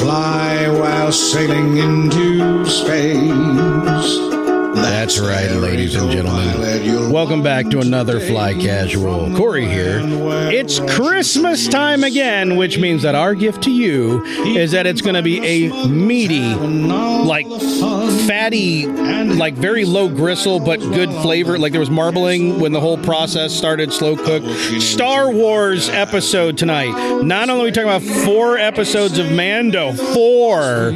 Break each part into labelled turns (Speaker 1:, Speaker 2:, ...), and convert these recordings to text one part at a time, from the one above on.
Speaker 1: high while sailing into space.
Speaker 2: That's right, ladies and
Speaker 1: Pilot, you'll
Speaker 2: gentlemen. Welcome back to another Fly Casual. Corey here. It's Christmas time again, which means that our gift to you is that it's going to be a meaty, like fatty, like very low gristle, but good flavor. Like there was marbling when the whole process started, slow cooked. Star Wars episode tonight. Not only are we talking about four episodes of Mando, four.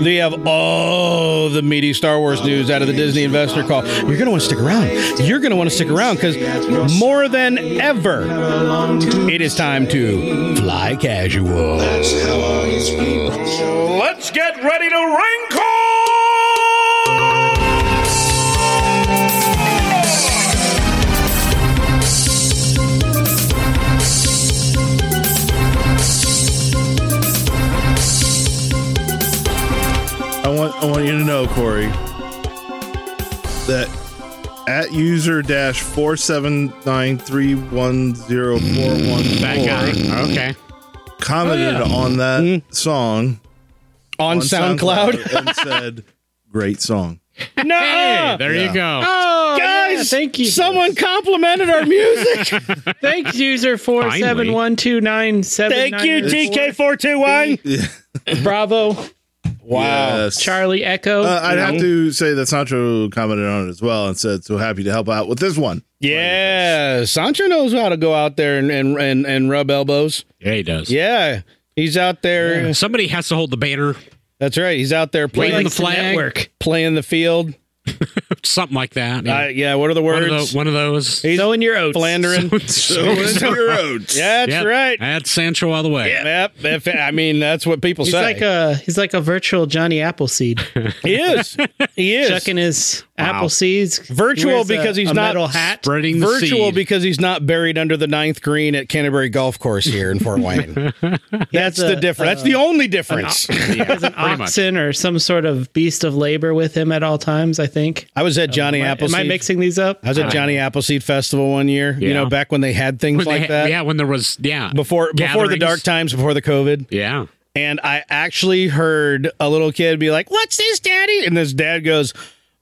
Speaker 2: They have all the meaty Star Wars news out of the Disney Investor Call. You're going to want to stick around. You're going to want to stick around because more than ever, it is time to fly casual.
Speaker 3: Let's get ready to wrinkle!
Speaker 4: I want I want you to know, Corey, that at user dash four seven nine three one zero four one four
Speaker 5: Okay.
Speaker 4: commented on that song
Speaker 2: On, SoundCloud?
Speaker 4: and said, "Great song."
Speaker 2: no!
Speaker 5: Hey, there you go.
Speaker 6: Oh,
Speaker 2: Guys,
Speaker 6: yeah, thank you.
Speaker 2: Someone complimented our music.
Speaker 6: Thanks, user four seven one two nine seven.
Speaker 2: Thank you, TK421.
Speaker 6: Bravo,
Speaker 4: Wow,
Speaker 6: Charlie Echo.
Speaker 4: Uh, I'd have to say that Sancho commented on it as well and said, "So happy to help out with this one."
Speaker 2: Yeah, Sancho knows how to go out there and and and, and rub elbows.
Speaker 5: Yeah, he does.
Speaker 2: Yeah, he's out there.
Speaker 5: Somebody has to hold the banner,
Speaker 2: That's right. He's out there
Speaker 5: Waving
Speaker 2: playing
Speaker 5: the flag,
Speaker 6: network.
Speaker 2: playing the field.
Speaker 5: something like that.
Speaker 2: Uh, yeah, what are the
Speaker 5: one, of
Speaker 2: words?
Speaker 5: tho- one of those.
Speaker 2: He's
Speaker 6: Sowing your oats.
Speaker 2: Flandering.
Speaker 4: So is your oats.
Speaker 2: Yeah, that's
Speaker 5: Yep,
Speaker 2: right.
Speaker 5: That's Sancho all the way.
Speaker 2: Yep. If, I mean, that's what people
Speaker 6: He's
Speaker 2: say.
Speaker 6: like a he's like a virtual Johnny Appleseed,
Speaker 2: he is. He is.
Speaker 6: chucking his apple seeds. He
Speaker 2: Virtual
Speaker 6: wears a-
Speaker 2: because he's
Speaker 6: a
Speaker 2: not-
Speaker 6: metal hat.
Speaker 5: Spreading the
Speaker 2: Virtual
Speaker 5: seed.
Speaker 2: because he's not buried under the ninth green at Canterbury Golf Course here in Fort Wayne. That's the
Speaker 6: a-
Speaker 2: difference. That's the only difference.
Speaker 5: pretty much.
Speaker 6: oxen or some sort of beast of labor with him at all times. I think.
Speaker 2: I was at Johnny
Speaker 6: Am I-
Speaker 2: Appleseed.
Speaker 6: Am I mixing these up?
Speaker 2: I was at Johnny Appleseed Festival one year. You
Speaker 5: Yeah.
Speaker 2: know, back when they had things
Speaker 5: When they
Speaker 2: like
Speaker 5: had-
Speaker 2: that.
Speaker 5: Yeah, when there was yeah
Speaker 2: Before before the
Speaker 5: gatherings.
Speaker 2: dark times, before the COVID.
Speaker 5: Yeah.
Speaker 2: And I actually heard a little kid be like, What's this, Daddy? And this dad goes,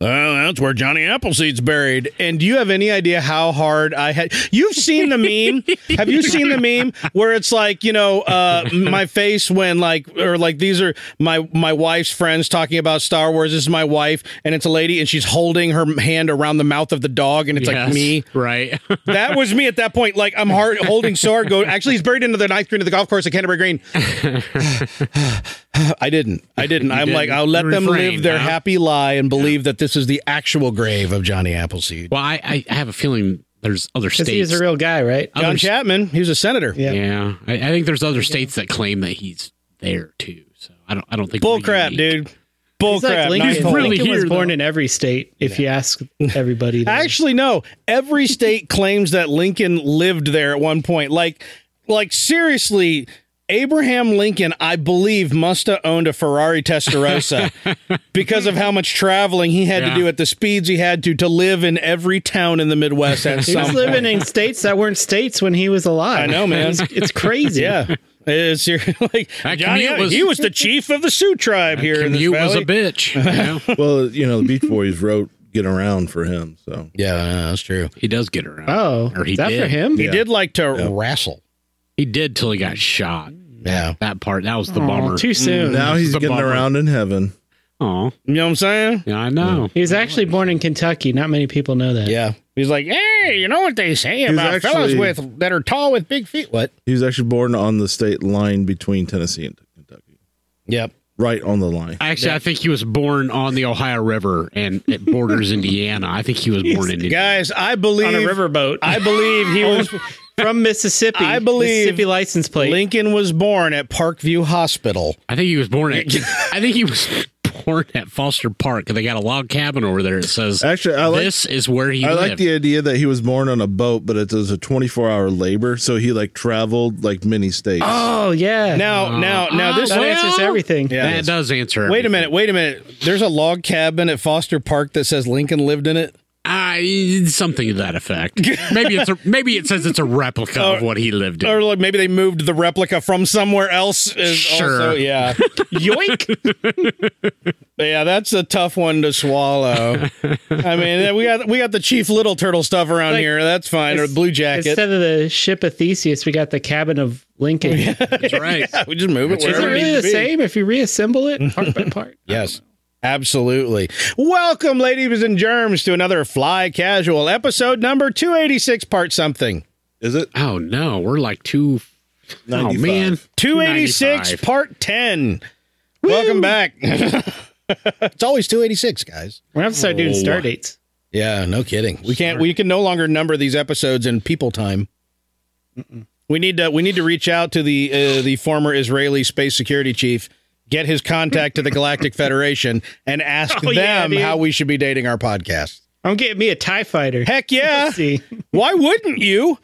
Speaker 2: Oh, that's where Johnny Appleseed's buried. And do you have any idea how hard I had? You've seen the meme. have you seen the meme where it's like, you know, uh, my face when like, or like these are my my wife's friends talking about Star Wars. This is my wife, and it's a lady, and she's holding her hand around the mouth of the dog, and it's like
Speaker 5: Yes.
Speaker 2: me.
Speaker 5: Right.
Speaker 2: That was me at that point. Like I'm hard holding sore. Go. Actually, he's buried into the ninth green of the golf course at Canterbury Green. I didn't. I didn't. I'm like
Speaker 5: didn't.
Speaker 2: I'll let
Speaker 5: You
Speaker 2: them live
Speaker 5: refrained,
Speaker 2: their
Speaker 5: huh?
Speaker 2: happy lie and believe that this is the actual grave of Johnny Appleseed.
Speaker 5: well, I, I- I have a feeling there's other
Speaker 6: Because
Speaker 5: states.
Speaker 6: he is a real guy, right?
Speaker 2: John
Speaker 5: others-
Speaker 2: Chapman. He was a senator.
Speaker 6: Yeah.
Speaker 5: yeah. I, I think there's other states that claim that he's there too. So I don't. I don't think
Speaker 2: Bull
Speaker 5: we're
Speaker 2: crap,
Speaker 5: unique.
Speaker 2: dude. Bull
Speaker 6: He's like
Speaker 2: crap.
Speaker 6: Lincoln.
Speaker 2: Ninth
Speaker 5: He's
Speaker 2: hole.
Speaker 5: really
Speaker 6: Lincoln was
Speaker 5: here,
Speaker 6: born
Speaker 5: though.
Speaker 6: in every state, if you ask everybody. there.
Speaker 2: Actually, no. Every state claims that Lincoln lived there at one point. Like, like seriously, Abraham Lincoln, I believe, must have owned a Ferrari Testarossa because of how much traveling he had to
Speaker 5: Yeah.
Speaker 2: do at the speeds he had to to live in every town in the Midwest at
Speaker 6: he
Speaker 2: some
Speaker 6: was
Speaker 2: point.
Speaker 6: living in states that weren't states when he was alive.
Speaker 2: I know, man.
Speaker 6: It's, it's crazy.
Speaker 2: yeah. It's, you're like,
Speaker 5: That
Speaker 2: Johnny,
Speaker 5: commute was-
Speaker 2: he was the chief of the Sioux tribe here in this
Speaker 5: Commute was
Speaker 2: valley.
Speaker 5: a bitch. you know?
Speaker 4: Well, you know, the Beach Boys wrote "Get Around" for him, so
Speaker 2: yeah, that's true.
Speaker 5: he does get around.
Speaker 6: Oh,
Speaker 5: Or he
Speaker 6: is that
Speaker 5: did.
Speaker 6: for him?
Speaker 2: He did like to wrestle.
Speaker 5: He did till he got shot.
Speaker 2: Yeah.
Speaker 5: That part. That was the
Speaker 6: Aw,
Speaker 5: bummer.
Speaker 6: Too soon.
Speaker 4: now he's
Speaker 5: The
Speaker 4: getting
Speaker 5: bummer.
Speaker 4: around in heaven.
Speaker 5: Aw.
Speaker 2: You know what I'm saying?
Speaker 5: Yeah, I know.
Speaker 6: He was actually born in Kentucky. Not many people know that.
Speaker 2: Yeah. He's like, hey, you know what they say
Speaker 4: was
Speaker 2: about fellas
Speaker 4: actually-
Speaker 2: with that are tall with big feet. What?
Speaker 4: He was actually born on the state line between Tennessee and Kentucky,
Speaker 2: Yep.
Speaker 4: right on the line.
Speaker 5: Actually, I think he was born on the Ohio River and it borders Indiana. I think he was born in Indiana.
Speaker 2: Guys, I believe
Speaker 6: On a riverboat.
Speaker 2: I believe he was
Speaker 6: From Mississippi.
Speaker 2: I believe
Speaker 6: Mississippi license plate.
Speaker 2: Lincoln was born at Parkview Hospital.
Speaker 5: I think he was born at. I think he was born at Foster Park. They got a log cabin over there. It says
Speaker 4: Actually, I like
Speaker 5: this is where he
Speaker 4: I like
Speaker 5: lived.
Speaker 4: the idea that he was born on a boat, but it was a 24 hour labor, so he like traveled like many states.
Speaker 6: oh, Ah, yeah.
Speaker 2: Now, now, now,
Speaker 5: oh,
Speaker 2: this.
Speaker 6: that
Speaker 5: well-
Speaker 6: answers everything.
Speaker 2: Yeah.
Speaker 5: that does answer.
Speaker 2: Wait a
Speaker 5: everything.
Speaker 2: minute. Wait a minute. There's a log cabin at Foster Park that says Lincoln lived in it.
Speaker 5: I I something to that effect. Maybe it's a, maybe it says it's a replica
Speaker 4: Oh.
Speaker 5: of what he lived in.
Speaker 2: Or like maybe they moved the replica from somewhere else. Is
Speaker 5: Sure.
Speaker 2: Also, yeah. Yoink. yeah, that's a tough one to swallow. I mean, we got we got the Chief Little Turtle stuff around
Speaker 6: Like,
Speaker 2: here. That's fine. Or Blue Jacket.
Speaker 6: Instead of the ship of Theseus, we got the cabin of Lincoln.
Speaker 5: That's right.
Speaker 2: Yeah, we just move it
Speaker 6: Is it
Speaker 2: wherever it
Speaker 6: really
Speaker 2: needs to
Speaker 6: the
Speaker 2: be.
Speaker 6: same if you reassemble it part by part?
Speaker 2: Yes. Absolutely. Welcome, ladies and germs, to another Fly Casual episode number 286, part something.
Speaker 4: Is it?
Speaker 5: Oh no, we're like two. Oh
Speaker 4: 95.
Speaker 5: man,
Speaker 2: 286,
Speaker 5: 95.
Speaker 2: part 10. Welcome back. it's always 286, guys.
Speaker 6: We're gonna have to start doing
Speaker 5: Oh.
Speaker 6: star dates.
Speaker 2: Yeah, no kidding. We can't. We can no longer number these episodes in people time. We need to. We need to reach out to the uh, the former Israeli space security chief, get his contact to the Galactic Federation, and ask
Speaker 6: Oh, yeah,
Speaker 2: them
Speaker 6: dude.
Speaker 2: how we should be dating our podcast.
Speaker 6: I'm getting me a TIE fighter.
Speaker 2: Heck yeah!
Speaker 6: Let's see.
Speaker 2: Why wouldn't you?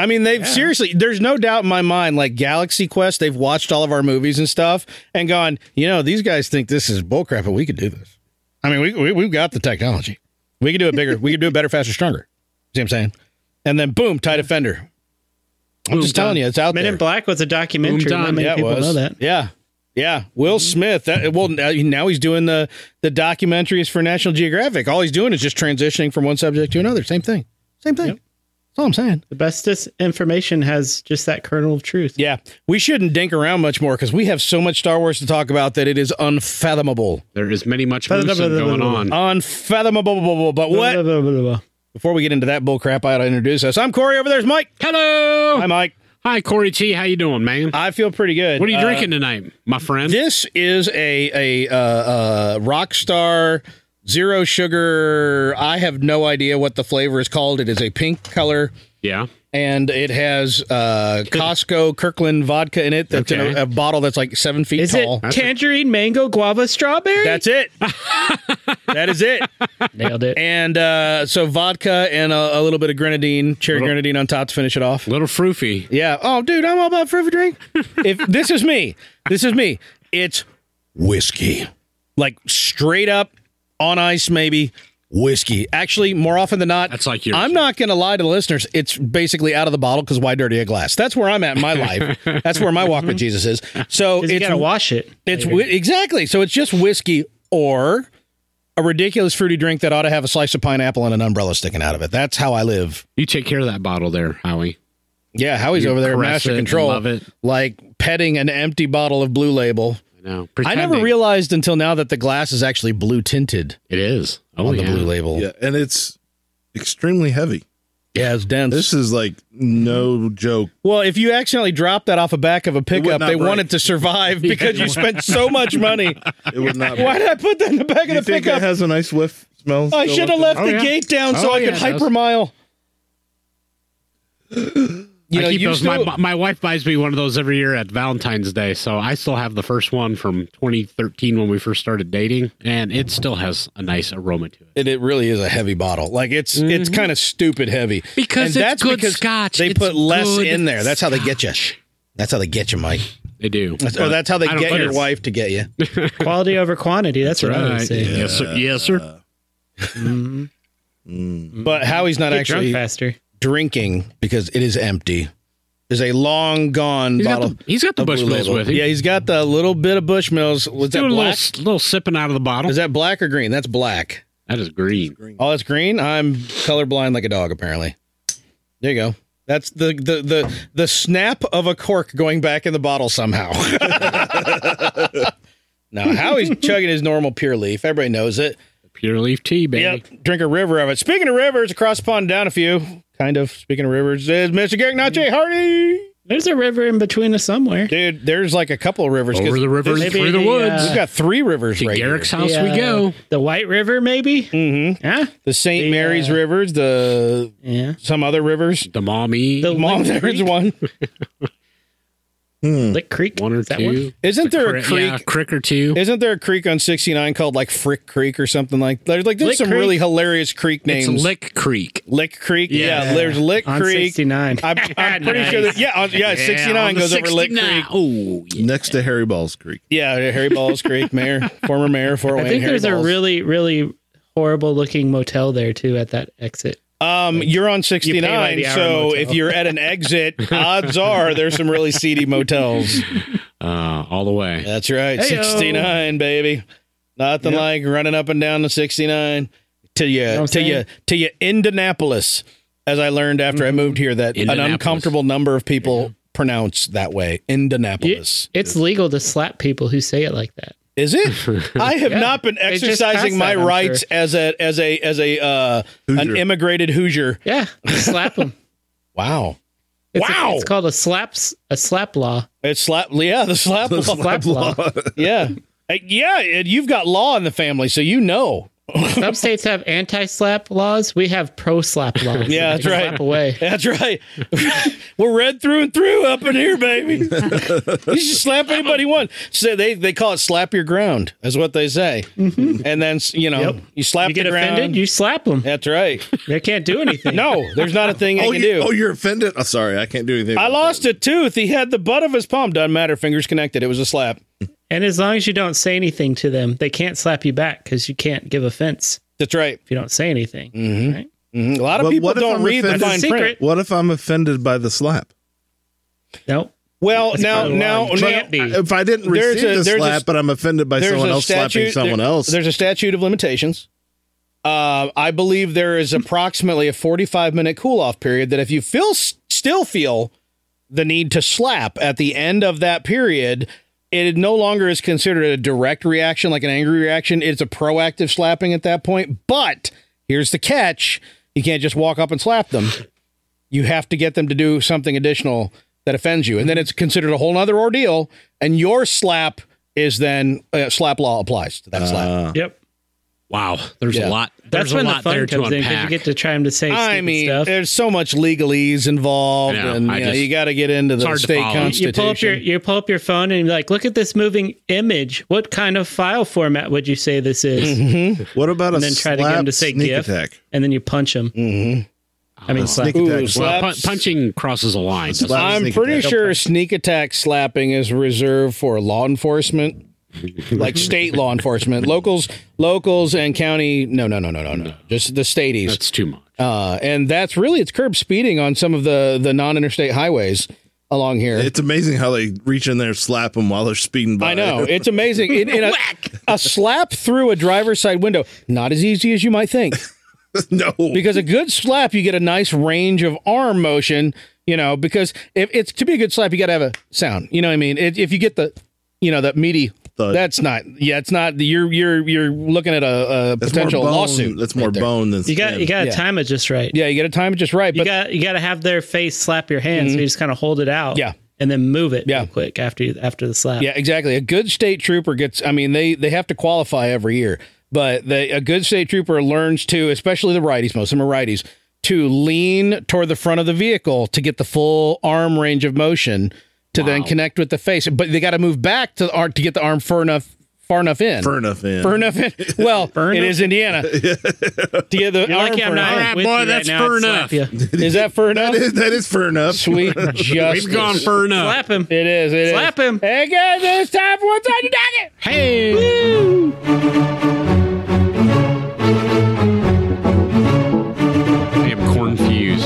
Speaker 2: I mean, they've seriously, there's no doubt in my mind, like Galaxy Quest, they've watched all of our movies and stuff and gone, you know, these guys think this is bullcrap, but we could do this. I mean, we, we, we've got the technology. We could do it bigger. we could do it better, faster, stronger. See what I'm saying? And then boom, tight offender. I'm
Speaker 5: Boom,
Speaker 2: just telling
Speaker 5: done.
Speaker 2: you, it's out
Speaker 6: Men
Speaker 2: there.
Speaker 6: in Black was a documentary.
Speaker 5: Boom,
Speaker 6: Not
Speaker 5: done.
Speaker 6: many
Speaker 2: yeah, it
Speaker 6: people
Speaker 2: was.
Speaker 6: know that. Mm-hmm.
Speaker 2: Yeah. Yeah, Will Smith. That, well, now- now he's doing the the documentaries for National Geographic. All he's doing is just transitioning from one subject to another. Same thing. Same thing. That's all I'm saying.
Speaker 6: The bestest information has just that kernel of truth.
Speaker 2: Yeah, we shouldn't dink around much more because we have so much Star Wars to talk about that it is unfathomable,
Speaker 5: there is many much moosing going on.
Speaker 2: unfathomable. But what?
Speaker 6: Blah, blah, blah, blah.
Speaker 2: Before we get into that bull crap, I ought to introduce us. I'm Corey. Over there's Mike.
Speaker 5: Hello,
Speaker 2: Hi, Mike.
Speaker 5: hi Corey T. How you doing, man?
Speaker 2: I feel pretty good.
Speaker 5: What are you
Speaker 2: Uh,
Speaker 5: drinking tonight, my friend?
Speaker 2: This is a a uh, uh, rock star zero sugar. I have no idea what the flavor is called. It is a pink color.
Speaker 5: yeah,
Speaker 2: And it has uh, Costco Kirkland vodka in it. That's in
Speaker 5: Okay.
Speaker 2: a, a bottle that's like seven feet
Speaker 6: Is
Speaker 2: tall.
Speaker 6: it tangerine, mango, guava, strawberry?
Speaker 2: That's it. that is it.
Speaker 6: Nailed it.
Speaker 2: And uh, so vodka and a, a little bit of grenadine, cherry grenadine on top to finish it off.
Speaker 5: little froofy.
Speaker 2: Yeah. Oh, dude, I'm all about fruit drink. if this is me, this is me. It's whiskey, like straight up on ice, maybe whiskey. Actually, more often than not,
Speaker 5: That's like yours.
Speaker 2: I'm not going to lie to the listeners. It's basically out of the bottle because why dirty a glass? That's where I'm at in my life. That's where my walk with Jesus is. So
Speaker 6: you
Speaker 2: it's
Speaker 6: gotta wash it.
Speaker 2: it's wi- exactly so. It's just whiskey or a ridiculous fruity drink that ought to have a slice of pineapple and an umbrella sticking out of it. That's how I live.
Speaker 5: You take care of that bottle there, Howie.
Speaker 2: Yeah, Howie's
Speaker 5: You
Speaker 2: over there, at
Speaker 5: caress it
Speaker 2: master
Speaker 5: and
Speaker 2: control,
Speaker 5: love it.
Speaker 2: like petting an empty bottle of Blue Label.
Speaker 5: I know.
Speaker 2: I never
Speaker 5: Pretending.
Speaker 2: realized until now that the glass is actually blue tinted
Speaker 5: it is. Oh
Speaker 2: on the
Speaker 5: yeah.
Speaker 2: Blue Label. Yeah,
Speaker 4: Yeah, and it's extremely heavy.
Speaker 2: it's dense.
Speaker 4: This is like no joke.
Speaker 2: well, if you accidentally dropped that off the back of a pickup,
Speaker 4: not
Speaker 2: they
Speaker 4: break.
Speaker 2: wanted to survive because you spent so much money.
Speaker 4: It would not.
Speaker 2: Why did I put that in the back
Speaker 4: you
Speaker 2: of the
Speaker 4: think it
Speaker 2: pickup?
Speaker 4: has a nice whiff smell?
Speaker 2: I
Speaker 4: still
Speaker 2: should have
Speaker 4: with it?
Speaker 2: left
Speaker 5: Oh,
Speaker 2: the
Speaker 5: yeah.
Speaker 2: gate down so
Speaker 5: Oh,
Speaker 2: I
Speaker 5: yeah,
Speaker 2: could
Speaker 5: it does.
Speaker 2: hypermile. You know,
Speaker 5: I keep
Speaker 2: you
Speaker 5: those.
Speaker 2: still,
Speaker 5: my, my wife buys me one of those every year at Valentine's Day, so I still have the first one from 2013 when we first started dating, and it still has a nice aroma to it.
Speaker 2: it, it really is a heavy bottle. Like it's it's kind of stupid heavy
Speaker 5: Because
Speaker 2: And
Speaker 5: it's good scotch.
Speaker 2: They
Speaker 5: It's
Speaker 2: put less
Speaker 5: good
Speaker 2: in there. That's how they get you. That's how they get you, Mike.
Speaker 5: They do.
Speaker 2: That's, or that's how they
Speaker 5: I don't
Speaker 2: get
Speaker 5: think
Speaker 2: your
Speaker 5: it's-
Speaker 2: wife to get you.
Speaker 6: Quality over quantity. That's, what I would
Speaker 5: Right.
Speaker 6: say.
Speaker 5: Yes, sir. Yes, sir. Mm-hmm.
Speaker 2: But Howie's not
Speaker 6: Get drunk
Speaker 2: actually
Speaker 6: faster.
Speaker 2: drinking because it is empty. There's a long gone
Speaker 5: He's got
Speaker 2: bottle.
Speaker 5: the- he's got the
Speaker 2: of Blue
Speaker 5: Bushmills
Speaker 2: Label.
Speaker 5: with him.
Speaker 2: Yeah, he's got the little bit of Bushmills. Was that
Speaker 5: Do a little,
Speaker 2: black?
Speaker 5: s- little sipping out of the bottle.
Speaker 2: Is that black or green? That's black.
Speaker 5: that is green.
Speaker 2: Oh, that's green. I'm colorblind like a dog, apparently. There you go. That's the the the the snap of a cork going back in the bottle somehow. now Howie's chugging his normal pure leaf. Everybody knows it.
Speaker 5: Pure leaf tea, baby.
Speaker 2: Yep. Drink a river of it. Speaking of rivers, across the pond and down a few. Kind of speaking of rivers, is Mr. Garrick Not J. Hardy.
Speaker 6: There's a river in between us somewhere.
Speaker 2: Dude, there's like a couple of rivers. 'cause
Speaker 5: Over the river and
Speaker 6: Maybe
Speaker 5: through the
Speaker 6: the,
Speaker 5: woods.
Speaker 6: uh,
Speaker 2: We've got three rivers
Speaker 5: to
Speaker 2: right here.
Speaker 5: Garrick's house we go.
Speaker 6: The White River, maybe? Mm-hmm. Yeah.
Speaker 2: The St. Mary's Rivers, the
Speaker 6: Yeah.
Speaker 2: some other rivers.
Speaker 5: The mommy.
Speaker 6: The
Speaker 2: Mom,
Speaker 6: Lick
Speaker 2: there's
Speaker 6: Creek.
Speaker 2: one.
Speaker 4: Hmm.
Speaker 6: Lick Creek.
Speaker 5: one or
Speaker 6: Is that
Speaker 5: two.
Speaker 6: one?
Speaker 2: Isn't there a
Speaker 5: Cri-
Speaker 2: creek?
Speaker 5: Yeah, crick or two.
Speaker 2: Isn't there a creek on 69 called like Frick Creek or something like there's like there's
Speaker 6: Lick
Speaker 2: some
Speaker 6: Creek?
Speaker 2: really hilarious creek names.
Speaker 5: It's Lick Creek.
Speaker 2: Lick Creek. Yeah,
Speaker 5: Yeah.
Speaker 2: there's Lick
Speaker 6: On
Speaker 2: Creek.
Speaker 6: 69.
Speaker 2: I'm, I'm pretty sure that yeah, on, yeah, 69
Speaker 5: Yeah, on the
Speaker 2: goes over Lick
Speaker 5: 69.
Speaker 2: Creek.
Speaker 5: Oh, yeah.
Speaker 4: Next to Harry Ball's Creek.
Speaker 2: Yeah, Harry Balls Creek, mayor, former mayor of Fort Wayne.
Speaker 6: I think
Speaker 2: Harry
Speaker 6: there's a
Speaker 2: Balls.
Speaker 6: really, really horrible looking motel there too at that exit.
Speaker 2: Um, you're on 69,
Speaker 6: the hour
Speaker 2: so
Speaker 6: motel.
Speaker 2: if you're at an exit, odds are there's some really seedy motels.
Speaker 5: Uh, all the way.
Speaker 2: That's right,
Speaker 6: Heyo.
Speaker 2: 69, baby. Nothing
Speaker 6: Yep.
Speaker 2: like running up and down the 69 to you,
Speaker 6: know what I'm
Speaker 2: to you,
Speaker 6: saying? Mm-hmm.
Speaker 2: to you, Indianapolis. As I learned after I moved here, that an
Speaker 5: Indianapolis.
Speaker 2: uncomfortable number of people pronounce that way, Indianapolis.
Speaker 6: It's legal to slap people who say it like that.
Speaker 2: Is it? I have
Speaker 6: Yeah.
Speaker 2: not been
Speaker 6: They just passed
Speaker 2: exercising my
Speaker 6: that, I'm
Speaker 2: rights
Speaker 6: sure.
Speaker 2: as a as a as a uh, an
Speaker 4: Hoosier.
Speaker 2: immigrated Hoosier.
Speaker 6: Yeah, slap them.
Speaker 2: Wow.
Speaker 6: It's
Speaker 2: Wow.
Speaker 6: A, it's called a slaps a slap law.
Speaker 2: It's slap. Yeah, the slap. law.
Speaker 6: Slap law.
Speaker 4: Oh,
Speaker 2: Yeah, Uh, yeah. it- You've got law in the family, so you know.
Speaker 6: Some states have anti-slap laws. We have pro-slap laws.
Speaker 2: Yeah,
Speaker 6: Like,
Speaker 2: that's right.
Speaker 6: Slap away.
Speaker 2: That's right. We're red through and through up in here, baby. you should slap anybody you want. So they they call it slap your ground, is what they say.
Speaker 4: Mm-hmm.
Speaker 2: And then you know you slap
Speaker 6: You get
Speaker 2: the ground.
Speaker 6: offended, you slap them.
Speaker 2: That's right
Speaker 6: They can't do anything.
Speaker 2: No, there's not a thing I
Speaker 4: Oh,
Speaker 2: can
Speaker 4: you,
Speaker 2: do.
Speaker 4: oh, you're offended. Oh, sorry, I can't do anything.
Speaker 2: I
Speaker 4: about
Speaker 2: lost a tooth. He had the butt of his palm. Doesn't matter. Fingers connected. It was a slap.
Speaker 6: And as long as you don't say anything to them, they can't slap you back because you can't give offense
Speaker 2: That's right.
Speaker 6: if you don't say anything. Right?
Speaker 2: Mhm. A lot of
Speaker 4: But
Speaker 2: people
Speaker 4: what if
Speaker 2: don't
Speaker 4: I'm
Speaker 2: read the
Speaker 4: offended?
Speaker 2: fine
Speaker 6: That's a
Speaker 2: print.
Speaker 6: secret.
Speaker 4: that. What if I'm offended by the slap?
Speaker 6: Nope.
Speaker 2: Well, now,
Speaker 6: part of the
Speaker 2: now,
Speaker 6: law. You
Speaker 2: now, uh,
Speaker 6: can't be.
Speaker 4: If I didn't
Speaker 2: There's
Speaker 4: receive
Speaker 2: a-
Speaker 4: the
Speaker 2: there's a-
Speaker 4: slap, but I'm offended by someone else slapping someone
Speaker 2: there-
Speaker 4: else.
Speaker 2: There's a statute of limitations. Uh, I believe there is approximately a 45 minute cool off period that if you feel still feel the need to slap at the end of that period, it no longer is considered a direct reaction like an angry reaction. It's a proactive slapping at that point. But here's the catch: you can't just walk up and slap them. You have to get them to do something additional that offends you, and
Speaker 5: Mm-hmm.
Speaker 2: then it's considered a whole nother ordeal. And your slap is then uh, slap law applies to that slap.
Speaker 5: Ah.
Speaker 6: Yep.
Speaker 5: Wow, there's
Speaker 2: Yeah.
Speaker 5: a lot.
Speaker 6: That's
Speaker 5: There's a
Speaker 6: when the
Speaker 5: lot
Speaker 6: fun
Speaker 5: there to
Speaker 6: comes in because you
Speaker 5: unpack.
Speaker 6: get to try them to say
Speaker 2: I
Speaker 6: stupid
Speaker 2: mean,
Speaker 6: stuff.
Speaker 2: there's so much legalese involved,
Speaker 5: I know,
Speaker 2: and
Speaker 5: I
Speaker 2: you, know,
Speaker 5: just-
Speaker 2: you got to get into the
Speaker 5: hard to
Speaker 2: state
Speaker 5: follow. You pull
Speaker 6: You pull up
Speaker 5: up
Speaker 6: your
Speaker 2: constitution.
Speaker 6: you pull up your phone and you're like, look at this moving image. What kind of file format would you say this is?
Speaker 4: what about a
Speaker 6: and then try to
Speaker 4: slap
Speaker 6: get them to say
Speaker 4: sneak
Speaker 6: GIF,
Speaker 4: attack?
Speaker 6: and then you punch them.
Speaker 2: Mm-hmm.
Speaker 6: I mean, slap.
Speaker 4: Sneak
Speaker 2: Ooh,
Speaker 4: attack.
Speaker 2: slap.
Speaker 5: well,
Speaker 2: slaps.
Speaker 5: pu- punching crosses a line. doesn't
Speaker 4: Slap.
Speaker 2: I'm
Speaker 4: Sneak
Speaker 2: pretty
Speaker 4: attack.
Speaker 2: sure sneak attack slapping is reserved for law enforcement, like state law enforcement, locals, locals, and county. No, no, no, no, no, no. Just the
Speaker 5: it?
Speaker 2: staties.
Speaker 5: That's too much.
Speaker 2: Uh, and that's really it's curb speeding on some of the the non-interstate highways along here.
Speaker 4: It's amazing how they reach in there, slap them while they're speeding by.
Speaker 2: I know. It's amazing. In, in a, a slap through a driver's side window, not as easy as you might think.
Speaker 4: no,
Speaker 2: Because a good slap, you get a nice range of arm motion, you know, because if it's to be a good slap, you got to have a sound. You know what I mean? If if you get the, you know, that meaty,
Speaker 4: Thud.
Speaker 2: that's not, yeah, it's not, you're, you're, you're looking at a, a
Speaker 4: that's
Speaker 2: potential
Speaker 4: more bone,
Speaker 2: lawsuit.
Speaker 4: That's
Speaker 2: right
Speaker 4: more
Speaker 2: there.
Speaker 4: bone than
Speaker 6: You got you got to
Speaker 2: Yeah.
Speaker 6: time it just right.
Speaker 2: Yeah. You got to time it just right.
Speaker 6: You
Speaker 2: But Mm-hmm.
Speaker 6: got you got to have their face slap your hand, so you just kind of hold it out.
Speaker 2: Yeah.
Speaker 6: And then move it
Speaker 2: Yeah.
Speaker 6: real quick after you after the slap.
Speaker 2: Yeah, exactly. A good state trooper gets. I mean, they they have to qualify every year, but they, a good state trooper learns to, especially the righties, most of them are righties, to lean toward the front of the vehicle to get the full arm range of motion to then connect with the face. But they got to move back to the arm to get the arm far enough far enough in.
Speaker 4: fair enough. In.
Speaker 2: Far enough in. Well, it is Indiana. to get the
Speaker 6: You're
Speaker 2: arm
Speaker 6: lucky
Speaker 2: far
Speaker 6: I'm
Speaker 2: enough.
Speaker 6: not
Speaker 5: Alright,
Speaker 6: with
Speaker 5: boy,
Speaker 6: you right
Speaker 5: that's
Speaker 6: now,
Speaker 5: fair
Speaker 6: I'd slap you.
Speaker 2: Is that far enough?
Speaker 4: that is that is fair enough.
Speaker 2: Sweet justice.
Speaker 5: We've gone far enough.
Speaker 6: Slap him.
Speaker 2: It is. It is.
Speaker 6: Slap him.
Speaker 2: Hey guys, it's time for what's on your docket.
Speaker 5: Hey, I am confused.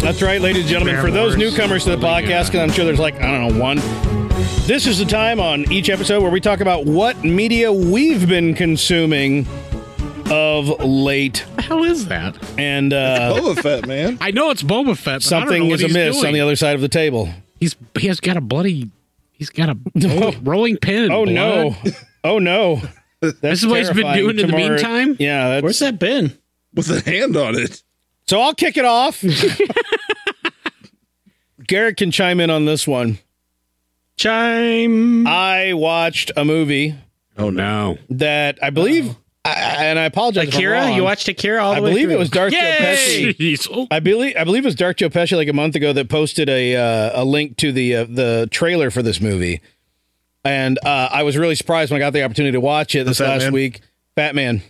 Speaker 2: That's right, ladies and gentlemen.
Speaker 5: Bear
Speaker 2: For those
Speaker 5: bars.
Speaker 2: newcomers to the podcast, because I'm sure there's like, I don't know, one. This is the time on each episode where we talk about what media we've been consuming of late.
Speaker 5: The hell is that?
Speaker 2: And uh,
Speaker 4: Boba Fett, man.
Speaker 5: I know it's Boba Fett. But I don't know
Speaker 2: something
Speaker 5: what
Speaker 2: is
Speaker 5: he's
Speaker 2: amiss
Speaker 5: doing.
Speaker 2: on the other side of the table.
Speaker 5: He's he has got a bloody. He's got a rolling, rolling pin.
Speaker 2: Oh,
Speaker 5: blood.
Speaker 2: no. Oh, no. That's
Speaker 5: This is what he's been
Speaker 2: terrifying.
Speaker 5: doing in the
Speaker 2: Tomorrow-
Speaker 5: meantime?
Speaker 2: Yeah.
Speaker 6: Where's
Speaker 2: That's,
Speaker 6: that been?
Speaker 4: with a hand on it.
Speaker 2: so I'll kick it off. Garrett can chime in on this one.
Speaker 6: Chime.
Speaker 2: I watched a movie
Speaker 5: Oh no!
Speaker 2: that I believe, I, and I apologize. if I'm
Speaker 6: Akira,
Speaker 2: wrong.
Speaker 6: you watched Akira all the
Speaker 2: I
Speaker 6: way
Speaker 2: believe it
Speaker 6: through.
Speaker 2: was Dark Joe Pesci.
Speaker 5: Jeez. Oh,
Speaker 2: I believe I believe it was Dark Joe Pesci like a month ago that posted a uh, a link to the uh, the trailer for this movie, and uh, I was really surprised when I got the opportunity to watch it this
Speaker 4: Fat
Speaker 2: last
Speaker 4: Man?
Speaker 2: week. Fat Man,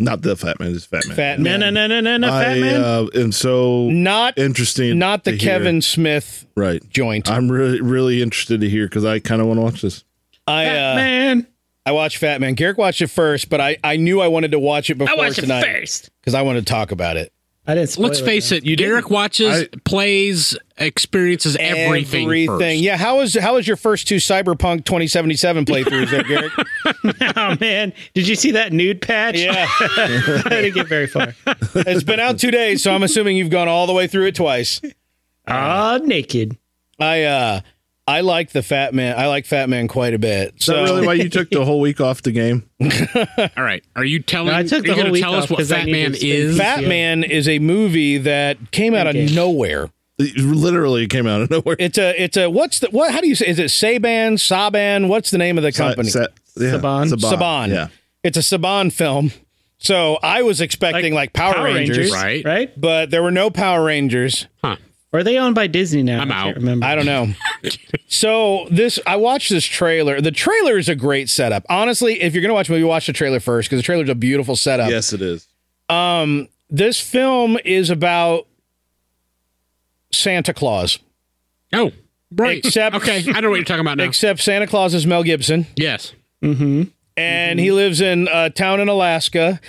Speaker 4: Not the Fat Man. It's Fat Man.
Speaker 2: Fat
Speaker 6: No,
Speaker 2: Man,
Speaker 6: no, no, no, no, no, Fat
Speaker 4: I
Speaker 6: Man.
Speaker 4: uh, am so
Speaker 2: not
Speaker 4: interesting.
Speaker 2: not the
Speaker 4: to hear. Uh,
Speaker 2: Kevin Smith
Speaker 4: Right.
Speaker 2: joint.
Speaker 4: I'm really really interested to hear because I kind of want to watch this.
Speaker 2: I uh,
Speaker 6: Man.
Speaker 2: I I watched Fat Man. Garrick watched it first, but I, I knew I wanted to watch it before
Speaker 6: I watched it
Speaker 2: tonight
Speaker 6: first.
Speaker 2: because I wanted to talk about it.
Speaker 6: I didn't. Spoil
Speaker 5: Let's face it. Derek watches, plays, experiences everything. first.
Speaker 2: Yeah. How was how was your first two Cyberpunk 2077 playthroughs there, Garrick?
Speaker 6: it. Oh man, did you see that nude patch?
Speaker 2: yeah.
Speaker 6: I didn't get very far.
Speaker 2: Uh, It's been out two days, so I'm assuming you've gone all the way through it twice.
Speaker 6: Ah, naked.
Speaker 2: I uh I like the Fat Man. I like Fat Man quite a bit.
Speaker 4: Is
Speaker 2: So
Speaker 4: that really why you took the whole week off the game?
Speaker 5: All right. Are you telling?
Speaker 6: No, I took
Speaker 5: are
Speaker 6: the
Speaker 5: you
Speaker 6: whole
Speaker 5: going to
Speaker 6: week
Speaker 5: tell us
Speaker 6: off
Speaker 5: what
Speaker 6: 'cause I
Speaker 5: Fat
Speaker 6: needed
Speaker 5: Man
Speaker 6: to
Speaker 5: is?
Speaker 6: sleep.
Speaker 2: Fat Man is a movie that came out
Speaker 6: Okay.
Speaker 2: of nowhere.
Speaker 4: It literally came out of nowhere.
Speaker 2: It's a it's a what's the what how do you say is it Saban Saban what's the name of the company
Speaker 4: Sa- sa- yeah.
Speaker 6: Saban?
Speaker 2: Saban
Speaker 4: Yeah.
Speaker 2: it's a Saban film so I was expecting like, Power, Rangers,
Speaker 5: Right.
Speaker 6: Right?
Speaker 2: but there were no Power Rangers
Speaker 6: Or are they owned by Disney now?
Speaker 5: I'm
Speaker 6: I can't
Speaker 5: out.
Speaker 6: Remember?
Speaker 2: I don't know so this I watched this trailer the trailer is a great setup honestly if you're gonna watch a movie watch the trailer first because the trailer's a beautiful setup
Speaker 4: Yes, it is.
Speaker 2: um this film is about Santa Claus
Speaker 5: Oh, right.
Speaker 2: Except-
Speaker 5: okay. I know what you're talking about now.
Speaker 2: except Santa Claus is Mel Gibson.
Speaker 5: yes.
Speaker 2: and he lives in a town in Alaska.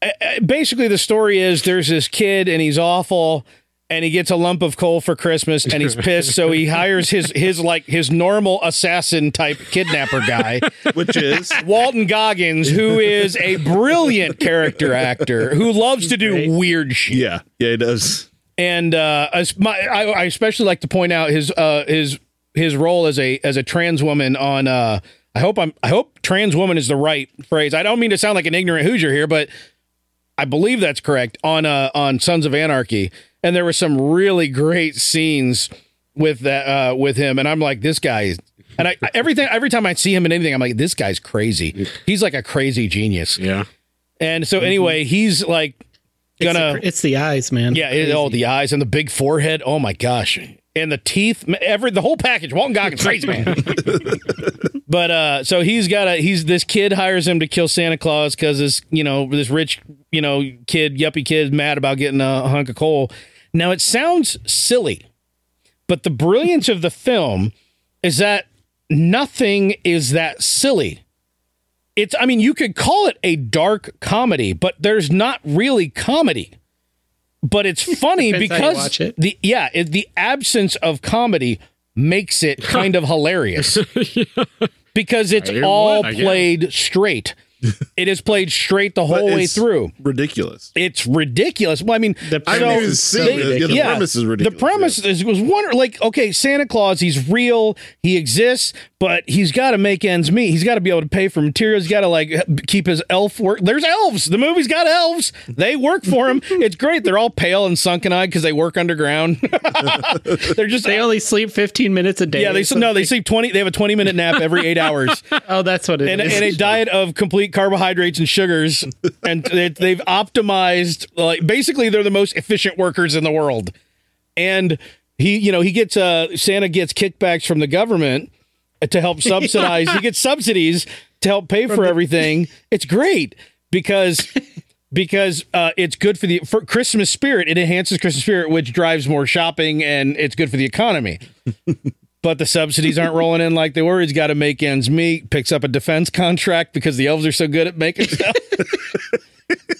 Speaker 2: Uh, uh, Basically, the story is there's this kid and he's awful, and he gets a lump of coal for Christmas, and he's pissed, so he hires his his like his normal assassin type kidnapper guy,
Speaker 4: Which is
Speaker 2: Walton Goggins, who is a brilliant character actor who loves to do weird shit.
Speaker 4: yeah, yeah, it does.
Speaker 2: And uh, as my, I, I especially like to point out his uh, his his role as a as a trans woman on. Uh, I hope I'm. I hope trans woman is the right phrase. I don't mean to sound like an ignorant Hoosier here, but I believe that's correct on uh, on Sons of Anarchy. And there were some really great scenes with that uh, with him. And I'm like, this guy. Is, and I everything every time I see him in anything, I'm like, this guy's crazy. He's like a crazy genius.
Speaker 5: Yeah.
Speaker 2: And so anyway, he's like
Speaker 6: It's
Speaker 2: gonna
Speaker 6: the- It's, the eyes, man.
Speaker 2: yeah, it, oh, the eyes and the big forehead. Oh my gosh, and the teeth. m- Every the whole package. Walton Goggins, crazy man. but uh, so he's got a he's this kid hires him to kill Santa Claus because this you know this rich you know kid yuppie kid mad about getting a hunk of coal. Now it sounds silly, but the brilliance of the film is that nothing is that silly. It's I mean you could call it a dark comedy, but there's not really comedy. But it's funny
Speaker 6: Depends how you
Speaker 2: because
Speaker 6: watch it.
Speaker 2: the yeah, it, the absence of comedy makes it kind of hilarious. because it's
Speaker 5: hear
Speaker 2: all
Speaker 5: what, I guess.
Speaker 2: played straight. It is played straight the whole way
Speaker 4: it's-
Speaker 2: through.
Speaker 4: Ridiculous.
Speaker 2: It's ridiculous. Well, I mean,
Speaker 6: The
Speaker 4: I
Speaker 6: So
Speaker 4: didn't even see
Speaker 2: they-
Speaker 4: this. Yeah, the
Speaker 2: yeah,
Speaker 4: premise is ridiculous.
Speaker 2: The premise is, was wonder like okay, Santa Claus, he's real, he exists, but he's got to make ends meet. He's got to be able to pay for materials. He's got to like h- keep his elf work. There's elves. The movie's got elves. They work for him. it's great. They're all pale and sunken eyed because they work underground. They're just
Speaker 6: They only sleep 15 minutes a day.
Speaker 2: yeah. They
Speaker 6: or
Speaker 2: s- no. They sleep twenty. They have a twenty minute nap every eight hours
Speaker 6: something. Oh, that's what it is.
Speaker 2: and, and a diet of complete carbohydrates and sugars and they, they've optimized like basically they're the most efficient workers in the world and he you know he gets uh santa gets kickbacks from the government to help subsidize he gets subsidies to help pay for everything it's great because because uh, it's good for the for christmas spirit it enhances christmas spirit which drives more shopping and it's good for the economy but the subsidies aren't rolling in like they were. He's got to make ends meet. Picks up a defense contract because the elves are so good at making stuff.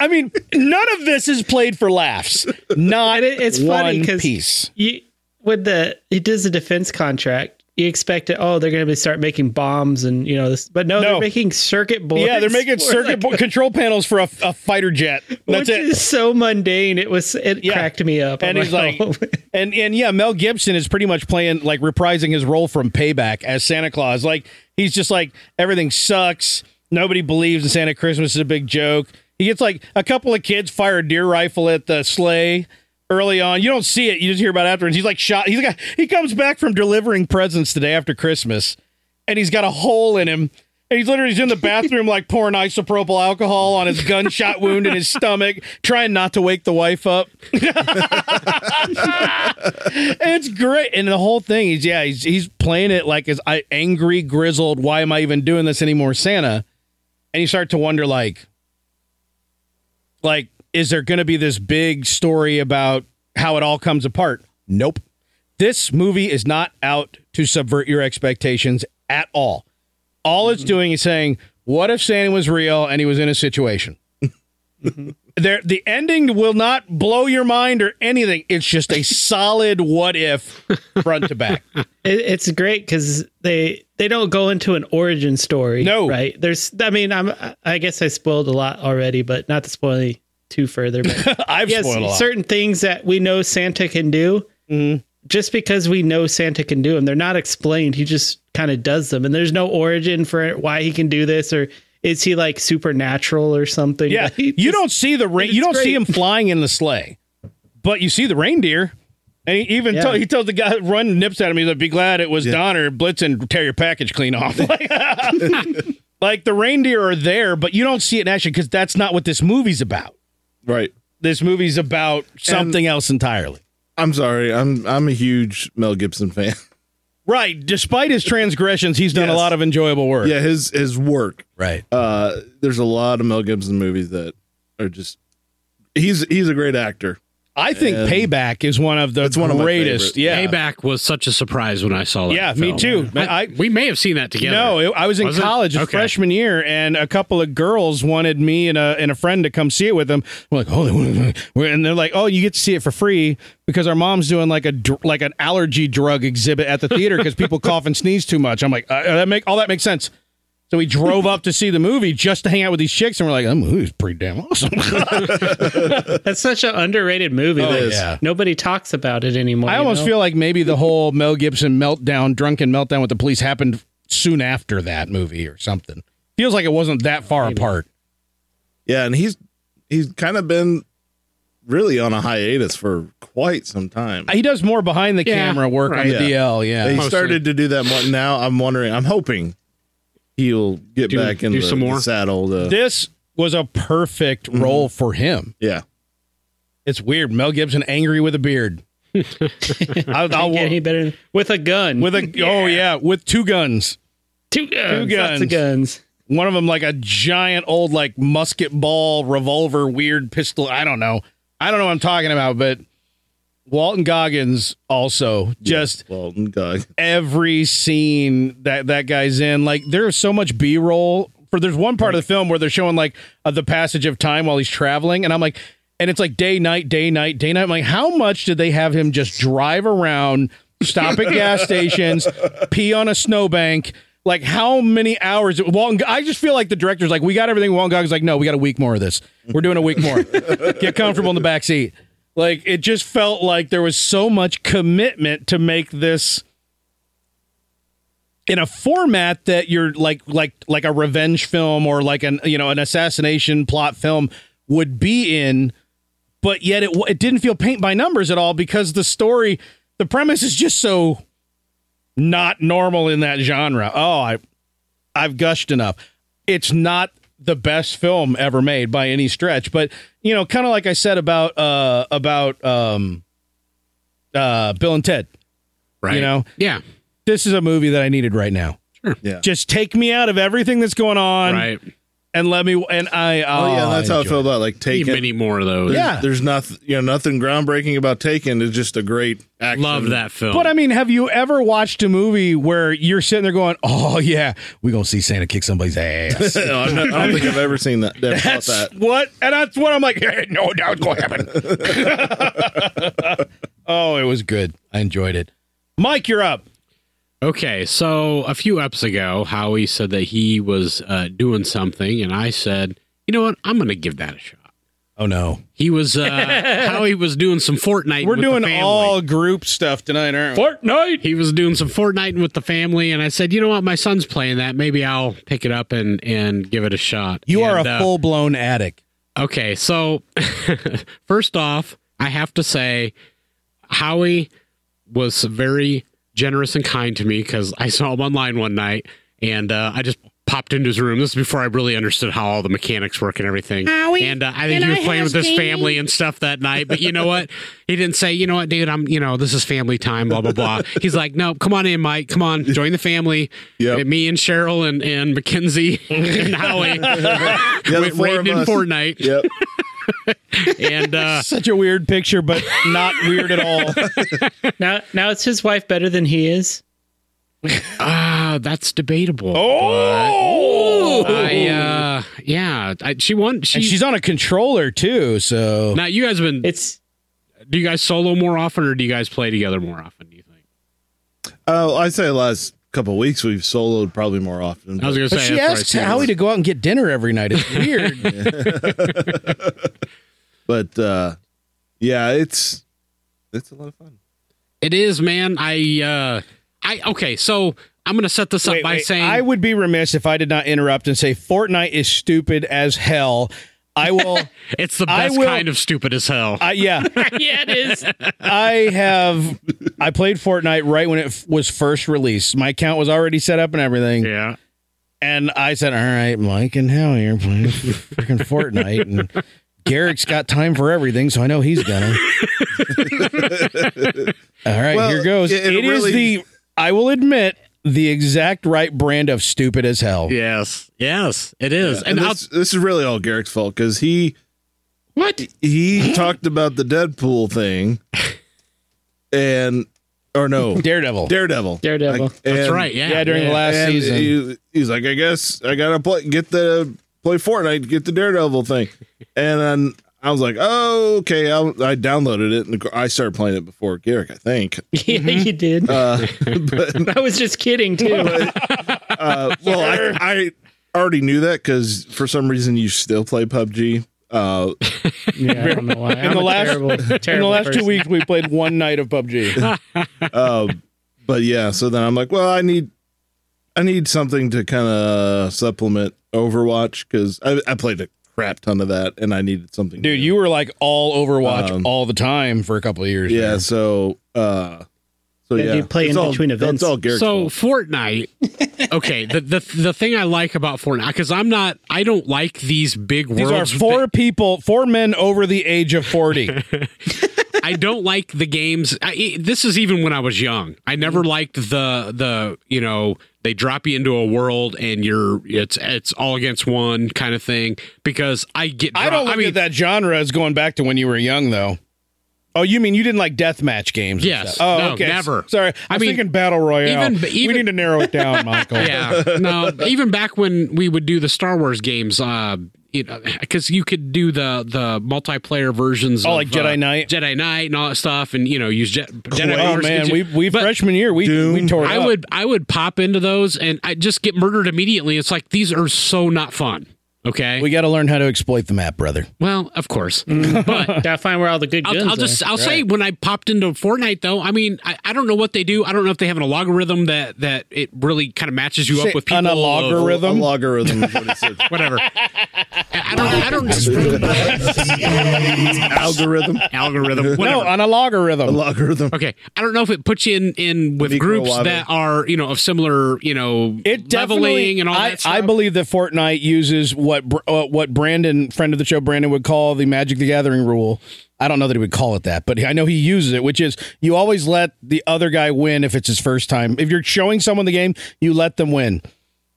Speaker 2: I mean, none of this is played for laughs. Not
Speaker 6: And it- it's
Speaker 2: it's one
Speaker 6: funny 'cause-
Speaker 2: piece.
Speaker 6: you with the it does a defense contract. You expect it. Oh, they're going to start making bombs and you know this, but no,
Speaker 2: No.
Speaker 6: they're making circuit boards.
Speaker 2: Yeah, they're making
Speaker 6: for,
Speaker 2: circuit board control panels for a, a fighter jet. That's
Speaker 6: which
Speaker 2: it.
Speaker 6: is so mundane. It was it
Speaker 2: Yeah.
Speaker 6: cracked me up.
Speaker 2: and
Speaker 6: I'm
Speaker 2: he's like,
Speaker 6: oh.
Speaker 2: and and yeah, Mel Gibson is pretty much playing like reprising his role from Payback as Santa Claus. Like he's just like everything sucks. Nobody believes in Santa Christmas is a big joke. He gets like a couple of kids fire a deer rifle at the sleigh early on. You don't see it. You just hear about it afterwards. He's like shot. He's got he comes back from delivering presents the day after Christmas, and he's got a hole in him. And he's literally he's in the bathroom, like pouring isopropyl alcohol on his gunshot wound in his stomach, trying not to wake the wife up. It's great, and the whole thing is yeah, he's he's playing it like as I angry, grizzled. Why am I even doing this anymore, Santa? And you start to wonder like, like is there going to be this big story about how it all comes apart? Nope. This movie is not out to subvert your expectations at all. All it's doing is saying, what if Santa was real and he was in a situation? there, the ending will not blow your mind or anything. It's just a solid what if front to back.
Speaker 6: It, it's great because they they don't go into an origin story.
Speaker 2: No.
Speaker 6: right? There's, I mean, I'm, I guess I spoiled a lot already, but not to spoil any too further. But
Speaker 2: I've
Speaker 6: yes,
Speaker 2: spoiled a lot. Mm-hmm.
Speaker 6: certain things that we know Santa can do, just because we know Santa can do them, they're not explained. He just kind of does them, and there's no origin for why he can do this, or is he like supernatural or something?
Speaker 2: yeah,
Speaker 6: Like,
Speaker 2: you
Speaker 6: just-
Speaker 2: don't see the rain.
Speaker 6: it's
Speaker 2: You don't see
Speaker 6: great.
Speaker 2: him flying in the sleigh, but you see the reindeer. And he even
Speaker 6: Yeah.
Speaker 2: tell- he tells the guy run nips at him. He's like, "Be glad it was
Speaker 4: Yeah.
Speaker 2: Donner Blitz and tear your package clean off." Like, like, the reindeer are there, but you don't see it in action because that's not what this movie's about.
Speaker 4: Right.
Speaker 2: This movie's about something else entirely.
Speaker 4: I'm sorry. I'm I'm a huge Mel Gibson fan.
Speaker 2: Right. Despite his transgressions, he's done a
Speaker 4: Yes.
Speaker 2: lot of enjoyable work.
Speaker 4: yeah, his his work.
Speaker 2: Right.
Speaker 4: Uh, there's a lot of Mel Gibson movies that are just. He's he's a great actor.
Speaker 2: I think
Speaker 4: And-
Speaker 2: Payback is one of the
Speaker 4: It's one of my
Speaker 2: greatest.
Speaker 4: favorites.
Speaker 2: yeah.
Speaker 5: Payback was such a surprise when I saw that.
Speaker 2: Yeah, me
Speaker 5: film.
Speaker 2: too. Man,
Speaker 5: I-
Speaker 2: I-
Speaker 5: we may have seen that together.
Speaker 2: No, it, I was in
Speaker 5: Was it?
Speaker 2: college
Speaker 5: Okay.
Speaker 2: freshman year, and a couple of girls wanted me and a and a friend to come see it with them. We're like, oh, we're, and they're like, oh, you get to see it for free because our mom's doing like a dr- like an allergy drug exhibit at the theater because people cough and sneeze too much. I'm like, uh, that make all that makes sense. So we drove up to see the movie just to hang out with these chicks, and we're like, that movie's pretty damn awesome.
Speaker 6: That's such an underrated movie. that
Speaker 4: is.
Speaker 2: Oh, yeah.
Speaker 6: Nobody talks about it anymore.
Speaker 2: I
Speaker 6: you
Speaker 2: almost
Speaker 6: know?
Speaker 2: feel like maybe the whole Mel Gibson meltdown, drunken meltdown with the police happened soon after that movie or something. Feels like it wasn't that far apart.
Speaker 4: Yeah, and he's he's kind of been really on a hiatus for quite some time.
Speaker 2: He does more behind the
Speaker 5: Yeah.
Speaker 2: camera work on
Speaker 5: Right.
Speaker 2: the
Speaker 4: Yeah.
Speaker 2: DL. Yeah.
Speaker 4: he
Speaker 5: mostly.
Speaker 4: started to do that more now. I'm wondering. I'm hoping he'll get
Speaker 5: Do-
Speaker 4: back in
Speaker 5: do
Speaker 4: the,
Speaker 5: some
Speaker 4: the
Speaker 5: more?
Speaker 4: saddle. To,
Speaker 2: This was a perfect role for him.
Speaker 4: yeah,
Speaker 2: It's weird. Mel Gibson angry with a beard. I, I'll,
Speaker 6: Can't he better with a gun.
Speaker 2: with a oh yeah with two guns.
Speaker 6: two guns, lots
Speaker 2: guns.
Speaker 6: of guns.
Speaker 2: One of them like a giant old like musket ball revolver weird pistol. I don't know. I don't know what I'm talking about, but Walton Goggins also just
Speaker 4: well, God.
Speaker 2: every scene that that guy's in. Like there's so much B roll. For there's one part of the film where they're showing like uh, the passage of time while he's traveling, and I'm like, and it's like day night, day night, day night. I'm like, how much did they have him just drive around, stop at gas stations, pee on a snowbank? Like how many hours? Walton, I just feel like the director's like, we got everything. Walton Goggins like, no, we got a week more of this. We're doing a week more. Get comfortable in the back seat. Like it just felt like there was so much commitment to make this in a format that you're like like like a revenge film or like an you know an assassination plot film would be in but yet it w- it didn't feel paint by numbers at all because the story the premise is just so not normal in that genre oh i i've gushed enough it's not the best film ever made by any stretch but you know kind of like i said about uh about um uh bill and ted
Speaker 5: right.
Speaker 2: you know
Speaker 5: Yeah.
Speaker 2: this is a movie that i needed right now
Speaker 4: Yeah.
Speaker 2: just take me out of everything that's going on
Speaker 5: Right.
Speaker 2: and let me and I.
Speaker 4: Oh, yeah, that's how I
Speaker 2: enjoy
Speaker 4: feel about like
Speaker 5: Need
Speaker 4: Taken.
Speaker 5: many more of those.
Speaker 2: Yeah.
Speaker 4: There's nothing, you know, nothing groundbreaking about Taken. It's just a great action.
Speaker 5: Love that film.
Speaker 2: But I mean, have you ever watched a movie where you're sitting there going, "Oh yeah, we gonna see Santa kick somebody's ass"?
Speaker 4: No, I'm not- I don't think I've ever seen that. Never thought
Speaker 2: that's
Speaker 4: that.
Speaker 2: what, and that's what I'm like. "Hey, no, doubt it's gonna happen. oh, it was good. I enjoyed it. Mike, you're up.
Speaker 5: Okay, so a few eps ago, Howie said that he was uh, doing something, and I said, you know what? I'm going to give that a shot.
Speaker 2: Oh no,
Speaker 5: He was uh, Howie was doing some Fortnite.
Speaker 2: we're
Speaker 5: with
Speaker 2: doing
Speaker 5: the family.
Speaker 2: all group stuff tonight, aren't we?
Speaker 6: Fortnite.
Speaker 5: He was doing some Fortnite with the family, and I said, you know what? My son's playing that. Maybe I'll pick it up and and give it a shot.
Speaker 2: You are
Speaker 5: And,
Speaker 2: a
Speaker 5: uh,
Speaker 2: full blown addict.
Speaker 5: Okay, so first off, I have to say Howie was very generous and kind to me because I saw him online one night and uh, I just popped into his room. This is before I really understood how all the mechanics work and everything.
Speaker 7: Howie,
Speaker 5: and uh, I think
Speaker 7: can
Speaker 5: he was
Speaker 7: I
Speaker 5: playing with
Speaker 7: have
Speaker 5: his family and stuff that night. But you know what? he didn't say, you know what, dude, I'm, you know, this is family time, blah, blah, blah. He's like, no, come on in, Mike. Come on, join the family.
Speaker 4: Yep.
Speaker 5: And me and Cheryl and, and Mackenzie and Howie
Speaker 4: the
Speaker 5: went
Speaker 4: four
Speaker 5: raiding
Speaker 4: of
Speaker 5: in
Speaker 4: us.
Speaker 5: Fortnite
Speaker 4: Yep.
Speaker 5: and uh
Speaker 2: Such a weird picture, but not weird at all.
Speaker 6: Now, now it's his wife better than he is.
Speaker 5: Ah, that's debatable.
Speaker 2: Oh,
Speaker 5: But I, uh, yeah, I, she won. She,
Speaker 2: and she's on a controller too. So
Speaker 5: now you guys have been.
Speaker 6: It's
Speaker 5: do you guys solo more often, or do you guys play together more often? Do you think?
Speaker 4: Uh, I say last couple weeks we've soloed probably more often.
Speaker 5: I was gonna say.
Speaker 2: But she
Speaker 5: that's where I
Speaker 2: asks
Speaker 5: see it.
Speaker 2: Howie to go out and get dinner every night. It's weird.
Speaker 4: but uh, yeah, it's it's a lot of fun.
Speaker 5: It is, man. I, uh, I okay. So I'm gonna set this up
Speaker 2: Wait,
Speaker 5: by
Speaker 2: wait,
Speaker 5: saying
Speaker 2: I would be remiss if I did not interrupt and say Fortnite is stupid as hell. I will.
Speaker 5: it's the
Speaker 2: I
Speaker 5: best
Speaker 2: will-
Speaker 5: kind of stupid as hell.
Speaker 2: I, yeah,
Speaker 6: yeah, it is.
Speaker 2: I have. I played Fortnite right when it f- was first released. My account was already set up and everything.
Speaker 5: yeah.
Speaker 2: And I said, "All right, Mike and Howie are playing freaking Fortnite, and Garrick's got time for everything, so I know he's gonna." All right,
Speaker 4: Well,
Speaker 2: here goes.
Speaker 4: it- it
Speaker 2: it is
Speaker 4: really-
Speaker 2: the. I will admit the exact right brand of stupid as hell.
Speaker 5: Yes. Yes. It is.
Speaker 4: And,
Speaker 5: and I'll,
Speaker 4: this, this is really all Garrick's fault because he
Speaker 5: what?
Speaker 4: he talked about the Deadpool thing, and or no
Speaker 2: Daredevil.
Speaker 4: Daredevil.
Speaker 6: Daredevil.
Speaker 4: Like,
Speaker 5: That's
Speaker 4: and-
Speaker 5: right. Yeah.
Speaker 2: yeah, during the last
Speaker 4: and
Speaker 2: season.
Speaker 4: he- he's like, I guess I gotta play get the play Fortnite, get the Daredevil thing, and then I was like, oh okay, I'll, I downloaded it and I started playing it before Garrick, I think.
Speaker 6: Yeah, you did.
Speaker 4: Uh, but
Speaker 6: I was just kidding too.
Speaker 4: uh, well, I, I already knew that because for some reason you still play PUBG. Uh,
Speaker 6: yeah, I don't know why. I'm
Speaker 2: the
Speaker 6: a
Speaker 2: last-
Speaker 6: terrible, terrible
Speaker 2: In the last two
Speaker 6: person.
Speaker 2: weeks, we played one night of PUBG.
Speaker 4: uh, but yeah, so then I'm like, well, I need, I need something to kind of supplement Overwatch because I, I played a crap ton of that and I needed something.
Speaker 2: Dude,
Speaker 4: new.
Speaker 2: you were like all Overwatch
Speaker 4: Um,
Speaker 2: all the time for a couple of years.
Speaker 4: yeah.
Speaker 2: there.
Speaker 4: So, uh, so
Speaker 6: Yeah,
Speaker 4: yeah,
Speaker 6: you play
Speaker 4: It's
Speaker 6: in
Speaker 4: all-
Speaker 6: between events.
Speaker 4: It's all Garrick's
Speaker 5: So
Speaker 4: fault.
Speaker 5: Fortnite. Okay. the, the the thing I like about Fortnite because I'm not. I don't like these big
Speaker 2: These
Speaker 5: worlds.
Speaker 2: are four people, four men over the age of 40.
Speaker 5: I don't like the games. I, e- this is even when I was young. I
Speaker 2: Mm.
Speaker 5: never liked the the you know they drop you into a world and you're it's it's all against one kind of thing because I get.
Speaker 2: I don't
Speaker 5: dro-
Speaker 2: look at that genre as going back to when you were young, though. Oh, you mean you didn't like deathmatch games? and
Speaker 5: Yes.
Speaker 2: stuff. Oh,
Speaker 5: No,
Speaker 2: okay.
Speaker 5: never.
Speaker 2: Sorry. I,
Speaker 5: I
Speaker 2: was
Speaker 5: mean,
Speaker 2: thinking battle royale.
Speaker 5: even-
Speaker 2: we
Speaker 5: even-
Speaker 2: need to narrow it down, Michael.
Speaker 5: yeah no even back when we would do the star wars games uh you know because you could do the the multiplayer versions
Speaker 2: Oh,
Speaker 5: of,
Speaker 2: like Jedi
Speaker 5: uh,
Speaker 2: Knight?
Speaker 5: jedi knight and all that stuff and you know use Je- jedi
Speaker 2: Oh
Speaker 5: powers.
Speaker 2: man,
Speaker 5: It's-
Speaker 2: we we
Speaker 5: but
Speaker 2: freshman year we we tore it
Speaker 5: i
Speaker 2: up.
Speaker 5: would i would pop into those and i just get murdered immediately it's like these are so not fun okay
Speaker 2: we got to learn how to exploit the map, brother.
Speaker 5: well of course but
Speaker 6: Gotta find where all the good guns
Speaker 5: I'll, I'll
Speaker 6: are.
Speaker 5: just I'll say when I popped into Fortnite though, I mean I, I don't know what they do. I don't know if they have an algorithm that that it really kind of matches you
Speaker 2: Say
Speaker 5: up with people.
Speaker 2: an
Speaker 5: of-
Speaker 2: algorithm?
Speaker 4: a logarithm is what it said.
Speaker 5: whatever. I I don't. I don't
Speaker 4: algorithm,
Speaker 5: algorithm.
Speaker 2: No,
Speaker 5: Whatever.
Speaker 2: on a logarithm.
Speaker 4: a logarithm.
Speaker 5: okay, I don't know if it puts you in in with
Speaker 4: Micro
Speaker 5: groups
Speaker 4: lobby.
Speaker 5: that are you know of similar you know
Speaker 2: It definitely,
Speaker 5: leveling and all
Speaker 2: I,
Speaker 5: that stuff.
Speaker 2: I believe that Fortnite uses what Br- uh, what Brandon, friend of the show, Brandon would call the Magic the Gathering rule. I don't know that he would call it that, but I know he uses it, which is you always let the other guy win if it's his first time. If you're showing someone the game, you let them win.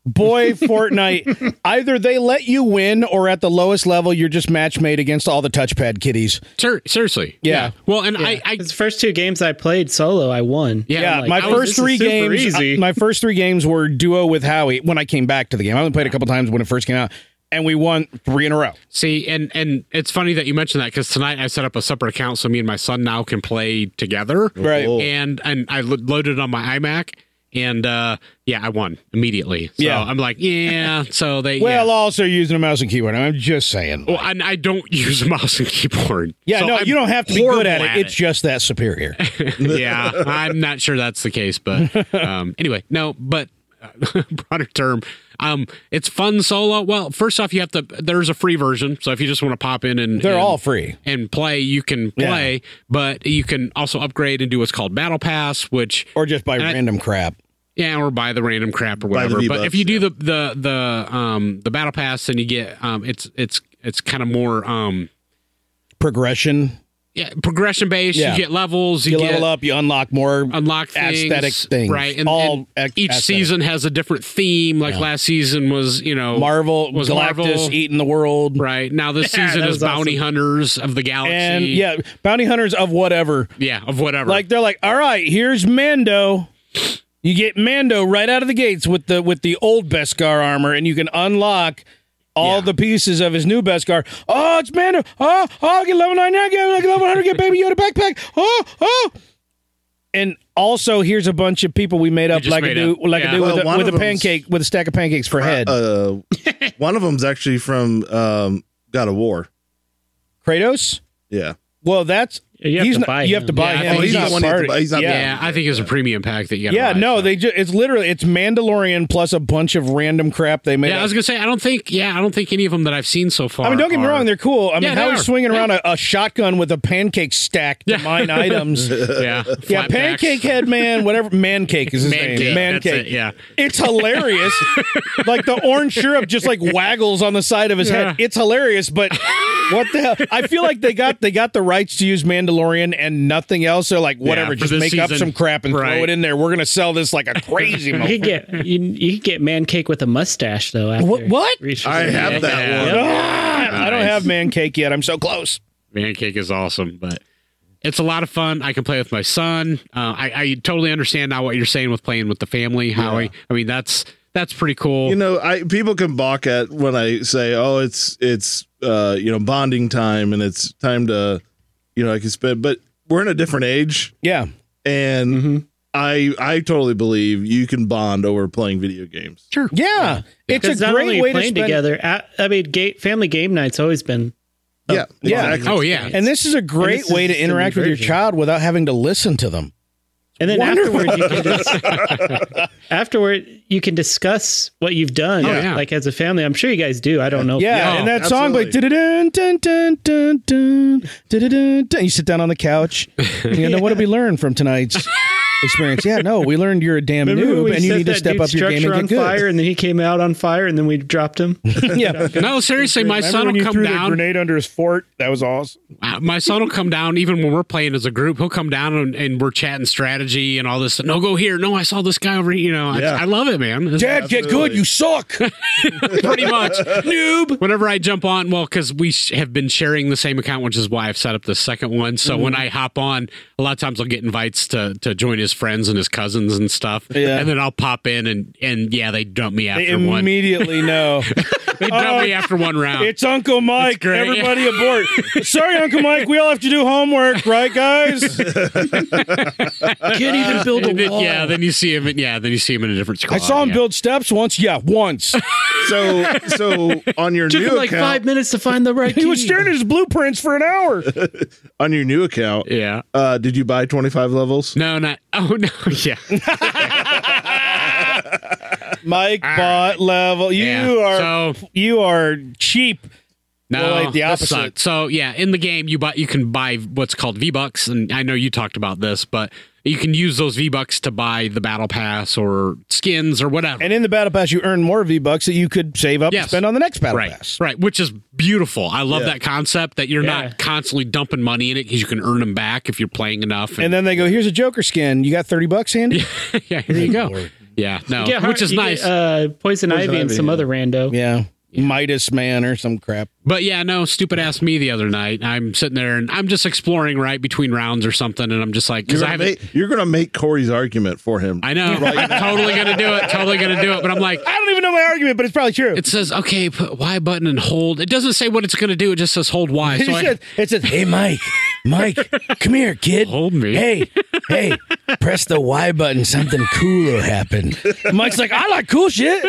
Speaker 2: Boy, Fortnite, either they let you win or at the lowest level, you're just match made against all the touchpad kiddies.
Speaker 5: Ser- seriously,
Speaker 2: Yeah.
Speaker 5: Well, and I, I
Speaker 6: His first two games I played solo, I won.
Speaker 5: yeah,
Speaker 2: Yeah,
Speaker 5: like,
Speaker 2: my
Speaker 5: I was-
Speaker 6: this
Speaker 2: first
Speaker 6: is
Speaker 2: three
Speaker 6: super
Speaker 2: games.
Speaker 6: easy.
Speaker 2: I- my first three games were duo with Howie. When I came back to the game, I only played a couple times when it first came out, and we won three in a row.
Speaker 5: see, and and it's funny that you mentioned that because tonight I set up a separate account so me and my son now can play together.
Speaker 2: Right.
Speaker 4: Oh.
Speaker 5: and and I lo- loaded it on my iMac, and uh yeah, I won immediately. So
Speaker 2: Yeah.
Speaker 5: I'm like, yeah. So they
Speaker 2: Well,
Speaker 5: yeah.
Speaker 2: also using a mouse and keyboard. I'm just saying.
Speaker 5: Well, and I don't use a mouse and keyboard.
Speaker 2: yeah,
Speaker 5: So
Speaker 2: no,
Speaker 5: I'm
Speaker 2: you don't have to be
Speaker 5: horrible
Speaker 2: good at it. It's just that superior.
Speaker 5: yeah, I'm not sure that's the case, but um, anyway, no, but uh, broader term, um, it's fun solo. Well, first off, you have to. There's a free version, so if you just want to pop in and
Speaker 2: They're
Speaker 5: and-
Speaker 2: all free.
Speaker 5: and play, you can
Speaker 2: Yeah.
Speaker 5: play, but you can also upgrade and do what's called Battle Pass, which
Speaker 2: Or just by
Speaker 5: I-
Speaker 2: random crap.
Speaker 5: yeah, or buy the random crap or
Speaker 4: Buy the
Speaker 5: whatever. But
Speaker 4: V-Bucks,
Speaker 5: if you do the the the um the Battle Pass, then you get um it's it's it's kind of more um.
Speaker 2: Progression.
Speaker 5: Yeah, progression based.
Speaker 2: Yeah.
Speaker 5: You get levels. You,
Speaker 2: You
Speaker 5: get,
Speaker 2: level up, you unlock more.
Speaker 5: unlock things,
Speaker 2: Aesthetic things.
Speaker 5: right? And,
Speaker 2: All
Speaker 5: and
Speaker 2: ac-
Speaker 5: each
Speaker 2: aesthetic.
Speaker 5: season has a different theme. Like last season was, you know,
Speaker 2: Marvel,
Speaker 5: was
Speaker 2: Galactus E-
Speaker 5: Marvel.
Speaker 2: eating the world.
Speaker 5: right? Now this
Speaker 6: Yeah,
Speaker 5: season
Speaker 6: that
Speaker 5: is
Speaker 6: was
Speaker 5: bounty hunters of the galaxy,
Speaker 2: And yeah, bounty hunters of whatever.
Speaker 5: yeah, of whatever.
Speaker 2: Like they're like, all right, here's Mando. You get Mando right out of the gates with the with the old Beskar armor, and you can unlock all
Speaker 5: Yeah.
Speaker 2: the pieces of his new Beskar. Oh, it's Mando! Oh, oh, I get level ninety nine, get level one hundred, get Baby Yoda backpack. Oh, oh! And also, here's a bunch of people we made up
Speaker 5: just
Speaker 2: like a
Speaker 5: made
Speaker 2: dude,
Speaker 5: up.
Speaker 2: like a
Speaker 5: Yeah.
Speaker 2: dude
Speaker 4: Well,
Speaker 2: with,
Speaker 4: one
Speaker 2: a, with
Speaker 4: of
Speaker 2: a
Speaker 4: them's-
Speaker 2: pancake with a stack of pancakes for head.
Speaker 4: Uh, one of them's actually from um, God of War.
Speaker 2: Kratos.
Speaker 4: Yeah.
Speaker 2: Well, that's
Speaker 6: You have
Speaker 2: he's
Speaker 6: to
Speaker 2: not,
Speaker 6: buy
Speaker 2: you have
Speaker 6: him.
Speaker 2: to buy
Speaker 5: Yeah, I
Speaker 2: him.
Speaker 5: think
Speaker 2: he's,
Speaker 5: he's
Speaker 2: not
Speaker 5: the
Speaker 4: one who has to
Speaker 2: part.
Speaker 4: buy- he's not-
Speaker 5: Yeah,
Speaker 2: yeah,
Speaker 5: I think it's a premium pack that you got.
Speaker 2: yeah. No, they just it's literally it's Mandalorian plus a bunch of random crap they made.
Speaker 5: Yeah, I
Speaker 2: up.
Speaker 5: was gonna say I don't think. Yeah, I don't think any of them that I've seen so far.
Speaker 2: I mean, don't get me
Speaker 5: are-
Speaker 2: wrong, they're cool. I mean,
Speaker 5: Yeah,
Speaker 2: how
Speaker 5: they
Speaker 2: he's
Speaker 5: are.
Speaker 2: swinging around a, a shotgun with a pancake stack to
Speaker 5: Yeah.
Speaker 2: mine items.
Speaker 5: yeah,
Speaker 2: Yeah,
Speaker 5: flatbacks.
Speaker 2: pancake head man, whatever man cake is his
Speaker 5: Man
Speaker 2: name.
Speaker 5: cake,
Speaker 2: man
Speaker 5: that's
Speaker 2: cake.
Speaker 5: it, yeah.
Speaker 2: It's hilarious. like the orange syrup just like waggles on the side of his head.
Speaker 5: Yeah.
Speaker 2: It's hilarious, but what the hell? I feel like they got they got the rights to use Mandalorian and nothing else. They're like, whatever,
Speaker 5: for
Speaker 2: just
Speaker 5: this
Speaker 2: make up
Speaker 5: season.
Speaker 2: some crap and
Speaker 5: Right.
Speaker 2: throw it in there. We're gonna sell this like a crazy mo-
Speaker 6: You could get you, you could get man cake with a mustache though. After
Speaker 2: What- what?
Speaker 6: Reaches
Speaker 4: I
Speaker 6: it.
Speaker 4: have that
Speaker 5: Yeah.
Speaker 4: one.
Speaker 2: Ah, I don't
Speaker 5: Nice.
Speaker 2: have man cake yet. I'm so close.
Speaker 5: Man cake is awesome, but it's a lot of fun. I can play with my son. Uh, I, I totally understand now what you're saying with playing with the family, Howie. I mean, that's that's pretty cool.
Speaker 4: You know, I people can balk at when I say, "Oh, it's it's uh, you know bonding time and it's time to you know I can spend," but we're in a different age,
Speaker 2: Yeah.
Speaker 4: and I I totally believe you can bond over playing video games.
Speaker 5: sure.
Speaker 2: Yeah, it's a
Speaker 6: Because not only
Speaker 2: great way to
Speaker 6: playing
Speaker 2: spend.
Speaker 6: together. I, I mean, ga- family game night's always been.
Speaker 4: Uh, Yeah,
Speaker 2: yeah.
Speaker 4: exactly.
Speaker 5: Oh yeah.
Speaker 2: And this is a great
Speaker 6: this is
Speaker 2: way to
Speaker 6: just a
Speaker 2: interact with your
Speaker 6: reversion.
Speaker 2: child without having to listen to them.
Speaker 6: And then
Speaker 2: Wonderful.
Speaker 6: afterward, you can just afterward you can discuss what you've done.
Speaker 5: Oh, yeah.
Speaker 6: Like as a family, I'm sure you guys do. I don't know. if
Speaker 2: Yeah,
Speaker 5: Yeah,
Speaker 2: and that song like dun dun dun dun dun dun dun. You sit down on the couch. and You know what did we learn from tonight's experience? Yeah, no, we learned you're a damn
Speaker 6: Remember when we
Speaker 2: noob and you
Speaker 6: set
Speaker 2: need to
Speaker 6: that
Speaker 2: step
Speaker 6: dude's
Speaker 2: up your game
Speaker 6: structure
Speaker 2: and get
Speaker 6: on
Speaker 2: good.
Speaker 6: fire, and then he came out on fire, and then we dropped him.
Speaker 2: yeah.
Speaker 5: no, seriously, my son will come down.
Speaker 2: under his fort? That was awesome.
Speaker 5: Uh, my son will come down even when we're playing as a group. He'll come down and, and we're chatting strategy and all this. No, go here. No, I saw this guy over here. You know,
Speaker 4: Yeah.
Speaker 5: I, I love it, man. It's
Speaker 2: Dad, get
Speaker 4: Absolutely.
Speaker 2: good. You suck.
Speaker 5: pretty much noob. Whenever I jump on, well, because we sh- have been sharing the same account, which is why I've set up the second one. So
Speaker 2: Mm-hmm.
Speaker 5: when I hop on, a lot of times I'll get invites to to join his friends and his cousins and stuff.
Speaker 2: Yeah.
Speaker 5: and then I'll pop in and and yeah, they dump me after
Speaker 2: They
Speaker 5: one.
Speaker 2: immediately know.
Speaker 5: They dump me after one round.
Speaker 2: It's Uncle Mike.
Speaker 5: great.
Speaker 2: Everybody aboard. Sorry, Uncle Mike. We all have to do homework, right, guys?
Speaker 6: Can't even build
Speaker 5: And then- yeah, then you see him. in- Yeah, then you see him in a different squad.
Speaker 2: I saw him
Speaker 5: yeah.
Speaker 2: build steps once. Yeah, once.
Speaker 4: So so on your
Speaker 6: Took
Speaker 4: new
Speaker 6: him like
Speaker 4: account,
Speaker 6: five minutes to find the right.
Speaker 2: He was
Speaker 6: key.
Speaker 2: staring at his blueprints for an hour.
Speaker 4: on your new account,
Speaker 5: Yeah.
Speaker 4: uh, did you buy twenty five levels?
Speaker 5: No, not. Oh no. Yeah.
Speaker 2: Mike
Speaker 5: All
Speaker 2: bought level. You are
Speaker 5: yeah. so
Speaker 2: you are cheap.
Speaker 5: no
Speaker 2: well, like the
Speaker 5: this
Speaker 2: opposite.
Speaker 5: sucked. So yeah, in the game you buy you can buy what's called V bucks, and I know you talked about this, but you can use those V bucks to buy the battle pass or skins or whatever.
Speaker 2: And in the battle pass, you earn more V bucks that you could save up and
Speaker 5: Yes.
Speaker 2: spend on the next battle
Speaker 5: Right,
Speaker 2: pass.
Speaker 5: right, which is beautiful. I love
Speaker 4: Yeah.
Speaker 5: that concept that you're
Speaker 6: Yeah.
Speaker 5: not constantly dumping money in it because you can earn them back if you're playing enough.
Speaker 2: And then they go, "Here's a Joker skin. You got thirty bucks handy." Yeah,
Speaker 5: yeah, here you go. Yeah, no,
Speaker 6: Yeah,
Speaker 5: Oh, which is
Speaker 6: you get,
Speaker 5: nice.
Speaker 6: uh, poison, ivy and
Speaker 4: ivy,
Speaker 6: some
Speaker 4: yeah.
Speaker 6: other rando.
Speaker 2: Midas Man or some crap.
Speaker 5: But yeah, no, stupid ass me the other night. I'm sitting there and I'm just exploring right between rounds or something, and I'm just like,
Speaker 4: You're
Speaker 5: because
Speaker 4: gonna,
Speaker 5: I haven't.
Speaker 4: make, you're gonna make Corey's argument for him.
Speaker 5: I know, I'm totally gonna do it, totally gonna do it. But I'm like,
Speaker 2: I don't even know my argument, but it's probably true.
Speaker 5: it says okay, put Y button and hold. It doesn't say what it's gonna do. It just says hold Y.
Speaker 2: it,
Speaker 5: So I,
Speaker 2: says, it says, "Hey, Mike, Mike, come here, kid.
Speaker 5: Hold me.
Speaker 2: Hey, hey, press the Y button. Something cool will happen." Mike's like, "I like cool shit."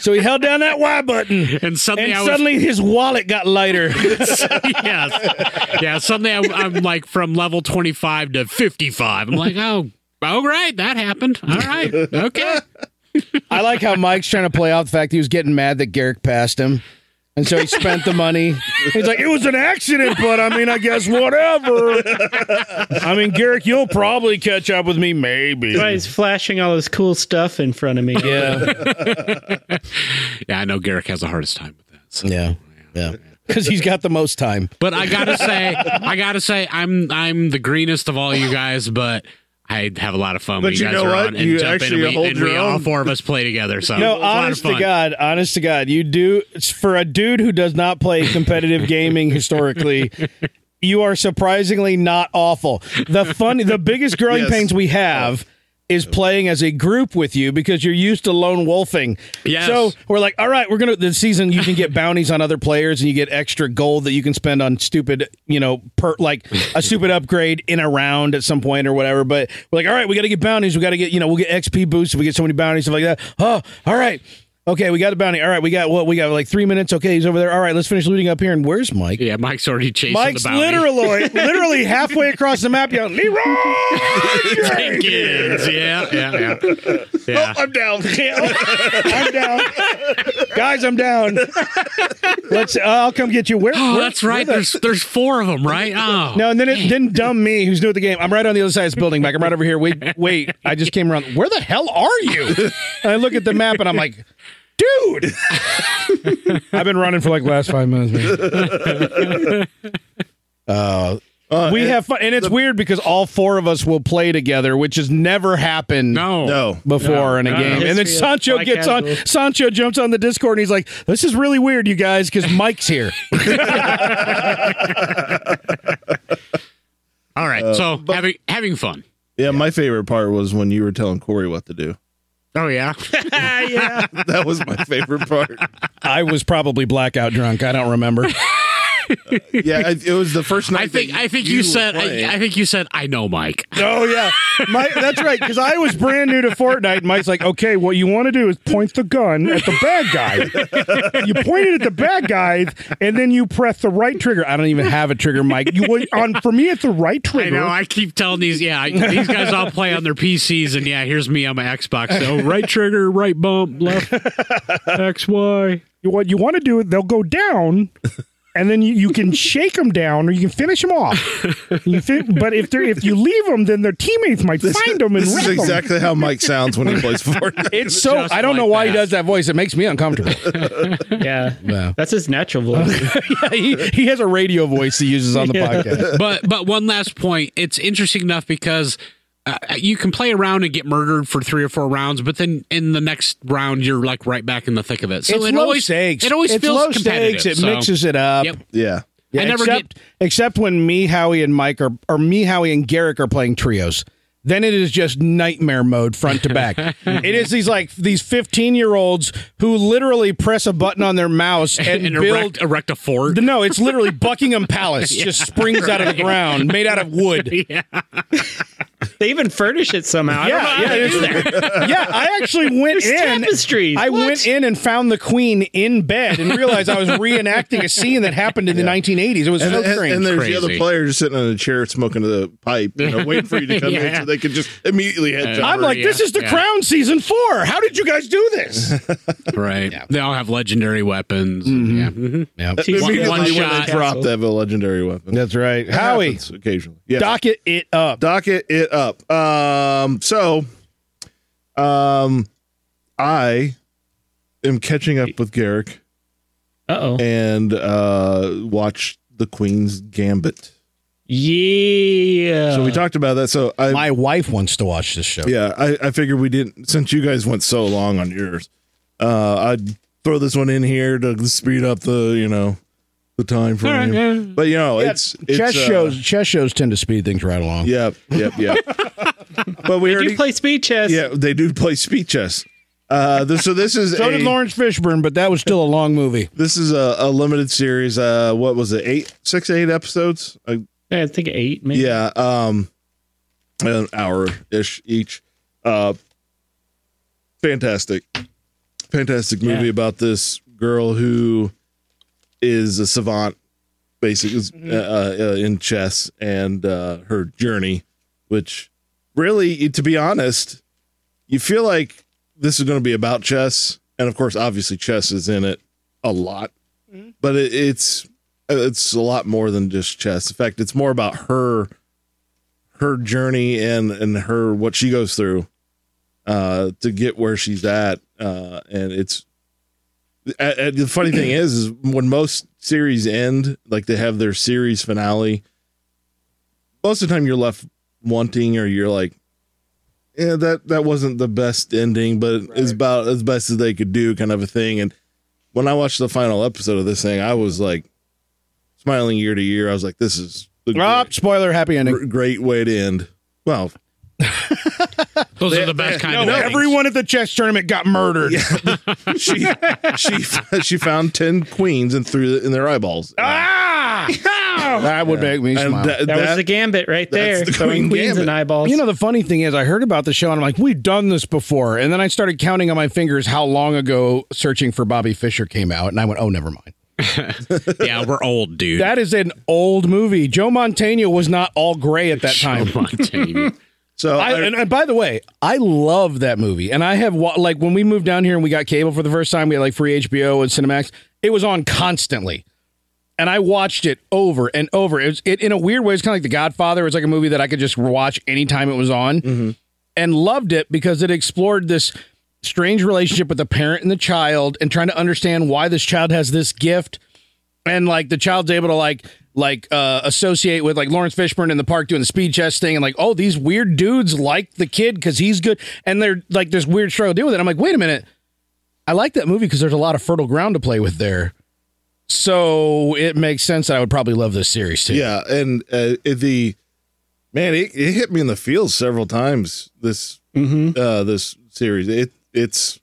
Speaker 2: so he held down that Y button.
Speaker 5: and suddenly
Speaker 2: and
Speaker 5: I was
Speaker 2: suddenly his wallet got lighter.
Speaker 5: yes, yeah. Suddenly I, I'm like from level 25 to 55. I'm like, oh, oh, right, that happened. All right, okay.
Speaker 2: I like how Mike's trying to play out the fact he was getting mad that Garrick passed him. And so he spent the money. He's like, it was an accident, but I mean, I guess whatever. I mean, Garrick, you'll probably catch up with me, maybe.
Speaker 6: Why he's flashing all this cool stuff in front of me?
Speaker 2: Yeah.
Speaker 5: Yeah, I know Garrick has the hardest time with that. So.
Speaker 2: Yeah. Yeah. Because he's got the most time.
Speaker 5: But I gotta say, I gotta say, I'm I'm the greenest of all you guys, but I have a lot of fun. when
Speaker 4: But
Speaker 5: you
Speaker 4: you
Speaker 5: guys
Speaker 4: know
Speaker 5: are
Speaker 4: what?
Speaker 5: on and
Speaker 4: You
Speaker 5: jump in,
Speaker 4: actually
Speaker 5: and we,
Speaker 4: hold
Speaker 5: and
Speaker 4: your
Speaker 5: we all
Speaker 4: own.
Speaker 5: four of us play together. So
Speaker 2: No,
Speaker 5: it's a lot of
Speaker 2: honest to
Speaker 5: fun.
Speaker 2: God, honest to God, you do it's for a dude who does not play competitive gaming historically. You are surprisingly not awful. The funny, the biggest growing
Speaker 4: Yes.
Speaker 2: pains we have is playing as a group with you because you're used to lone wolfing.
Speaker 5: Yes.
Speaker 2: So we're like, all right, we're gonna this season you can get bounties on other players and you get extra gold that you can spend on stupid, you know, per like a stupid upgrade in a round at some point or whatever. But we're like, all right, we gotta get bounties, we gotta get, you know, we'll get XP boosts if we get so many bounties, stuff like that. Oh, all right. Okay, we got a bounty. All right, we got what we got like three minutes. Okay, he's over there. All right, let's finish looting up here. And where's Mike?
Speaker 5: Yeah, Mike's already chasing
Speaker 2: Mike's
Speaker 5: the bounty.
Speaker 2: literally, literally halfway across the map. Yelling, Leroy!
Speaker 5: Jenkins. Yeah, yeah, yeah. yeah.
Speaker 4: Oh, I'm down.
Speaker 2: I'm down, guys. I'm down. Let's. Uh, I'll come get you. Where?
Speaker 5: Oh,
Speaker 2: where-
Speaker 5: that's right.
Speaker 2: where the-
Speaker 5: There's there's four of them, right? Oh,
Speaker 2: no, and then it then dumb me, who's new at the game. I'm right on the other side of this building, Mike. I'm right over here. Wait, wait. I just came around. Where the hell are you? And I look at the map and I'm like, dude. I've been running for like last five minutes. Man.
Speaker 4: Uh,
Speaker 2: We have fun, and it's weird because all four of us will play together, which has never happened.
Speaker 5: no,
Speaker 4: no.
Speaker 2: before in a
Speaker 5: no.
Speaker 2: game. And then
Speaker 6: History of
Speaker 2: Sancho
Speaker 6: Black
Speaker 2: gets on
Speaker 6: Casual.
Speaker 2: Sancho jumps on the Discord and he's like, This is really weird, you guys, because Mike's here.
Speaker 5: All right. so having having fun.
Speaker 4: Yeah, my favorite part was when you were telling Corey what to do.
Speaker 5: Oh yeah.
Speaker 6: Ah, yeah.
Speaker 4: That was my favorite part.
Speaker 2: I was probably blackout drunk. I don't remember.
Speaker 4: Yeah, I, it was the first night.
Speaker 5: I think
Speaker 4: that
Speaker 5: I think you,
Speaker 4: were
Speaker 5: said
Speaker 4: playing.
Speaker 5: I, I think you said I know Mike.
Speaker 2: oh yeah. My, that's right, because I was brand new to Fortnite and Mike's like, okay, what you want to do is point the gun at the bad guy. you point it at the bad guy and then you press the right trigger. I don't even have a trigger, Mike. You wait on for me it's the right
Speaker 5: I
Speaker 2: trigger.
Speaker 5: know. I keep telling these. Yeah, I, these guys all play on their PCs, and yeah, here's me on my Xbox. So right trigger, right bump, left X Y.
Speaker 2: what you want to do they'll go down and then you, you can shake them down or you can finish them off you fin- but if they're if you leave them then their teammates might find them and
Speaker 4: this
Speaker 2: wreck
Speaker 4: is
Speaker 2: 'em.
Speaker 4: exactly how Mike sounds when he plays Fortnite.
Speaker 2: it's so
Speaker 5: Just
Speaker 2: i don't know
Speaker 5: like
Speaker 2: why he
Speaker 5: that.
Speaker 2: does that voice it makes me uncomfortable
Speaker 6: Yeah.
Speaker 2: Wow.
Speaker 6: That's his natural voice.
Speaker 2: he, he has a radio voice he uses on the podcast
Speaker 5: But but one last point. It's interesting enough because. Uh, you can play around and get murdered for three or four rounds, but then in the next round you're like right back in the thick of it. So
Speaker 2: it's
Speaker 5: it
Speaker 2: low
Speaker 5: always
Speaker 2: stakes
Speaker 5: it always
Speaker 2: it's
Speaker 5: feels
Speaker 2: low
Speaker 5: competitive.
Speaker 2: stakes it
Speaker 5: so-
Speaker 2: mixes it up
Speaker 5: Yep.
Speaker 4: yeah.
Speaker 2: Yeah,
Speaker 5: I never
Speaker 2: except, except when me, Howie, and Mike are or me, Howie, and Garrick are playing trios. Then it is just nightmare mode front to back. it is these like these fifteen year olds who literally press a button on their mouse and,
Speaker 5: and,
Speaker 2: build.
Speaker 5: erect, erect a fort.
Speaker 2: no, it's literally Buckingham Palace just springs out of the ground, made out of wood.
Speaker 5: yeah.
Speaker 6: they even furnish it somehow.
Speaker 2: Yeah,
Speaker 6: I don't know how
Speaker 2: yeah,
Speaker 6: they do
Speaker 2: it's-
Speaker 6: that.
Speaker 2: Yeah, I actually went
Speaker 6: There's
Speaker 2: in.
Speaker 6: tapestries.
Speaker 2: I
Speaker 6: What?
Speaker 2: went in and found the queen in bed and realized I was reenacting a scene that happened in the 1980s. It was
Speaker 4: And,
Speaker 2: so
Speaker 4: and-
Speaker 2: strange.
Speaker 4: and there's
Speaker 5: Crazy.
Speaker 4: the other player just sitting on a chair smoking the pipe, you know, waiting for you to come in
Speaker 5: Yeah.
Speaker 4: so they could just immediately head
Speaker 5: Uh,
Speaker 2: I'm like,
Speaker 5: Yeah,
Speaker 2: this is the
Speaker 5: yeah.
Speaker 2: Crown season four. How did you guys do this?
Speaker 5: Right. They all have legendary weapons.
Speaker 2: Mm-hmm.
Speaker 5: Yeah. mm-hmm.
Speaker 6: She's
Speaker 5: One-
Speaker 4: immediately
Speaker 5: one
Speaker 4: when
Speaker 5: shot.
Speaker 4: they drop that legendary weapon.
Speaker 2: That's right, Howie.
Speaker 4: Happens occasionally. Yeah.
Speaker 2: Docket it up.
Speaker 4: docket it up. Um, so, um, I am catching up with Garrick
Speaker 6: Uh oh.
Speaker 4: and uh, watch the Queen's Gambit.
Speaker 6: Yeah.
Speaker 4: So we talked about that. So I,
Speaker 2: Uh, My wife wants to watch this show.
Speaker 4: yeah, I, I figured we didn't since you guys went so long on yours. Uh, I'd throw this one in here to speed up the you know the time frame. But you know it's it's
Speaker 2: chess
Speaker 4: uh,
Speaker 2: shows. Chess shows tend to speed things right along.
Speaker 4: Yep, yep, yep. but we
Speaker 6: Do
Speaker 4: already
Speaker 6: you play speed chess?
Speaker 4: Yeah, they do play speed chess. Uh, this, so this is
Speaker 2: So
Speaker 4: a,
Speaker 2: did Lawrence Fishburne, but that was still a long movie.
Speaker 4: this is a, a limited series. Uh, what was it? Eight, six, eight episodes. Uh,
Speaker 6: I think eight, maybe.
Speaker 4: yeah, um, an hour ish each. Uh, fantastic, fantastic movie
Speaker 6: Yeah.
Speaker 4: about this girl who is a savant, basically uh, uh, in chess and uh, her journey, which really, to be honest, you feel like this is going to be about chess, and of course, obviously, chess is in it a lot, but it, it's it's a lot more than just chess. In fact, it's more about her her journey and and her what she goes through uh to get where she's at uh and it's a- a- the funny thing is, is when most series end like they have their series finale most of the time you're left wanting or you're like yeah that that wasn't the best ending but it's about as best as they could do kind of a thing and when i watched the final episode of this thing i was like smiling ear to ear i was like this is the
Speaker 2: Rob, spoiler, happy ending.
Speaker 4: great way to end. Well,
Speaker 5: Those are the best kind
Speaker 2: No,
Speaker 5: of things.
Speaker 2: everyone at the chess tournament got murdered.
Speaker 4: she she she found ten queens and threw it in their eyeballs.
Speaker 2: Ah! that would make me
Speaker 4: And
Speaker 2: smile.
Speaker 4: that-
Speaker 6: That, was
Speaker 4: that-
Speaker 6: the gambit
Speaker 4: that's
Speaker 6: right there.
Speaker 4: the
Speaker 6: throwing
Speaker 4: queen
Speaker 6: queens
Speaker 4: gambit.
Speaker 6: and eyeballs.
Speaker 2: you know, the funny thing is, I heard about the show and I'm like, we've done this before. And then I started counting on my fingers how long ago Searching for Bobby Fisher came out. And I went, oh, never mind.
Speaker 5: yeah, we're old, dude.
Speaker 2: That is an old movie. Joe Montana was not all gray at that time.
Speaker 5: Come on, Jamie.
Speaker 4: so
Speaker 2: I,
Speaker 4: I-
Speaker 2: and, and by the way, I love that movie. And I have wa- like when we moved down here and we got cable for the first time, we had like free HBO and Cinemax. It was on constantly, and I watched it over and over. It was it in a weird way. It's kind of like The Godfather. It was like a movie that I could just watch anytime it was on, and loved it because it explored this strange relationship with the parent and the child, and trying to understand why this child has this gift and like the child's able to like like uh associate with like Lawrence Fishburne in the park doing the speed chess thing and like oh these weird dudes like the kid because he's good and they're like this weird struggle to deal with it. I'm like wait a minute, I like that movie because there's a lot of fertile ground to play with there, so it makes sense that I would probably love this series too.
Speaker 4: yeah, and uh, it- the man, it, it hit me in the feels several times. This uh, this series, it it's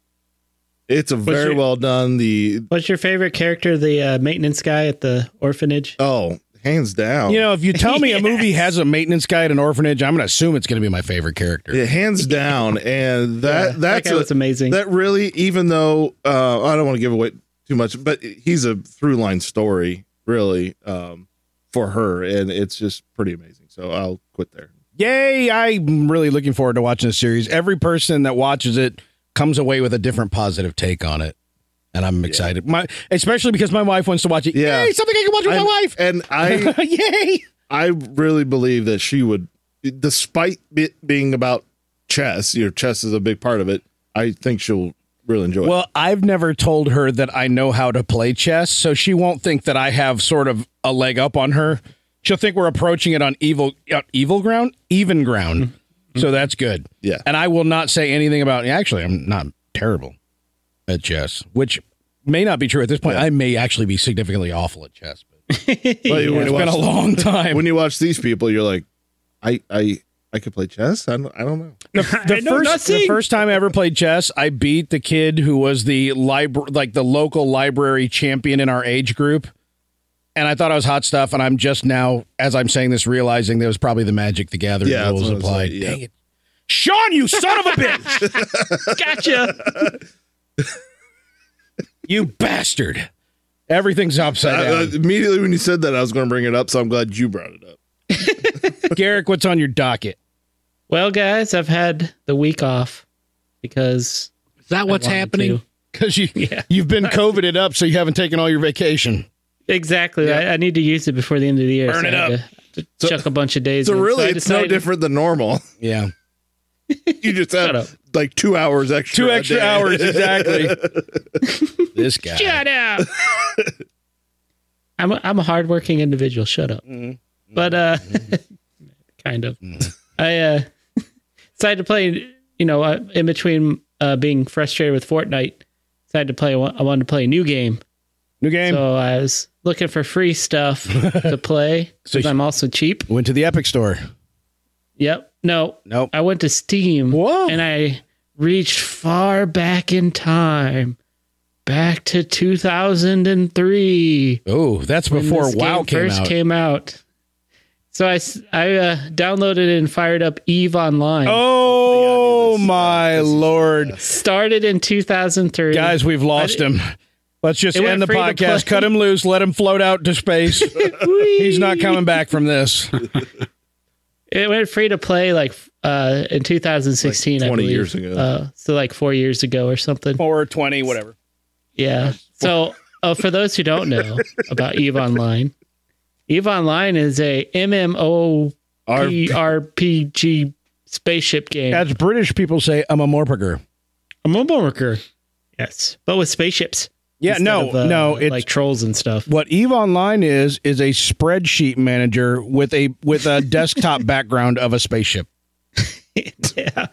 Speaker 4: it's a very
Speaker 6: your-
Speaker 4: well done. The
Speaker 6: What's your favorite character? The uh, maintenance guy at the orphanage.
Speaker 4: oh, hands down,
Speaker 2: You know, if you tell me a movie has a maintenance guy at an orphanage, I'm going to assume it's going to be my favorite character.
Speaker 4: Yeah, hands down, and that
Speaker 6: Yeah, that
Speaker 4: that's
Speaker 6: guy was amazing.
Speaker 4: That really, even though uh, I don't want to give away too much, but he's a through line story, really, um, for her, and it's just pretty amazing. So I'll quit there.
Speaker 2: Yay! I'm really looking forward to watching this series. Every person that watches it comes away with a different positive take on it, and I'm excited. My especially because my wife wants to watch it.
Speaker 4: Yeah.
Speaker 2: Yay! Something I can watch with
Speaker 4: And-
Speaker 2: my wife.
Speaker 4: and I
Speaker 2: Yay!
Speaker 4: I really believe that she would, despite it being about chess, your chess is a big part of it. I think she'll really enjoy it.
Speaker 2: Well, I've never told her that I know how to play chess, so she won't think that I have sort of a leg up on her. She'll think we're approaching it on evil, on evil ground, even ground. So that's good.
Speaker 4: Mm-hmm. Yeah.
Speaker 2: And I will not say anything about. Actually, I'm not terrible at chess, which may not be true at this point. I may actually be significantly awful at chess. But
Speaker 4: But when,
Speaker 2: it's
Speaker 4: you
Speaker 2: been a
Speaker 4: watch,
Speaker 2: long time.
Speaker 4: when you watch these people, you're like, I I I could play chess. I don't, I don't know.
Speaker 2: the
Speaker 6: know
Speaker 2: first the
Speaker 6: nothing.
Speaker 2: first time I ever played chess, I beat the kid who was the libra- like the local library champion in our age group. And I thought I was hot stuff, and I'm just now, as I'm saying this, realizing there was probably the Magic the Gathering
Speaker 4: Yeah, that's
Speaker 2: rules
Speaker 4: what I was
Speaker 2: applied.
Speaker 4: like, yeah.
Speaker 2: Dang it, Sean, you son of a bitch!
Speaker 6: Gotcha.
Speaker 2: you bastard! Everything's upside
Speaker 4: I- I-
Speaker 2: down.
Speaker 4: immediately when you said that, I was going to bring it up, so I'm glad you brought it up. uh,
Speaker 2: Garrick, what's on your docket?
Speaker 6: well, guys, I've had the week off because
Speaker 5: Is that what's
Speaker 6: I wanted
Speaker 5: happening?
Speaker 6: to.
Speaker 2: Because you you've been coveted up, so you haven't taken all your vacation.
Speaker 6: Exactly. I, I need to use it before the end of the year.
Speaker 2: Burn it
Speaker 6: I had
Speaker 2: up.
Speaker 6: To, to chuck a bunch of days.
Speaker 4: So
Speaker 6: in.
Speaker 4: really,
Speaker 6: I
Speaker 4: it's no
Speaker 6: decided-
Speaker 4: different than normal.
Speaker 2: Yeah,
Speaker 4: You just
Speaker 6: up.
Speaker 4: have like two hours extra.
Speaker 2: two
Speaker 4: a
Speaker 2: extra
Speaker 4: day.
Speaker 2: hours exactly. this guy.
Speaker 6: Shut up. I'm a, I'm a hardworking individual. Shut up. But uh, kind of. I uh, decided to play. You know, uh, in between uh, being frustrated with Fortnite, decided to play. one- I wanted to play a new game,
Speaker 2: New game.
Speaker 6: so I was looking for free stuff to play because I'm also cheap.
Speaker 2: Went to the Epic Store.
Speaker 6: Yep. No.
Speaker 2: Nope.
Speaker 6: I went to Steam.
Speaker 2: Whoa.
Speaker 6: And I reached far back in time, back to 2003.
Speaker 2: Oh, that's
Speaker 6: when
Speaker 2: before
Speaker 6: this
Speaker 2: WoW
Speaker 6: game
Speaker 2: came
Speaker 6: first
Speaker 2: out.
Speaker 6: came out. So I, s- I, uh, downloaded and fired up Eve Online.
Speaker 2: oh my
Speaker 6: uh,
Speaker 2: lord,
Speaker 6: Started in 2003.
Speaker 2: guys, we've lost him. Let's just
Speaker 6: It went
Speaker 2: end the
Speaker 6: free to
Speaker 2: podcast.
Speaker 6: play.
Speaker 2: Cut him loose. Let him float out to space. He's not coming back from this.
Speaker 6: it went free to play like uh, in 2016.
Speaker 4: Like 20
Speaker 6: I believe.
Speaker 4: years ago.
Speaker 6: Uh, so like four years ago or something.
Speaker 2: Four twenty, whatever.
Speaker 6: Yeah. So, uh, for those who don't know about Eve Online, Eve Online is a MMORPG spaceship game.
Speaker 2: As British people say, I'm a morpurger.
Speaker 6: a mobile worker. Yes, but with spaceships.
Speaker 2: Yeah,
Speaker 6: instead
Speaker 2: no,
Speaker 6: of, uh,
Speaker 2: no. It's
Speaker 6: like trolls and stuff.
Speaker 2: what Eve Online is is a spreadsheet manager with a with a desktop background of a spaceship.
Speaker 6: yeah.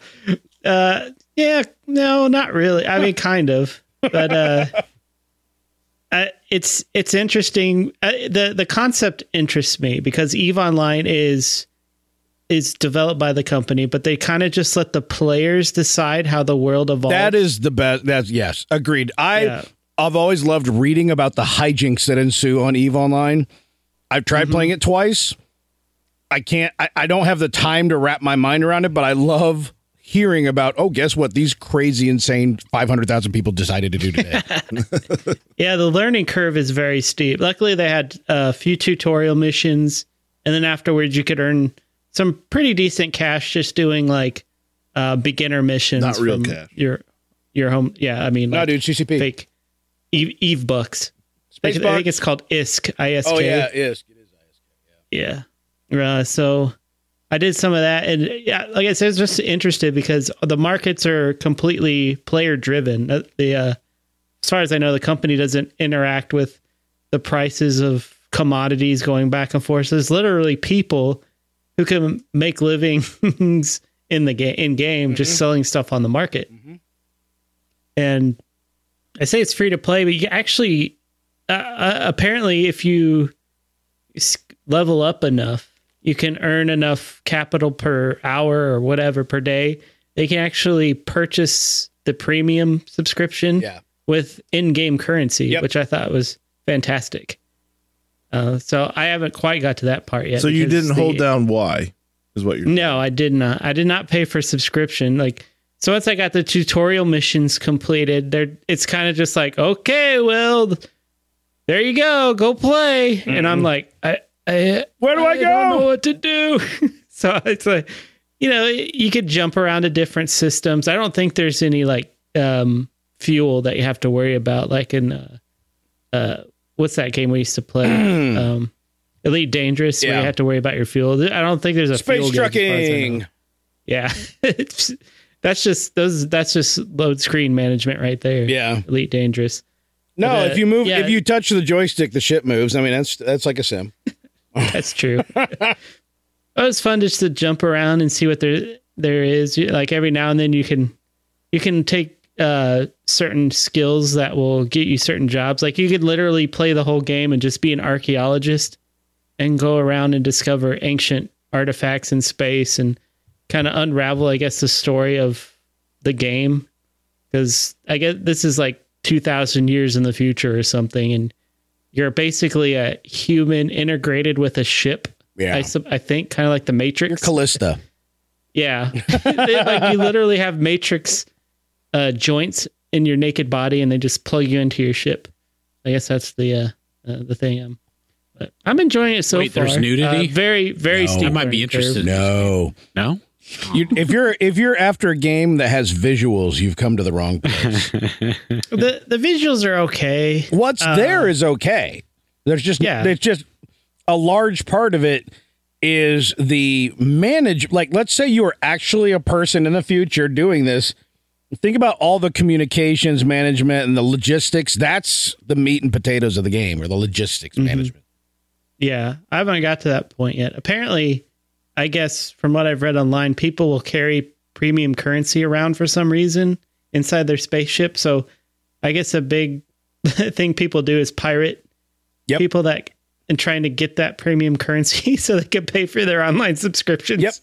Speaker 6: Uh, yeah. No, not really. I mean, kind of, but uh, I, it's it's Uh, interesting. Uh, the The concept interests me because Eve Online is is developed by the company, but they kind of just let the players decide how the world evolves.
Speaker 2: That is the best. That's yes, agreed. I
Speaker 6: Yeah.
Speaker 2: I've always loved reading about the hijinks that ensue on Eve Online. I've
Speaker 6: Mm-hmm.
Speaker 2: tried playing it twice. I can't. I, I don't have the time to wrap my mind around it, but I love hearing about. Oh, guess what? These crazy, insane five hundred thousand people decided to do today.
Speaker 6: Yeah, the learning curve is very steep. Luckily, they had a few tutorial missions, and then afterwards, you could earn some pretty decent cash just doing like uh, beginner missions.
Speaker 4: Not real
Speaker 6: from
Speaker 4: cash.
Speaker 6: Your your home. Yeah, I mean,
Speaker 2: no,
Speaker 6: like
Speaker 2: dude, CCP.
Speaker 6: fake Eve, Eve books. I think- I
Speaker 2: Spacebar.
Speaker 6: think it's called ISK. ISK.
Speaker 2: Oh yeah, it is.
Speaker 6: Yeah. Uh, so I did some of that. And yeah, like I said, I was just interested because the markets are completely player driven. Uh, The, uh, as far as I know, the company doesn't interact with the prices of commodities going back and forth. So there's literally people who can make livings in the game, in game,
Speaker 2: Mm-hmm.
Speaker 6: just selling stuff on the market. And I say it's free to play, but you can actually, uh, uh, apparently, if you s- level up enough, you can earn enough capital per hour or whatever per day. They can actually purchase the premium subscription
Speaker 2: Yeah.
Speaker 6: with in-game currency,
Speaker 2: Yep.
Speaker 6: which I thought was fantastic. Uh, so I haven't quite got to that part yet.
Speaker 4: So you
Speaker 6: because
Speaker 4: didn't
Speaker 6: the-
Speaker 4: hold down Y, is what you're.
Speaker 6: No, I did not. I did not pay for subscription. Like so, once I got the tutorial missions completed, there it's kind of just like, okay, well, there you go, go play. And I'm like, I, I
Speaker 2: Where do I
Speaker 6: don't
Speaker 2: go?
Speaker 6: know what to do. so it's like, you know, you could jump around to different systems. I don't think there's any like um, fuel that you have to worry about, like in uh, uh, what's that game we used to play? um, Elite Dangerous, where
Speaker 2: Yeah.
Speaker 6: you have to worry about your fuel. I don't think there's a fuel
Speaker 2: Space
Speaker 6: gauge as far as I know.
Speaker 2: trucking.
Speaker 6: Yeah, It's- that's just those. That's just load screen management right there.
Speaker 2: Yeah.
Speaker 6: Elite Dangerous.
Speaker 2: No,
Speaker 6: But, uh,
Speaker 2: if you move,
Speaker 6: yeah.
Speaker 2: if you touch the joystick, the ship moves. I mean, that's that's like a sim.
Speaker 6: That's true. it was fun just to jump around and see what there there is. You- Like every now and then you can you can take uh certain skills that will get you certain jobs. Like you could literally play the whole game and just be an archaeologist and go around and discover ancient artifacts in space and kind of unravel I guess the story of the game cuz I guess this is like 2000 years in the future or something and you're basically a human integrated with a ship.
Speaker 2: Yeah.
Speaker 6: I, sub- I think kind of like the Matrix.
Speaker 2: Callista.
Speaker 6: yeah, They- like you literally have Matrix uh, joints in your naked body, and they just plug you into your ship. I guess that's the uh, uh, the thing. Um, but I'm enjoying it so
Speaker 5: Wait,
Speaker 6: far.
Speaker 5: there's nudity?
Speaker 6: Uh, very very. steep
Speaker 5: I might be
Speaker 6: learning curve.
Speaker 5: interested.
Speaker 2: No.
Speaker 5: No,
Speaker 2: You, if you're if you're after a game that has visuals, you've come to the wrong place.
Speaker 6: The the visuals are okay.
Speaker 2: What's there is okay. There's just
Speaker 6: Uh, Yeah.
Speaker 2: There's just a large part of it is the manage. Like, let's say you are actually a person in the future doing this. Think about all the communications management and the logistics. That's the meat and potatoes of the game, or the logistics
Speaker 6: Mm-hmm.
Speaker 2: management.
Speaker 6: Yeah, I haven't got to that point yet. Apparently, I guess from what I've read online, people will carry premium currency around for some reason inside their spaceship. So, I guess a big thing people do is pirate
Speaker 2: Yep.
Speaker 6: people that and trying to get that premium currency so they can pay for their online subscriptions.
Speaker 2: Yep.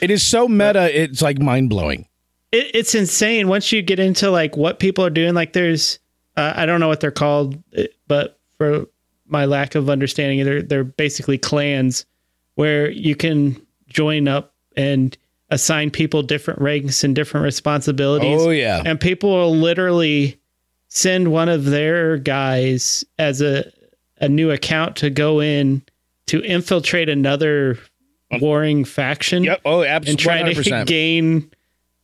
Speaker 2: It is so meta. It's like mind blowing.
Speaker 6: It, it's insane once you get into like what people are doing. Like, there's uh, I don't know what they're called, eh, but for my lack of understanding, they're they're basically clans where you can join up and assign people different ranks and different responsibilities.
Speaker 2: Oh yeah.
Speaker 6: And people will literally send one of their guys as a a new account to go in to infiltrate another warring faction
Speaker 2: Mm. Yep. Oh,
Speaker 6: and
Speaker 2: absolutely.
Speaker 6: try to gain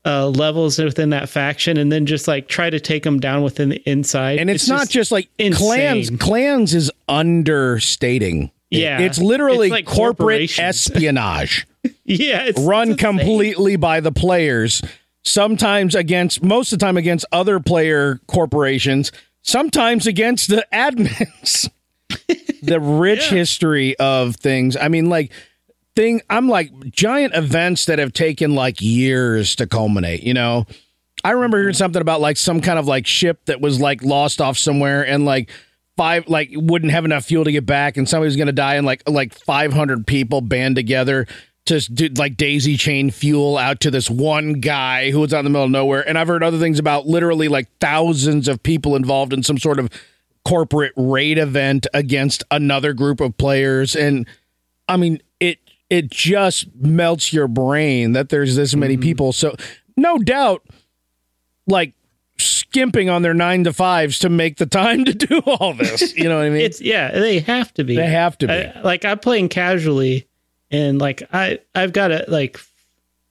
Speaker 6: uh, levels within that faction and then just like try to take them down within the inside.
Speaker 2: and it's, not just, like clans.
Speaker 6: insane.
Speaker 2: Clans is understating. it.
Speaker 6: Yeah.
Speaker 2: it's literally
Speaker 6: It's like
Speaker 2: corporate
Speaker 6: corporations.
Speaker 2: espionage
Speaker 6: yeah, it's,
Speaker 2: run
Speaker 6: it's insane.
Speaker 2: completely by the players. Sometimes against, most of the time against other player corporations. Sometimes against the admins. the rich history of things. I mean, like thing. I'm like giant events that have taken like years to culminate. You know. I remember hearing something about like some kind of like ship that was like lost off somewhere and like five like wouldn't have enough fuel to get back and somebody was going to die and like like 500 people band together to do like daisy chain fuel out to this one guy who was out in the middle of nowhere. And I've heard other things about literally like thousands of people involved in some sort of corporate raid event against another group of players. And I mean, it it just melts your brain that there's this many
Speaker 6: Mm.
Speaker 2: people. So no doubt, like skimping on their nine to fives to make the time to do all this. You know what I mean?
Speaker 6: It's yeah, they have to be.
Speaker 2: they have to be.
Speaker 6: I, like I'm playing casually, and like I I've got a, like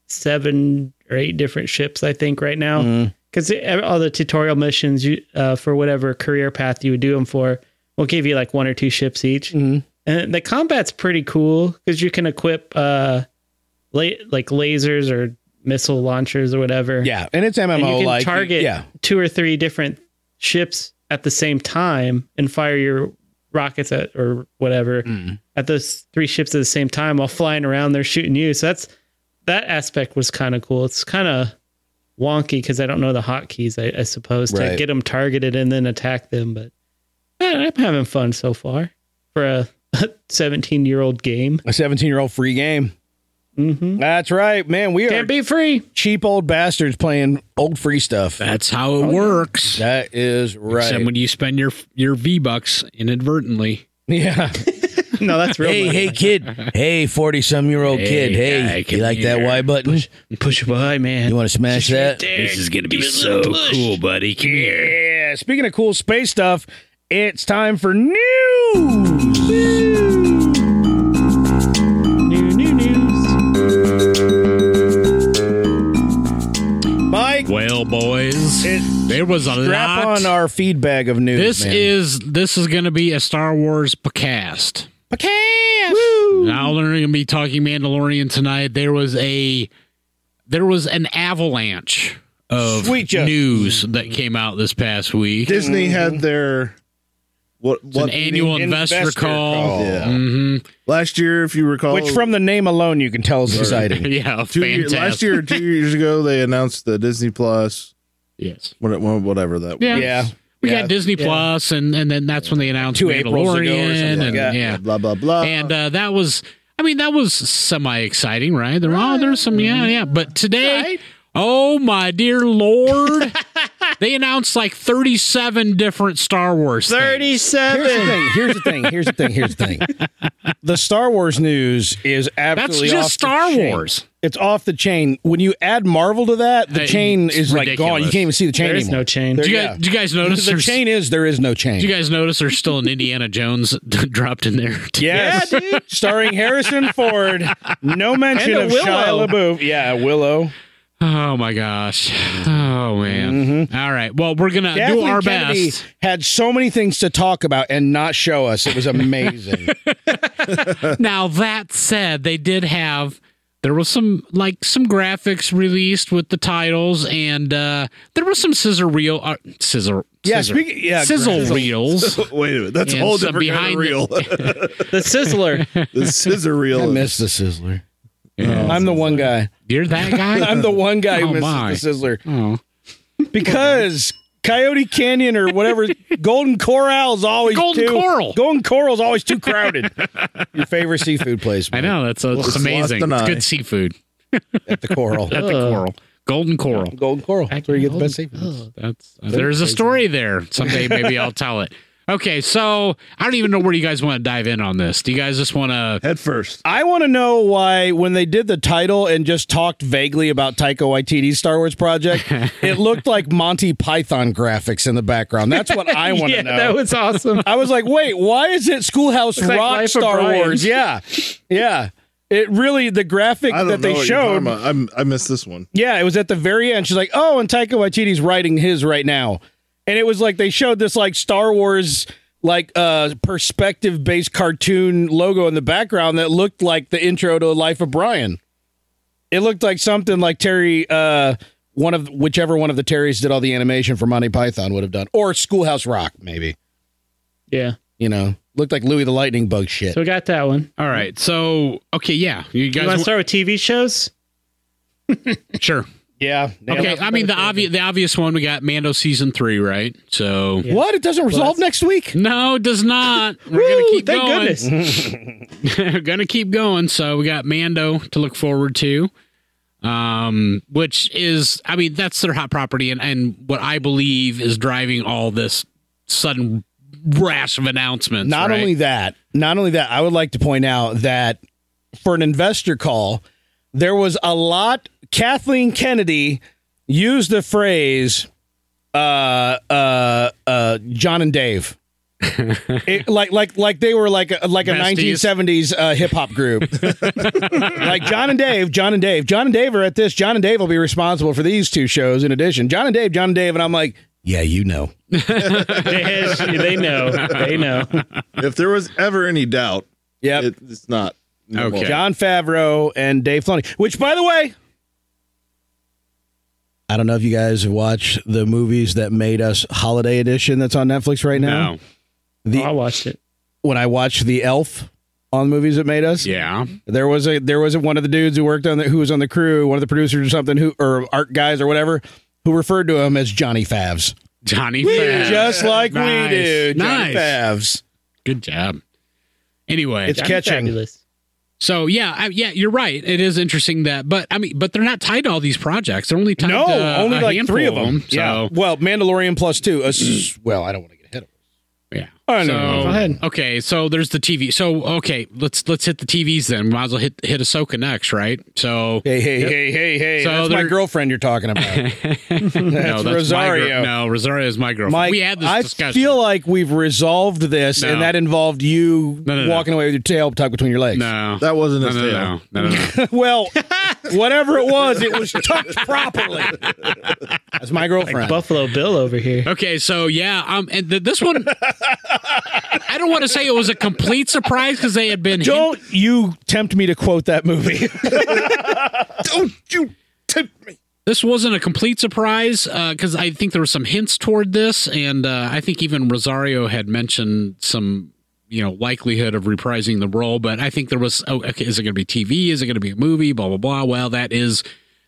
Speaker 6: seven or eight different ships I think right
Speaker 2: Mm.
Speaker 6: now because all the tutorial missions you uh, for whatever career path you would do them for will give you like one or two ships each,
Speaker 2: Mm-hmm.
Speaker 6: and the combat's pretty cool because you can equip uh la- like lasers or missile launchers or whatever.
Speaker 2: yeah, and it's MMO
Speaker 6: And you can
Speaker 2: like
Speaker 6: target
Speaker 2: Yeah,
Speaker 6: two or three different ships at the same time and fire your rockets at or whatever
Speaker 2: Mm.
Speaker 6: at those three ships at the same time while flying around they're shooting you so that's that aspect was kind of cool it's kind of wonky because i don't know the hotkeys i, I suppose to
Speaker 2: Right.
Speaker 6: get them targeted and then attack them but man, i'm having fun so far for a 17 year old game
Speaker 2: a seventeen-year-old free game.
Speaker 6: Mm-hmm.
Speaker 2: That's right, man. We are
Speaker 6: can't be free
Speaker 2: cheap old bastards playing old free stuff.
Speaker 5: That's how it works.
Speaker 2: That is
Speaker 5: Except
Speaker 2: Oh, right.
Speaker 5: when you spend your your V bucks inadvertently.
Speaker 2: yeah.
Speaker 6: no that's real
Speaker 2: Hey,
Speaker 6: money.
Speaker 2: hey, kid. Hey, forty-some-year-old kid.
Speaker 5: Hey,
Speaker 2: Hey,
Speaker 5: guy,
Speaker 2: you
Speaker 5: come
Speaker 2: like that
Speaker 5: here.
Speaker 2: Y button?
Speaker 6: push by man
Speaker 2: You want to smash that?
Speaker 5: This is gonna be so cool, buddy. Come here.
Speaker 2: Yeah, speaking of cool space stuff, it's time for news.
Speaker 6: new new news
Speaker 2: Mike,
Speaker 5: Well, boys,
Speaker 2: It-
Speaker 5: there was a
Speaker 2: strap
Speaker 5: lot.
Speaker 2: on our feed bag of news.
Speaker 5: this
Speaker 2: man.
Speaker 5: is this is gonna be a Star Wars podcast.
Speaker 2: podcast. Woo!
Speaker 5: Now they're gonna be talking Mandalorian tonight. There was a there was an avalanche of
Speaker 2: Sweet Jesus.
Speaker 5: news that came out this past week.
Speaker 4: Disney had their what
Speaker 5: It's an
Speaker 4: what
Speaker 5: annual
Speaker 4: meeting?
Speaker 5: investor,
Speaker 2: investor
Speaker 5: call.
Speaker 2: call.
Speaker 4: Yeah.
Speaker 5: hmm
Speaker 4: last year, if you recall,
Speaker 5: Oh.
Speaker 2: Which, from the name alone, you can tell is exciting.
Speaker 5: yeah,
Speaker 4: two year,
Speaker 5: fantastic.
Speaker 4: last year, or two years ago, they announced the Disney Plus,
Speaker 5: yes,
Speaker 4: what- what- whatever that.
Speaker 5: yeah,
Speaker 2: Yeah.
Speaker 5: We
Speaker 4: Yeah.
Speaker 5: got Disney Plus, and and then that's when they announced
Speaker 2: Two Aprils ago or
Speaker 5: Mandalorian,
Speaker 2: something like
Speaker 5: and
Speaker 2: that.
Speaker 5: yeah,
Speaker 4: blah blah blah.
Speaker 5: and uh, that was i mean that was semi exciting right there oh there's some yeah
Speaker 2: Mm-hmm.
Speaker 5: yeah but today oh my dear lord they announced like 37 different star wars things.
Speaker 6: 37
Speaker 2: Here's the thing. Here's the thing. Here's the thing. Here's the thing. The Star Wars news is
Speaker 5: that's
Speaker 2: absolutely
Speaker 5: just
Speaker 2: off the
Speaker 5: star
Speaker 2: chain.
Speaker 5: wars
Speaker 2: It's off the chain. When you add Marvel to that, the
Speaker 5: Uh,
Speaker 2: chain
Speaker 5: it's
Speaker 2: is like
Speaker 5: ridiculous.
Speaker 2: gone. You can't even see the chain
Speaker 6: There is
Speaker 2: anymore.
Speaker 6: no chain.
Speaker 2: There-
Speaker 5: do you,
Speaker 2: yeah.
Speaker 5: guys, do you guys notice
Speaker 2: the
Speaker 5: there's
Speaker 2: chain is there is no chain.
Speaker 5: do you guys notice theys still an indiana jones dropped in there
Speaker 2: Yes. Starring Harrison Ford. No mention
Speaker 6: And a
Speaker 2: of
Speaker 6: Willow.
Speaker 2: Shia LaBeouf. Yeah, Willow.
Speaker 5: oh my gosh oh man All right well we're gonna
Speaker 2: Mm-hmm.
Speaker 5: do
Speaker 2: Kathleen
Speaker 5: our
Speaker 2: Kennedy
Speaker 5: best
Speaker 2: had so many things to talk about and not show us. It was amazing.
Speaker 5: Now that said, they did have there was some like some graphics released with the titles, and uh, there was some scissor reel, uh, scissor,
Speaker 2: yeah,
Speaker 5: scissor,
Speaker 2: speaking, yeah,
Speaker 5: sizzle reels.
Speaker 4: Wait a minute, that's a
Speaker 5: And
Speaker 4: whole
Speaker 5: some
Speaker 4: different kind of
Speaker 5: behind
Speaker 4: reel.
Speaker 6: the sizzler
Speaker 4: the scissor reel.
Speaker 2: I
Speaker 4: is-
Speaker 2: miss the Sizzler. I'm the one guy.
Speaker 5: You're that guy.
Speaker 2: I'm the one guy who
Speaker 5: Oh,
Speaker 2: misses
Speaker 5: my.
Speaker 2: the Sizzler
Speaker 5: Oh.
Speaker 2: because Coyote Canyon or whatever Golden Corral's always
Speaker 5: Golden
Speaker 2: too,
Speaker 5: Coral.
Speaker 2: Golden Coral's always too crowded. Your favorite seafood place
Speaker 5: I know that's, that's
Speaker 4: Looks
Speaker 5: amazing.
Speaker 4: lost an
Speaker 5: It's
Speaker 4: eye.
Speaker 5: good seafood
Speaker 2: at the Coral.
Speaker 5: at the coral, golden coral.
Speaker 2: Golden Coral. That's where you get the best seafood.
Speaker 5: That's there's a story there. Someday maybe I'll tell it. Okay, so I don't even know where you guys want to dive in on this. Do you guys just want to?
Speaker 4: Head first.
Speaker 2: I want to know why, when they did the title and just talked vaguely about Taika Waititi's Star Wars project, it looked like Monty Python graphics in the background. That's what I want to
Speaker 6: yeah
Speaker 2: know.
Speaker 6: that was awesome
Speaker 2: I was like, wait, why is it Schoolhouse
Speaker 6: like
Speaker 2: Rock
Speaker 6: Life of
Speaker 2: Star
Speaker 6: Brian.
Speaker 2: Wars? Yeah, yeah. It really the graphic
Speaker 4: I don't
Speaker 2: that
Speaker 4: know
Speaker 2: they
Speaker 4: what you're talking
Speaker 2: showed.
Speaker 4: about. I'm, I missed this one.
Speaker 2: Yeah, it was at the very end. She's like, "Oh, and Taika Waititi's writing his right now," and it was like they showed this like Star Wars like uh perspective based cartoon logo in the background that looked like the intro to Life of Brian. It looked like something like Terry, uh one of whichever one of the Terrys did all the animation for Monty Python would have done, or Schoolhouse Rock maybe.
Speaker 6: yeah
Speaker 2: You know, looked like Louis the Lightning Bug shit.
Speaker 6: so we got that one
Speaker 5: All right, so okay, yeah, you guys
Speaker 6: you want
Speaker 5: wa-
Speaker 6: to start with tv shows
Speaker 5: Sure.
Speaker 2: Yeah. nailed
Speaker 5: Okay,
Speaker 2: it.
Speaker 5: I mean the obvious the obvious one we got Mando season three, right? So
Speaker 2: What? It doesn't resolve next week?
Speaker 5: no, it does not. We're gonna
Speaker 6: Woo,
Speaker 5: keep
Speaker 6: thank
Speaker 5: going.
Speaker 6: goodness.
Speaker 5: We're gonna keep going. So we got Mando to look forward to, um, which is, I mean, that's their hot property, and and what I believe is driving all this sudden rash of announcements.
Speaker 2: Not
Speaker 5: right?
Speaker 2: only that, not only that, I would like to point out that for an investor call, there was a lot. Kathleen Kennedy used the phrase uh, uh, uh, "John and Dave," It- like like like they were like a, like a
Speaker 5: Besties.
Speaker 2: nineteen seventies uh, hip hop group, like John and Dave, John and Dave, John and Dave are at this. John and Dave will be responsible for these two shows in addition. John and Dave, John and Dave, and I'm like, yeah, you know.
Speaker 6: they, they know. They know.
Speaker 4: If there was ever any doubt,
Speaker 2: Yep.
Speaker 4: it, it's not.
Speaker 5: Okay.
Speaker 4: Well,
Speaker 2: John Favreau and Dave Filoni. Which, by the way, I don't know if you guys have watched the movies that made us Holiday Edition that's on Netflix right now.
Speaker 5: no,
Speaker 2: The-
Speaker 6: Oh, I watched it.
Speaker 2: When I watched The Elf on the movies that made us,
Speaker 5: yeah,
Speaker 2: there was a there was a, one of the dudes who worked on the who was on the crew, one of the producers or something who or art guys or whatever, who referred to him as Johnny Favs,
Speaker 5: Johnny, Favs.
Speaker 2: just like
Speaker 5: Nice.
Speaker 2: we do. Johnny
Speaker 5: Nice.
Speaker 2: Favs.
Speaker 5: good job. Anyway,
Speaker 2: It's catching.
Speaker 6: Fabulous.
Speaker 5: so yeah, I, yeah, you're right. It is interesting that, but I mean, but they're not tied to all these projects. They're only tied
Speaker 2: No,
Speaker 5: to uh, a
Speaker 2: only like
Speaker 5: handful
Speaker 2: three of them.
Speaker 5: So Mm.
Speaker 2: Yeah. Well, Mandalorian plus two. Uh, s- well, I don't want to get ahead of.
Speaker 5: Yeah.
Speaker 2: I
Speaker 5: so,
Speaker 2: know. Go
Speaker 6: ahead.
Speaker 5: Okay, so there's the TV. So okay, let's let's hit the TVs then. Might as well hit hit Ahsoka next, right? So
Speaker 2: Hey, hey, hey, hey, hey.
Speaker 5: So
Speaker 2: that's my
Speaker 5: there-
Speaker 2: girlfriend you're talking about. that's,
Speaker 5: no, My
Speaker 2: Rosario.
Speaker 5: girl, no, Rosario is my girlfriend.
Speaker 2: Mike,
Speaker 5: we had this
Speaker 2: I
Speaker 5: discussion.
Speaker 2: feel like we've resolved this,
Speaker 5: No.
Speaker 2: and that involved you
Speaker 5: No, no, no.
Speaker 2: walking away with your tail tucked between your legs.
Speaker 5: no,
Speaker 4: That wasn't Uh, his
Speaker 5: no, no,
Speaker 4: tail.
Speaker 5: no, no, no, no.
Speaker 2: well, whatever it was, it was tucked properly. That's my girlfriend.
Speaker 6: Buffalo Bill over here.
Speaker 5: Okay, so yeah, um, and th- this one, I don't want to say it was a complete surprise because they had been. hint-
Speaker 2: don't you tempt me to quote that movie.
Speaker 4: Don't you tempt me.
Speaker 5: this wasn't a complete surprise because I think there were some hints toward this, and uh, I think even Rosario had mentioned some, you know, likelihood of reprising the role. But I think there was, oh, okay, is it going to be TV? Is it going to be a movie? Blah blah blah. Well, that is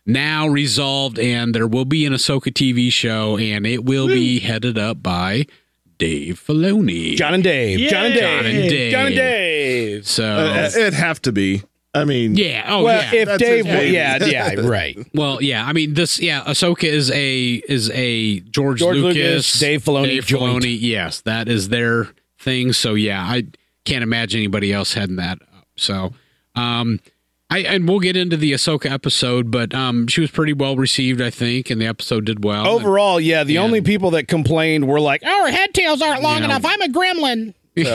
Speaker 5: now resolved, and there will be an Ahsoka TV show, and it will be headed up by Dave Filoni.
Speaker 2: John and Dave. John and
Speaker 6: Yay.
Speaker 2: Dave.
Speaker 5: John and Dave.
Speaker 2: John and Dave.
Speaker 5: So
Speaker 4: It'd have to be. I mean,
Speaker 5: yeah, oh
Speaker 2: Uh, well,
Speaker 5: yeah.
Speaker 2: if
Speaker 4: That's
Speaker 2: Dave,
Speaker 4: his baby.
Speaker 2: yeah, yeah, right.
Speaker 5: Well, yeah, I mean this. Yeah, Ahsoka is a is a George,
Speaker 2: George
Speaker 5: Lucas,
Speaker 2: Lucas, Dave Filoni joint.
Speaker 5: Yes, that is their thing. So yeah, I can't imagine anybody else heading that up. So, um, I and we'll get into the Ahsoka episode, but um, she was pretty well received, I think, and the episode did well.
Speaker 2: Overall, yeah, the only people that complained were like, our head tails aren't long
Speaker 5: Yeah.
Speaker 2: enough. I'm a gremlin. So,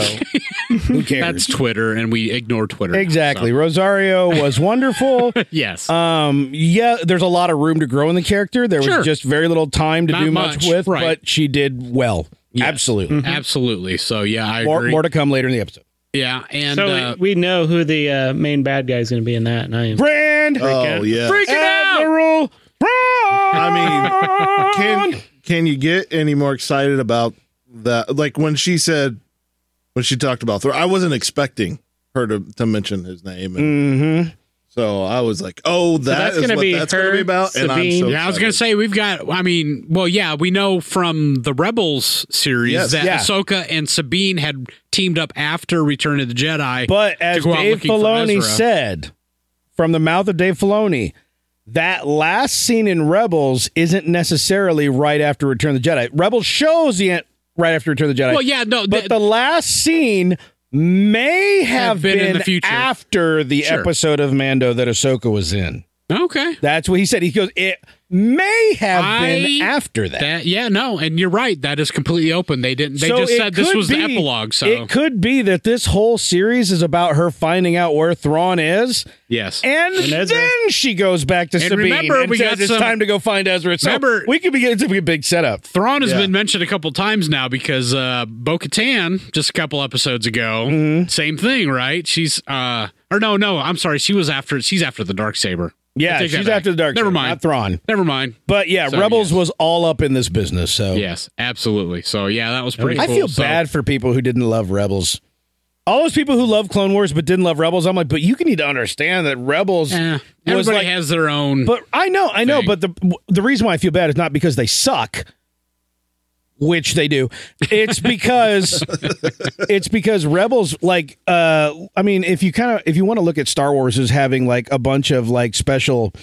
Speaker 2: who cares?
Speaker 5: That's Twitter, and we ignore Twitter. now,
Speaker 2: Exactly.
Speaker 5: so.
Speaker 2: Rosario was wonderful.
Speaker 5: Yes.
Speaker 2: Um, yeah, there's a lot of room to grow in the character. There
Speaker 5: Sure.
Speaker 2: was just very little time to
Speaker 5: Not
Speaker 2: do much,
Speaker 5: much,
Speaker 2: with,
Speaker 5: right.
Speaker 2: but she did well.
Speaker 5: Yes.
Speaker 2: Absolutely.
Speaker 5: Absolutely. So yeah, I
Speaker 2: More,
Speaker 5: agree.
Speaker 2: more to come later in the episode.
Speaker 5: yeah, and
Speaker 6: so
Speaker 5: uh,
Speaker 6: we, we know who the uh, main bad guy is going to be in that, and I am
Speaker 2: Brand
Speaker 4: Oh yeah.
Speaker 2: freaking Admiral
Speaker 4: I mean,
Speaker 2: Braun!
Speaker 4: can can you get any more excited about that? Like when she said, when she talked about Thor, I wasn't expecting her to, to mention his name,
Speaker 5: Mm.
Speaker 4: and
Speaker 2: Mhm.
Speaker 4: so I was like, oh, that
Speaker 6: that's
Speaker 4: is
Speaker 6: gonna
Speaker 4: what
Speaker 6: be
Speaker 4: that's going to
Speaker 6: her,
Speaker 4: be about. and I'm
Speaker 6: Sabine.
Speaker 4: so
Speaker 5: Yeah, I was going to
Speaker 4: excited.
Speaker 5: say we've got. I mean, well, yeah, we know from the Rebels series
Speaker 4: Yes.
Speaker 5: that
Speaker 2: Yeah.
Speaker 5: Ahsoka and Sabine had teamed up after Return of the Jedi.
Speaker 2: But as
Speaker 5: go out
Speaker 2: Dave
Speaker 5: looking for
Speaker 2: Filoni
Speaker 5: Ezra.
Speaker 2: said, from the mouth of Dave Filoni, that last scene in Rebels isn't necessarily right after Return of the Jedi. Rebels shows the en- right after Return of the Jedi.
Speaker 5: well, yeah, no,
Speaker 2: but
Speaker 5: th-
Speaker 2: the last scene may have
Speaker 5: been
Speaker 2: been,
Speaker 5: in the future.
Speaker 2: after the
Speaker 5: Sure.
Speaker 2: episode of Mando that Ahsoka was in.
Speaker 5: okay,
Speaker 2: That's what he said. He goes, it may have been
Speaker 5: I-
Speaker 2: after that.
Speaker 5: that yeah, no, and you're right. That is completely open. They didn't. They
Speaker 2: So
Speaker 5: just
Speaker 2: it
Speaker 5: said this
Speaker 2: could
Speaker 5: was the
Speaker 2: be-
Speaker 5: epilogue. So
Speaker 2: It could be that this whole series is about her finding out where Thrawn is,
Speaker 5: yes,
Speaker 2: and,
Speaker 6: And Ezra.
Speaker 2: then she goes back to
Speaker 5: And
Speaker 2: Sabine
Speaker 5: remember,
Speaker 2: and
Speaker 5: we
Speaker 2: says
Speaker 5: got
Speaker 2: it's
Speaker 5: some-
Speaker 2: time to go find Ezra. So
Speaker 5: Remember-
Speaker 2: we could be getting to be a big setup.
Speaker 5: Thrawn has
Speaker 4: Yeah.
Speaker 5: been mentioned a couple times now because uh, Bo Katan just a couple episodes ago,
Speaker 2: Mm-hmm.
Speaker 5: same thing, right? She's uh, or no, no, I'm sorry, she was after. She's after the dark saber.
Speaker 2: Yeah,
Speaker 5: take that
Speaker 2: she's
Speaker 5: back.
Speaker 2: after the dark.
Speaker 5: Never
Speaker 2: Saber,
Speaker 5: mind.
Speaker 2: not Thrawn.
Speaker 5: Never mind.
Speaker 2: But yeah,
Speaker 5: So,
Speaker 2: Rebels
Speaker 5: yes.
Speaker 2: was all up in this business. So
Speaker 5: Yes, absolutely. So yeah, that was pretty.
Speaker 2: I
Speaker 5: cool.
Speaker 2: feel
Speaker 5: So-
Speaker 2: bad for people who didn't love Rebels. all those people who love Clone Wars but didn't love Rebels, I'm like, but you can need to understand that Rebels
Speaker 5: Eh,
Speaker 2: was
Speaker 5: everybody
Speaker 2: like,
Speaker 5: has their own.
Speaker 2: but I know, I know,
Speaker 5: thing.
Speaker 2: but the the reason why I feel bad is not because they suck, which they do. It's because it's because Rebels like uh I mean, if you kind of if you want to look at Star Wars as having like a bunch of like special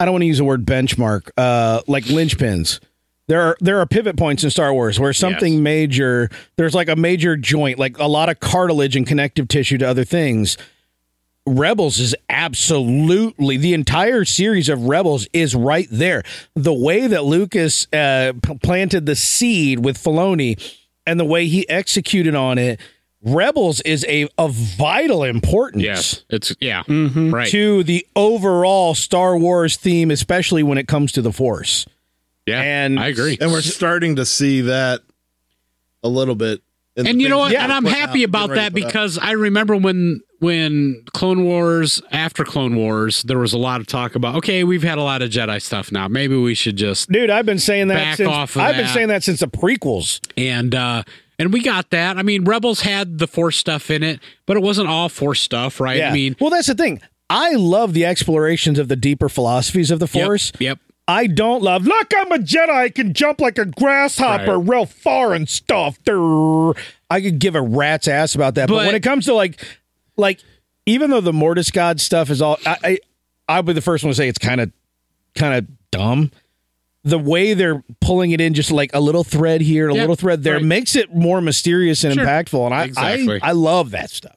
Speaker 2: I don't want to use the word benchmark, uh like linchpins. There are there are pivot points in Star Wars where something major there's like a major joint, like a lot of cartilage and connective tissue to other things. Rebels is absolutely the entire series of Rebels is right there. The way that Lucas uh, p- planted the seed with Filoni and the way he executed on it, Rebels is a of vital importance
Speaker 5: yes, it's yeah,
Speaker 2: Mm-hmm.
Speaker 5: right.
Speaker 2: to the overall Star Wars theme, especially when it comes to the Force.
Speaker 5: yeah,
Speaker 2: and-
Speaker 5: I agree.
Speaker 4: and we're starting to see that a little bit. in the
Speaker 5: and you know
Speaker 4: things
Speaker 5: what?
Speaker 4: that
Speaker 5: and
Speaker 4: we're
Speaker 5: I'm
Speaker 4: putting
Speaker 5: happy
Speaker 4: out,
Speaker 5: about
Speaker 4: getting ready
Speaker 5: that
Speaker 4: to put out.
Speaker 5: because I remember when when Clone Wars after Clone Wars, there was a lot of talk about okay, we've had a lot of Jedi stuff now. Maybe we should just
Speaker 2: Dude, I've been saying that
Speaker 5: Back
Speaker 2: since
Speaker 5: off of
Speaker 2: I've been
Speaker 5: that.
Speaker 2: saying that since the prequels.
Speaker 5: and uh and we got that. I mean, Rebels had the Force stuff in it, but it wasn't all Force stuff, right?
Speaker 2: Yeah.
Speaker 5: I mean,
Speaker 2: well, that's the thing. I love the explorations of the deeper philosophies of the
Speaker 5: yep,
Speaker 2: Force.
Speaker 5: Yep.
Speaker 2: I don't love. Look, I'm a Jedi. I can jump like a grasshopper, real far and stuff. Durr. I could give a rat's ass about that. But,
Speaker 5: But-
Speaker 2: when it comes to like, like, even though the Mortis God stuff is all, I, I I'll be the first one to say it's kind of, kind of dumb. The way they're pulling it in, just like a little thread here, a
Speaker 5: Yeah,
Speaker 2: little thread there,
Speaker 5: right.
Speaker 2: makes it more mysterious and
Speaker 5: Sure.
Speaker 2: impactful. And I,
Speaker 5: Exactly.
Speaker 2: I, I love that stuff.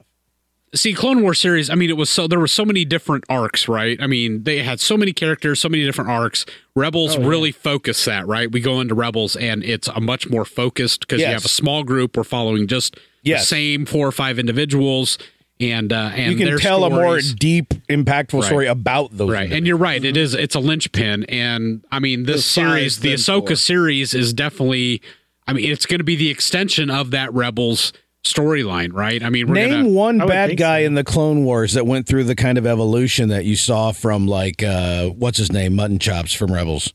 Speaker 5: see clone war series i mean it was so there were so many different arcs right i mean they had so many characters so many different arcs
Speaker 2: Oh,
Speaker 5: rebels really focus that right we go into rebels and it's a much more focused because you
Speaker 2: Yes.
Speaker 5: have a small group we're following just the
Speaker 2: Yes.
Speaker 5: same four or five individuals and uh and
Speaker 2: You can
Speaker 5: their
Speaker 2: tell a more
Speaker 5: stories.
Speaker 2: deep, impactful story about those.
Speaker 5: Right, and you're right. It is. It's a linchpin, and I mean, this
Speaker 4: The five,
Speaker 5: series, the
Speaker 4: then
Speaker 5: Ahsoka
Speaker 4: four.
Speaker 5: series, is definitely. I mean, it's going to be the extension of that Rebels storyline, right? I mean, we're
Speaker 2: Name
Speaker 5: gonna,
Speaker 2: one
Speaker 6: I would
Speaker 2: bad
Speaker 6: think
Speaker 2: guy in the Clone Wars that went through the kind of evolution that you saw from like uh what's his name, Mutton Chops from Rebels,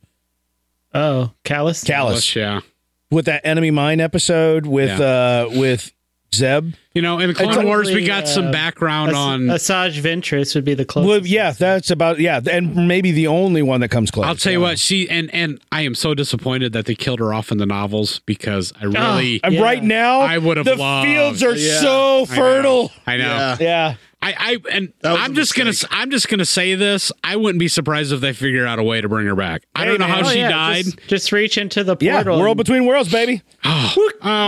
Speaker 6: Oh, callous.
Speaker 2: Callus,
Speaker 5: yeah.
Speaker 2: with that Enemy Mine episode with uh with Zeb.
Speaker 5: You know, in the Clone
Speaker 2: It's
Speaker 5: Wars, we
Speaker 6: only,
Speaker 5: got some
Speaker 6: uh,
Speaker 5: background
Speaker 6: As-
Speaker 5: on.
Speaker 6: Asajj Ventress would be the closest.
Speaker 2: Well, yeah, that's about yeah, and maybe the only one that comes close.
Speaker 5: I'll tell you what, she and and I am so disappointed that they killed her off in the novels because I really,
Speaker 2: And
Speaker 6: Yeah.
Speaker 2: Uh, Right now,
Speaker 5: I would've
Speaker 2: the
Speaker 5: loved-
Speaker 2: fields are
Speaker 4: Yeah.
Speaker 2: so
Speaker 5: I know,
Speaker 2: fertile.
Speaker 5: I know.
Speaker 4: Yeah.
Speaker 2: Yeah,
Speaker 5: I, I and
Speaker 4: That was a
Speaker 5: I'm just gonna
Speaker 4: mistake.
Speaker 5: I'm just gonna say this. I wouldn't be surprised if they figure out a way to bring her back. I don't know
Speaker 2: man.
Speaker 5: how
Speaker 6: Oh,
Speaker 5: she
Speaker 6: yeah,
Speaker 5: died.
Speaker 6: Just, just reach into the
Speaker 2: yeah.
Speaker 6: portal.
Speaker 2: World
Speaker 6: and-
Speaker 2: between worlds, baby.
Speaker 5: Oh,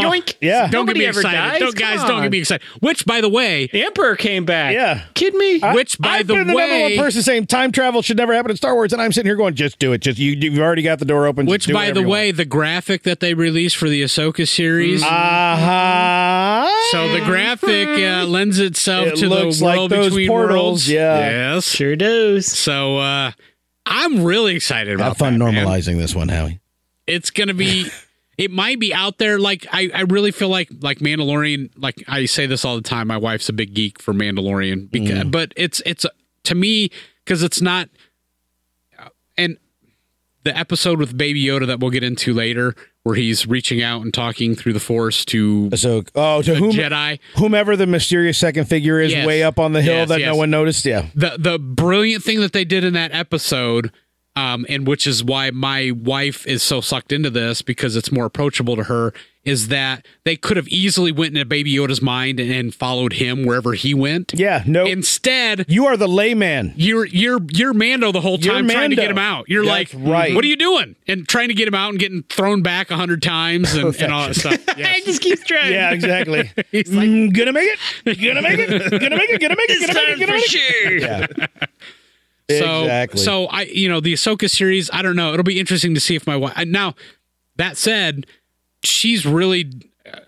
Speaker 6: Yoink.
Speaker 2: Yeah.
Speaker 5: Don't
Speaker 6: Nobody
Speaker 5: get me
Speaker 6: ever
Speaker 5: excited.
Speaker 6: dies.
Speaker 5: Don't, guys,
Speaker 6: Come
Speaker 5: don't
Speaker 6: on.
Speaker 5: get me excited. Which, by the way,
Speaker 6: The Emperor came back.
Speaker 2: Yeah.
Speaker 6: Kid me?
Speaker 5: which by
Speaker 2: I've
Speaker 5: the
Speaker 2: been the number one
Speaker 5: way,
Speaker 2: person saying time travel should never happen in Star Wars, and I'm sitting here going, just do it. Just you, you've already got the door open. Just
Speaker 5: which
Speaker 2: do
Speaker 5: by
Speaker 2: whatever
Speaker 5: the
Speaker 2: you want."
Speaker 5: way, the graphic that they released for the Ahsoka series.
Speaker 2: Mm. Uh-huh.
Speaker 5: so the graphic uh, lends itself
Speaker 2: It
Speaker 5: to
Speaker 2: looks
Speaker 5: the
Speaker 2: like
Speaker 5: world
Speaker 2: those
Speaker 5: between
Speaker 2: portals,
Speaker 5: worlds.
Speaker 2: yeah.
Speaker 5: Yes.
Speaker 6: Sure does.
Speaker 5: So uh I'm really excited about
Speaker 2: have fun
Speaker 5: that, man.
Speaker 2: normalizing this one, Howie.
Speaker 5: It's gonna be it might be out there like I, I really feel like like Mandalorian like I say this all the time. My wife's a big geek for Mandalorian
Speaker 2: Mm-hmm.
Speaker 5: because but it's it's to me because it's not and the episode with Baby Yoda that we'll get into later where he's reaching out and talking through the force to
Speaker 2: So, oh, to whom,
Speaker 5: Jedi.
Speaker 2: whomever the mysterious second figure is,
Speaker 5: Yes.
Speaker 2: way up on the hill
Speaker 5: Yes,
Speaker 2: that
Speaker 5: yes.
Speaker 2: no one noticed. Yeah,
Speaker 5: the the brilliant thing that they did in that episode um and which is why my wife is so sucked into this because it's more approachable to her is that they could have easily went into baby yoda's mind and, and followed him wherever he went
Speaker 2: yeah. No,
Speaker 5: instead
Speaker 2: you are the layman.
Speaker 5: you're you're you're mando the whole
Speaker 2: You're
Speaker 5: time trying to
Speaker 2: Mando.
Speaker 5: get him out you're
Speaker 2: That's
Speaker 5: like
Speaker 2: right.
Speaker 5: what are you doing and trying to get him out and getting thrown back a hundred times and, and all that stuff
Speaker 6: I just keep trying.
Speaker 2: Yeah, exactly. Mm, gonna make it. Gonna make it. Gonna make it. Gonna make it. Gonna make it. Gonna make it.
Speaker 6: sure.
Speaker 2: Yeah.
Speaker 5: So,
Speaker 2: exactly.
Speaker 5: So I, you know, the Ahsoka series. I don't know. It'll be interesting to see if my wife. Now, that said, she's really.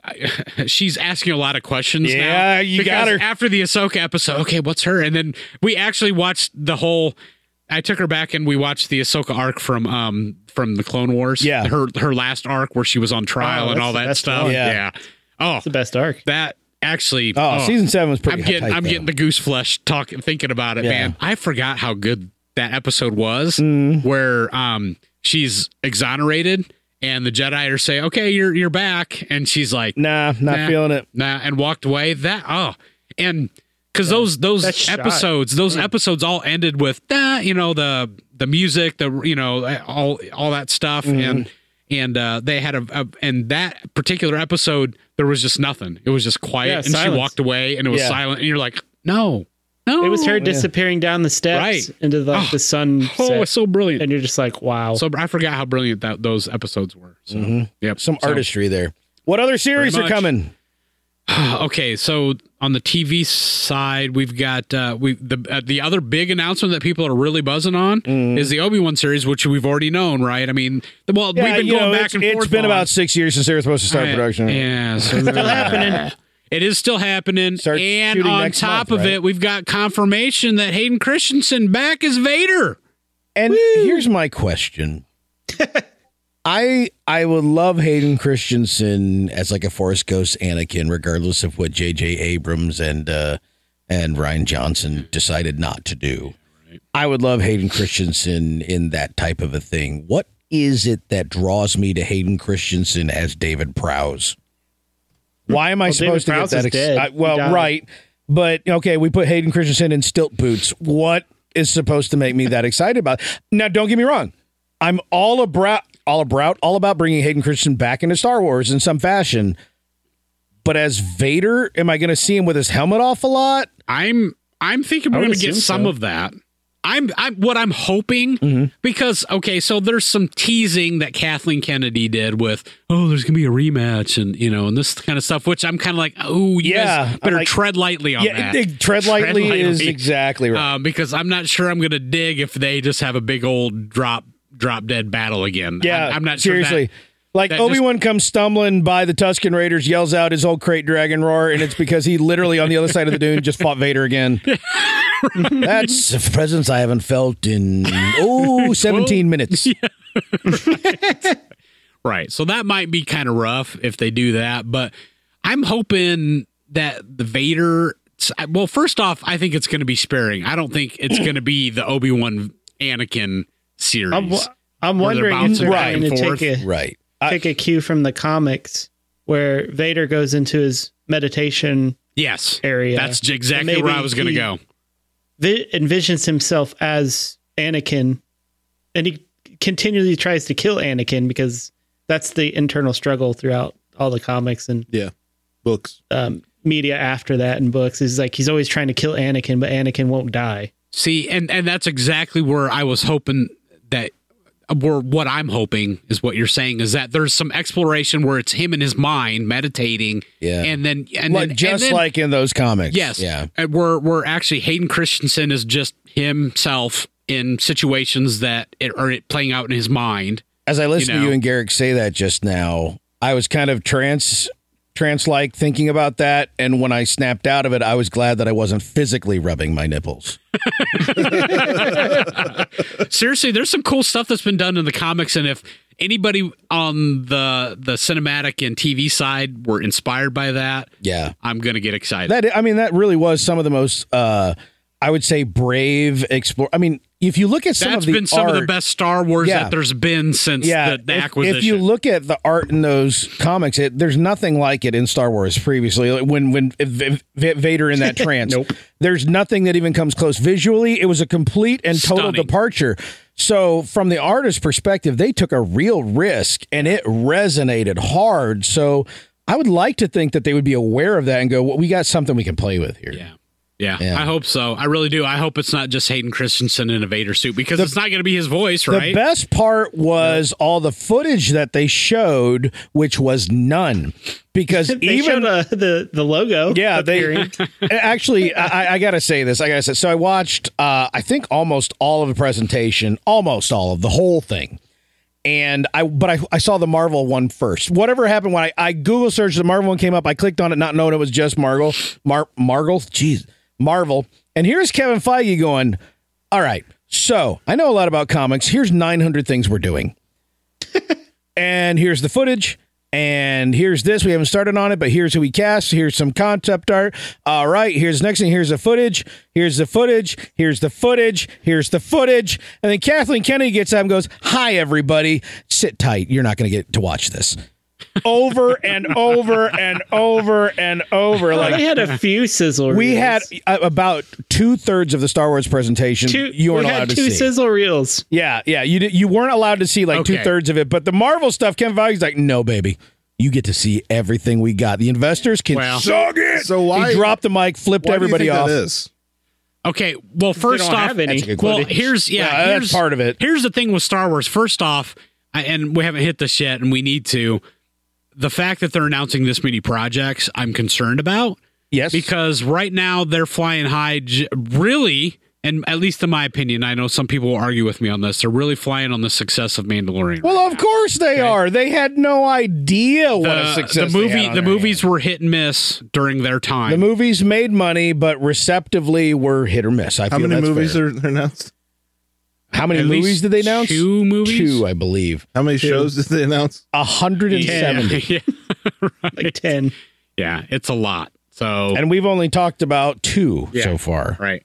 Speaker 5: uh, She's asking a lot of questions now.
Speaker 2: Yeah, you got
Speaker 5: because
Speaker 2: her.
Speaker 5: After the Ahsoka episode, okay, what's her? And then we actually watched the whole. I took her back and we watched the Ahsoka arc from um from the Clone Wars.
Speaker 2: Yeah.
Speaker 5: her her last arc where she was on trial
Speaker 6: Oh,
Speaker 5: and
Speaker 6: that's
Speaker 5: all
Speaker 6: the
Speaker 5: that
Speaker 6: best
Speaker 5: stuff.
Speaker 6: one.
Speaker 5: Yeah.
Speaker 2: Yeah.
Speaker 5: Oh,
Speaker 6: The best arc.
Speaker 5: that actually.
Speaker 2: oh, season seven was
Speaker 5: I'm
Speaker 2: pretty.
Speaker 5: getting
Speaker 2: tight,
Speaker 5: I'm
Speaker 2: though.
Speaker 5: getting the goose flesh talking thinking about it,
Speaker 2: Yeah.
Speaker 5: man. I forgot how good that episode was
Speaker 2: Mm.
Speaker 5: where um she's exonerated and the Jedi are say, "Okay, you're you're back," and she's like,
Speaker 2: Nah, not
Speaker 5: Nah.
Speaker 2: feeling it.
Speaker 5: "Nah," and walked away. That oh, and because those
Speaker 6: That's
Speaker 5: those
Speaker 6: shot. Mm.
Speaker 5: episodes those episodes all ended with that you know the the music the you know eh, all all that stuff
Speaker 6: Mm-hmm.
Speaker 5: and and uh they had a, a and that particular episode there was just nothing it was just quiet
Speaker 6: Yeah,
Speaker 5: and
Speaker 6: silence.
Speaker 5: she walked away and it was
Speaker 2: Yeah.
Speaker 5: silent and you're like no no
Speaker 6: It was her disappearing down the steps
Speaker 5: Right.
Speaker 6: into like the sun.
Speaker 5: oh it's so brilliant
Speaker 6: and you're just like, wow.
Speaker 5: so I forgot how brilliant that those episodes were. So,
Speaker 6: Mm-hmm.
Speaker 5: yep.
Speaker 2: Some
Speaker 5: So-
Speaker 2: artistry there. What other series are
Speaker 5: much.
Speaker 2: coming?
Speaker 5: Okay, so on the TV side, we've got uh, we the uh, the other big announcement that people are really buzzing on
Speaker 2: Mm-hmm.
Speaker 5: is the Obi Wan series, which we've already known, right? I mean, well, we've been
Speaker 2: you
Speaker 5: going
Speaker 2: know,
Speaker 5: back
Speaker 2: it's,
Speaker 5: and
Speaker 2: it's
Speaker 5: forth.
Speaker 2: been
Speaker 5: on-
Speaker 2: about six years since they were supposed to start
Speaker 5: Yeah,
Speaker 2: production.
Speaker 5: Yeah, so there-
Speaker 6: happening.
Speaker 5: it is still happening.
Speaker 2: Starts
Speaker 5: and
Speaker 2: shooting
Speaker 5: on
Speaker 2: next
Speaker 5: top
Speaker 2: month,
Speaker 5: of
Speaker 2: right?
Speaker 5: it, we've got confirmation that Hayden Christensen back as Vader.
Speaker 2: And here's my question. I I would love Hayden Christensen as like a Forest Ghost Anakin, regardless of what J.J. Abrams and uh, and Ryan Johnson decided not to do. I would love Hayden Christensen in that type of a thing. What is it that draws me to Hayden Christensen as David Prowse? Why am I
Speaker 6: David
Speaker 2: supposed to
Speaker 6: Prowse
Speaker 2: get
Speaker 6: is
Speaker 2: that? Ex-
Speaker 6: dead.
Speaker 2: I- well,
Speaker 6: He died.
Speaker 2: right, but okay, we put Hayden Christensen in stilt boots. What is supposed to make me that excited about? it? Now, don't get me wrong. I'm all about all about all about bringing Hayden Christensen back into Star Wars in some fashion. But as Vader, am I going to see him with his helmet off a lot?
Speaker 5: I'm I'm thinking we're
Speaker 6: would
Speaker 5: going to get
Speaker 6: assume
Speaker 5: some
Speaker 6: so.
Speaker 5: of that. I'm I'm what I'm hoping
Speaker 2: Mm-hmm.
Speaker 5: because okay, so there's some teasing that Kathleen Kennedy did with oh, there's going to be a rematch and you know and this kind of stuff, which I'm kind of like oh
Speaker 2: Yeah,
Speaker 5: yeah,
Speaker 2: I'm
Speaker 5: better
Speaker 2: like-
Speaker 5: tread lightly on
Speaker 2: Yeah,
Speaker 5: that.
Speaker 2: it- it- tread lightly
Speaker 5: Oh, Tread
Speaker 2: is
Speaker 5: lightly.
Speaker 2: exactly right.
Speaker 5: Um, because I'm not sure I'm going to dig if they just have a big old drop drop dead battle again.
Speaker 2: yeah,
Speaker 5: I'm, I'm not Sure
Speaker 2: seriously.
Speaker 5: that-
Speaker 2: like
Speaker 5: that just-
Speaker 2: Obi Wan comes stumbling by the Tusken Raiders, yells out his old crate dragon roar, and it's because he literally on the other side of the dune just fought Vader again. That's a presence I haven't felt in oh 17 minutes.
Speaker 5: Right. So that might be kind of rough if they do that, but I'm hoping that the Vader. Well, first off, I think it's going to be sparing. I don't think it's going to be the Obi Wan Anakin series.
Speaker 6: I'm, wa- I'm
Speaker 5: Where they're
Speaker 6: wondering if
Speaker 5: bouncing
Speaker 6: they're
Speaker 5: back
Speaker 6: going to
Speaker 5: and
Speaker 6: take
Speaker 5: forth.
Speaker 6: a,
Speaker 2: Right.
Speaker 6: take a cue from the comics where Vader goes into his meditation,
Speaker 5: yes,
Speaker 6: Area.
Speaker 5: That's exactly
Speaker 6: Maybe
Speaker 5: where I was going to
Speaker 6: he-
Speaker 5: go.
Speaker 6: vi- envisions himself as Anakin, and he continually tries to kill Anakin because that's the internal struggle throughout all the comics and
Speaker 4: Yeah. Books.
Speaker 6: um, media after that and books. Is like he's always trying to kill Anakin, but Anakin won't die.
Speaker 5: See, and and that's exactly where I was hoping that where what I'm hoping is what you're saying is that there's some exploration where it's him in his mind meditating,
Speaker 2: Yeah.
Speaker 5: and then and
Speaker 2: Like,
Speaker 5: then, and
Speaker 2: just
Speaker 5: then-
Speaker 2: like in those comics.
Speaker 5: Yes.
Speaker 2: Yeah.
Speaker 5: Uh, Where where actually Hayden Christensen is just himself in situations that it, are it playing out in his mind.
Speaker 2: As I listened
Speaker 5: You
Speaker 2: to
Speaker 5: know.
Speaker 2: you and Garrick say that just now, I was kind of trance trance like thinking about that and when I snapped out of it, I was glad that I wasn't physically rubbing my nipples.
Speaker 5: Seriously, there's some cool stuff that's been done in the comics, and if anybody on the the cinematic and TV side were inspired by that,
Speaker 2: Yeah.
Speaker 5: I'm gonna get excited.
Speaker 2: That I mean, that really was some of the most, uh, I would say, brave explore. I mean, if you look at some
Speaker 5: that's
Speaker 2: of the
Speaker 5: been some
Speaker 2: art,
Speaker 5: of the best Star Wars
Speaker 2: Yeah.
Speaker 5: that there's been since
Speaker 2: Yeah,
Speaker 5: the, the
Speaker 2: if-
Speaker 5: acquisition.
Speaker 2: If you look at the art in those comics, it, there's nothing like it in Star Wars previously. Like, When when V- V- Vader in that trance, there's nothing that even comes close visually. It was a complete and total
Speaker 5: Stunning.
Speaker 2: departure. So from the artist's perspective, they took a real risk, and it resonated hard. So. I would like to think that they would be aware of that and go, well, we got something we can play with here.
Speaker 5: yeah. Yeah,
Speaker 2: Yeah.
Speaker 5: I hope so. I really do. I hope it's not just Hayden Christensen in a Vader suit because it's not going to be his voice,
Speaker 2: The
Speaker 5: right?
Speaker 2: best part was all the footage that they showed, which was none, because
Speaker 6: They
Speaker 2: even
Speaker 6: showed, uh, the the logo.
Speaker 2: yeah, they
Speaker 6: appearing.
Speaker 2: actually. I, I gotta say this. I gotta say. So I watched. Uh, I think almost all of the presentation, almost all of the whole thing, and I. But I, I saw the Marvel one first. Whatever happened when I, I Google searched the Marvel one came up. I clicked on it, not knowing it was just Marvel. Mar Marvel. Jeez, Marvel. And here's Kevin Feige going. All right. So I know a lot about comics. Here's 900 things we're doing and here's the footage and here's this we haven't started on it but here's who we cast here's some concept art all right here's next thing here's the footage here's the footage here's the footage here's the footage and then kathleen kennedy gets up and goes hi everybody sit tight you're not going to get to watch this
Speaker 1: over and over and over and over.
Speaker 6: Well,
Speaker 1: Like
Speaker 6: they had a few sizzle reels.
Speaker 2: uh-huh. We had uh, about two thirds of the Star Wars presentation.
Speaker 6: two.
Speaker 2: you weren't
Speaker 6: we had
Speaker 2: allowed
Speaker 6: two
Speaker 2: to see.
Speaker 6: sizzle reels.
Speaker 2: yeah, yeah. You did, you weren't allowed to see like
Speaker 5: Okay.
Speaker 2: two thirds of it. But the Marvel stuff, Ken Feige's like, no, baby, you get to see everything we got. The investors can
Speaker 5: Well-
Speaker 2: suck it.
Speaker 4: So why-
Speaker 2: he dropped the mic, flipped
Speaker 4: Why do you
Speaker 2: everybody
Speaker 4: think
Speaker 2: off?
Speaker 4: That is?
Speaker 5: Okay, well, first
Speaker 6: don't
Speaker 5: off,
Speaker 6: have any. That's a
Speaker 2: good
Speaker 5: well,
Speaker 2: question.
Speaker 5: here's yeah,
Speaker 2: Yeah, that's
Speaker 5: here's,
Speaker 2: part of it.
Speaker 5: Here's the thing with Star Wars. First off, I, and we haven't hit this yet, and we need to. The fact that they're announcing this many projects, I'm concerned about
Speaker 2: Yes,
Speaker 5: because right now they're flying high. j- Really, and at least in my opinion, I know some people will argue with me on this. They're really flying on the success of Mandalorian.
Speaker 2: Well, of course they are. They had no idea what a
Speaker 5: Uh, the,
Speaker 2: success
Speaker 5: the
Speaker 2: they
Speaker 5: movie,
Speaker 2: had on
Speaker 5: the
Speaker 2: their
Speaker 5: movies were hit and miss during their time.
Speaker 2: hands. The movies made money, but receptively were hit or miss. I
Speaker 4: How
Speaker 2: feel
Speaker 4: many
Speaker 2: that's
Speaker 4: movies
Speaker 2: fair.
Speaker 4: are are announced?
Speaker 2: How many
Speaker 5: At least
Speaker 2: movies did they announce?
Speaker 5: Two movies.
Speaker 2: Two, I believe.
Speaker 4: How many shows did they announce?
Speaker 2: hundred and seventy,
Speaker 5: Yeah,
Speaker 6: Like ten.
Speaker 5: yeah, it's a lot. So
Speaker 2: and we've only talked about two
Speaker 5: Yeah.
Speaker 2: so far.
Speaker 5: right.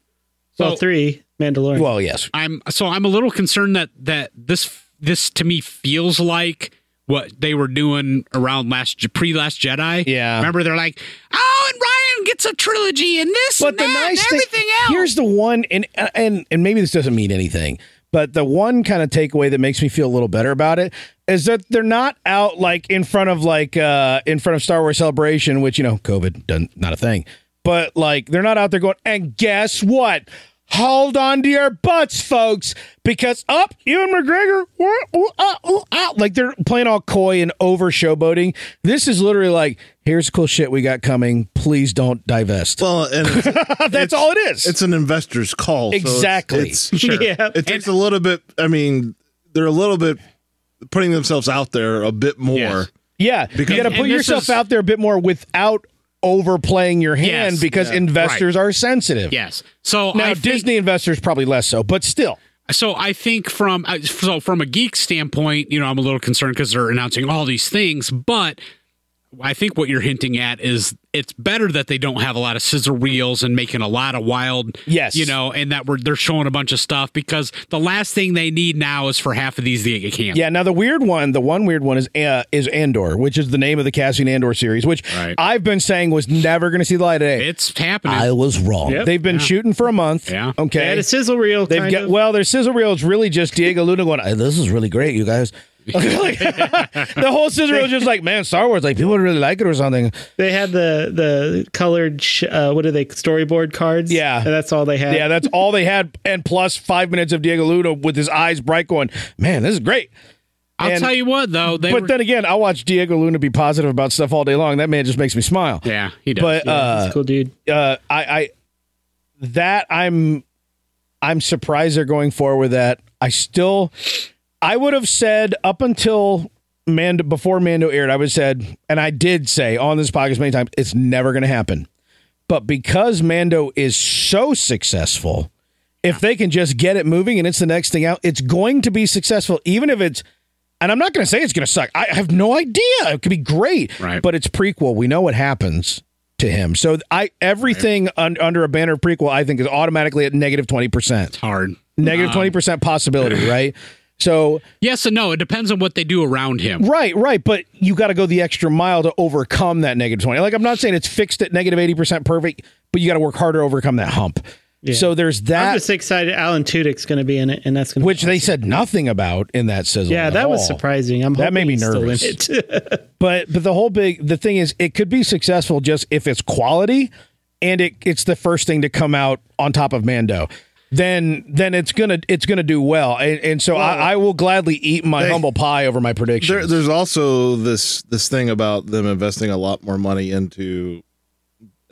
Speaker 6: well, three Mandalorian.
Speaker 2: Well, yes,
Speaker 5: I'm so I'm a little concerned that that this this to me feels like what they were doing around last pre last Jedi.
Speaker 2: Yeah.
Speaker 5: remember they're like, oh, and Ryan gets a trilogy and this,
Speaker 2: but
Speaker 5: and
Speaker 2: the
Speaker 5: that,
Speaker 2: nice
Speaker 5: and
Speaker 2: thing
Speaker 5: everything else.
Speaker 2: here's the one, and and and maybe this doesn't mean anything, but the one kind of takeaway that makes me feel a little better about it is that they're not out like in front of like uh in front of Star Wars Celebration, which you know COVID done not a thing, but like they're not out there going and guess what. Hold on to your butts, folks, because up, Ewan McGregor, woo, ooh, ah, ooh, ah. like they're playing all coy and over showboating. This is literally like, here's cool shit we got coming. Please don't divest.
Speaker 4: Well, and it's,
Speaker 2: That's all it is.
Speaker 4: it's an investor's call. so it's-
Speaker 2: Exactly.
Speaker 4: it's-
Speaker 6: Yeah.
Speaker 4: it takes a little bit. I mean, they're a little bit putting themselves out there a bit more.
Speaker 5: Yes.
Speaker 2: Yeah,
Speaker 4: Because-
Speaker 2: you got
Speaker 5: And-
Speaker 2: to put
Speaker 5: and this
Speaker 2: yourself
Speaker 5: is-
Speaker 2: out there a bit more without overplaying your hand
Speaker 5: Yes,
Speaker 2: because
Speaker 5: yeah,
Speaker 2: investors are sensitive.
Speaker 5: yes. So
Speaker 2: Now
Speaker 5: I think-
Speaker 2: Disney investors probably less so, but still.
Speaker 5: so I think from uh, so from a geek standpoint, you know, I'm a little concerned because they're announcing all these things, but I think what you're hinting at is it's better that they don't have a lot of scissor reels and making a lot of wild,
Speaker 2: Yes.
Speaker 5: you know, and that we're they're showing a bunch of stuff because the last thing they need now is for half of these to get canceled.
Speaker 2: Yeah. Now the weird one, the one weird one is uh, is Andor, which is the name of the Cassian Andor series, which
Speaker 5: Right.
Speaker 2: I've been saying was never going to see the light of day.
Speaker 5: It's happening.
Speaker 2: I was wrong.
Speaker 6: Yep.
Speaker 2: They've been shooting for a month.
Speaker 5: Yeah.
Speaker 6: They had
Speaker 2: Okay.
Speaker 6: a sizzle reel.
Speaker 2: They've
Speaker 6: kind
Speaker 2: got
Speaker 6: of.
Speaker 2: well, their sizzle reel is really just Diego Luna going, "Hey, "This is really great, you guys." Like, the whole sizzle reel is just like, man, Star Wars, like people really like it or something.
Speaker 6: They had the the colored sh- uh, what are they storyboard cards?
Speaker 2: Yeah.
Speaker 6: and that's all they had.
Speaker 2: Yeah, that's all they had, and plus five minutes of Diego Luna with his eyes bright, going, "Man, this is great."
Speaker 5: I'll
Speaker 2: and-
Speaker 5: tell you what though, they
Speaker 2: but
Speaker 5: were,
Speaker 2: then again, I watch Diego Luna be positive about stuff all day long. That man just makes me smile.
Speaker 5: yeah, he does.
Speaker 2: But
Speaker 6: That's
Speaker 2: uh,
Speaker 6: cool, dude.
Speaker 2: uh, I, I that I'm I'm surprised they're going forward with that. I still I would have said up until Mando before Mando aired, I would have said, and I did say on this podcast many times, it's never going to happen. But because Mando is so successful, if they can just get it moving and it's the next thing out, it's going to be successful, even if it's. And I'm not going to say it's going to suck. I have no idea. It could be great,
Speaker 5: Right.
Speaker 2: but it's prequel. We know what happens to him. So I everything un, under a banner of prequel, I think, is automatically at negative twenty percent,
Speaker 5: it's hard.
Speaker 2: negative twenty percent possibility, right? So
Speaker 5: Yes and no. It depends on what they do around him.
Speaker 2: Right, right. But you got to go the extra mile to overcome that negative 20. Like, I'm not saying it's fixed at negative 80% perfect, but you got to work harder to overcome that hump. So there's
Speaker 6: I'm
Speaker 2: that,
Speaker 6: just excited. Alan Tudyk's going to be in it, and that's going to
Speaker 2: which they said nothing about in that sizzle.
Speaker 6: yeah,
Speaker 2: at
Speaker 6: that was
Speaker 2: all.
Speaker 6: surprising. I'm
Speaker 2: That made
Speaker 6: hoping
Speaker 2: me
Speaker 6: he's still in
Speaker 2: nervous.
Speaker 6: it.
Speaker 2: But, but the whole big, the thing is, it could be successful just if it's quality and it, it's the first thing to come out on top of Mando. Then, then it's gonna it's gonna do well, and, and so I, I will gladly eat my
Speaker 4: They-
Speaker 2: humble pie over my prediction.
Speaker 4: There, there's also this this thing about them investing a lot more money into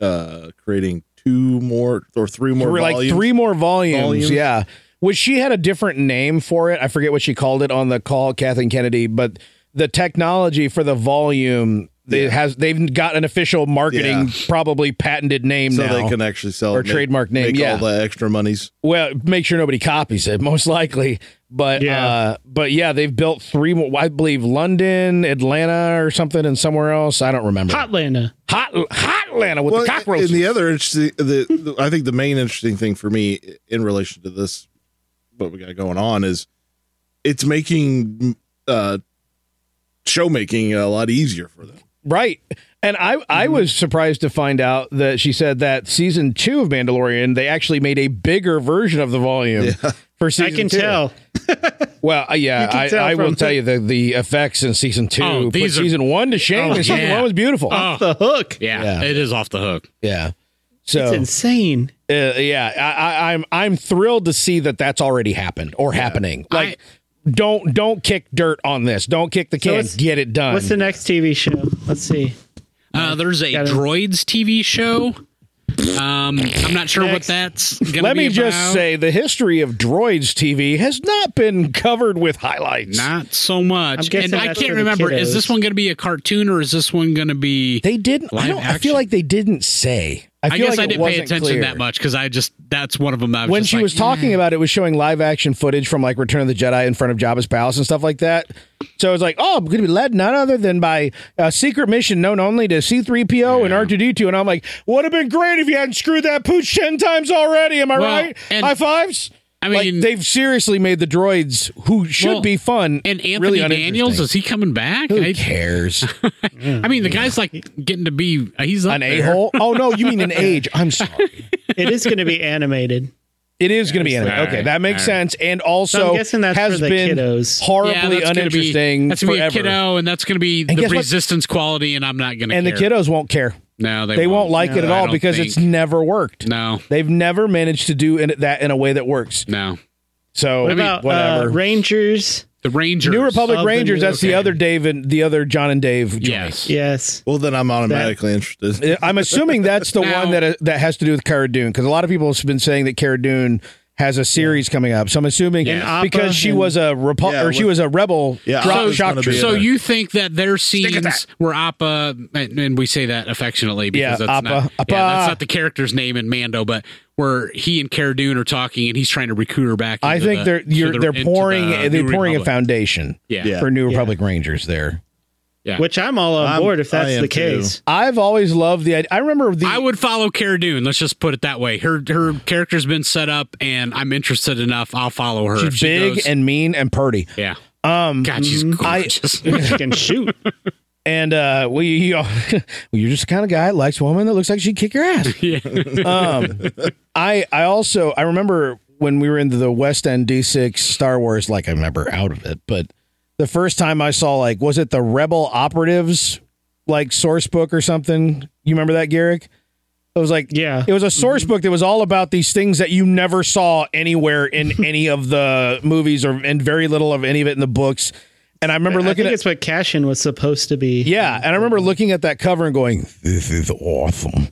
Speaker 4: uh creating two more or three more
Speaker 2: Three- like
Speaker 4: volumes.
Speaker 2: three more volumes,
Speaker 4: Volumes.
Speaker 2: yeah which she had a different name for it i forget what she called it on the call kathleen kennedy but the technology for the volume they has they've got an official marketing
Speaker 4: Yeah.
Speaker 2: probably patented name
Speaker 4: so
Speaker 2: now
Speaker 4: they can actually sell
Speaker 2: Or
Speaker 4: it, make-
Speaker 2: trademark name,
Speaker 4: make
Speaker 2: yeah.
Speaker 4: all the extra monies.
Speaker 2: well make sure nobody copies it most likely but
Speaker 6: Yeah.
Speaker 2: uh but yeah they've built three more i believe london atlanta or something and somewhere else i don't remember
Speaker 6: Hot Lana.
Speaker 2: hot hot atlanta with
Speaker 4: Well,
Speaker 2: the cockroaches
Speaker 4: And the other interesting, the, the I think the main interesting thing for me in relation to this, what we got going on is, it's making uh, show making a lot easier for them.
Speaker 2: Right. And I I was surprised to find out that she said that season 2 of Mandalorian they actually made a bigger version of the volume for season
Speaker 6: I can
Speaker 2: two.
Speaker 6: tell.
Speaker 2: Well, uh, yeah,
Speaker 6: can
Speaker 2: I,
Speaker 6: tell
Speaker 2: I will
Speaker 6: from-
Speaker 2: tell you the the effects in season two
Speaker 5: Oh,
Speaker 2: put
Speaker 5: these are-
Speaker 2: season 1 to shame
Speaker 5: Oh,
Speaker 2: and season
Speaker 5: yeah.
Speaker 2: 1 was beautiful.
Speaker 5: Oh,
Speaker 6: The hook.
Speaker 5: yeah,
Speaker 2: Yeah.
Speaker 5: it is off the hook.
Speaker 2: yeah. So
Speaker 6: It's insane.
Speaker 2: uh, yeah, I, I, I'm I'm thrilled to see that that's already happened or happening. Like, don't don't kick dirt on this. Don't kick the can.
Speaker 6: what's-
Speaker 2: Get it done.
Speaker 6: What's the next TV show? Let's see.
Speaker 5: Uh, there's a
Speaker 6: Got it.
Speaker 5: droids TV show. Um, I'm not sure
Speaker 6: Next.
Speaker 5: what that's gonna
Speaker 2: Let me
Speaker 5: be
Speaker 2: just
Speaker 5: about.
Speaker 2: say the history of Droids TV has not been covered with highlights.
Speaker 5: Not so much.
Speaker 6: guessing
Speaker 5: And I
Speaker 6: that's
Speaker 5: can't
Speaker 6: for the
Speaker 5: remember. Is this
Speaker 6: kiddos.
Speaker 5: one going to be a cartoon or is this one going to be?
Speaker 2: They didn't. I
Speaker 5: Live
Speaker 2: don't. I
Speaker 5: action.
Speaker 2: feel like they didn't say. I, feel
Speaker 5: I guess
Speaker 2: like
Speaker 5: I
Speaker 2: it
Speaker 5: didn't pay
Speaker 2: wasn't
Speaker 5: attention
Speaker 2: clear.
Speaker 5: that much because I just that's one of them. I was
Speaker 2: When
Speaker 5: just
Speaker 2: she
Speaker 5: like,
Speaker 2: was talking
Speaker 5: "Eh."
Speaker 2: about it, it was showing live action footage from like Return of the Jedi in front of Jabba's palace and stuff like that. So it was like, oh, I'm going to be led none other than by a secret mission known only to C3PO and R2D2. And I'm like, would have been great if you hadn't screwed that pooch 10 times already. Am I
Speaker 5: Well,
Speaker 2: right?
Speaker 5: and-
Speaker 2: High fives?
Speaker 5: I
Speaker 2: Like,
Speaker 5: mean-
Speaker 2: they've seriously made the droids who should
Speaker 5: Well,
Speaker 2: be fun
Speaker 5: and Anthony
Speaker 2: really
Speaker 5: Daniels
Speaker 2: uninteresting.
Speaker 5: is he coming back?
Speaker 2: Who
Speaker 5: I,
Speaker 2: cares?
Speaker 5: I mean, the guy's like getting to be he's up
Speaker 2: An a
Speaker 5: there.
Speaker 2: hole? Oh, no, you mean an age. I'm sorry.
Speaker 6: It is going to be animated.
Speaker 2: It is going to be anime.
Speaker 5: All
Speaker 2: okay,
Speaker 5: right,
Speaker 2: that makes
Speaker 5: all right.
Speaker 2: sense. And also,
Speaker 6: So I'm guessing that's
Speaker 2: has
Speaker 6: for the
Speaker 2: been
Speaker 6: kiddos.
Speaker 5: Yeah,
Speaker 2: horribly
Speaker 5: that's gonna be
Speaker 2: uninteresting
Speaker 5: that's gonna be
Speaker 2: forever.
Speaker 5: a kiddo, and that's gonna be the
Speaker 2: guess what?
Speaker 5: resistance quality, and I'm not gonna.
Speaker 2: and the
Speaker 5: care.
Speaker 2: kiddos won't care.
Speaker 5: no, they,
Speaker 2: They, won't like it at
Speaker 5: I
Speaker 2: all
Speaker 5: don't
Speaker 2: because
Speaker 5: think.
Speaker 2: it's never worked.
Speaker 5: no,
Speaker 2: They've never managed to do in, that in a way that works.
Speaker 5: no.
Speaker 2: So
Speaker 6: What about uh,
Speaker 2: whatever.
Speaker 6: Rangers?
Speaker 5: The Rangers,
Speaker 2: New Republic
Speaker 6: of the
Speaker 2: Rangers.
Speaker 6: new-
Speaker 2: that's the
Speaker 5: okay.
Speaker 2: other Dave and the other John and Dave. joint.
Speaker 5: yes,
Speaker 6: Yes.
Speaker 4: Well, then I'm automatically interested.
Speaker 2: Uh, I'm assuming that's the
Speaker 5: Now-
Speaker 2: one that uh, that has to do with Cara Dune because a lot of people have been saying that Cara Dune has a series coming up. So I'm assuming
Speaker 5: And
Speaker 6: Appa
Speaker 2: because she
Speaker 6: and-
Speaker 2: was a Repu-
Speaker 4: Yeah,
Speaker 2: or she
Speaker 4: what-
Speaker 2: was a rebel
Speaker 4: Yeah,
Speaker 2: drop
Speaker 4: Appa's
Speaker 2: shock
Speaker 4: gonna
Speaker 2: trooper.
Speaker 4: be
Speaker 5: So
Speaker 4: Yeah.
Speaker 5: you think that their scenes were Appa, and, and we say that affectionately
Speaker 2: Yeah,
Speaker 5: because that's
Speaker 2: Appa.
Speaker 5: not
Speaker 2: Appa.
Speaker 5: Yeah, that's not the character's name in Mando, but where he and Cara Dune are talking, and he's trying to recruit her back.
Speaker 2: I
Speaker 5: into
Speaker 2: think
Speaker 5: the-
Speaker 2: they're
Speaker 5: to
Speaker 2: you're,
Speaker 5: the-
Speaker 2: they're
Speaker 5: into
Speaker 2: pouring
Speaker 5: the
Speaker 2: they're
Speaker 5: New
Speaker 2: pouring a
Speaker 5: Republic.
Speaker 2: foundation
Speaker 5: Yeah.
Speaker 4: Yeah.
Speaker 2: for New Republic Rangers there.
Speaker 5: Yeah.
Speaker 6: Which I'm all on
Speaker 4: I'm-
Speaker 6: board if
Speaker 4: I
Speaker 6: that's
Speaker 4: am
Speaker 6: the case.
Speaker 2: I've always loved the idea. I remember the
Speaker 5: I would follow Cara Dune. Let's just put it that way. Her her character's been set up, and I'm interested enough. I'll follow her. if
Speaker 2: she's
Speaker 5: she
Speaker 2: big
Speaker 5: goes-
Speaker 2: and mean and purty.
Speaker 5: yeah. Um, God, she's
Speaker 2: I-
Speaker 5: gorgeous.
Speaker 6: She can shoot.
Speaker 2: And uh, well, you, you, you're just the kind of guy that likes a woman that looks like she'd kick your ass.
Speaker 5: Yeah.
Speaker 2: um, I I also I remember when we were into the West End D6 Star Wars, like I remember out of it, but the first time I saw like was it the Rebel Operatives like source book or something? You remember that, Garrick? It was like
Speaker 6: Yeah. Mm-hmm.
Speaker 2: it was a source book that was all about these things that you never saw anywhere in any of the movies or and very little of any of it in the books. And I remember
Speaker 6: I
Speaker 2: looking
Speaker 6: think
Speaker 2: at
Speaker 6: it's what Cashin was supposed to be.
Speaker 2: yeah, and I remember looking at that cover and going, "This is awesome.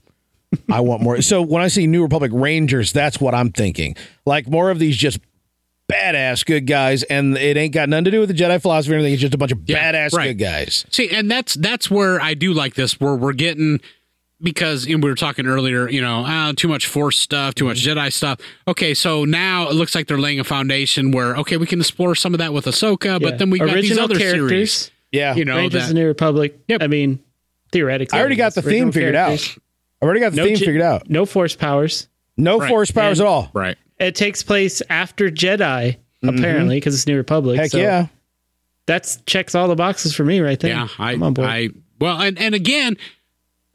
Speaker 2: I want more." so when I see New Republic Rangers, that's what I'm thinking. Like more of these just badass good guys, and it ain't got nothing to do with the Jedi philosophy or anything. It's just a bunch of
Speaker 5: Yeah,
Speaker 2: badass
Speaker 5: right.
Speaker 2: good guys.
Speaker 5: See, and that's that's where I do like this, where we're getting because and we were talking earlier, you know, uh, too much force stuff, too much
Speaker 6: Mm-hmm.
Speaker 5: Jedi stuff. Okay, so now it looks like they're laying a foundation where okay, we can explore some of that with Ahsoka, but
Speaker 6: Yeah.
Speaker 5: then we got these
Speaker 6: Original
Speaker 5: other series,
Speaker 6: characters.
Speaker 2: Yeah,
Speaker 5: you know,
Speaker 6: Rangers of the
Speaker 5: that-
Speaker 6: New Republic.
Speaker 5: Yep.
Speaker 6: I mean, theoretically.
Speaker 2: I already got the theme
Speaker 6: original
Speaker 2: figured
Speaker 6: characters.
Speaker 2: out. I already got the theme
Speaker 6: J-
Speaker 2: figured out.
Speaker 6: No force powers.
Speaker 2: No
Speaker 5: Right.
Speaker 2: force powers
Speaker 6: And-
Speaker 2: at all.
Speaker 5: right?
Speaker 6: It takes place after Jedi, apparently, because it's New Republic.
Speaker 2: Heck
Speaker 6: so
Speaker 2: yeah.
Speaker 6: That's checks all the boxes for me right there.
Speaker 5: Yeah, I,
Speaker 6: I'm on board.
Speaker 5: I, well, and and again,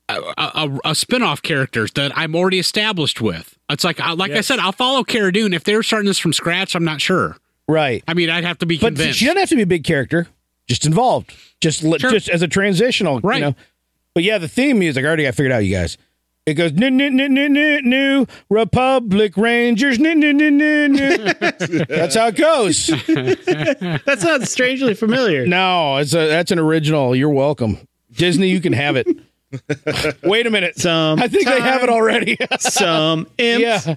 Speaker 5: a, a, a spinoff characters that I'm already established with. It's like, I, like I said, I'll follow Cara Dune. If they're starting this from scratch, I'm not sure.
Speaker 2: Right.
Speaker 5: I mean, I'd have to be
Speaker 2: But
Speaker 5: convinced.
Speaker 2: she doesn't have to be a big character. Just involved. Just li-
Speaker 5: Sure.
Speaker 2: just as a transitional.
Speaker 5: Right.
Speaker 2: You know? But yeah, the theme music I already got figured out, you guys. It goes new new new new new new Republic Rangers new new new new new. That's how it goes.
Speaker 6: that sounds strangely familiar.
Speaker 2: No, it's a that's an original. You're welcome, Disney. You can have it. Wait a minute.
Speaker 6: Some
Speaker 2: I think they have it already.
Speaker 6: Some imps.
Speaker 2: yeah,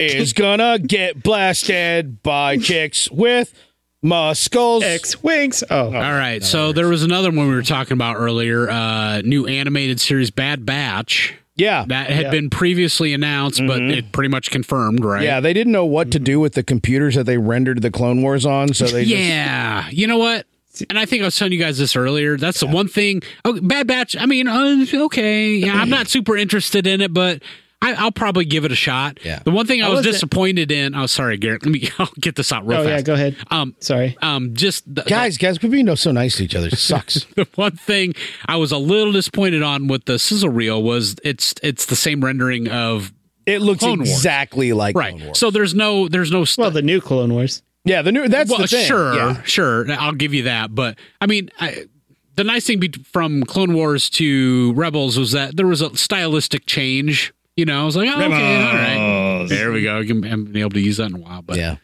Speaker 2: is gonna get blasted by chicks with muscles.
Speaker 6: X Wings. Oh,
Speaker 5: All right, so there was another one we were talking about earlier, uh, new animated series Bad Batch
Speaker 2: Yeah,
Speaker 5: that had been previously announced, but it pretty much confirmed, right?
Speaker 2: Yeah, they didn't know what to do with the computers that they rendered the Clone Wars on, so they just
Speaker 5: Yeah, you know what? And I think I was telling you guys this earlier. That's the one thing. Oh, Bad Batch. I mean, uh, okay. Yeah, I'm not super interested in it, but I, I'll probably give it a shot.
Speaker 2: Yeah.
Speaker 5: The one thing I
Speaker 6: How
Speaker 5: was
Speaker 6: was it-
Speaker 5: disappointed in. Oh, sorry, Garrett. Let me. I'll get this out real
Speaker 6: oh
Speaker 5: fast.
Speaker 6: yeah, go ahead.
Speaker 5: Um,
Speaker 6: Sorry.
Speaker 5: um, just the,
Speaker 2: Guys, guys, we're being so nice to each other. It sucks.
Speaker 5: the one thing I was a little disappointed on with the sizzle reel was it's it's the same rendering of
Speaker 2: it looks
Speaker 5: Clone Wars.
Speaker 2: exactly like
Speaker 5: right.
Speaker 2: Clone Wars.
Speaker 5: So there's no there's no st-
Speaker 6: Well, the new Clone Wars.
Speaker 2: yeah, the new that's
Speaker 5: well,
Speaker 2: the thing.
Speaker 5: sure,
Speaker 2: Yeah.
Speaker 5: sure. I'll give you that. But I mean, I, the nice thing be- from Clone Wars to Rebels was that there was a stylistic change. You know, I was like, oh, okay, all right, there we go. I can- I haven't been able to use that in a while, but
Speaker 2: Yeah.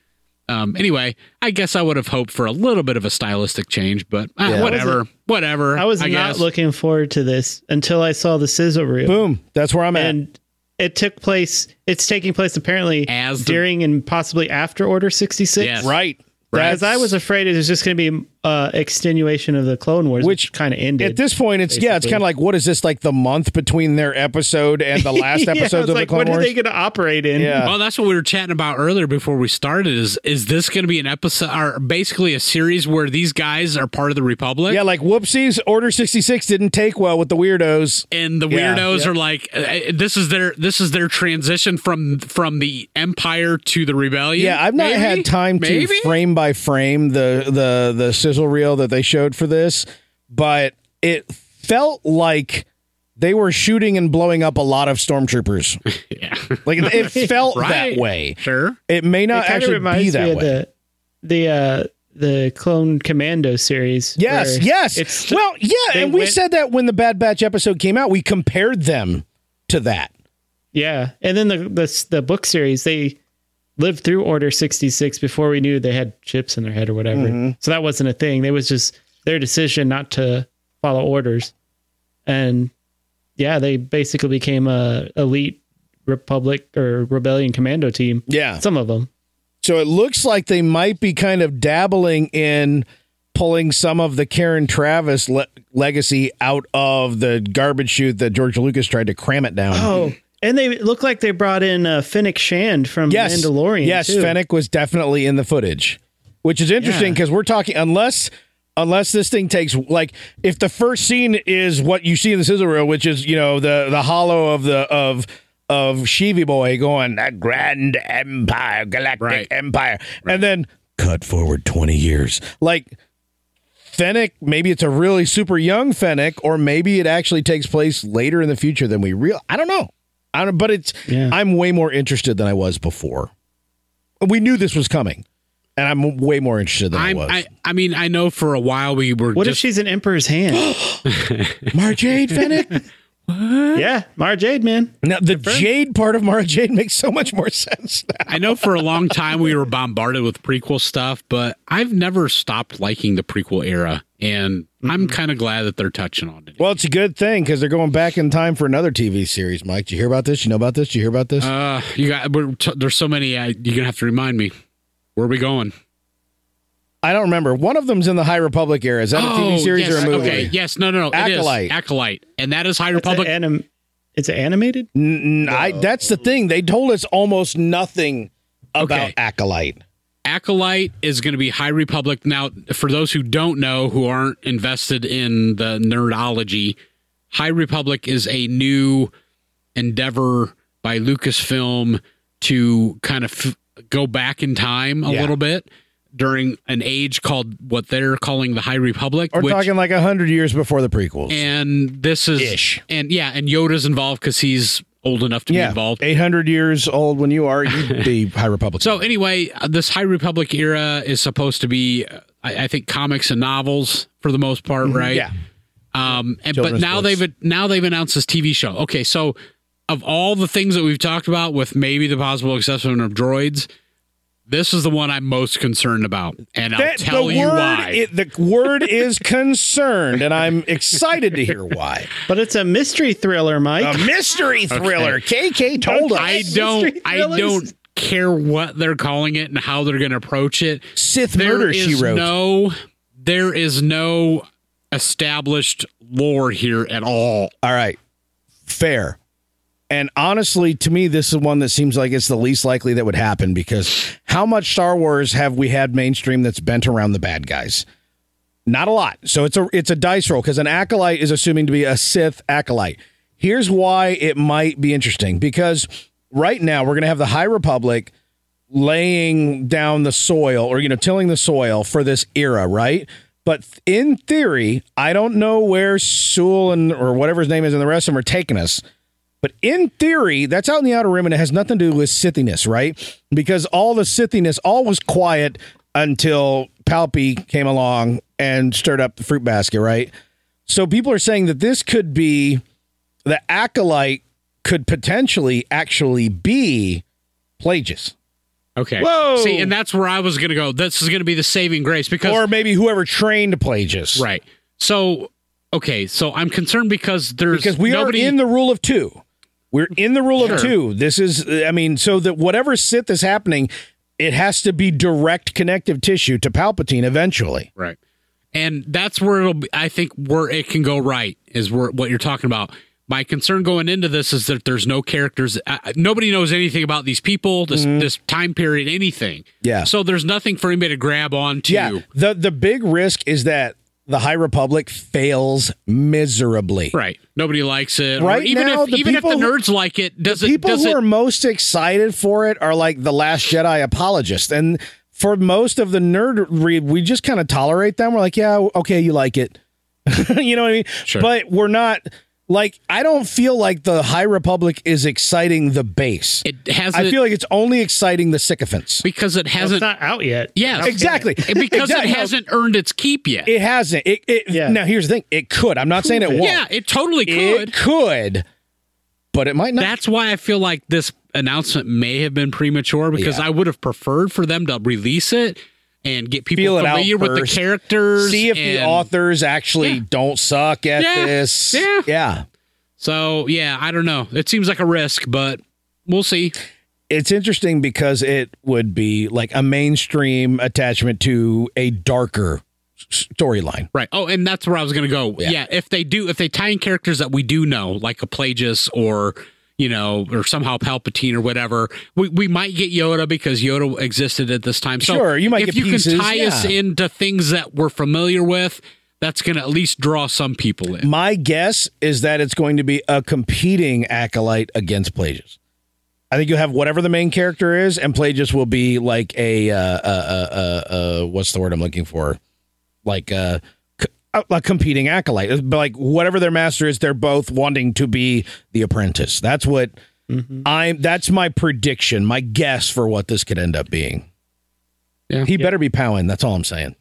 Speaker 5: um, anyway, I guess I would have hoped for a little bit of a stylistic change, but uh,
Speaker 2: Yeah.
Speaker 5: whatever, whatever.
Speaker 6: I was not
Speaker 5: guess.
Speaker 6: looking forward to this until I saw the sizzle reel,
Speaker 2: Boom. That's where I'm at.
Speaker 6: and it took place. It's taking place apparently
Speaker 5: As the-
Speaker 6: during and possibly after Order sixty six.
Speaker 5: Yes.
Speaker 2: right.
Speaker 6: Because I was afraid it was just going to be uh, extenuation of the Clone Wars, which,
Speaker 2: Which,
Speaker 6: kind of ended.
Speaker 2: At this point, it's yeah, it's kind of like what is this like the month between their episode and the last
Speaker 6: Yeah, I
Speaker 2: episode
Speaker 6: was
Speaker 2: of the
Speaker 6: like,
Speaker 2: Clone
Speaker 6: what
Speaker 2: Wars?
Speaker 6: are they going to operate in?
Speaker 2: yeah,
Speaker 5: Well, that's what we were chatting about earlier before we started. Is is this going to be an episode or basically a series where these guys are part of the Republic?
Speaker 2: yeah, like whoopsies. Order sixty six didn't take well with the weirdos.
Speaker 5: and the
Speaker 2: Yeah.
Speaker 5: weirdos are like, uh, this is their this is their transition from from the Empire to the Rebellion.
Speaker 2: Yeah, I've not
Speaker 5: maybe?
Speaker 2: had time to
Speaker 5: Maybe?
Speaker 2: frame by frame the the the sizzle reel that they showed for this, but it felt like they were shooting and blowing up a lot of stormtroopers.
Speaker 5: Yeah.
Speaker 2: Like it felt
Speaker 5: Right.
Speaker 2: that way.
Speaker 5: sure.
Speaker 2: It may
Speaker 6: it
Speaker 2: not
Speaker 6: kind of
Speaker 2: actually be
Speaker 6: reminds me
Speaker 2: that
Speaker 6: of
Speaker 2: way.
Speaker 6: the the uh, the Clone Commando series.
Speaker 2: Yes,
Speaker 6: where
Speaker 2: yes.
Speaker 6: It's
Speaker 2: well, yeah,
Speaker 6: they
Speaker 2: and we
Speaker 6: went-
Speaker 2: said that when the Bad Batch episode came out, we compared them to that.
Speaker 6: yeah, and then the the the book series they lived through Order sixty six before we knew they had chips in their head or whatever.
Speaker 2: Mm-hmm.
Speaker 6: So that wasn't a thing. It was just their decision not to follow orders, and yeah, they basically became a elite Republic or Rebellion Commando team.
Speaker 2: Yeah.
Speaker 6: Some of them.
Speaker 2: So it looks like they might be kind of dabbling in pulling some of the Karen Travis le- legacy out of the garbage chute that George Lucas tried to cram it down.
Speaker 6: Oh, and they look like they brought in uh, Finnick Shand from
Speaker 2: yes,
Speaker 6: Mandalorian.
Speaker 2: Yes,
Speaker 6: too.
Speaker 2: Fennec was definitely in the footage, which is interesting
Speaker 6: Yeah.
Speaker 2: because we're talking unless unless this thing takes like if the first scene is what you see in the sizzle reel, which is you know the the hollow of the of of Shivi boy going a grand empire, galactic
Speaker 5: Right.
Speaker 2: empire, and then cut forward twenty years, like. Fennec, maybe it's a really super young Fennec, or maybe it actually takes place later in the future than we real. I don't know. I don't, but it's.
Speaker 6: Yeah.
Speaker 2: I'm way more interested than I was before. We knew this was coming, and I'm way more interested than i
Speaker 5: I'm,
Speaker 2: was.
Speaker 5: I I mean I know for a while we were
Speaker 6: What if
Speaker 5: just
Speaker 6: she's an Emperor's hand?
Speaker 2: Mara Jade Fennec.
Speaker 6: yeah, Mara Jade, man.
Speaker 2: now the Jade part of Mara Jade makes so much more sense. Now.
Speaker 5: I know for a long time we were bombarded with prequel stuff, but I've never stopped liking the prequel era, and I'm kind of glad that they're touching on it.
Speaker 2: Well, it's a good thing because they're going back in time for another TV series. Mike, did you hear about this? You know about this? Did you hear about this?
Speaker 5: Uh, you got we're t- there's so many. I, you're gonna have to remind me. Where are we going?
Speaker 2: I don't remember. One of them's in the High Republic era. Is that a TV series
Speaker 5: oh, yes,
Speaker 2: or a movie?
Speaker 5: Okay, yes, no, no, no. Acolyte,
Speaker 2: Acolyte.
Speaker 5: acolyte, and that is High
Speaker 6: It's,
Speaker 5: Republic.
Speaker 6: an anim- it's animated.
Speaker 2: N- I, that's the thing. They told us almost nothing about
Speaker 5: Okay.
Speaker 2: Acolyte.
Speaker 5: acolyte is going to be High Republic. Now, for those who don't know, who aren't invested in the nerdology, High Republic is a new endeavor by Lucasfilm to kind of f- go back in time a
Speaker 2: Yeah.
Speaker 5: little bit during an age called what they're calling the High Republic.
Speaker 2: We're talking like hundred years before the prequels.
Speaker 5: and this is
Speaker 2: Ish.
Speaker 5: and yeah, and Yoda's involved because he's old enough to be involved.
Speaker 2: eight hundred years old when you are, you'd be High Republic.
Speaker 5: So anyway, uh, this High Republic era is supposed to be, uh, I, I think, comics and novels for the most part, right?
Speaker 2: Mm-hmm. yeah.
Speaker 5: Um, and, but
Speaker 2: Children's
Speaker 5: now
Speaker 2: books.
Speaker 5: they've now they've announced this TV show. Okay, so of all the things that we've talked about, with maybe the possible exception of droids, this is the one I'm most concerned about, and I'll
Speaker 2: That-
Speaker 5: tell
Speaker 2: the
Speaker 5: you
Speaker 2: word,
Speaker 5: why.
Speaker 2: It, the word is concerned, and I'm excited to hear why.
Speaker 6: But it's a mystery thriller, Mike.
Speaker 5: Um,
Speaker 2: A mystery thriller. KK told us.
Speaker 5: I don't,
Speaker 6: Mystery
Speaker 5: I
Speaker 6: thrillers?
Speaker 5: don't care what they're calling it and how they're going to approach it.
Speaker 2: Sith
Speaker 5: There
Speaker 2: murder. She
Speaker 5: is
Speaker 2: wrote.
Speaker 5: No, there is no established lore here at all.
Speaker 2: All right, fair. And honestly, to me, this is one that seems like it's the least likely that would happen because how much Star Wars have we had mainstream that's bent around the bad guys? Not a lot. So it's a it's a dice roll because an acolyte is assuming to be a Sith acolyte. Here's why it might be interesting because right now we're going to have the High Republic laying down the soil or, you know, tilling the soil for this era, right? But th- in theory, I don't know where Sewell and or whatever his name is and the rest of them are taking us. But in theory, that's out in the outer rim and it has nothing to do with Sithiness, right? Because all the Sithiness, all was quiet until Palpy came along and stirred up the fruit basket, right? So people are saying that this could be the acolyte could potentially actually be Plagius.
Speaker 5: Okay.
Speaker 6: Whoa!
Speaker 5: See, and that's where I was gonna go. This is gonna be the saving grace because
Speaker 2: Or maybe whoever trained Plagius.
Speaker 5: right. So okay, so I'm concerned because there's
Speaker 2: because we
Speaker 5: nobody
Speaker 2: are in the rule of two. We're in the rule of
Speaker 5: Sure.
Speaker 2: two. This is, I mean, so that whatever Sith is happening, it has to be direct connective tissue to Palpatine eventually.
Speaker 5: right, and that's where it'll. Be, I think where it can go right is where what you're talking about. My concern going into this is that there's no characters. Uh, nobody knows anything about these people, this this time period, anything.
Speaker 2: Yeah.
Speaker 5: So there's nothing for anybody to grab onto.
Speaker 2: Yeah. The the big risk is that the High Republic fails miserably.
Speaker 5: Right. Nobody likes it. Or
Speaker 2: Right
Speaker 5: Even
Speaker 2: now,
Speaker 5: if
Speaker 2: the
Speaker 5: even if the
Speaker 2: people who-
Speaker 5: nerds like it, does it
Speaker 2: People
Speaker 5: does
Speaker 2: who
Speaker 5: it
Speaker 2: are most excited for it are like the Last Jedi apologists, and for most of the nerd read, we just kind of tolerate them. We're like, yeah, okay, you like it. you know what I mean? But we're not like I don't feel like the High Republic is exciting the base.
Speaker 5: it hasn't
Speaker 2: I feel like it's only exciting the sycophants.
Speaker 5: because it
Speaker 6: It's
Speaker 5: hasn't
Speaker 6: not out yet.
Speaker 5: Yeah,
Speaker 2: Exactly.
Speaker 5: because
Speaker 2: Exactly.
Speaker 5: it hasn't earned its keep yet.
Speaker 2: It hasn't. It, it
Speaker 6: Yeah.
Speaker 2: now here's the thing. It could. I'm not saying it won't.
Speaker 5: yeah, it totally could.
Speaker 2: It could. But it might not.
Speaker 5: That's why I feel like this announcement may have been premature because I would have preferred for them to release it and get people
Speaker 2: Feel it out
Speaker 5: familiar with the
Speaker 2: first.
Speaker 5: characters.
Speaker 2: See if the
Speaker 5: and-
Speaker 2: authors actually
Speaker 5: Yeah.
Speaker 2: don't suck at
Speaker 5: Yeah.
Speaker 2: this.
Speaker 5: Yeah.
Speaker 2: Yeah.
Speaker 5: So yeah, I don't know. It seems like a risk, but we'll see.
Speaker 2: It's interesting because it would be like a mainstream attachment to a darker s- storyline.
Speaker 5: Right. Oh, and that's where I was going to go. Yeah. If they do, if they tie in characters that we do know, like a Plagius or, you know, or somehow Palpatine or whatever, we, we might get Yoda because Yoda existed at this time. So
Speaker 2: Sure, you might
Speaker 5: if
Speaker 2: get
Speaker 5: you
Speaker 2: pieces,
Speaker 5: can tie us
Speaker 2: yeah.
Speaker 5: into things that we're familiar with, that's going to at least draw some people in.
Speaker 2: My guess is that it's going to be a competing acolyte against Plagius. I think you'll have whatever the main character is, and Plagius will be like a uh, uh, uh, uh, uh, what's the word I'm looking for? Like uh, c- a, a competing acolyte, but like whatever their master is, they're both wanting to be the apprentice. That's what
Speaker 5: Mm-hmm.
Speaker 2: I'm. That's my prediction, my guess for what this could end up being.
Speaker 5: Yeah.
Speaker 2: He better be powing. That's all I'm saying.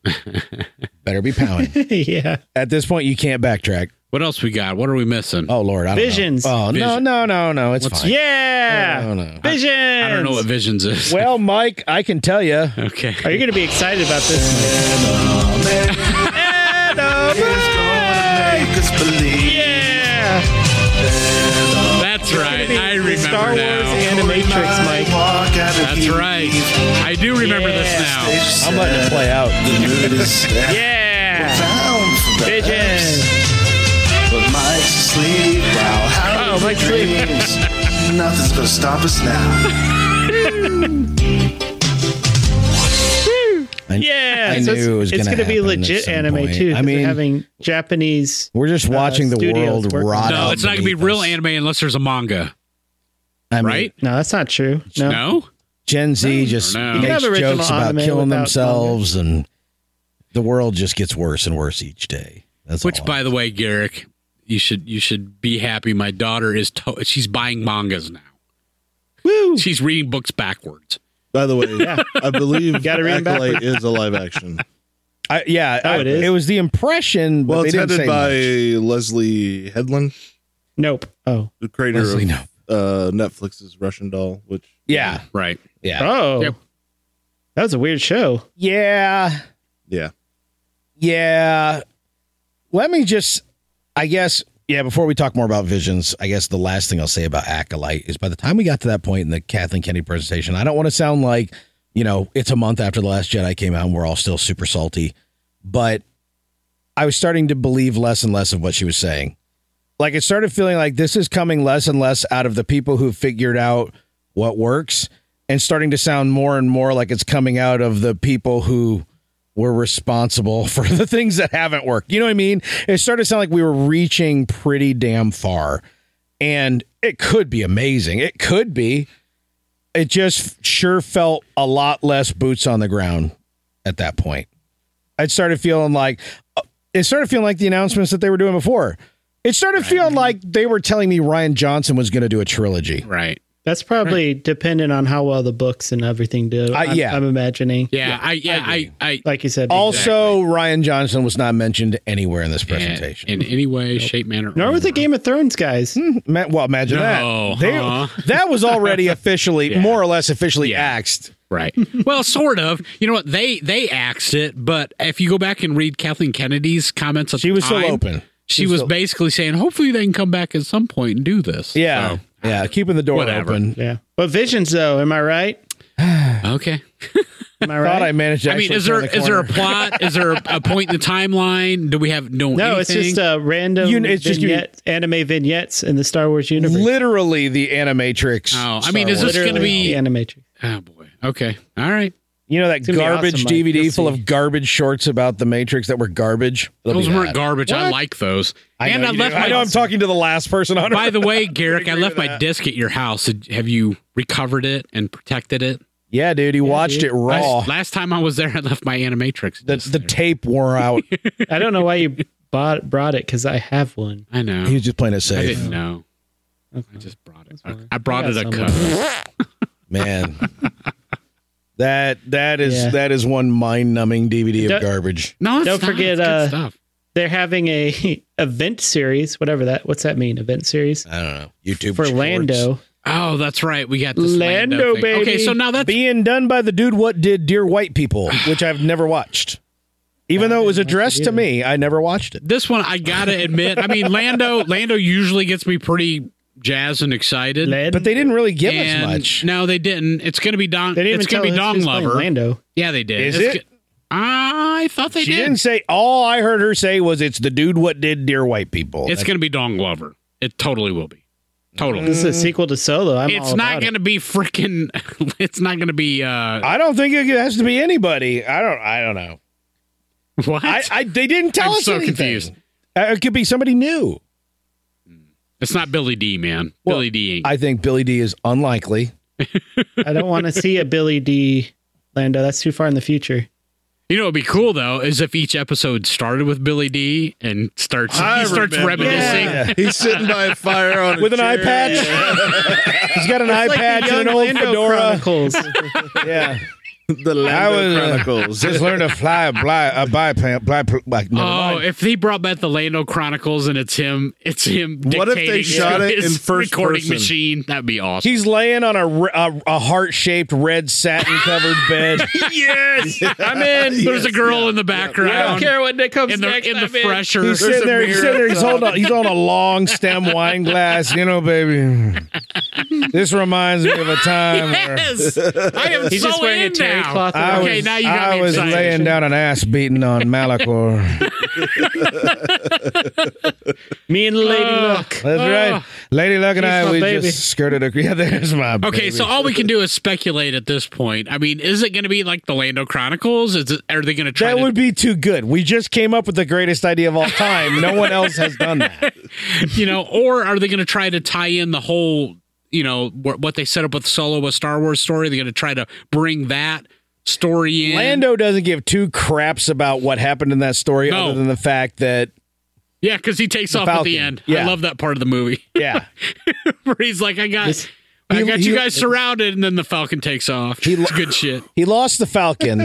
Speaker 2: better be powing.
Speaker 6: yeah.
Speaker 2: At this point, you can't backtrack.
Speaker 5: What else we got? What are we missing?
Speaker 2: Oh Lord, I don't know.
Speaker 6: Visions.
Speaker 2: Oh no,
Speaker 5: Vision.
Speaker 2: no, no, no. It's fine.
Speaker 6: Yeah.
Speaker 2: No, no.
Speaker 6: Visions.
Speaker 5: I don't know what Visions is.
Speaker 2: Well, Mike, I can tell you.
Speaker 5: okay.
Speaker 6: Are you going to be excited about this? Yeah.
Speaker 5: That's right. I remember
Speaker 6: Star Wars
Speaker 5: now.
Speaker 6: Animatrix, Mike.
Speaker 5: That's right. I do remember
Speaker 6: Yeah.
Speaker 5: this
Speaker 2: I'm letting it play out.
Speaker 6: Yeah. Visions.
Speaker 8: But Mike's asleep while
Speaker 6: Oh,
Speaker 8: Howard
Speaker 6: Mike's asleep.
Speaker 8: dreams. Nothing's gonna stop us now.
Speaker 6: Yeah,
Speaker 2: I
Speaker 6: so
Speaker 2: knew it was
Speaker 6: it's
Speaker 2: gonna
Speaker 6: gonna be
Speaker 2: happen at
Speaker 6: legit
Speaker 2: some
Speaker 6: anime
Speaker 2: point.
Speaker 6: too.
Speaker 2: I
Speaker 6: 'cause they're
Speaker 2: mean-
Speaker 6: having Japanese.
Speaker 2: We're just watching the
Speaker 6: studio's
Speaker 2: world
Speaker 6: working.
Speaker 2: rot.
Speaker 5: now. No,
Speaker 2: out
Speaker 5: it's not going to be
Speaker 2: beneath
Speaker 5: real
Speaker 2: us.
Speaker 5: anime unless there's a manga,
Speaker 2: I mean,
Speaker 5: right?
Speaker 6: No, that's not true. No.
Speaker 5: No?
Speaker 2: Gen Z just
Speaker 5: no. You can
Speaker 2: makes
Speaker 6: have original
Speaker 2: jokes about
Speaker 6: anime
Speaker 2: killing
Speaker 6: without
Speaker 2: themselves, and the world just gets worse and worse each day. That's
Speaker 5: Which,
Speaker 2: all.
Speaker 5: by the way, Garrick, you should you should be happy. My daughter is to- she's buying mangas now.
Speaker 6: Woo!
Speaker 5: She's reading books backwards.
Speaker 4: By the way, I believe
Speaker 6: Gotta read 'em
Speaker 4: Acolyte is a live action.
Speaker 2: I, yeah,
Speaker 6: Oh,
Speaker 2: I-
Speaker 6: it is?
Speaker 2: was the impression. But
Speaker 4: Well,
Speaker 2: they
Speaker 4: it's
Speaker 2: didn't
Speaker 4: headed
Speaker 2: say
Speaker 4: by
Speaker 2: much.
Speaker 4: Leslie Headland,
Speaker 6: Nope. Oh.
Speaker 4: the creator
Speaker 2: Leslie,
Speaker 4: of
Speaker 2: no.
Speaker 4: uh, Netflix's Russian Doll, which
Speaker 2: Yeah,
Speaker 5: Right.
Speaker 2: yeah,
Speaker 6: Oh.
Speaker 5: Yep.
Speaker 6: That was a weird show.
Speaker 2: yeah.
Speaker 4: yeah,
Speaker 2: Yeah. Let me just, I guess, yeah, before we talk more about visions, I guess the last thing I'll say about Acolyte is by the time we got to that point in the Kathleen Kennedy presentation, I don't want to sound like, you know, it's a month after The Last Jedi came out and we're all still super salty, but I was starting to believe less and less of what she was saying. Like it started feeling like this is coming less and less out of the people who figured out what works and starting to sound more and more like it's coming out of the people who we're responsible for the things that haven't worked. You know what I mean? It started to sound like we were reaching pretty damn far. and it could be amazing. It could be. It just sure felt a lot less boots on the ground at that point. I started feeling like uh, it started feeling like the announcements that they were doing before. It started feeling like they were telling me Ryan Johnson was going to do a trilogy.
Speaker 5: Right.
Speaker 6: That's probably dependent on how well the books and everything do. I'm-
Speaker 2: Uh, yeah.
Speaker 6: I'm imagining.
Speaker 5: Yeah. I. Yeah. I. I.
Speaker 6: Like you said,
Speaker 2: Also, Ryan Johnson was not mentioned anywhere in this presentation.
Speaker 5: In any way, shape, manner.
Speaker 6: nor
Speaker 5: or
Speaker 6: with the
Speaker 5: form.
Speaker 6: Game of Thrones guys.
Speaker 5: Hmm.
Speaker 2: Ma- well, imagine
Speaker 5: No, Uh-huh.
Speaker 2: that. They-
Speaker 5: huh?
Speaker 2: That was already officially, more or less officially axed.
Speaker 5: Right. well, sort of. You know what? They they axed it, but if you go back and read Kathleen Kennedy's comments, at
Speaker 2: She
Speaker 5: the
Speaker 2: was still
Speaker 5: time,
Speaker 2: open.
Speaker 5: She was
Speaker 2: still-
Speaker 5: basically saying, hopefully they can come back at some point and do this.
Speaker 2: Yeah. yeah. Keeping the door
Speaker 5: Whatever.
Speaker 2: open.
Speaker 6: Yeah. But Visions, though, am I right?
Speaker 5: So, okay.
Speaker 6: Am I
Speaker 2: Thought I
Speaker 6: right?
Speaker 2: managed to
Speaker 5: I mean,
Speaker 2: actually
Speaker 5: is there
Speaker 2: turn the
Speaker 5: is there a
Speaker 2: corner.
Speaker 5: plot? is there a point in the timeline? Do we have no?
Speaker 6: no, it's just uh, random
Speaker 2: You- it's just you-
Speaker 6: vignette, anime vignettes in the Star Wars universe.
Speaker 2: literally the animatrix?
Speaker 5: Oh, I
Speaker 2: Star
Speaker 5: mean, is this
Speaker 2: Wars.
Speaker 5: gonna be-
Speaker 6: the animatrix.
Speaker 5: oh boy. Okay. All right.
Speaker 2: you know that
Speaker 6: gonna be
Speaker 2: garbage
Speaker 6: awesome, Mike.
Speaker 2: DVD
Speaker 6: You'll
Speaker 2: full
Speaker 6: see.
Speaker 2: of garbage shorts about the Matrix that were garbage? It'll be
Speaker 5: Those weren't
Speaker 2: that.
Speaker 5: garbage. I like those. and
Speaker 2: know
Speaker 5: I
Speaker 2: you
Speaker 5: left
Speaker 2: do.
Speaker 5: my.
Speaker 2: I know I'm talking to the last person on
Speaker 5: by
Speaker 2: Earth.
Speaker 5: the way, Garrick, I left my disc at your house. Did- Have you recovered it and protected it?
Speaker 2: Yeah, dude, he watched it raw.
Speaker 5: Last, last time I was there, I left my animatrix.
Speaker 2: The,
Speaker 5: disc
Speaker 2: the
Speaker 5: there.
Speaker 2: tape wore out.
Speaker 6: I don't know why you bought brought it because I have one.
Speaker 5: I know.
Speaker 2: he was just playing it
Speaker 5: I
Speaker 2: safe.
Speaker 5: didn't know. I just brought it. I,
Speaker 6: fine.
Speaker 5: I brought
Speaker 6: I
Speaker 5: it
Speaker 6: got some.
Speaker 5: a cover.
Speaker 2: Man. That that is
Speaker 6: Yeah.
Speaker 2: that is one mind numbing DVD of
Speaker 6: Don't-
Speaker 2: garbage.
Speaker 5: No, it's
Speaker 6: Don't
Speaker 5: not.
Speaker 6: forget,
Speaker 5: It's good
Speaker 6: uh,
Speaker 5: stuff.
Speaker 6: They're having a event series, whatever that. What's that mean? Event series
Speaker 2: I don't know. YouTube
Speaker 6: for
Speaker 2: shorts.
Speaker 6: Lando.
Speaker 5: Oh, that's right. We got this
Speaker 6: Lando,
Speaker 5: Lando, thing.
Speaker 6: baby.
Speaker 5: Okay, so now that's
Speaker 2: being done by the dude what did dear white people which i've never watched even though it was addressed to me i never watched it
Speaker 5: this one. I gotta admit. I mean, Lando. Lando usually gets me pretty jazzed and excited.
Speaker 6: Led?
Speaker 2: but they didn't really give us
Speaker 5: And
Speaker 2: much
Speaker 5: No, they didn't. It's gonna be Don.
Speaker 6: They didn't
Speaker 5: It's
Speaker 6: even tell
Speaker 5: gonna
Speaker 6: us
Speaker 5: be Dong
Speaker 6: who's playing
Speaker 5: Lover.
Speaker 6: Lando.
Speaker 5: Yeah, they did.
Speaker 2: Is
Speaker 5: It's
Speaker 2: it?
Speaker 5: go- I thought they
Speaker 2: she
Speaker 5: did.
Speaker 2: didn't say all i heard her say was it's the dude what did dear white people
Speaker 5: It's gonna be Dong Lover. It totally will be. Totally.
Speaker 6: This is a sequel to Solo. I'm
Speaker 5: it's
Speaker 6: all
Speaker 5: not
Speaker 6: about it.
Speaker 5: gonna be freaking. It's not gonna be. uh
Speaker 2: i don't think it has to be anybody i don't i don't know
Speaker 5: What?
Speaker 2: i, I they didn't tell
Speaker 5: I'm
Speaker 2: us
Speaker 5: so
Speaker 2: anything.
Speaker 5: confused.
Speaker 2: Uh, it could be somebody new
Speaker 5: it's not Billy D, man.
Speaker 2: Well,
Speaker 5: Billy D. ain't
Speaker 2: i think billy d is unlikely
Speaker 6: I don't want to see a Billy D. Lando. That's too far in the future.
Speaker 5: You know, it'd be cool though, is if each episode started with Billy D and starts
Speaker 4: I
Speaker 5: he starts
Speaker 4: remember.
Speaker 5: reminiscing.
Speaker 4: He's sitting by a fire on a
Speaker 2: with an eye
Speaker 4: chair.
Speaker 2: patch he's got an eye patch and an
Speaker 6: Young
Speaker 2: old
Speaker 6: Lando
Speaker 2: fedora
Speaker 6: Chronicles.
Speaker 2: yeah
Speaker 4: The
Speaker 2: I was,
Speaker 4: Lando
Speaker 2: uh,
Speaker 4: Chronicles.
Speaker 2: just learn to fly a fly a biplane. Fly, pl- like, never
Speaker 5: Oh,
Speaker 2: mind.
Speaker 5: if they brought back the Lando Chronicles and it's him, it's him.
Speaker 4: What if they
Speaker 5: dictating
Speaker 4: shot
Speaker 5: to
Speaker 4: it in
Speaker 5: his
Speaker 4: first
Speaker 5: recording
Speaker 4: person?
Speaker 5: machine? That'd be awesome.
Speaker 2: He's laying on a, re- a, a heart shaped red satin covered bed.
Speaker 5: yes, I'm in. There's a girl in the background
Speaker 6: what that comes
Speaker 5: in the in the fresher.
Speaker 2: He's sitting there. He's sitting there. He's holding. A, he's on a long stem wine glass. You know, baby. This reminds me of a time where
Speaker 5: yes, I am
Speaker 6: He's
Speaker 5: so
Speaker 6: just wearing a
Speaker 5: in
Speaker 6: terry
Speaker 5: now.
Speaker 6: cloth
Speaker 2: I
Speaker 6: around.
Speaker 2: was,
Speaker 5: okay, now you got
Speaker 2: I
Speaker 5: me
Speaker 2: was
Speaker 5: excited.
Speaker 2: laying down an ass beating on Malachor.
Speaker 6: Me and Lady Luck.
Speaker 2: That's
Speaker 5: Oh.
Speaker 2: right. Lady Luck and
Speaker 6: He's
Speaker 2: I
Speaker 6: my
Speaker 2: we
Speaker 6: baby.
Speaker 2: just skirted. A, yeah, there's my.
Speaker 5: Okay, so all we can do is speculate at this point. I mean, is it going to be like the Lando Chronicles? Is it, are they going to try
Speaker 2: That
Speaker 5: to
Speaker 2: would be too good. We just came up with the greatest idea of all time. No one else has done that.
Speaker 5: you know, or are they going to try to tie in the whole, you know, wh- what they set up with Solo, a Star Wars story? They're going to try to bring that story in.
Speaker 2: Lando doesn't give two craps about what happened in that story,
Speaker 5: No.
Speaker 2: other than the fact that
Speaker 5: yeah, because he takes off at
Speaker 2: Falcon,
Speaker 5: the end.
Speaker 2: yeah.
Speaker 5: I love that part of the movie
Speaker 2: yeah,
Speaker 5: where he's like, "I got,
Speaker 6: This-
Speaker 5: I got
Speaker 2: he-
Speaker 5: you
Speaker 2: he-
Speaker 5: guys surrounded," and then the Falcon takes off. it's good shit.
Speaker 2: he lost the Falcon,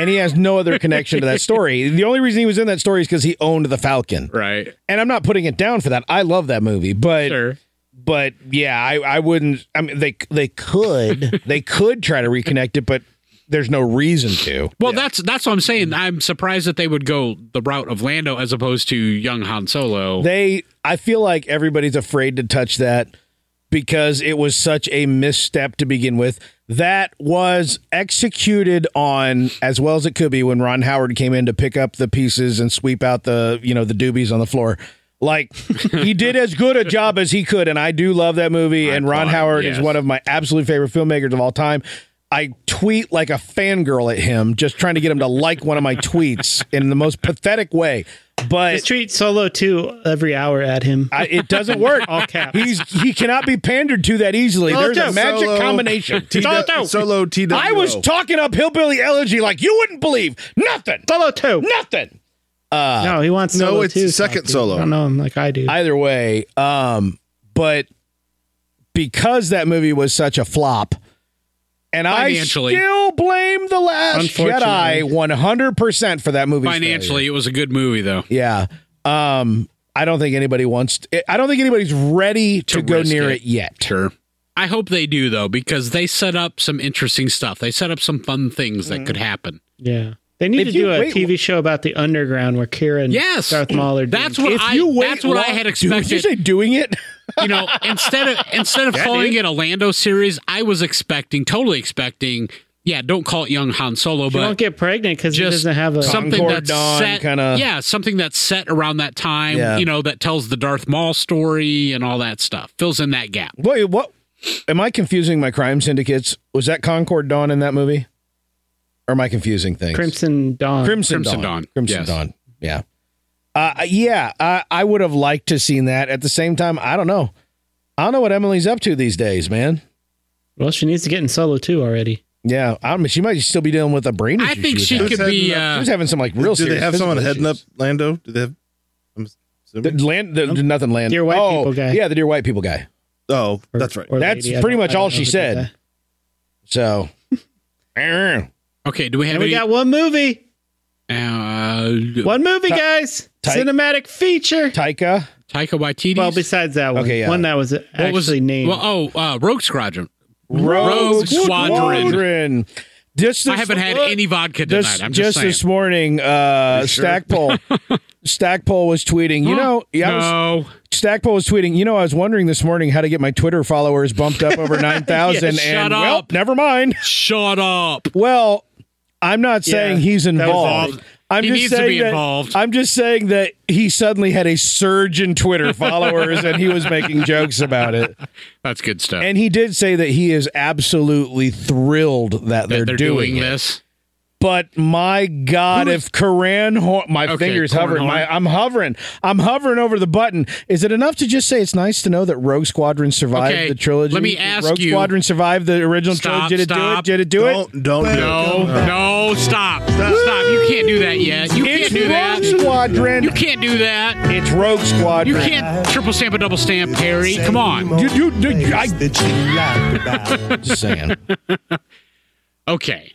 Speaker 2: and he has no other connection to that story. The only reason he was in that story is because he owned the Falcon,
Speaker 5: Right.
Speaker 2: and I'm not putting it down for that. I love that movie, but
Speaker 5: Sure.
Speaker 2: but yeah, I I wouldn't. I mean, they they could they could try to reconnect it, but there's no reason to.
Speaker 5: Well, that's that's what I'm saying.
Speaker 2: Mm-hmm.
Speaker 5: I'm surprised that they would go the route of Lando as opposed to young Han Solo.
Speaker 2: They, I feel like everybody's afraid to touch that because it was such a misstep to begin with. That was executed on as well as it could be when Ron Howard came in to pick up the pieces and sweep out the, you know, the doobies on the floor. Like he did as good a job as he could, and I do love that movie. and Ron
Speaker 5: applaud,
Speaker 2: Howard is
Speaker 5: yes.
Speaker 2: one of my absolute favorite filmmakers of all time. I tweet like a fangirl at him, just trying to get him to like one of my tweets in the most pathetic way. But
Speaker 6: Just tweet solo two every hour at him.
Speaker 2: I, it doesn't work.
Speaker 6: All caps.
Speaker 2: He's he cannot be pandered to that easily. There's a
Speaker 4: Solo.
Speaker 2: magic combination.
Speaker 4: T- solo T.
Speaker 2: I was talking up hillbilly elegy like you wouldn't believe nothing,
Speaker 6: solo two.
Speaker 2: nothing.
Speaker 6: no, he wants
Speaker 4: no,
Speaker 6: solo
Speaker 4: it's
Speaker 6: two.
Speaker 4: second
Speaker 6: Cocky.
Speaker 4: solo.
Speaker 6: I don't know him like I do.
Speaker 2: Either way, um, but because that movie was such a flop, and I
Speaker 5: Financially.
Speaker 2: still blame the Last Jedi
Speaker 6: Unfortunately.
Speaker 2: 100 percent for that movie
Speaker 5: Financially, it was a good movie though.
Speaker 2: Yeah. Um, I don't think anybody wants. I don't think anybody's ready to,
Speaker 5: To
Speaker 2: go
Speaker 5: risk
Speaker 2: near it
Speaker 5: it.
Speaker 2: yet.
Speaker 5: Sure. I hope they do though, because they set up some interesting stuff. They set up some fun things
Speaker 2: Mm-hmm.
Speaker 5: that could happen.
Speaker 6: yeah. They need
Speaker 2: If
Speaker 6: to
Speaker 2: you
Speaker 6: do a
Speaker 2: wait-
Speaker 6: TV show about the underground where Kieran
Speaker 5: Yes,
Speaker 6: Darth Maul are
Speaker 5: That's
Speaker 6: doing-
Speaker 5: what
Speaker 2: If
Speaker 5: I.
Speaker 2: you wait,
Speaker 5: that's what I
Speaker 2: long-
Speaker 5: had
Speaker 2: Dude,
Speaker 5: expected.
Speaker 2: Did you say doing it?
Speaker 5: you know, instead of instead of calling it a Lando series, I was expecting, totally expecting, yeah, don't call it young Han Solo,
Speaker 6: you won't
Speaker 5: but
Speaker 6: get pregnant because he
Speaker 5: just
Speaker 6: doesn't have a
Speaker 5: something
Speaker 2: Concord
Speaker 5: that's
Speaker 2: Dawn
Speaker 5: set,
Speaker 2: kinda-
Speaker 5: yeah, something that's set around that time,
Speaker 2: Yeah.
Speaker 5: you know, that tells the Darth Maul story and all that stuff, fills in that gap.
Speaker 2: Wait, what? Am I confusing my crime syndicates? Was that Concord Dawn in that movie? Or am I confusing things?
Speaker 6: Crimson Dawn.
Speaker 2: Crimson,
Speaker 5: Crimson
Speaker 2: Dawn.
Speaker 5: Dawn,
Speaker 2: Crimson
Speaker 5: yes.
Speaker 2: Dawn. Yeah. Uh, yeah, I, I would have liked to seen that. At the same time, I don't know. I don't know what Emily's up to these days, man.
Speaker 6: well, she needs to get in solo two already.
Speaker 2: Yeah, I mean, she might still be dealing with a brain issue.
Speaker 5: I think
Speaker 2: was
Speaker 5: she
Speaker 2: having.
Speaker 5: could
Speaker 4: having
Speaker 5: be.
Speaker 2: She
Speaker 4: that-
Speaker 5: Uh,
Speaker 2: was having some like real.
Speaker 4: Do they
Speaker 2: serious
Speaker 4: have someone
Speaker 2: physical
Speaker 4: heading up
Speaker 2: issues.
Speaker 4: Lando? Do they have? I'm assuming.
Speaker 2: The land, the, the nothing land.
Speaker 6: Dear white
Speaker 2: oh,
Speaker 6: people guy.
Speaker 2: Yeah, the dear white people guy.
Speaker 4: Oh, that's right.
Speaker 6: Or
Speaker 2: That's
Speaker 6: lady, I
Speaker 2: pretty
Speaker 6: don't-
Speaker 2: much
Speaker 6: I don't
Speaker 2: all
Speaker 6: know
Speaker 2: she
Speaker 6: who did
Speaker 2: said.
Speaker 6: that.
Speaker 2: So, Err.
Speaker 5: okay, do we have
Speaker 6: And we
Speaker 5: any?
Speaker 6: got one movie.
Speaker 5: uh,
Speaker 6: One movie, guys.
Speaker 2: Tight.
Speaker 6: Cinematic feature.
Speaker 2: Taika.
Speaker 5: Taika Waititi.
Speaker 6: Well, besides that one,
Speaker 2: Okay, yeah.
Speaker 6: one that was actually
Speaker 5: what was
Speaker 6: named.
Speaker 5: Well, oh, uh, Rogue Squadron.
Speaker 2: Rogue
Speaker 5: Rogue Squadron.
Speaker 2: Squadron. Just
Speaker 5: I haven't had any vodka tonight.
Speaker 2: Just,
Speaker 5: I'm
Speaker 2: just
Speaker 5: just,
Speaker 2: this
Speaker 5: saying.
Speaker 2: morning, uh,
Speaker 4: You sure?
Speaker 2: Stackpole, Stackpole was tweeting. You know, yeah, I was,
Speaker 5: no.
Speaker 2: Stackpole was tweeting. You know, I was wondering this morning how to get my Twitter followers bumped up over nine thousand.
Speaker 5: shut
Speaker 2: and well,
Speaker 5: up.
Speaker 2: never mind.
Speaker 5: Shut up.
Speaker 2: Well, I'm not
Speaker 6: Yeah,
Speaker 2: saying he's
Speaker 6: was
Speaker 2: involved.
Speaker 5: involved.
Speaker 2: I'm
Speaker 5: He
Speaker 2: just
Speaker 5: needs to
Speaker 2: saying
Speaker 5: be
Speaker 2: that,
Speaker 5: involved.
Speaker 2: I'm just saying that he suddenly had a surge in Twitter followers and he was making jokes about it.
Speaker 5: That's good stuff.
Speaker 2: And he did say that he is absolutely thrilled that
Speaker 5: That
Speaker 2: they're, doing, it.
Speaker 5: this.
Speaker 2: But my God, if Karan, Hor- my
Speaker 5: Okay,
Speaker 2: fingers
Speaker 5: Karan
Speaker 2: hovering, my,
Speaker 5: Horn.
Speaker 2: I'm hovering, I'm hovering over the button. Is it enough to just say it's nice to know that Rogue Squadron survived
Speaker 5: Okay,
Speaker 2: the trilogy?
Speaker 5: let me ask
Speaker 2: Rogue
Speaker 5: you-
Speaker 2: Squadron survived the original
Speaker 5: Stop,
Speaker 2: trilogy. Did it
Speaker 5: stop.
Speaker 2: do it? Did it do it?
Speaker 4: Don't don't
Speaker 5: No,
Speaker 4: do it.
Speaker 5: no, stop. Stop. You can't do that yet. You
Speaker 2: It's
Speaker 5: can't do
Speaker 2: Rogue
Speaker 5: that.
Speaker 2: Squadron.
Speaker 5: You can't do that.
Speaker 2: It's Rogue
Speaker 5: You
Speaker 2: Squadron.
Speaker 5: can't triple stamp a double stamp, Harry. Come on.
Speaker 2: You, you, you, you- I,
Speaker 9: that you laughed about.
Speaker 2: just saying.
Speaker 5: Okay.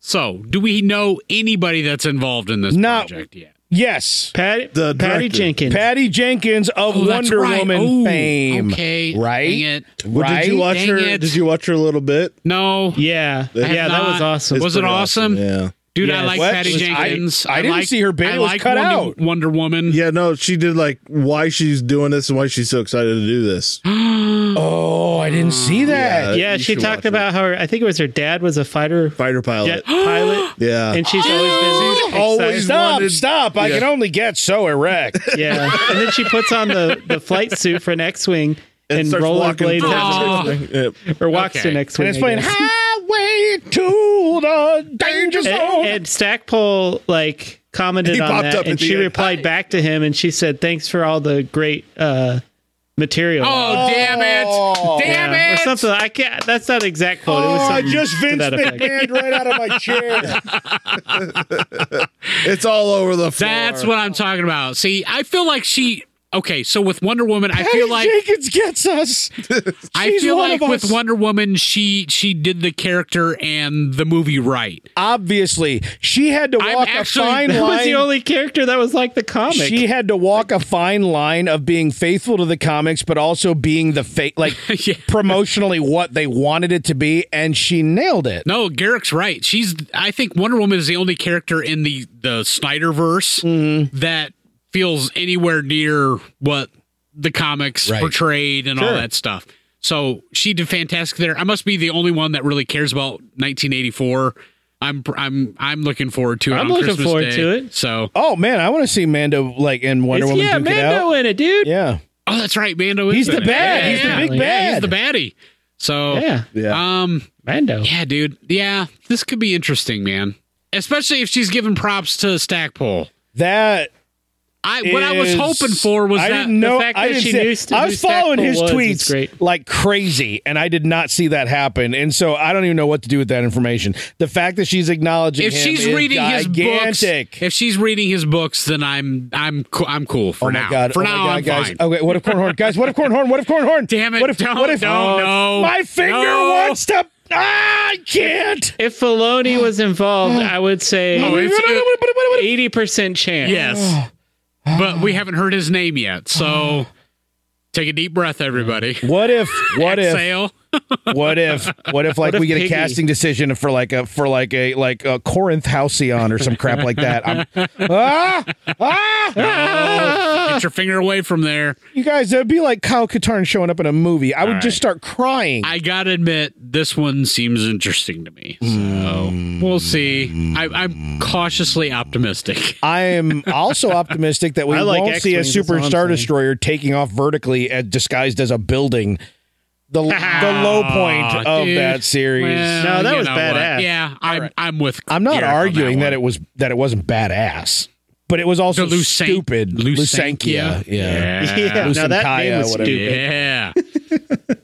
Speaker 5: So, do we know anybody that's involved in this
Speaker 2: No.
Speaker 5: project yet?
Speaker 2: Yes.
Speaker 6: Patty,
Speaker 4: The
Speaker 6: Patty
Speaker 4: director.
Speaker 6: Jenkins.
Speaker 2: Patty Jenkins of
Speaker 5: Oh, that's
Speaker 2: Wonder
Speaker 5: right.
Speaker 2: Woman
Speaker 5: Oh,
Speaker 2: fame.
Speaker 5: Okay.
Speaker 2: Right?
Speaker 5: Dang it.
Speaker 4: Well,
Speaker 2: Right?
Speaker 4: Did you watch
Speaker 5: Dang
Speaker 4: her?
Speaker 5: it.
Speaker 4: Did you watch her a little bit?
Speaker 5: No.
Speaker 6: yeah,
Speaker 5: I have
Speaker 6: yeah, that was
Speaker 5: not.
Speaker 6: awesome.
Speaker 5: Was it
Speaker 4: pretty
Speaker 5: awesome?
Speaker 4: Yeah.
Speaker 5: Dude, I
Speaker 6: Yes.
Speaker 5: like
Speaker 2: What?
Speaker 5: Patty
Speaker 2: Was- I-
Speaker 5: Jenkins.
Speaker 2: I didn't
Speaker 5: like-
Speaker 2: see her bit.
Speaker 5: I
Speaker 2: It was
Speaker 5: like
Speaker 2: cut
Speaker 5: Wonder,
Speaker 2: out.
Speaker 5: Wonder Woman.
Speaker 4: Yeah, no, she did like why she's doing this and why she's so excited to do this.
Speaker 2: Oh, I didn't
Speaker 5: Mm,
Speaker 2: see that.
Speaker 6: yeah,
Speaker 4: you
Speaker 6: she
Speaker 4: should
Speaker 6: talked
Speaker 4: watch it.
Speaker 6: about how her, I think it was her dad was a fighter
Speaker 4: Fighter pilot.
Speaker 6: jet pilot,
Speaker 4: Yeah.
Speaker 6: and she's always been
Speaker 4: She's
Speaker 6: excited.
Speaker 4: always-
Speaker 2: Stop,
Speaker 4: wanted-
Speaker 2: stop. I
Speaker 4: Yeah.
Speaker 2: can only get so erect.
Speaker 6: yeah. And then she puts on the the flight suit for an X-wing and,
Speaker 4: starts walking
Speaker 6: rollerblades
Speaker 4: through
Speaker 6: out
Speaker 5: Oh.
Speaker 4: the- Yeah.
Speaker 6: or walks
Speaker 5: Okay.
Speaker 6: to an
Speaker 2: and
Speaker 6: X-wing.
Speaker 2: it's
Speaker 6: I
Speaker 2: playing
Speaker 6: guess.
Speaker 2: Highway to the Danger Zone.
Speaker 6: and, and Stackpole like commented
Speaker 4: He
Speaker 6: on
Speaker 4: popped
Speaker 6: that,
Speaker 4: up
Speaker 6: and
Speaker 4: at the
Speaker 6: she
Speaker 4: end.
Speaker 6: replied back to him, and she said, "Thanks for all the great uh, material."
Speaker 5: Oh, damn it. Damn
Speaker 6: Yeah, or
Speaker 5: it.
Speaker 6: something. I can't. That's not an exact quote. it was
Speaker 2: oh, I
Speaker 6: something
Speaker 2: just
Speaker 6: to
Speaker 2: Vince
Speaker 6: that effect.
Speaker 2: McMahon right out of my chair.
Speaker 4: It's all over the floor.
Speaker 5: That's what I'm talking about. See, I feel like she. Okay, so with Wonder Woman, I feel like
Speaker 2: Jenkins gets us.
Speaker 5: I
Speaker 2: she's
Speaker 5: feel
Speaker 2: one
Speaker 5: like
Speaker 2: of
Speaker 5: with
Speaker 2: us.
Speaker 5: Wonder Woman, she she did the character and the movie right.
Speaker 2: Obviously, she had to
Speaker 5: I'm
Speaker 2: walk
Speaker 5: actually-
Speaker 2: a fine
Speaker 5: that
Speaker 6: That was
Speaker 2: line.
Speaker 6: the only character that was like the comic.
Speaker 2: she had to walk a fine line of being faithful to the comics, but also being the fake, like
Speaker 5: Yeah.
Speaker 2: promotionally what they wanted it to be, and she nailed it.
Speaker 5: No, Garrick's right. She's I think Wonder Woman is the only character in the the Snyderverse
Speaker 2: Mm-hmm.
Speaker 5: that feels anywhere near what the comics
Speaker 2: Right.
Speaker 5: portrayed and all
Speaker 2: Sure.
Speaker 5: that stuff. So she did fantastic there. I must be the only one that really cares about 1984. I'm I'm I'm looking forward to it.
Speaker 6: I'm
Speaker 5: on
Speaker 6: looking
Speaker 5: Christmas
Speaker 6: forward
Speaker 5: Day.
Speaker 6: to it.
Speaker 5: So
Speaker 2: Oh man, I want to see Mando like in Wonder
Speaker 6: It's-
Speaker 2: Woman.
Speaker 6: yeah,
Speaker 2: duke it out.
Speaker 6: Mando in it, dude. Yeah.
Speaker 2: Yeah,
Speaker 5: oh, that's right, Mando. is
Speaker 2: He's
Speaker 5: in
Speaker 2: the
Speaker 5: it.
Speaker 2: bad. He's the big
Speaker 5: Yeah, he's
Speaker 2: bad.
Speaker 5: the baddie. So
Speaker 4: Yeah.
Speaker 5: um
Speaker 6: Mando.
Speaker 5: Yeah, dude. Yeah, this could be interesting, man. Especially if she's giving props to Stackpole.
Speaker 2: that
Speaker 5: I what I was
Speaker 2: is-
Speaker 5: hoping for was
Speaker 2: I
Speaker 5: that
Speaker 2: didn't know.
Speaker 6: the fact
Speaker 2: I,
Speaker 6: that
Speaker 2: didn't
Speaker 6: she
Speaker 2: see-
Speaker 6: knew st-
Speaker 2: I
Speaker 6: knew
Speaker 2: was following
Speaker 6: Stackpole
Speaker 2: his
Speaker 6: was,
Speaker 2: tweets
Speaker 6: it's great.
Speaker 2: like crazy, and I did not see that happen. And so I don't even know what to do with that information. The fact that she's acknowledging
Speaker 5: if
Speaker 2: him
Speaker 5: she's
Speaker 2: is
Speaker 5: reading his
Speaker 2: gigantic.
Speaker 5: books, if she's reading his books, then I'm I'm co- I'm cool for
Speaker 2: oh
Speaker 5: now.
Speaker 2: my god!
Speaker 5: for
Speaker 2: oh my
Speaker 5: now,
Speaker 2: God,
Speaker 5: I'm
Speaker 2: guys.
Speaker 5: fine.
Speaker 2: Okay, what if Cornhorn? guys, what if Cornhorn? What if Cornhorn?
Speaker 5: Damn it,
Speaker 2: What if?
Speaker 5: don't-
Speaker 2: what if?
Speaker 5: don't,
Speaker 2: oh,
Speaker 5: no.
Speaker 2: My finger
Speaker 5: No.
Speaker 2: wants to. Ah, I can't.
Speaker 6: If Filoni was involved, I would
Speaker 5: Oh,
Speaker 6: say
Speaker 5: it's- it-
Speaker 6: eighty percent chance.
Speaker 5: yes, but we haven't heard his name yet. So take a deep breath, everybody.
Speaker 2: What if? What if?
Speaker 5: Exhale.
Speaker 2: What if what if like
Speaker 6: What if
Speaker 2: we get
Speaker 6: Piggy-
Speaker 2: a casting decision for like a for like a like a Corinth Halcyon or some crap like that? I'm, ah, ah, ah.
Speaker 5: Get your finger away from there.
Speaker 2: You guys, it'd be like Kyle Katarn showing up in a movie. I would just start crying.
Speaker 5: I gotta admit, this one seems interesting to me. So we'll see. I, I'm cautiously optimistic.
Speaker 2: I am also optimistic that we
Speaker 6: I like
Speaker 2: won't see a
Speaker 6: X-Wings, that's
Speaker 2: super
Speaker 6: all I'm
Speaker 2: star
Speaker 6: saying.
Speaker 2: destroyer taking off vertically as disguised as a building. The the low point
Speaker 5: Aw,
Speaker 2: of
Speaker 5: Ah, dude.
Speaker 2: that series.
Speaker 6: No,
Speaker 5: Well,
Speaker 6: that
Speaker 5: you
Speaker 6: was
Speaker 5: know what.
Speaker 6: badass.
Speaker 5: Yeah, I'm I'm with.
Speaker 2: I'm not
Speaker 5: Garrick on
Speaker 2: arguing that,
Speaker 5: one.
Speaker 2: it was that it wasn't badass, but it was also
Speaker 5: The Lusan-
Speaker 2: stupid.
Speaker 5: Lusankia.
Speaker 2: Lusankia, yeah.
Speaker 6: Yeah, now that
Speaker 2: Lusinkaya,
Speaker 6: name was
Speaker 2: whatever.
Speaker 6: stupid.
Speaker 5: Yeah.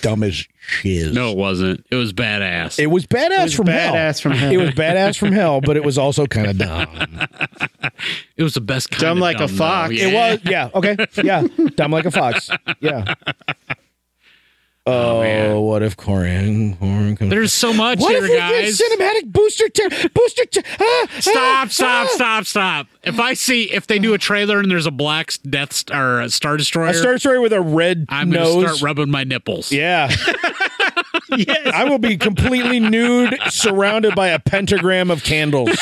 Speaker 2: dumb as shiz.
Speaker 5: No, it wasn't. It was badass.
Speaker 2: it was badass
Speaker 6: It was
Speaker 2: from hell.
Speaker 6: badass from hell.
Speaker 2: It was badass from hell, but it was also kind of dumb.
Speaker 5: It was the best kind
Speaker 6: Dumb
Speaker 5: of
Speaker 6: like a
Speaker 5: though.
Speaker 6: fox.
Speaker 5: Yeah.
Speaker 2: It was, yeah, okay, yeah, dumb like a fox, yeah. Oh,
Speaker 5: man.
Speaker 2: what if Corin? Corin comes?
Speaker 5: There's so much
Speaker 2: what
Speaker 5: here,
Speaker 2: if we
Speaker 5: guys.
Speaker 2: get cinematic booster? T- booster? T- ah, ah,
Speaker 5: stop,
Speaker 2: ah.
Speaker 5: stop, stop, stop. If I see if they do a trailer and there's a black s- death St- or a star destroyer,
Speaker 2: A Star Destroyer with a red
Speaker 5: I'm
Speaker 2: nose.
Speaker 5: gonna start rubbing my nipples.
Speaker 2: yeah,
Speaker 6: yes.
Speaker 2: I will be completely nude, surrounded by a pentagram of candles.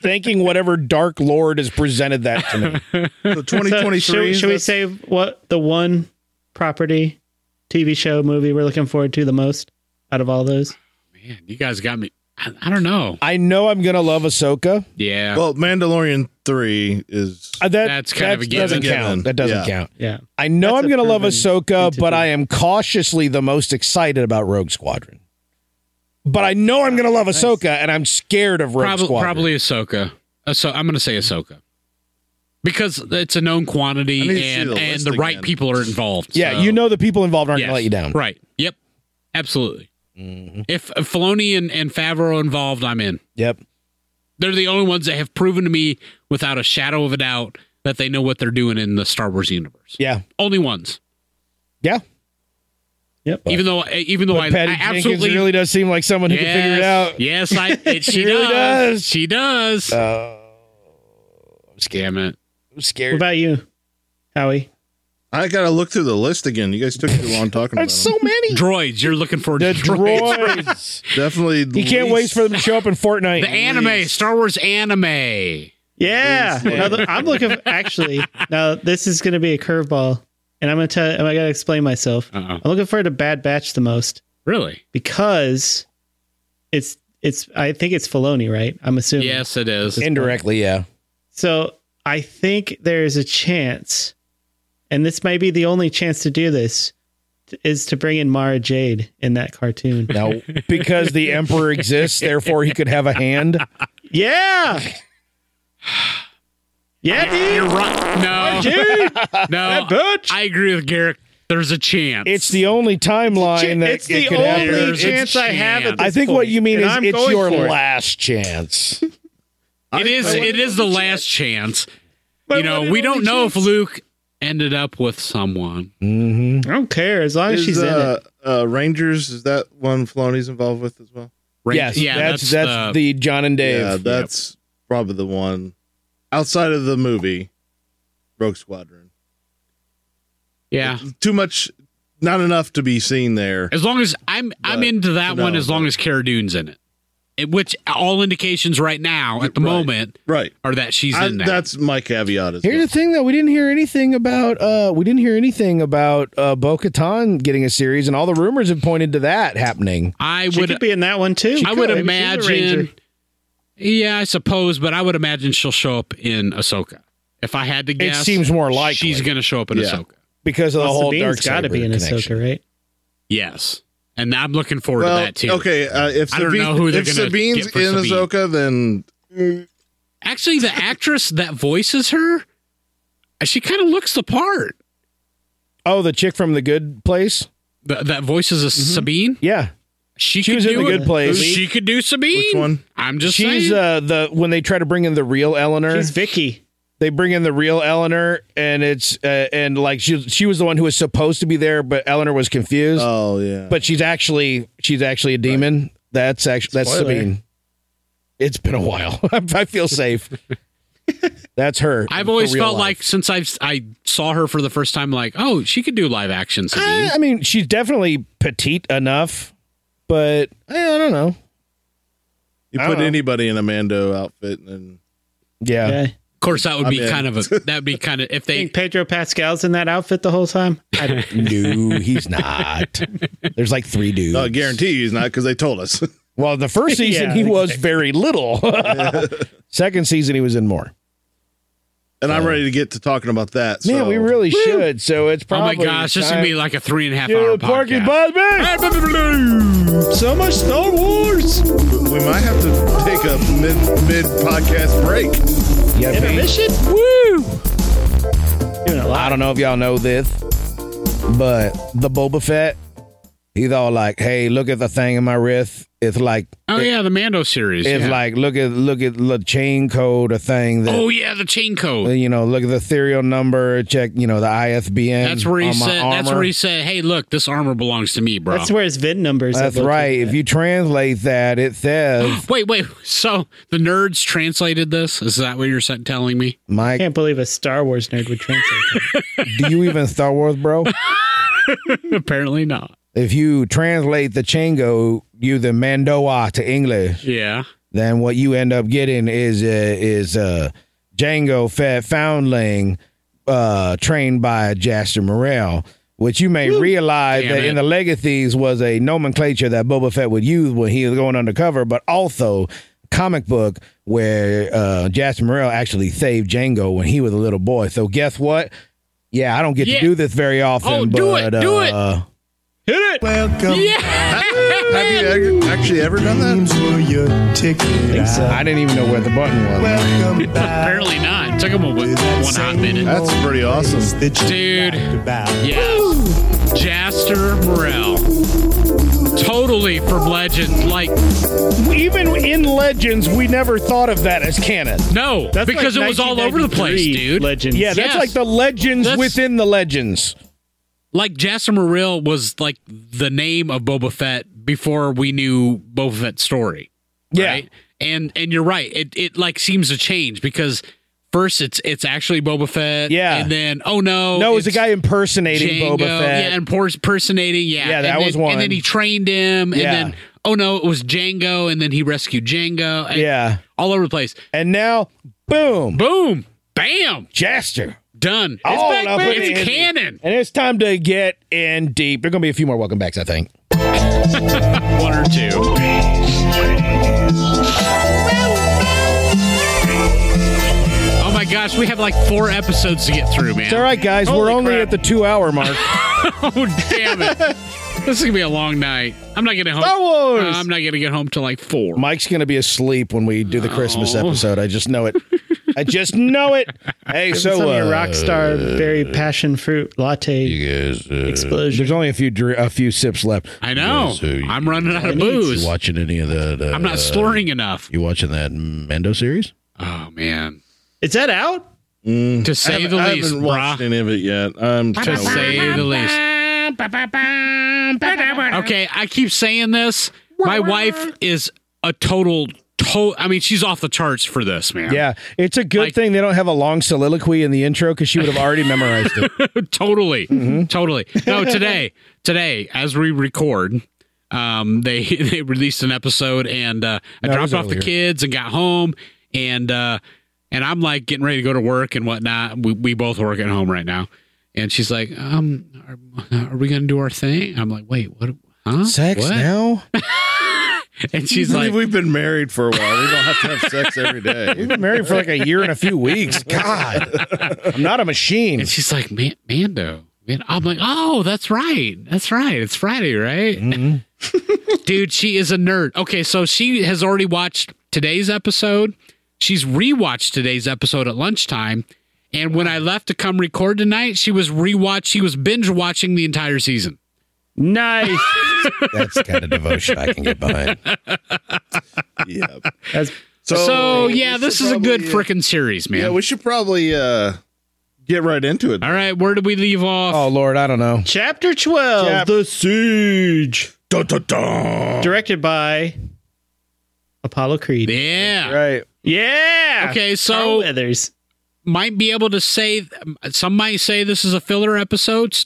Speaker 2: Thanking whatever dark lord has presented that to me.
Speaker 4: So
Speaker 6: So
Speaker 4: 2023.
Speaker 6: should, we- should we
Speaker 4: that's-
Speaker 6: say what the one property, TV show, movie we're looking forward to the most out of all those?
Speaker 5: Man, you guys got me. I, I don't know.
Speaker 2: I know I'm gonna love Ahsoka.
Speaker 5: Yeah.
Speaker 4: Well, Mandalorian three is
Speaker 2: Uh, That
Speaker 5: That's kind of
Speaker 2: that
Speaker 5: a given.
Speaker 2: doesn't count. That doesn't
Speaker 4: Yeah.
Speaker 2: count.
Speaker 6: Yeah.
Speaker 2: I know
Speaker 6: That's
Speaker 2: I'm
Speaker 6: a
Speaker 2: gonna love
Speaker 6: proven
Speaker 2: Ahsoka,
Speaker 6: entity.
Speaker 2: but I am cautiously the most excited about Rogue Squadron. But I know I'm gonna love Ahsoka, and I'm scared of Rogue
Speaker 5: probably
Speaker 2: Squadron.
Speaker 5: probably Ahsoka. So I'm gonna say Ahsoka. Because it's a known
Speaker 4: I need to
Speaker 5: quantity
Speaker 4: see
Speaker 5: and
Speaker 4: the
Speaker 5: the and
Speaker 4: list
Speaker 5: the right
Speaker 4: again.
Speaker 5: people are involved.
Speaker 2: Yeah,
Speaker 5: so-
Speaker 2: you know the people involved aren't
Speaker 5: Yes.
Speaker 2: gonna let you down. Mm-hmm.
Speaker 5: Right. Yep. Absolutely. If, if Filoni and, and Favreau are involved, I'm in.
Speaker 2: Yep.
Speaker 5: They're the only ones that have proven to me without a shadow of a doubt that they know what they're doing in the Star Wars universe.
Speaker 2: Yeah.
Speaker 5: Only ones.
Speaker 2: Yeah.
Speaker 6: Yep.
Speaker 5: Even though eh, even though
Speaker 2: But
Speaker 5: I,
Speaker 2: Patty
Speaker 5: I
Speaker 2: Jenkins
Speaker 5: absolutely
Speaker 2: really does seem like someone who
Speaker 5: yes,
Speaker 2: can figure it out.
Speaker 5: Yes, I it, she,
Speaker 2: She really
Speaker 5: does.
Speaker 2: does.
Speaker 5: She does.
Speaker 2: Uh,
Speaker 5: Damn it.
Speaker 2: I'm
Speaker 6: What
Speaker 2: scared.
Speaker 6: about you, Howie?
Speaker 4: I gotta look through the list again. You guys took too long talking about
Speaker 2: There's so
Speaker 4: them.
Speaker 2: many.
Speaker 5: Droids, you're looking for
Speaker 2: The
Speaker 5: droids.
Speaker 2: droids.
Speaker 4: Definitely,
Speaker 2: you can't wait for them to show up in Fortnite.
Speaker 5: The anime, Star Wars anime.
Speaker 6: Yeah. Now the- I'm looking actually now this is gonna be a curveball. And I'm gonna tell and I gotta explain myself.
Speaker 5: Uh-oh.
Speaker 6: I'm looking forward to Bad Batch the most
Speaker 5: Really?
Speaker 6: because it's it's I think it's Filoni, right? I'm assuming.
Speaker 5: Yes, it is.
Speaker 2: Indirectly, yeah.
Speaker 6: So I think there's a chance, and this might be the only chance to do this, t- is to bring in Mara Jade in that cartoon.
Speaker 2: No, because the emperor exists, therefore he could have a hand.
Speaker 6: Yeah. Yeah,
Speaker 5: You're
Speaker 6: dude.
Speaker 5: right. No.
Speaker 6: Dude,
Speaker 5: No,
Speaker 6: that bitch.
Speaker 5: I agree with Garrick. There's a chance.
Speaker 2: It's the only timeline that
Speaker 6: it's the
Speaker 2: it could
Speaker 6: only
Speaker 2: happen.
Speaker 5: There's a
Speaker 6: chance I have. At
Speaker 5: chance.
Speaker 6: this
Speaker 2: I think what
Speaker 6: point,
Speaker 2: you mean
Speaker 6: and
Speaker 2: is
Speaker 6: I'm
Speaker 2: it's
Speaker 6: going
Speaker 2: your
Speaker 6: for it.
Speaker 2: last chance.
Speaker 5: it is it is the last chance. You know,
Speaker 6: what
Speaker 5: we
Speaker 6: an
Speaker 5: don't
Speaker 6: only
Speaker 5: know if
Speaker 6: chance.
Speaker 5: Luke endended up with someone.
Speaker 2: hmm
Speaker 6: I don't care as long as
Speaker 4: Is,
Speaker 6: she's in
Speaker 4: uh,
Speaker 6: it.
Speaker 4: uh, Rangers is that one Filoni's involved with as well?
Speaker 5: Right?
Speaker 2: Yes, that's that's,
Speaker 5: the,
Speaker 2: the John and Dave.
Speaker 4: Yeah, that's probably the one outside of the movie Rogue Squadron.
Speaker 5: yeah.
Speaker 4: Too much, not enough to be seen there.
Speaker 5: As long as I'm I'm
Speaker 4: But,
Speaker 5: into that
Speaker 4: no,
Speaker 5: one as long
Speaker 4: but-
Speaker 5: as Cara Dune's in it. It- Which all indications right now at the
Speaker 4: Right.
Speaker 5: moment
Speaker 4: Right.
Speaker 5: are that she's
Speaker 4: I,
Speaker 5: in that.
Speaker 4: that's my caveat. As
Speaker 2: Here's
Speaker 4: well.
Speaker 2: the thing, though. We didn't hear anything about. Uh, we didn't hear anything about uh, Bo Katan getting a series, and all the rumors have pointed to that happening.
Speaker 5: I
Speaker 6: She
Speaker 5: would
Speaker 6: could be in that one too.
Speaker 5: I would
Speaker 6: Maybe she's a
Speaker 5: imagine.
Speaker 6: ranger.
Speaker 5: Yeah, I suppose, but I would imagine she'll show up in Ahsoka. If I had to guess,
Speaker 2: seems more likely.
Speaker 5: she's going to show up in
Speaker 4: Yeah.
Speaker 5: Ahsoka.
Speaker 2: because of the
Speaker 6: Well,
Speaker 2: whole
Speaker 6: Sabine's
Speaker 2: dark
Speaker 6: got to be in Ahsoka, right?
Speaker 5: Yes, and I'm looking forward
Speaker 4: Well,
Speaker 5: to that too.
Speaker 4: okay. Uh, if
Speaker 5: I don't
Speaker 4: Sabine,
Speaker 5: know who they're
Speaker 4: if
Speaker 5: gonna
Speaker 4: Sabine's
Speaker 5: get for
Speaker 4: in
Speaker 5: Sabine.
Speaker 4: Ahsoka, then
Speaker 5: Actually, the actress that voices her, she kind of looks the part.
Speaker 2: Oh, the chick from the Good Place.
Speaker 5: That, that voices a Sabine.
Speaker 2: Yeah,
Speaker 5: She,
Speaker 2: Mm-hmm. She
Speaker 5: could
Speaker 2: was in
Speaker 5: do
Speaker 2: The
Speaker 5: it.
Speaker 2: Good Place.
Speaker 5: She could do Sabine.
Speaker 4: Which one?
Speaker 5: I'm just
Speaker 2: she's
Speaker 5: saying.
Speaker 2: uh, the when they try to bring in the real Eleanor.
Speaker 6: She's Vicky.
Speaker 2: they bring in the real Eleanor, and it's uh, and like she she was the one who was supposed to be there, but Eleanor was confused.
Speaker 4: Oh yeah.
Speaker 2: but she's actually she's actually a demon. That's actually that's
Speaker 4: Spoiler.
Speaker 2: Sabine. It's been a while. I feel safe. that's her.
Speaker 5: I've
Speaker 2: for
Speaker 5: always
Speaker 2: real
Speaker 5: felt
Speaker 2: life.
Speaker 5: like since I've I saw her for the first time, like oh, she could do live action Sabine.
Speaker 4: Ah.
Speaker 2: I, I mean, she's definitely petite enough, but eh, I don't know.
Speaker 4: you
Speaker 2: I don't
Speaker 4: put
Speaker 2: know.
Speaker 4: anybody in a Mando outfit and
Speaker 2: Yeah.
Speaker 6: Yeah.
Speaker 5: of course, that would
Speaker 4: I'm
Speaker 5: be
Speaker 4: in.
Speaker 5: kind of a that'd be kind of if they
Speaker 6: Think Pedro Pascal's in that outfit the whole time? I don't
Speaker 2: No, he's not. There's like three dudes.
Speaker 4: I guarantee you he's not because they told us.
Speaker 2: Well, the first season
Speaker 6: Yeah,
Speaker 2: he was very little. Second season he was in more.
Speaker 4: and
Speaker 5: Oh.
Speaker 4: I'm ready to get to talking about that.
Speaker 2: Man,
Speaker 4: so-
Speaker 2: we really should. So it's
Speaker 5: oh my
Speaker 2: probably
Speaker 5: gosh, this is gonna be like a three and a half hour
Speaker 2: Porky
Speaker 5: podcast.
Speaker 4: so much Star Wars. We might have to take a mid mid podcast break.
Speaker 6: Intermission?
Speaker 2: Woo!
Speaker 6: Doing a
Speaker 2: I
Speaker 6: lot.
Speaker 2: don't know if y'all know this, but the Boba Fett, he's all like, "Hey, look at the thing in my wrist. It's like,
Speaker 5: Oh yeah, the Mando series.
Speaker 2: it's
Speaker 5: yeah.
Speaker 2: like, look at look at the chain code, a thing that."
Speaker 5: oh yeah, the chain code.
Speaker 2: You know, look at the serial number. Check, you know, the ISBN.
Speaker 5: That's where he
Speaker 2: on my
Speaker 5: said. That's
Speaker 2: armor."
Speaker 5: where he said, "Hey, look, this armor belongs to me, bro."
Speaker 6: That's where his VIN numbers.
Speaker 2: That's right. If you translate that, it says,
Speaker 5: wait, wait. So the nerds translated this. Is that what you're sa- telling me?
Speaker 6: I
Speaker 2: "Mike,
Speaker 6: can't believe a Star Wars nerd would translate. that.
Speaker 2: do you even Star Wars, bro?"
Speaker 5: Apparently not.
Speaker 2: if you translate the Chango using Mandoa to English,
Speaker 5: Yeah.
Speaker 2: then what you end up getting is uh, is uh, Django Fat Foundling uh, trained by Jaster Morrell. Which you may realize
Speaker 5: Damn
Speaker 2: that in
Speaker 5: it.
Speaker 2: the legacies was a nomenclature that Boba Fett would use when he was going undercover, but also comic book where uh, Jaster Morrell actually saved Django when he was a little boy. So guess what? Yeah, I don't get
Speaker 5: Yeah.
Speaker 2: to do this very often.
Speaker 5: Oh,
Speaker 2: but,
Speaker 5: do it, do it.
Speaker 2: Uh,
Speaker 6: Hit it.
Speaker 8: Welcome.
Speaker 5: Yeah.
Speaker 4: Have you actually ever done that?
Speaker 8: Names were your ticket. Ah,
Speaker 2: I didn't even know where the button was.
Speaker 8: Welcome back.
Speaker 5: Apparently not. It took him a, one hot minute.
Speaker 4: That's pretty awesome.
Speaker 8: That you
Speaker 5: Dude.
Speaker 8: talked about.
Speaker 5: Yes. Jaster Morel. Totally from legend. Like,
Speaker 2: Even in Legends, we never thought of that as canon.
Speaker 5: no.
Speaker 6: That's
Speaker 5: because
Speaker 6: like
Speaker 5: it was all over the place,
Speaker 6: 1993
Speaker 5: dude.
Speaker 6: Legends.
Speaker 2: Yeah, that's
Speaker 5: Yes.
Speaker 2: like the legends
Speaker 5: That's-
Speaker 2: within the legends.
Speaker 5: like, Jaster Morel was like the name of Boba Fett before we knew Boba Fett's story.
Speaker 2: Yeah.
Speaker 5: Right? And and you're right. It it like seems to change because first it's it's actually Boba Fett.
Speaker 2: Yeah.
Speaker 5: And then oh no.
Speaker 2: No, it was a guy impersonating
Speaker 5: Django,
Speaker 2: Boba Fett.
Speaker 5: Yeah, and por- impersonating. Yeah,
Speaker 2: Yeah,
Speaker 5: And
Speaker 2: that
Speaker 5: then-
Speaker 2: was one.
Speaker 5: And then he trained him, and
Speaker 2: Yeah.
Speaker 5: then oh no, it was Django, and then he rescued Django. And
Speaker 2: yeah.
Speaker 5: all over the place.
Speaker 2: And now, boom,
Speaker 5: Boom, bam,
Speaker 2: Jaster.
Speaker 5: done. It's
Speaker 2: All
Speaker 5: back,
Speaker 2: up
Speaker 5: baby.
Speaker 2: in
Speaker 5: It's
Speaker 2: it.
Speaker 5: canon.
Speaker 2: And it's time to get in deep. There are going to be a few more welcome backs, I think.
Speaker 5: One or two. Oh my gosh, we have like four episodes to get through, man.
Speaker 2: It's all right, guys. We're
Speaker 6: Holy
Speaker 2: only
Speaker 6: crap.
Speaker 2: at the two hour mark.
Speaker 5: Oh damn it! this is gonna be a long night. I'm not getting home.
Speaker 2: Star Wars!
Speaker 5: Uh, I'm not gonna get home till like four.
Speaker 2: Mike's going to be asleep when we do the Christmas episode. I just know it. I just know it. Hey,
Speaker 6: Some
Speaker 2: so.
Speaker 6: of your
Speaker 2: Uh,
Speaker 6: rock star berry passion fruit latte
Speaker 2: uh,
Speaker 10: uh,
Speaker 6: explosion.
Speaker 2: there's only a few dr- a few sips left.
Speaker 5: I know. I'm running out of booze.
Speaker 10: uh, You watching any of the? the
Speaker 5: I'm
Speaker 4: uh,
Speaker 5: not slurring enough.
Speaker 10: You watching that Mando series?
Speaker 5: Oh man,
Speaker 6: Is that out?
Speaker 5: to
Speaker 4: I
Speaker 5: say
Speaker 4: haven't-
Speaker 5: the
Speaker 4: I
Speaker 5: least,
Speaker 4: haven't watched
Speaker 5: brah.
Speaker 4: any of it yet. I'm
Speaker 5: To
Speaker 4: kinda
Speaker 5: say the least. Okay, I keep saying this. My wife is a total. To- I mean, she's off the charts for this, man.
Speaker 2: Yeah, it's a good
Speaker 5: Like-
Speaker 2: thing they don't have a long soliloquy in the intro because she would have already memorized it.
Speaker 5: totally,
Speaker 2: Mm-hmm.
Speaker 5: totally. No, today, today, as we record, um, they they released an episode, and uh, I
Speaker 2: No, it
Speaker 5: dropped
Speaker 2: was
Speaker 5: off
Speaker 2: earlier.
Speaker 5: the kids and got home, and uh, and I'm like getting ready to go to work and whatnot. We we both work at home right now, and she's like, um, are, are we gonna do our thing? I'm like, wait, what? Huh?
Speaker 2: Sex
Speaker 5: What?"
Speaker 2: now?
Speaker 5: And she's
Speaker 4: Like,
Speaker 5: like,
Speaker 4: we've been married for a while. We don't have to have sex every day.
Speaker 2: Been married for like a year and a few weeks. God, I'm not a machine.
Speaker 5: and she's like, Man- Mando. Man, I'm like, oh, that's right, that's right. It's Friday, right?
Speaker 4: Mm-hmm.
Speaker 5: Dude, she is a nerd. Okay, so she has already watched today's episode, she's rewatched today's episode at lunchtime. And when I left to come record tonight, she was rewatch. She was binge watching the entire season.
Speaker 6: Nice.
Speaker 10: That's the kind of devotion I can get behind.
Speaker 4: yeah.
Speaker 6: That's
Speaker 5: So,
Speaker 4: we
Speaker 5: yeah, this
Speaker 4: should
Speaker 5: is a good
Speaker 4: probably, uh,
Speaker 5: frickin' series, man.
Speaker 4: Yeah, we should probably uh get right into it.
Speaker 5: All right, where did we leave off?
Speaker 2: Oh Lord, I don't know.
Speaker 6: chapter 12,
Speaker 4: The siege. Dun, dun, dun.
Speaker 6: directed by Apollo Creed.
Speaker 5: yeah.
Speaker 2: Right.
Speaker 6: Yeah.
Speaker 5: Okay,
Speaker 6: Carl
Speaker 5: so
Speaker 6: Weathers.
Speaker 5: might be able to say some might say this is a filler episode,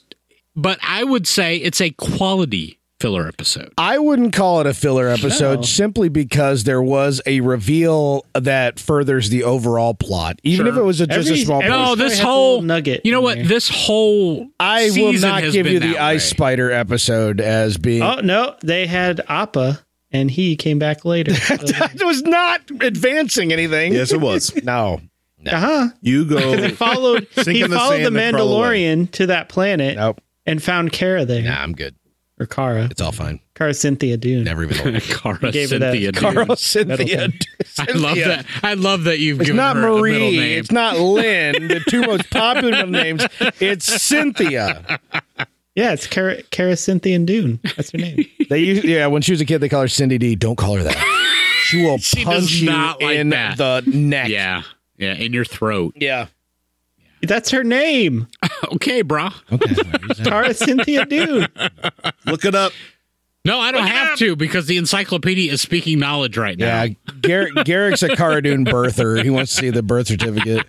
Speaker 5: but I would say it's a quality filler episode.
Speaker 2: I wouldn't call it a filler episode simply because there was a reveal that furthers the overall plot, even if it was a, just
Speaker 6: Every-
Speaker 2: a small.
Speaker 6: every
Speaker 2: portion.
Speaker 5: No,
Speaker 6: story
Speaker 5: Oh, this
Speaker 6: has a little
Speaker 5: whole
Speaker 6: nugget.
Speaker 5: You know
Speaker 6: in
Speaker 5: what?
Speaker 6: there.
Speaker 5: This whole
Speaker 2: I will
Speaker 5: season
Speaker 2: not
Speaker 5: has
Speaker 2: give
Speaker 5: been
Speaker 2: you the
Speaker 5: that
Speaker 2: Ice
Speaker 5: way.
Speaker 2: Spider episode as being.
Speaker 6: Oh no, they had Appa, and he came back later. So-
Speaker 2: It was not advancing anything.
Speaker 4: Yes, it was.
Speaker 2: No.
Speaker 6: uh-huh.
Speaker 4: You go.
Speaker 6: Followed.
Speaker 4: Sink
Speaker 6: he
Speaker 4: in the
Speaker 6: followed the
Speaker 4: sand and crawl away.
Speaker 6: Mandalorian to that planet
Speaker 2: Nope.
Speaker 6: and found Kara there,
Speaker 10: Nah, I'm good.
Speaker 6: or Kara,
Speaker 10: It's all fine.
Speaker 6: Kara Cynthia Dune.
Speaker 10: Never even. looked.
Speaker 5: Cara
Speaker 6: gave her that-
Speaker 5: Cynthia. dude.
Speaker 2: Carl Cynthia.
Speaker 5: I love that. I love that you've
Speaker 2: It's
Speaker 5: given
Speaker 2: not
Speaker 5: her a middle
Speaker 2: Marie.
Speaker 5: name.
Speaker 2: It's not Lynn. The two most popular names. It's Cynthia.
Speaker 6: Yeah, it's Kara, Kara Cynthia Dune. That's her name.
Speaker 2: They used, yeah. When she was a kid, they called her Cindy D. Don't call her that. She will
Speaker 5: She does
Speaker 2: punch you
Speaker 5: not like
Speaker 2: in
Speaker 5: that.
Speaker 2: the neck.
Speaker 5: yeah, yeah, in your throat.
Speaker 2: Yeah.
Speaker 6: That's her name,
Speaker 5: Okay, brah.
Speaker 6: Kara Cynthia Dune.
Speaker 4: Look it up.
Speaker 5: No, I don't have to because the encyclopedia is speaking knowledge right now.
Speaker 2: Yeah, Garrick, Garrick's a Caradoon birther. He wants to see the birth certificate.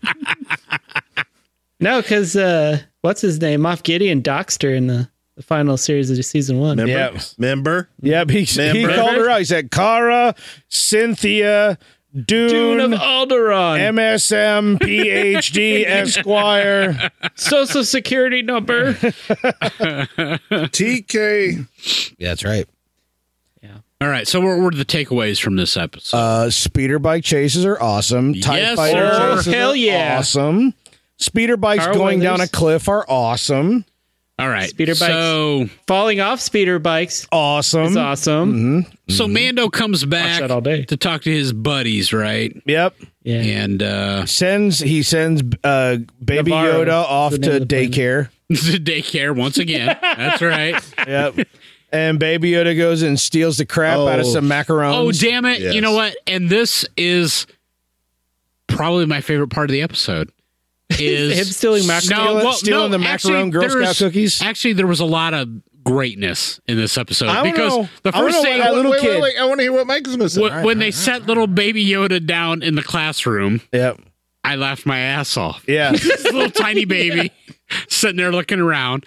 Speaker 6: No, because uh, what's his name? Moff Gideon Doxter in the, the final series of season one.
Speaker 4: Remember?
Speaker 2: Yeah.
Speaker 4: Remember?
Speaker 2: Yep, he, he
Speaker 4: Remember?
Speaker 2: called her out. He said, Cara, Cynthia,
Speaker 6: Dune of
Speaker 2: Dune,
Speaker 6: Alderaan.
Speaker 2: MSM, PhD, Esquire.
Speaker 6: Social Security number.
Speaker 4: TK.
Speaker 10: Yeah, that's right.
Speaker 5: All right, so what were the takeaways from this episode?
Speaker 2: Uh, speeder bike chases are awesome. TIE
Speaker 5: Yes,
Speaker 2: fighter
Speaker 5: sir.
Speaker 2: chases
Speaker 6: Hell
Speaker 2: are
Speaker 6: yeah.
Speaker 2: awesome. Speeder bikes
Speaker 6: Carl
Speaker 2: going down a
Speaker 6: Weathers.
Speaker 2: cliff are awesome.
Speaker 5: All right,
Speaker 6: speeder bikes.
Speaker 5: So,
Speaker 6: Falling off speeder bikes
Speaker 2: Awesome.
Speaker 4: Mm-hmm.
Speaker 6: is awesome.
Speaker 5: so
Speaker 2: Mm-hmm.
Speaker 5: Mando comes
Speaker 6: Watch
Speaker 5: back
Speaker 6: that all day.
Speaker 5: to talk to his buddies, right?
Speaker 2: Yep.
Speaker 6: Yeah.
Speaker 5: And uh,
Speaker 2: Sends he sends uh, baby
Speaker 6: Navarro
Speaker 2: Yoda off
Speaker 6: is the
Speaker 2: to
Speaker 6: name of the
Speaker 2: daycare.
Speaker 5: to daycare once again. That's right.
Speaker 2: Yep. and baby Yoda goes and steals the crap out of
Speaker 4: Oh.
Speaker 2: some macarons.
Speaker 5: Oh, damn it. You
Speaker 4: Yes.
Speaker 5: know what? And this is probably my favorite part of the episode. Is
Speaker 6: Him stealing mac-
Speaker 5: No,
Speaker 2: Stealing-
Speaker 5: well,
Speaker 2: stealing
Speaker 5: no,
Speaker 2: the
Speaker 5: actually,
Speaker 2: macaron Girl
Speaker 5: there's-
Speaker 2: Scout cookies?
Speaker 5: Actually, there was a lot of greatness in this episode
Speaker 2: I don't
Speaker 5: because
Speaker 2: know.
Speaker 5: the
Speaker 2: I don't
Speaker 5: first
Speaker 2: know
Speaker 5: thing
Speaker 2: what That little
Speaker 4: wait,
Speaker 2: kid.
Speaker 4: Wait, wait, I want to hear what Mike's going to say.
Speaker 5: when, when they set little baby Yoda down in the classroom,
Speaker 2: Yep.
Speaker 5: I laughed my ass off.
Speaker 2: Yeah.
Speaker 5: This little tiny baby sitting there looking around,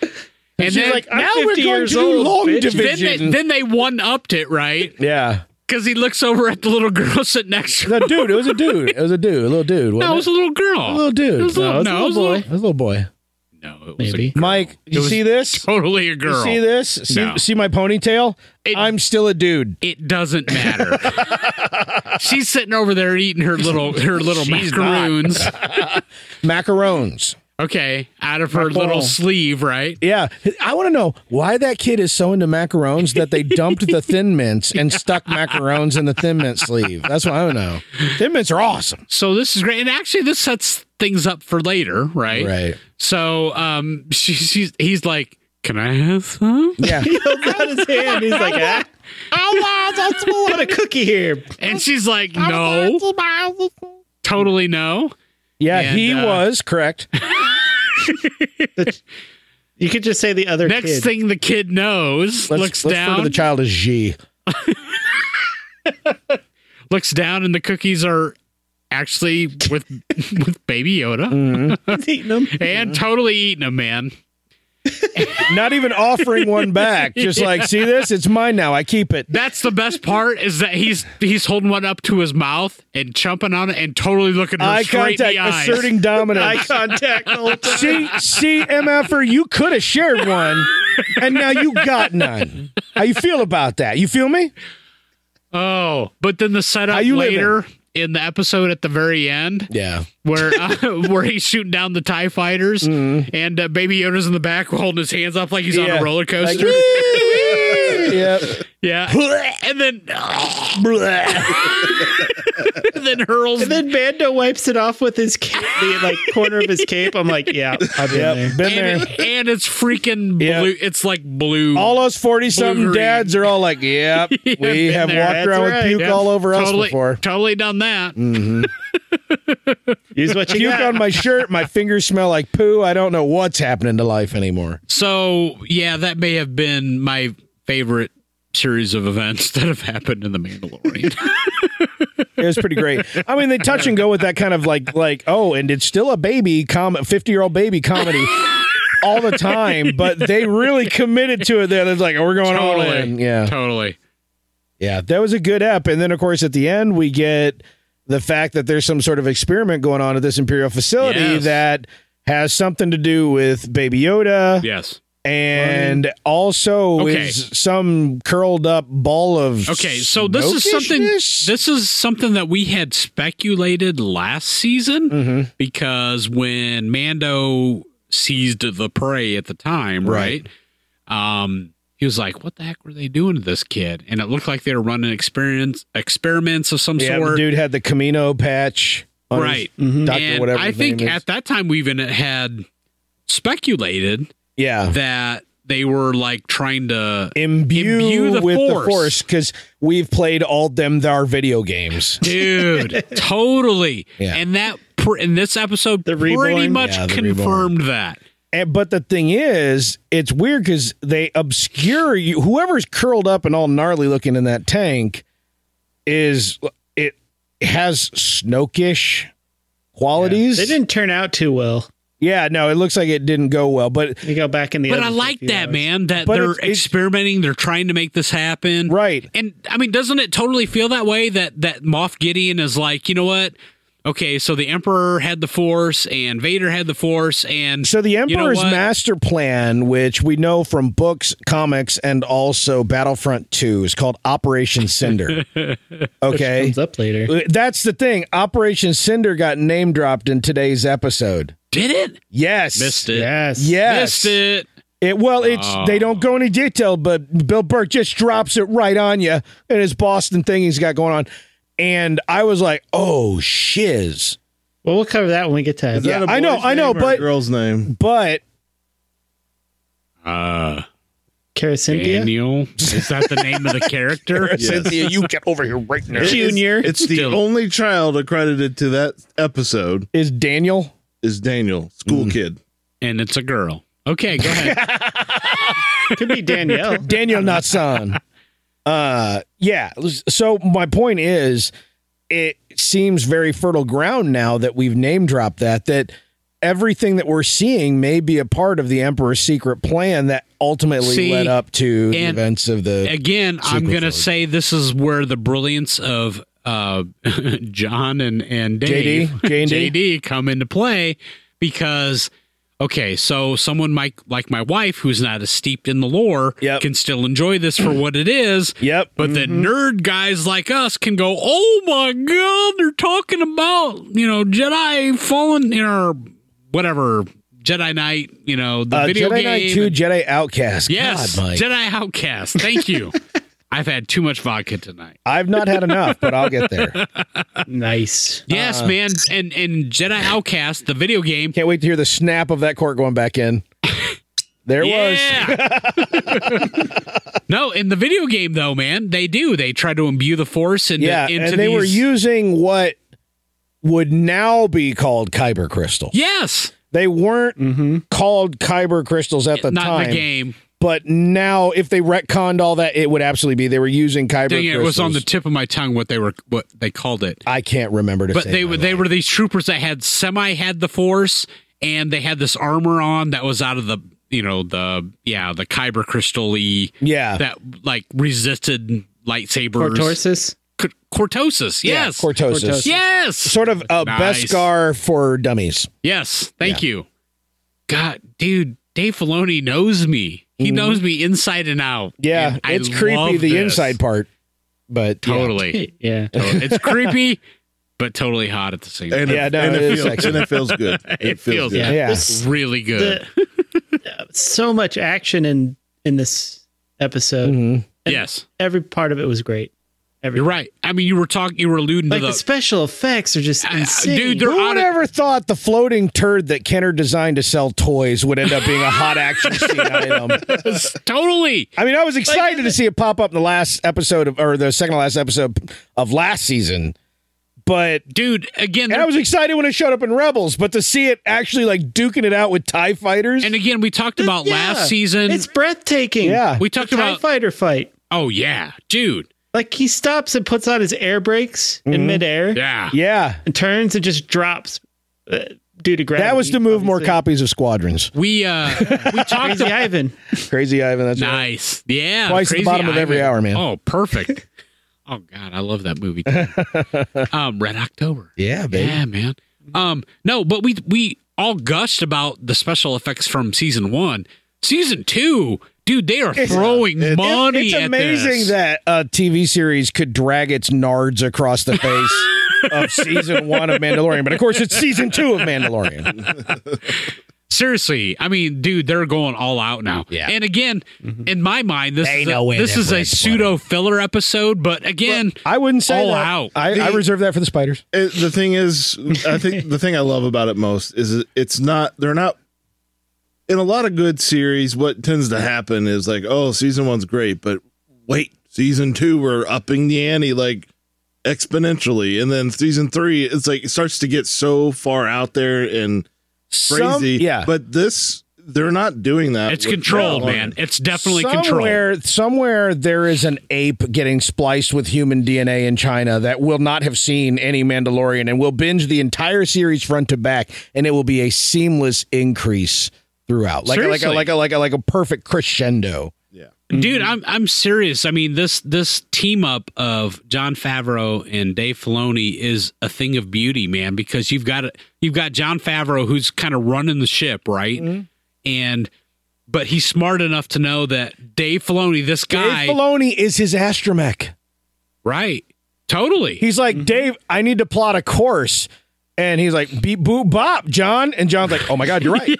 Speaker 5: and then
Speaker 6: I'm 50 years old, bitch."
Speaker 5: then they, then they one upped it right
Speaker 2: yeah.
Speaker 5: because he looks over at the little girl sitting next to him.
Speaker 2: No, dude, it was a dude. It was a dude. A little dude. wasn't
Speaker 5: No, it was a little girl.
Speaker 2: it? A little dude.
Speaker 5: It was a little, no, it was a little,
Speaker 2: It was a little boy.
Speaker 5: no, it was
Speaker 6: Maybe.
Speaker 5: a girl.
Speaker 2: Mike,
Speaker 5: It
Speaker 2: you
Speaker 5: was
Speaker 2: see this?
Speaker 5: Totally a
Speaker 2: You
Speaker 5: girl.
Speaker 2: see this? See,
Speaker 5: No.
Speaker 2: see my ponytail?
Speaker 5: It-
Speaker 2: I'm still a dude.
Speaker 5: It doesn't matter. She's sitting over there eating her little her little macaroons.
Speaker 2: Macarons.
Speaker 5: Okay, out of her little sleeve, right?
Speaker 2: Yeah. I want to know why that kid is so into macarons that they dumped the thin mints and stuck macarons in the thin mint sleeve. That's what I want to know. Thin mints are awesome.
Speaker 5: So this is great, and actually, this sets things up for later, right?
Speaker 2: Right.
Speaker 5: So, um, she, she's he's like, "Can I have some?"
Speaker 2: Yeah.
Speaker 6: He holds out his hand. He's like, ah,
Speaker 5: Oh wow, that's
Speaker 6: I want a cookie here.
Speaker 5: and she's like, "No, totally no."
Speaker 2: Yeah.
Speaker 5: And,
Speaker 2: he
Speaker 5: uh,
Speaker 2: was correct.
Speaker 6: You could just say the other
Speaker 5: Next
Speaker 6: kid.
Speaker 5: thing the kid
Speaker 2: Let's,
Speaker 5: knows, looks
Speaker 2: let's refer
Speaker 5: down,
Speaker 2: to the child as G.
Speaker 5: looks down, and the cookies are actually with with Baby Yoda.
Speaker 2: Mm-hmm.
Speaker 6: He's eating them.
Speaker 5: and totally eating them, man.
Speaker 2: Not even offering one back. Just like, see this? It's mine now. I keep it.
Speaker 5: That's the best part is that he's he's holding one up to his mouth and chomping on it and totally looking her
Speaker 2: Eye
Speaker 5: straight
Speaker 2: contact,
Speaker 5: in the eyes.
Speaker 2: asserting dominance.
Speaker 6: Eye contact the whole time.
Speaker 2: See, see, MFer, you could have shared one, and now you got none. How you feel about that? You feel me?
Speaker 5: oh, but then the
Speaker 2: How
Speaker 5: setup
Speaker 2: you
Speaker 5: later in the episode at the very end
Speaker 2: Yeah.
Speaker 5: where uh, where he's shooting down the Tie Fighters and uh, Baby Yoda's in the back holding his hands up like he's on
Speaker 2: Mm-hmm. Yeah.
Speaker 5: a roller coaster.
Speaker 2: Like, yep.
Speaker 5: Yeah. And then and then hurls
Speaker 6: And then Bando wipes it off with his cape, the like corner of his cape. I'm like, yeah, I've been there.
Speaker 2: Been there.
Speaker 5: and, it- and it's freaking
Speaker 2: Yeah.
Speaker 5: blue. It's like blue.
Speaker 2: All us 40 something
Speaker 5: Blue-green.
Speaker 2: dads are all like, yep, we
Speaker 5: been
Speaker 2: have
Speaker 5: there.
Speaker 2: walked
Speaker 6: That's
Speaker 2: around with
Speaker 6: right.
Speaker 2: puke
Speaker 6: Yeah.
Speaker 2: all over
Speaker 5: totally,
Speaker 2: us before. Mm.
Speaker 5: totally done that.
Speaker 6: Use what you
Speaker 2: Puke
Speaker 6: got.
Speaker 2: on my shirt. My fingers smell like poo. I don't know what's happening to life anymore.
Speaker 5: So yeah, that may have been my favorite series of events that have happened in the Mandalorian.
Speaker 2: It was pretty great. I mean, they touch and go with that kind of like, like, oh, and it's still a baby com, fifty year old baby comedy all the time. But they really committed to it. There, it's like, oh, we're going all
Speaker 5: Totally.
Speaker 2: in. Yeah,
Speaker 5: totally.
Speaker 2: yeah. That was a good ep. And then, of course, at the end, we get the fact that there's some sort of experiment going on at this imperial facility
Speaker 5: Yes.
Speaker 2: that has something to do with Baby Yoda
Speaker 5: Yes.
Speaker 2: and also
Speaker 5: Okay.
Speaker 2: is some curled up ball of
Speaker 5: Okay, so this is something
Speaker 2: snokishness?
Speaker 5: this is something that we had speculated last season
Speaker 2: Mm-hmm.
Speaker 5: because when Mando seized the prey at the time, right? Um he was like, "What the heck were they doing to this kid?" And it looked like they were running experiments experiments of some
Speaker 2: Yeah, the
Speaker 5: sort.
Speaker 2: dude had the Camino patch. on his
Speaker 5: Right.
Speaker 2: Doctor,
Speaker 5: And
Speaker 2: whatever.
Speaker 5: I
Speaker 2: his
Speaker 5: think
Speaker 2: name is.
Speaker 5: at that time we even had speculated
Speaker 2: yeah,
Speaker 5: that they were like trying to
Speaker 2: imbue,
Speaker 5: imbue the
Speaker 2: with
Speaker 5: Force.
Speaker 2: the force because we've played all them thar video games.
Speaker 5: dude totally
Speaker 10: Yeah.
Speaker 5: and that pr- in this episode
Speaker 6: The
Speaker 5: pretty
Speaker 6: reborn?
Speaker 5: much
Speaker 10: Yeah, the
Speaker 5: confirmed that
Speaker 2: And, but the thing is, it's weird because they obscure you. Whoever's curled up and all gnarly looking in that tank is it has Snokish qualities.
Speaker 6: They didn't turn out too well.
Speaker 2: Yeah, no, it looks like it didn't go well, but
Speaker 6: You go back in the.
Speaker 5: but
Speaker 6: oven
Speaker 5: i
Speaker 6: for a
Speaker 5: like
Speaker 6: few
Speaker 5: that
Speaker 6: hours.
Speaker 5: man that
Speaker 2: But
Speaker 5: they're
Speaker 2: it's- it's-
Speaker 5: experimenting they're trying to make this happen
Speaker 2: right.
Speaker 5: and i mean doesn't it totally feel that way that that moff gideon is like you know what okay so the emperor had the force and vader had the force and
Speaker 2: So the
Speaker 5: you know
Speaker 2: Emperor's
Speaker 5: what?
Speaker 2: master plan, which we know from books, comics, and also Battlefront 2, is called Operation Cinder. Okay.
Speaker 6: comes up later.
Speaker 2: That's the thing. Operation Cinder got name dropped in today's episode.
Speaker 5: did it
Speaker 2: Yes.
Speaker 5: missed it
Speaker 6: Yes.
Speaker 2: Yes.
Speaker 5: missed it Oh.
Speaker 2: It- well, it's they don't go any detail, but Bill Burke just drops it right on you in his Boston thing he's got going on. And I was like, oh, shiz.
Speaker 6: Well, we'll cover that when we get to it.
Speaker 2: Yeah,
Speaker 4: Is that a
Speaker 2: I know,
Speaker 4: boy's
Speaker 2: I know,
Speaker 4: name or a
Speaker 2: but-
Speaker 4: girl's name.
Speaker 2: But
Speaker 5: uh
Speaker 6: Carasynthia
Speaker 5: daniel is that the name of the character
Speaker 2: Cynthia, you get over here right now.
Speaker 6: Junior.
Speaker 4: It's the
Speaker 5: Still-
Speaker 4: only child accredited to that episode
Speaker 2: Is Daniel
Speaker 4: is Daniel, school kid.
Speaker 5: and it's a girl okay go ahead
Speaker 6: Could be Danielle.
Speaker 2: Daniel Natsan. Uh, yeah. So my point is, it seems very fertile ground now that we've name dropped that. That everything that we're seeing may be a part of the Emperor's secret plan that ultimately
Speaker 5: See,
Speaker 2: led up to the
Speaker 5: and-
Speaker 2: events of the.
Speaker 5: again, I'm
Speaker 2: Sequel
Speaker 5: going to
Speaker 2: trilogy.
Speaker 5: say this is where the brilliance of uh, John and and Dave,
Speaker 2: JD, J&D.
Speaker 5: JD come into play because okay, so someone might like my wife who's not as steeped in the lore
Speaker 2: Yep.
Speaker 5: can still enjoy this for what it is.
Speaker 2: Yep. Mm-hmm.
Speaker 5: But the nerd guys like us can go, oh my god, they're talking about you know Jedi fallen you know, whatever Jedi Knight, you know the
Speaker 2: Uh,
Speaker 5: video
Speaker 2: Jedi
Speaker 5: game.
Speaker 2: Knight Two, Jedi Outcast.
Speaker 5: Yes,
Speaker 2: God, Mike.
Speaker 5: Jedi Outcast. Thank you. I've had too much vodka tonight.
Speaker 2: I've not had enough, but I'll get there.
Speaker 6: nice.
Speaker 5: Yes, man. And and Jedi Outcast, the video game.
Speaker 2: Can't wait to hear the snap of that cork going back in. There it was.
Speaker 5: Yeah. no, in the video game though, man, they do. They try to imbue the force into
Speaker 2: Yeah,
Speaker 5: into
Speaker 2: and they were
Speaker 5: these-
Speaker 2: using what would now be called kyber crystal.
Speaker 5: Yes,
Speaker 2: They weren't called kyber crystals at the
Speaker 5: Mm-hmm. not
Speaker 2: time,
Speaker 5: the game.
Speaker 2: but now if they retconned all that, it would absolutely be they were using kyber
Speaker 5: Dang it,
Speaker 2: crystals.
Speaker 5: it was on the tip of my tongue what they were what they called it.
Speaker 2: I can't remember to
Speaker 5: But
Speaker 2: save
Speaker 5: they
Speaker 2: my
Speaker 5: were they
Speaker 2: life.
Speaker 5: were these troopers that had semi had the force and they had this armor on that was out of the you know the yeah the kyber crystal-y
Speaker 2: yeah
Speaker 5: that like resisted lightsabers.
Speaker 6: Tortoises.
Speaker 5: C- cortosis.
Speaker 2: yeah,
Speaker 5: Yes.
Speaker 2: cortosis.
Speaker 5: yes.
Speaker 2: Sort of a
Speaker 5: Nice.
Speaker 2: Beskar for dummies.
Speaker 5: yes. Thank you. God, dude, Dave Filoni knows me. He knows me inside and out.
Speaker 2: Mm-hmm. Yeah,
Speaker 5: And I
Speaker 2: it's creepy
Speaker 5: love
Speaker 2: the
Speaker 5: this.
Speaker 2: inside part, but yeah.
Speaker 5: Totally.
Speaker 6: Yeah.
Speaker 5: Totally. it's creepy, but totally hot at the same time.
Speaker 4: And
Speaker 2: Yeah,
Speaker 4: it,
Speaker 2: no,
Speaker 4: and
Speaker 2: it
Speaker 4: it,
Speaker 2: is
Speaker 4: feels,
Speaker 2: sexy.
Speaker 4: and it feels good. It,
Speaker 5: feels-
Speaker 4: feels, good.
Speaker 2: Yeah.
Speaker 5: Really good.
Speaker 6: uh, The- so much action in in this episode.
Speaker 5: Mm-hmm.
Speaker 2: Mm-hmm.
Speaker 5: Yes,
Speaker 6: Every part of it was great. Every
Speaker 5: you're right. I mean, you were talking, you were alluding
Speaker 6: Like
Speaker 5: to
Speaker 6: the,
Speaker 5: the,
Speaker 6: special effects are just
Speaker 5: Uh,
Speaker 6: insane.
Speaker 5: dude, they're
Speaker 2: Who
Speaker 5: on
Speaker 2: would
Speaker 5: it.
Speaker 2: ever thought the floating turd that Kenner designed to sell toys would end up being a hot action scene item?
Speaker 5: totally.
Speaker 2: I mean, I was excited to see it pop up in the last episode of, or the second to last episode of last season, but
Speaker 5: Dude, again,
Speaker 2: and I was excited when it showed up in Rebels, but to see it actually like duking it out with Tie Fighters,
Speaker 5: and again, we talked about
Speaker 6: Yeah.
Speaker 5: last season.
Speaker 6: It's breathtaking.
Speaker 2: yeah,
Speaker 5: we talked
Speaker 6: The TIE
Speaker 5: about,
Speaker 6: fighter fight.
Speaker 5: oh, yeah, dude.
Speaker 6: Like he stops and puts on his air brakes
Speaker 2: Mm-hmm.
Speaker 6: in midair
Speaker 5: Yeah.
Speaker 2: yeah,
Speaker 6: and turns and just drops uh, due to gravity.
Speaker 2: that was to move more
Speaker 6: obviously.
Speaker 2: copies of Squadrons.
Speaker 5: We, uh, we talked
Speaker 6: Crazy
Speaker 5: about,
Speaker 6: Ivan.
Speaker 2: Crazy Ivan, that's right.
Speaker 5: nice. Yeah.
Speaker 2: Twice the
Speaker 5: Crazy
Speaker 2: bottom of every hour, man.
Speaker 5: Oh, perfect. oh, God. I love that movie. too. um, Red October.
Speaker 10: Yeah, baby.
Speaker 5: Yeah, man. Um, no, but we we all gushed about the special effects from season one. Season two, dude, they are throwing money.
Speaker 2: It's
Speaker 5: at
Speaker 2: amazing
Speaker 5: this.
Speaker 2: that a TV series could drag its nards across the face of season one of Mandalorian, but of course it's season two of Mandalorian.
Speaker 5: Seriously, I mean, dude, they're going all out now.
Speaker 10: Yeah.
Speaker 5: And again,
Speaker 2: Mm-hmm.
Speaker 5: in my mind, this
Speaker 10: They
Speaker 5: is a,
Speaker 10: know where
Speaker 5: this
Speaker 10: their
Speaker 5: is a
Speaker 10: bread's
Speaker 5: pseudo filler episode. But again,
Speaker 2: I wouldn't say
Speaker 5: All
Speaker 2: that.
Speaker 5: out.
Speaker 2: I, I reserve that for the spiders.
Speaker 4: It- the thing is, I think the thing I love about it most is it- it's not they're not in a lot of good series. What tends to happen is like, oh, season one's great, but wait, season two we're upping the ante like exponentially, and then season three it's like it starts to get so far out there and crazy.
Speaker 2: Some- yeah.
Speaker 4: but this they're not doing that.
Speaker 5: it's
Speaker 4: with
Speaker 5: controlled,
Speaker 4: that one.
Speaker 5: man. It's definitely controlled.
Speaker 2: Uh, somewhere, Somewhere there is an ape getting spliced with human DNA in China that will not have seen any Mandalorian and will binge the entire series front to back, and it will be a seamless increase throughout, like a, like a,
Speaker 5: Seriously.
Speaker 2: like a like a like a perfect crescendo.
Speaker 5: Dude, I'm I'm serious. I mean, this this team up of John Favreau and Dave Filoni is a thing of beauty, man, because you've got you've got John Favreau who's kind of running the ship, right?
Speaker 2: Mm-hmm.
Speaker 5: And but he's smart enough to know that Dave Filoni, this guy,
Speaker 2: Dave Filoni is his astromech.
Speaker 5: right? Totally.
Speaker 2: He's
Speaker 6: Mm-hmm.
Speaker 2: like, Dave, I need to plot a course. And he's like, beep, boop, bop, John. And John's like, oh my God, you're right.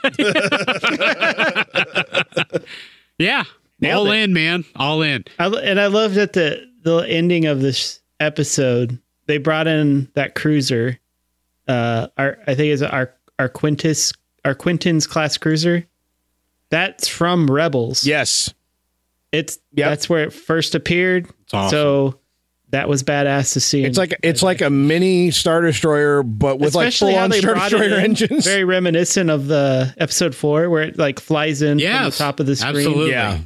Speaker 5: Yeah. all in, man. All in.
Speaker 6: I, lo- and I love that the the ending of this episode they brought in that cruiser. Uh, our I think it's our our Quintus our Quintin's class cruiser. That's from Rebels.
Speaker 2: yes.
Speaker 6: it's
Speaker 2: Yep.
Speaker 6: that's where it first appeared.
Speaker 5: awesome.
Speaker 6: So that was badass to see.
Speaker 2: It's like it's like a mini Star Destroyer, but with
Speaker 6: Especially
Speaker 2: like full on
Speaker 6: how they
Speaker 2: Star
Speaker 6: brought it
Speaker 2: Destroyer
Speaker 6: in,
Speaker 2: engines.
Speaker 6: Very reminiscent of the episode four where it like flies in from
Speaker 5: Yes,
Speaker 6: the top of the screen.
Speaker 5: absolutely.
Speaker 2: yeah.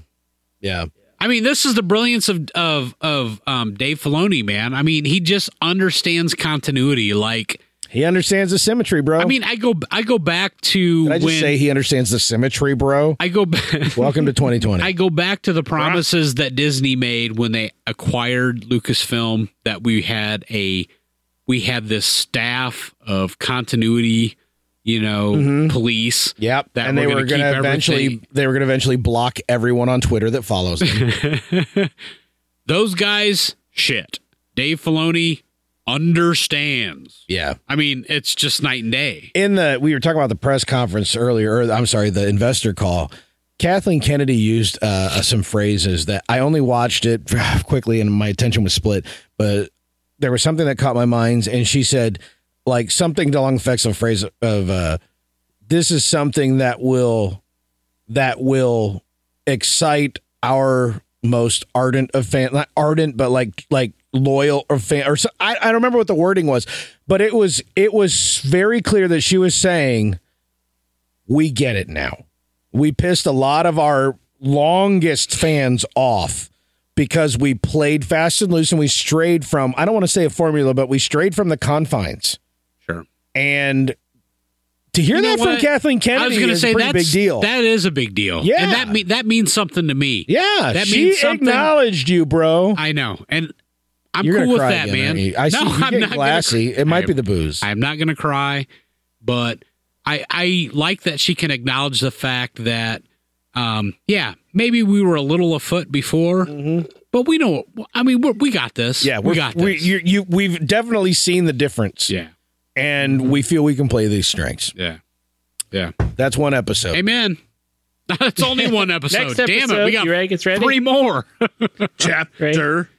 Speaker 2: Yeah.
Speaker 5: I mean, this is the brilliance of of of um, Dave Filoni, man. I mean, he just understands continuity. Like,
Speaker 2: He understands the symmetry, bro.
Speaker 5: I mean, I go I go back
Speaker 2: Oh.
Speaker 5: to
Speaker 2: Did I just
Speaker 5: when
Speaker 2: say he understands the symmetry, bro.
Speaker 5: I go back.
Speaker 2: Welcome to 2020.
Speaker 5: I go back to the promises that Disney made when they acquired Lucasfilm that we had a we had this staff of continuity, you know, police.
Speaker 2: Mm-hmm. yep.
Speaker 5: That
Speaker 2: and they
Speaker 5: we're
Speaker 2: were
Speaker 5: gonna
Speaker 2: going to
Speaker 5: keep
Speaker 2: eventually
Speaker 5: everything-
Speaker 2: they were going to eventually block everyone on Twitter that follows them.
Speaker 5: Those guys, shit. Dave Filoni understands.
Speaker 10: Yeah.
Speaker 5: I mean, it's just night and day.
Speaker 2: in the we were talking about the press conference earlier or i'm sorry the investor call kathleen kennedy used uh, some phrases that i only watched it quickly and my attention was split but there was something that caught my mind and she said like something along the effects of a phrase of uh, this is something that will that will excite our most ardent of fan not ardent but like like loyal or fan or so, I, I don't remember what the wording was but it was it was very clear that she was saying we get it now we pissed a lot of our longest fans off because we played fast and loose and we strayed from i don't want to say a formula but we strayed from the confines
Speaker 5: Sure.
Speaker 2: and to hear
Speaker 5: You know
Speaker 2: that from
Speaker 5: what?
Speaker 2: kathleen kennedy
Speaker 5: I was going to
Speaker 2: is
Speaker 5: say
Speaker 2: a pretty
Speaker 5: that's
Speaker 2: big deal
Speaker 5: That is a big deal.
Speaker 2: Yeah.
Speaker 5: And that mean that means something to me.
Speaker 2: yeah
Speaker 5: that
Speaker 2: she
Speaker 5: means something.
Speaker 2: acknowledged you bro
Speaker 5: I know. And I'm
Speaker 2: You're
Speaker 5: cool
Speaker 2: gonna
Speaker 5: with
Speaker 2: cry
Speaker 5: that,
Speaker 2: again,
Speaker 5: man.
Speaker 2: aren't you? I see you getting
Speaker 5: gonna
Speaker 2: glassy.
Speaker 5: cry.
Speaker 2: It might
Speaker 5: I-
Speaker 2: be the booze.
Speaker 5: I'm not going to cry, but I I like that she can acknowledge the fact that um yeah, maybe we were a little afoot before, but we know I mean we're, we got this.
Speaker 2: Mm-hmm. yeah,
Speaker 5: we
Speaker 2: we're-
Speaker 5: got this.
Speaker 2: we you, you, we've definitely seen the difference,
Speaker 5: yeah.
Speaker 2: and we feel we can play these strengths.
Speaker 5: Yeah. Yeah.
Speaker 2: That's one episode.
Speaker 5: Amen. That's only one episode.
Speaker 6: Next
Speaker 5: Damn
Speaker 6: episode,
Speaker 5: it, we got
Speaker 6: you ready? It's ready.
Speaker 5: three more.
Speaker 4: Chapter.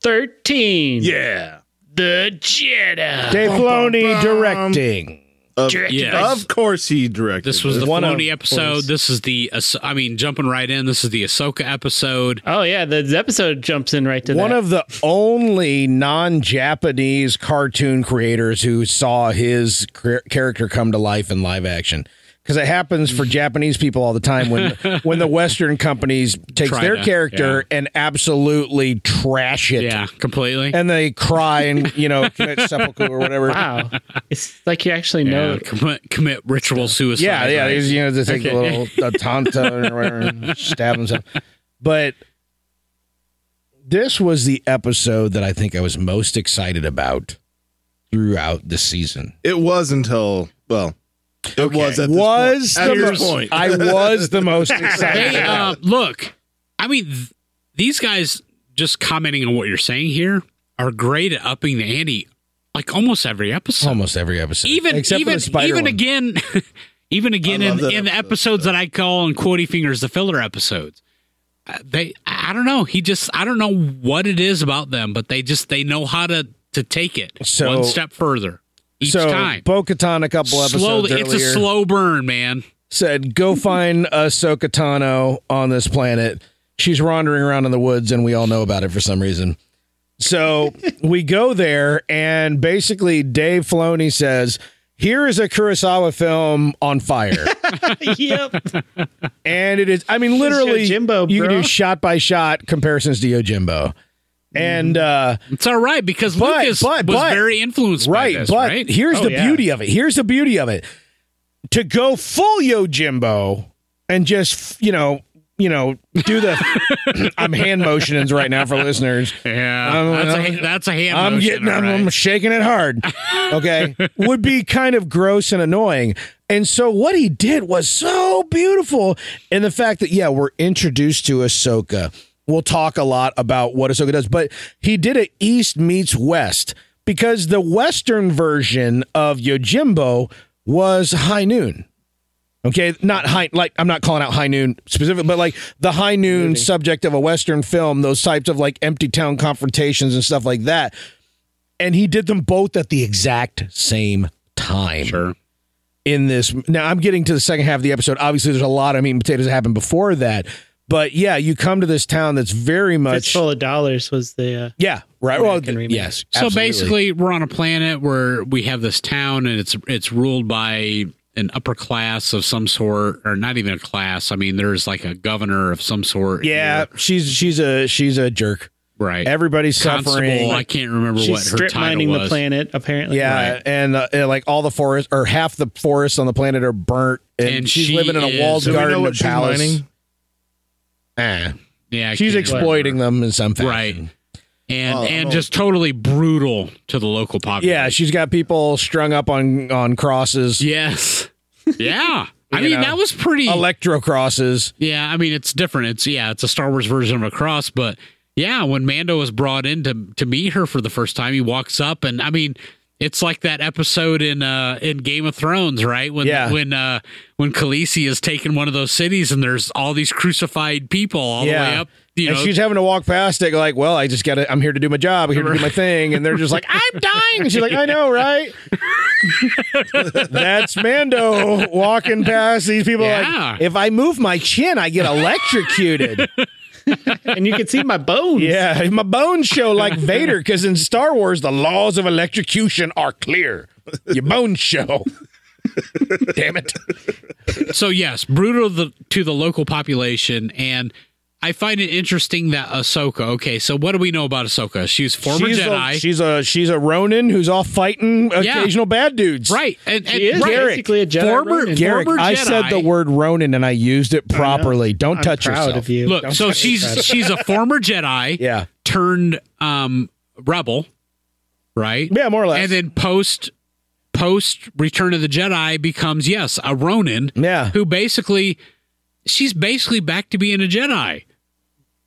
Speaker 6: Thirteen.
Speaker 4: Yeah.
Speaker 6: The Jedi.
Speaker 2: Dave Filoni directing.
Speaker 5: Yes.
Speaker 4: Of course he directed.
Speaker 5: This was the
Speaker 2: One of
Speaker 5: Filoni episode.
Speaker 2: course.
Speaker 5: This is the, Ahs- I mean, jumping right in. This is the Ahsoka episode.
Speaker 6: Oh yeah, the the episode jumps in right to
Speaker 2: One
Speaker 6: that.
Speaker 2: of the only non-Japanese cartoon creators who saw his char- character come to life in live action. Because it happens for Japanese people all the time when when the Western companies takes
Speaker 5: Try
Speaker 2: their
Speaker 5: to,
Speaker 2: character and absolutely trash it,
Speaker 5: Yeah, completely.
Speaker 2: and they cry and you know commit seppuku or whatever.
Speaker 6: wow. it's like you actually
Speaker 5: Yeah,
Speaker 6: know.
Speaker 5: commit, commit ritual suicide.
Speaker 2: Yeah, yeah.
Speaker 5: right?
Speaker 2: He's, you know, just take a little a taunta or whatever and stab himself. But
Speaker 11: This was the episode that I think I was most excited about throughout the season.
Speaker 4: It was until well, it was at this
Speaker 2: was
Speaker 4: point.
Speaker 2: the
Speaker 4: At this
Speaker 2: most,
Speaker 4: point.
Speaker 2: I was the most excited.
Speaker 5: They, uh, look, I mean, th- these guys just commenting on what you're saying here are great at upping the ante, like almost every episode.
Speaker 11: Almost every episode.
Speaker 5: even
Speaker 2: Oh, Except for
Speaker 5: even
Speaker 2: the spider
Speaker 5: even
Speaker 2: one.
Speaker 5: again, even again
Speaker 4: I
Speaker 5: in,
Speaker 4: love that
Speaker 5: in the
Speaker 4: episode,
Speaker 5: episodes that I call in quotey fingers the filler episodes. Uh, They, I I don't know. He just, I don't know what it is about them, but they just, they know how to to take it
Speaker 2: So-
Speaker 5: one step further each
Speaker 2: so
Speaker 5: time.
Speaker 2: Bo-Katan a couple episodes
Speaker 5: Slowly,
Speaker 2: earlier
Speaker 5: it's a slow burn, man.
Speaker 2: said, "Go find Ahsoka Tano on this planet. She's wandering around in the woods, and we all know about it for some reason." So we go there, and basically, Dave Filoni says, "Here is a Kurosawa film on fire."
Speaker 6: yep.
Speaker 2: and it is. I mean, literally,
Speaker 6: Yojimbo,
Speaker 2: you can
Speaker 6: bro.
Speaker 2: do shot by shot comparisons to Yojimbo, and uh,
Speaker 5: It's all right because
Speaker 2: But-
Speaker 5: Lucas
Speaker 2: but-
Speaker 5: was
Speaker 2: but-
Speaker 5: very influenced
Speaker 2: right.
Speaker 5: by this,
Speaker 2: but
Speaker 5: right?
Speaker 2: here's
Speaker 6: Oh,
Speaker 2: the
Speaker 6: yeah.
Speaker 2: beauty of it. Here's the beauty of it. To go full Yojimbo and just you know, you know, do the. I'm hand motionings right now for listeners.
Speaker 5: yeah,
Speaker 2: I'm-
Speaker 5: that's,
Speaker 2: I'm-
Speaker 5: a, that's a hand
Speaker 2: I'm
Speaker 5: motion,
Speaker 2: getting,
Speaker 5: all
Speaker 2: I'm,
Speaker 5: right.
Speaker 2: I'm shaking it hard. Okay. Would be kind of gross and annoying. And so what he did was so beautiful. And the fact that, yeah, we're introduced to Ahsoka. We'll talk a lot about what Ahsoka does, but he did it East meets West because the Western version of Yojimbo was High Noon. Okay, not high like I'm not calling out high noon specifically, but like the high noon subject of a western film, those types of like empty town confrontations and stuff like that. And he did them both at the exact same time
Speaker 5: sure.
Speaker 2: in this. Now I'm getting to the second half of the episode. Obviously, there's a lot of meat and potatoes that happened before that, but yeah, you come to this town that's very much
Speaker 6: Fistful of dollars was the. Uh,
Speaker 2: yeah, right. Well,
Speaker 6: American remake.
Speaker 2: yes.
Speaker 5: So
Speaker 2: absolutely.
Speaker 5: basically, we're on a planet where we have this town, and it's it's ruled by an upper class of some sort, or not even a class. I mean, there's like a governor of some sort.
Speaker 2: yeah,
Speaker 5: here,
Speaker 2: she's she's a she's a jerk.
Speaker 5: right.
Speaker 2: Everybody's
Speaker 5: Constable.
Speaker 2: suffering.
Speaker 5: I can't remember
Speaker 6: she's
Speaker 5: what her
Speaker 6: strip
Speaker 5: title
Speaker 6: mining
Speaker 5: was.
Speaker 6: the planet apparently.
Speaker 2: Yeah, and, uh, and, like all the forests or half the forests on the planet are burnt, and,
Speaker 5: And
Speaker 2: she's
Speaker 5: she
Speaker 2: living in a
Speaker 5: is-
Speaker 2: walled
Speaker 5: So
Speaker 4: we know
Speaker 2: garden
Speaker 4: what
Speaker 2: and
Speaker 4: she's
Speaker 2: palace.
Speaker 4: mining?
Speaker 2: Eh.
Speaker 5: Yeah, I
Speaker 2: she's
Speaker 5: can't remember.
Speaker 2: exploiting them in some fashion.
Speaker 5: Right. And
Speaker 4: Oh,
Speaker 5: and
Speaker 4: oh.
Speaker 5: just totally brutal to the local population.
Speaker 2: Yeah, she's got people strung up on on crosses,
Speaker 5: Yes. Yeah. I
Speaker 2: You
Speaker 5: mean,
Speaker 2: know.
Speaker 5: that was pretty.
Speaker 2: electro crosses.
Speaker 5: Yeah, I mean it's different. It's yeah, it's a Star Wars version of a cross, but yeah, when Mando was brought in to to meet her for the first time, he walks up and I mean it's like that episode in uh in Game of Thrones, right? When
Speaker 2: Yeah.
Speaker 5: when uh when Khaleesi is taking one of those cities and there's all these crucified people all the way
Speaker 2: Yeah.
Speaker 5: up, you
Speaker 2: and
Speaker 5: know.
Speaker 2: she's having to walk past it, like, well, I just got to, I'm here to do my job, I'm here to do my thing. And they're just like, I'm dying. And she's like, I know, right? That's Mando walking past these people.
Speaker 5: Yeah.
Speaker 2: Like, if I move my chin, I get electrocuted.
Speaker 6: and you can see my bones.
Speaker 2: Yeah, my bones show like Vader because in Star Wars the laws of electrocution are clear. Your bones show. Damn it!
Speaker 5: so yes, brutal the, to the local population and I find it interesting that Ahsoka. Okay, so what do we know about Ahsoka? She's former
Speaker 2: she's
Speaker 5: Jedi,
Speaker 2: a she's a she's a Ronin who's off fighting
Speaker 5: Yeah.
Speaker 2: occasional bad dudes.
Speaker 5: right? And, and
Speaker 6: She is
Speaker 5: right.
Speaker 6: basically a Jedi.
Speaker 5: Former-
Speaker 6: Ronin.
Speaker 2: Garrick,
Speaker 5: Former
Speaker 2: I
Speaker 5: Jedi.
Speaker 2: said the word Ronin and I used it properly. Don't
Speaker 6: I'm
Speaker 2: touch
Speaker 6: proud
Speaker 2: yourself.
Speaker 6: of you.
Speaker 5: Look, so she's she's a former Jedi
Speaker 2: Yeah,
Speaker 5: turned um rebel, right?
Speaker 2: yeah, more or less.
Speaker 5: And then post post Return of the Jedi becomes yes a Ronin
Speaker 2: yeah,
Speaker 5: who basically she's basically back to being a Jedi.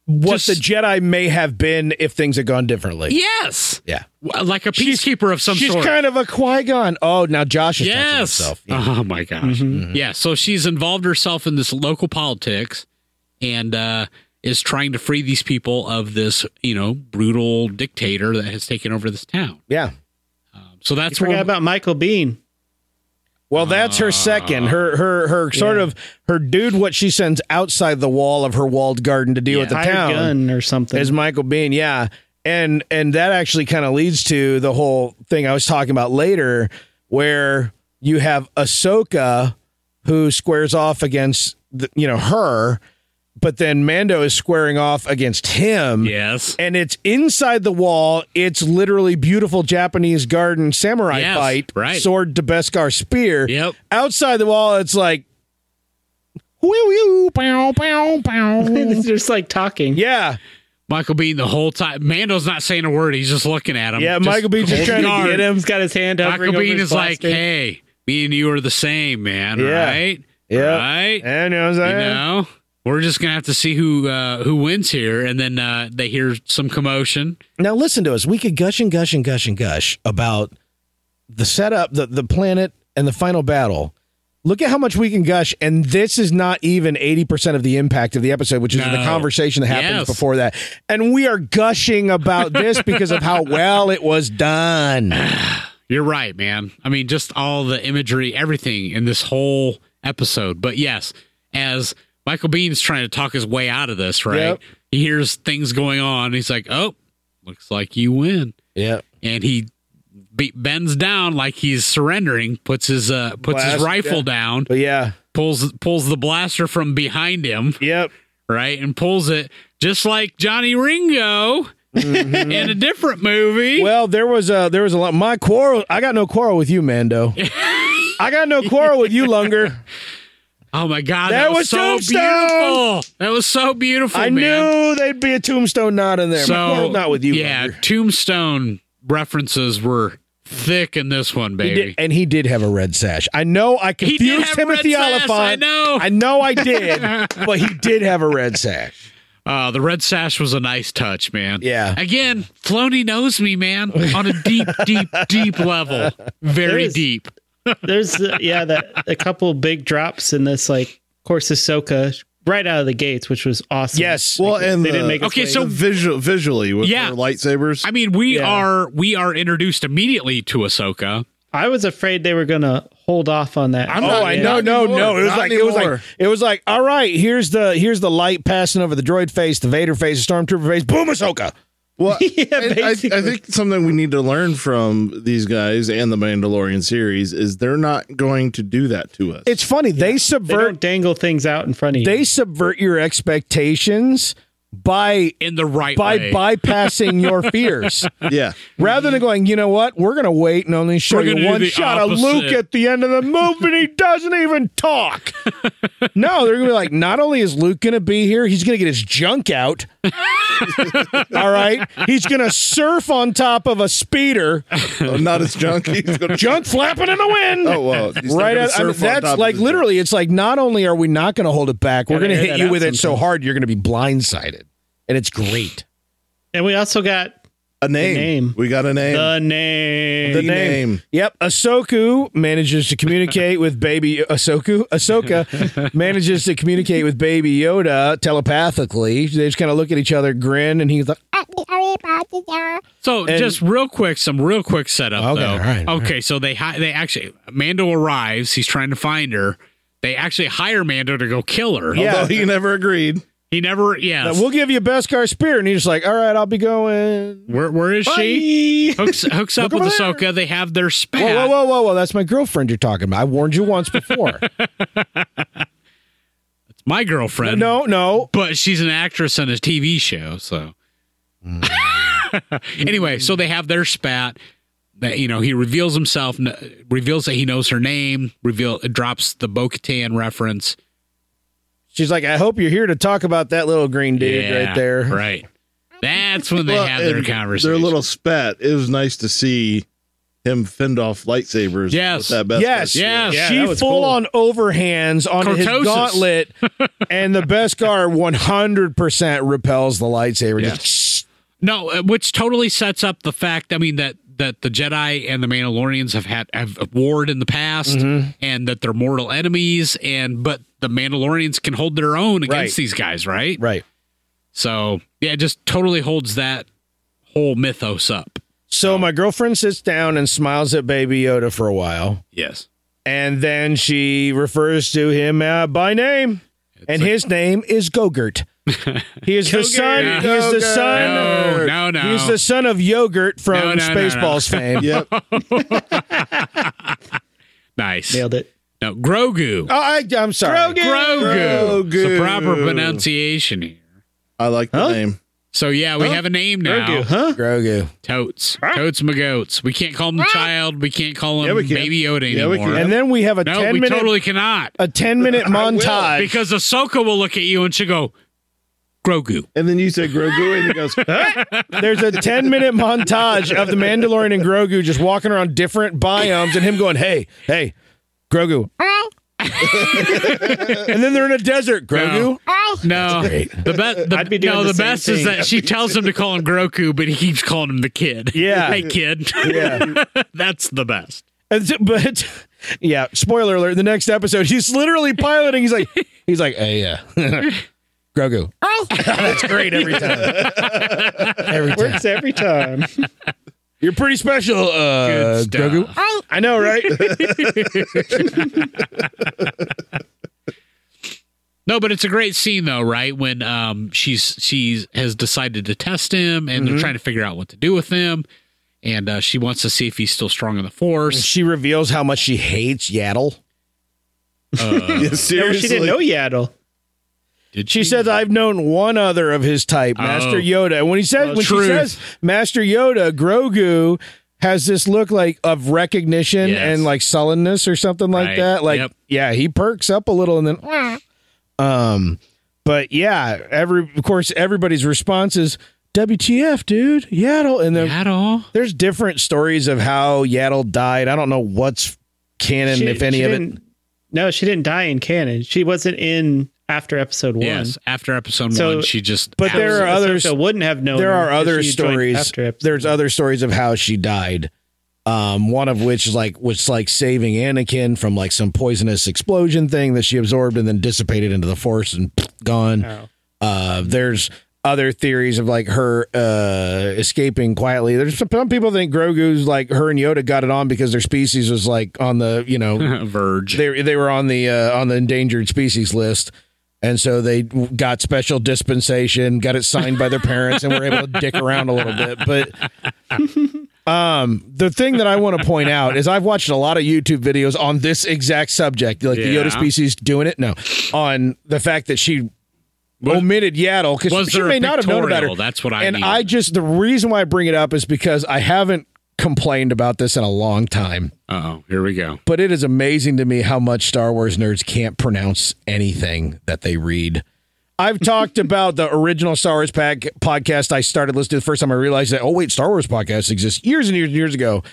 Speaker 2: what
Speaker 5: Just-
Speaker 2: the Jedi may have been if things had gone differently.
Speaker 5: Yes.
Speaker 2: Yeah.
Speaker 5: W- Like a peacekeeper of some
Speaker 2: She's
Speaker 5: sort.
Speaker 2: kind of a Qui Gon. Oh, now Josh is touching
Speaker 5: yes.
Speaker 2: himself.
Speaker 5: Oh my gosh.
Speaker 2: Mm-hmm.
Speaker 5: Yeah. So she's involved herself in this local politics and uh, is trying to free these people of this, you know, brutal dictator that has taken over this town.
Speaker 2: Yeah.
Speaker 5: So that's
Speaker 6: Forgot
Speaker 5: where
Speaker 6: about Michael Bean.
Speaker 2: Well, that's her second. Her her her sort of her dude. What she sends outside the wall of her walled garden to deal with the
Speaker 6: Hired
Speaker 2: town
Speaker 6: gun or something.
Speaker 2: is Michael Bean. Yeah, and and that actually kind of leads to the whole thing I was talking about later, where you have Ahsoka who squares off against the, you know her, but then Mando is squaring off against him.
Speaker 5: yes.
Speaker 2: And it's inside the wall. It's literally beautiful Japanese garden samurai
Speaker 5: Yes,
Speaker 2: fight,
Speaker 5: right.
Speaker 2: sword to Beskar spear.
Speaker 5: Yep.
Speaker 2: Outside the wall, it's like, woo, pow, pow, pow.
Speaker 6: It's just like talking.
Speaker 2: yeah,
Speaker 5: Michael Bean the whole time. Mando's not saying a word. He's just looking at him.
Speaker 2: yeah.
Speaker 5: Just
Speaker 2: Michael Bean's just
Speaker 5: holding
Speaker 2: trying
Speaker 5: guard.
Speaker 2: to get him.
Speaker 6: He's got his hand up.
Speaker 5: Michael Bean is like, hey, me and you are the same, man.
Speaker 2: Yeah.
Speaker 5: Right?
Speaker 2: Yeah.
Speaker 5: Right?
Speaker 2: And you know what I'm
Speaker 5: you
Speaker 2: saying?
Speaker 5: know we're just gonna have to see who uh who wins here and then uh they hear some commotion
Speaker 2: Now listen to us. We could gush and gush and gush and gush about the setup, the the planet, and the final battle. Look at how much we can gush, and this is not even eighty percent of the impact of the episode, which is the
Speaker 5: No.
Speaker 2: conversation that happens
Speaker 5: Yes.
Speaker 2: before that. And we are gushing about this because of how well it was done.
Speaker 5: you're right man i mean just all the imagery everything in this whole episode but yes as michael bean's trying to talk his way out of this right
Speaker 2: Yep.
Speaker 5: he hears things going on he's like oh looks like you win
Speaker 2: Yeah,
Speaker 5: and he be- bends down like he's surrendering puts his uh puts his
Speaker 2: Blast,
Speaker 5: rifle
Speaker 2: yeah.
Speaker 5: down
Speaker 2: but yeah,
Speaker 5: pulls pulls the blaster from behind him
Speaker 2: yep.
Speaker 5: right? And pulls it just like Johnny Ringo in a different movie.
Speaker 2: Mm-hmm. Well, there was a there was a lot. My quarrel. I got no quarrel with you, Mando. I got no quarrel with you, Lunger.
Speaker 5: oh my God, that,
Speaker 2: That
Speaker 5: was,
Speaker 2: was
Speaker 5: so
Speaker 2: Tombstone!
Speaker 5: beautiful. That was so beautiful.
Speaker 2: I
Speaker 5: man.
Speaker 2: knew there'd be a tombstone knot in there. My
Speaker 5: So
Speaker 2: quarrel's not with you.
Speaker 5: Yeah,
Speaker 2: Lunger.
Speaker 5: Tombstone references were thick in this one,
Speaker 2: He did-
Speaker 5: baby.
Speaker 2: and he did have a red sash. I know I
Speaker 5: did
Speaker 2: confused
Speaker 5: have a
Speaker 2: Timothy
Speaker 5: red sash,
Speaker 2: Oliphant.
Speaker 5: I know.
Speaker 2: I know I did, but he did have a red sash.
Speaker 5: Uh, the red sash was a nice touch, man.
Speaker 2: Yeah.
Speaker 5: Again, Floney knows me, man, on a deep, deep, deep level.
Speaker 6: There
Speaker 5: Very
Speaker 6: is-
Speaker 5: deep.
Speaker 6: There's uh, yeah, that a couple big drops in this. Like, of course, Ahsoka right out of the gates, which was awesome.
Speaker 2: Yes.
Speaker 4: Well, and
Speaker 6: they
Speaker 4: the-
Speaker 6: didn't make us
Speaker 5: Okay,
Speaker 6: wait.
Speaker 5: so-
Speaker 4: the visual visually with
Speaker 5: Yeah.
Speaker 4: her lightsabers.
Speaker 5: I mean, we
Speaker 6: Yeah.
Speaker 5: are we are introduced immediately to Ahsoka.
Speaker 6: I was afraid they were gonna hold off on that.
Speaker 4: I'm
Speaker 2: Oh,
Speaker 4: not-
Speaker 2: I
Speaker 4: yeah.
Speaker 2: know, no,
Speaker 4: Not
Speaker 2: no. It was like
Speaker 4: anymore. Not
Speaker 2: it was like
Speaker 4: anymore.
Speaker 2: it was like. All right, here's the here's the light passing over the droid face, the Vader face, the stormtrooper face. Boom, Ahsoka.
Speaker 4: Well,
Speaker 6: Yeah,
Speaker 4: and I, I
Speaker 6: basically.
Speaker 4: think something we need to learn from these guys and the Mandalorian series is they're not going to do that to us.
Speaker 2: It's funny they
Speaker 6: they
Speaker 2: subvert
Speaker 6: don't dangle things out in front of you.
Speaker 2: they subvert your expectations by
Speaker 5: in the right
Speaker 2: by
Speaker 5: way.
Speaker 2: bypassing your fears.
Speaker 4: yeah,
Speaker 2: Rather than going, you know what? We're going to wait and only show
Speaker 5: We're gonna
Speaker 2: you
Speaker 5: do
Speaker 2: one
Speaker 5: the
Speaker 2: shot of
Speaker 5: opposite.
Speaker 2: Luke at the end of the movie, and he doesn't even talk. no, they're going to be like, not only is Luke going to be here, he's going to get his junk out. All right, he's going to surf on top of a speeder,
Speaker 4: Oh, not as junky. He's gonna-
Speaker 2: junk flapping in the wind.
Speaker 4: oh well, he's not
Speaker 2: Right,
Speaker 4: gonna
Speaker 2: out, I mean,
Speaker 4: surf on top
Speaker 2: that's
Speaker 4: of
Speaker 2: like
Speaker 4: his-
Speaker 2: literally. It's like not only are we not going to hold it back, we're
Speaker 6: Gotta
Speaker 2: going to
Speaker 6: air
Speaker 2: hit
Speaker 6: that
Speaker 2: you
Speaker 6: out
Speaker 2: with it so
Speaker 6: sometime.
Speaker 2: hard you're going to be blindsided, and it's great.
Speaker 6: and we also got
Speaker 4: a name.
Speaker 6: name.
Speaker 4: We got a name.
Speaker 6: the name.
Speaker 4: The name.
Speaker 2: Yep, Ahsoku manages to communicate with baby Ahsoku. Ahsoka manages to communicate with baby Yoda telepathically. They just kind of look at each other, grin, and he's like, "Ah,
Speaker 5: So
Speaker 2: And-
Speaker 5: just real quick, some real quick setup.
Speaker 2: Okay,
Speaker 5: though.
Speaker 2: all right, all
Speaker 5: okay. So they hi- they actually Mando arrives. He's trying to find her. They actually hire Mando to go kill her.
Speaker 2: Yeah.
Speaker 4: Although he never agreed.
Speaker 5: He never. Yeah.
Speaker 2: Uh, "We'll give you Beskar spear," and he's just like, "All right, I'll be going."
Speaker 5: where where is she? Hooks hooks up
Speaker 2: Look
Speaker 5: with
Speaker 2: over
Speaker 5: Ahsoka. They have their spat.
Speaker 2: Whoa, whoa, whoa, whoa, whoa! That's my girlfriend you're talking about. I warned you once before.
Speaker 5: It's my girlfriend.
Speaker 2: no, no.
Speaker 5: But she's an actress on a TV show. So
Speaker 2: Mm.
Speaker 5: anyway, so they have their spat. That you know, he reveals himself, n- reveals that he knows her name. Reveal drops the Bo-Katan reference.
Speaker 2: She's like, "I hope you're here to talk about that little green dude
Speaker 5: Yeah,
Speaker 2: right there."
Speaker 5: Right. That's when they
Speaker 4: Well,
Speaker 5: have their
Speaker 4: and
Speaker 5: conversation.
Speaker 4: Their little spat. It was nice to see him fend off lightsabers. with
Speaker 5: Yes.
Speaker 4: that best
Speaker 2: Yes.
Speaker 5: Yeah. Yeah,
Speaker 2: she
Speaker 5: that
Speaker 2: full
Speaker 5: was cool.
Speaker 2: on overhands on his
Speaker 5: Cortosis.
Speaker 2: gauntlet, and the Beskar 100% repels the lightsaber.
Speaker 5: Yeah.
Speaker 2: Just,
Speaker 5: No, uh, which totally sets up the fact. I mean that that the Jedi and the Mandalorians have had have warred in the past, and that they're mortal enemies. And but the Mandalorians can hold their own against
Speaker 2: Right.
Speaker 5: these guys, right?
Speaker 2: right.
Speaker 5: So yeah, it just totally holds that whole mythos up.
Speaker 2: So my girlfriend sits down and smiles at Baby Yoda for a while,
Speaker 5: Yes,
Speaker 2: and then she refers to him uh, by name, and
Speaker 5: like-
Speaker 2: his name is Gogurt. He is the son.
Speaker 5: Gogurt.
Speaker 2: He is the son.
Speaker 5: No, no, no.
Speaker 2: He is the son of yogurt from
Speaker 5: No, no, no, no.
Speaker 2: Spaceballs fame.
Speaker 4: Yep.
Speaker 5: nice.
Speaker 6: Nailed it.
Speaker 5: No, Grogu.
Speaker 2: Oh, I, I'm sorry.
Speaker 5: Grogu.
Speaker 4: Grogu.
Speaker 5: It's the proper pronunciation here.
Speaker 4: I like the name.
Speaker 5: So yeah, we have a name now.
Speaker 6: Grogu, huh?
Speaker 2: Grogu.
Speaker 5: Totes. Totes McGoats. We can't call him the child. We can't call him
Speaker 4: Yeah, we can.
Speaker 5: Baby Yoda
Speaker 4: Yeah,
Speaker 5: anymore.
Speaker 4: we can.
Speaker 2: And then we have a
Speaker 5: no,
Speaker 2: ten
Speaker 5: we
Speaker 2: minute
Speaker 5: totally cannot.
Speaker 2: a ten minute montage.
Speaker 5: Because Ahsoka will look at you and she'll go, Grogu.
Speaker 4: And then you say Grogu, and he goes,
Speaker 2: There's a 10 minute montage of the Mandalorian and Grogu just walking around different biomes and him going, hey, hey, Grogu. and then they're in a desert, Grogu.
Speaker 5: No. No. The, be- the,
Speaker 6: I'd be doing
Speaker 5: no,
Speaker 6: the
Speaker 5: the,
Speaker 6: same
Speaker 5: best is
Speaker 6: thing.
Speaker 5: that she tells him to call him Grogu, but he keeps calling him the kid.
Speaker 2: Yeah.
Speaker 5: hey, kid.
Speaker 2: Yeah.
Speaker 5: That's the best.
Speaker 2: And so- but yeah, spoiler alert, the next episode, he's literally piloting. He's like, he's like, hey, yeah. Grogu. That's great every time. Every time.
Speaker 6: Works every time.
Speaker 2: You're pretty special, uh,
Speaker 5: Good stuff.
Speaker 2: Grogu. I know, right?
Speaker 5: No, but it's a great scene though, right? When um she's she's has decided to test him and they're trying to figure out what to do with him. And uh, she wants to see if he's still strong in the force.
Speaker 2: she reveals how much she hates Yaddle.
Speaker 4: yeah,
Speaker 6: Or
Speaker 4: seriously.
Speaker 6: she didn't know Yaddle.
Speaker 5: Did
Speaker 2: She says, "I've known one other of his type, Master
Speaker 5: Oh.
Speaker 2: Yoda." And when he says, when she
Speaker 5: truth.
Speaker 2: says Master Yoda, Grogu has this look like of recognition
Speaker 5: Yes.
Speaker 2: and like sullenness or something like
Speaker 5: Right.
Speaker 2: that. Like,
Speaker 5: Yep.
Speaker 2: yeah, he perks up a little and then, um, but yeah, every of course everybody's response is WTF, dude, Yaddle, and then
Speaker 5: at all?
Speaker 2: there's different stories of how Yaddle died. I don't know what's canon, if any of it.
Speaker 6: didn't- No, she didn't die in canon. She wasn't in after episode one.
Speaker 5: Yes, after episode
Speaker 6: So-
Speaker 5: one, she just.
Speaker 2: But there are others.
Speaker 6: Ahsoka wouldn't have known.
Speaker 2: there are
Speaker 6: her if
Speaker 2: other
Speaker 6: she joined
Speaker 2: stories.
Speaker 6: After episode
Speaker 2: There's other stories of how she died. Um, one of which is like was like saving Anakin from like some poisonous explosion thing that she absorbed and then dissipated into the Force and gone.
Speaker 6: Oh.
Speaker 2: Uh, there's other theories of like her uh, escaping quietly. There's some, some people think Grogu's like her and Yoda got it on because their species was like on the you know
Speaker 5: Verge.
Speaker 2: they they were on the uh, on the endangered species list, and so they got special dispensation, got it signed by their parents, and were able to dick around a little bit. But um, the thing that I want to point out is I've watched a lot of YouTube videos on this exact subject, like the
Speaker 5: Yeah.
Speaker 2: Yoda species doing it. No, on the fact that she. omitted Yaddle because
Speaker 5: Was
Speaker 2: she
Speaker 5: there a
Speaker 2: may not have known about her.
Speaker 5: pictorial? That's what I
Speaker 2: and
Speaker 5: mean.
Speaker 2: I just the reason why I bring it up is because I haven't complained about this in a long time
Speaker 5: Oh, here we go.
Speaker 2: but it is amazing to me how much Star Wars nerds can't pronounce anything that they read. I've talked about the original Star Wars pack podcast I started listening to the first time I realized that, oh, wait, Star Wars podcasts exist years and years and years ago.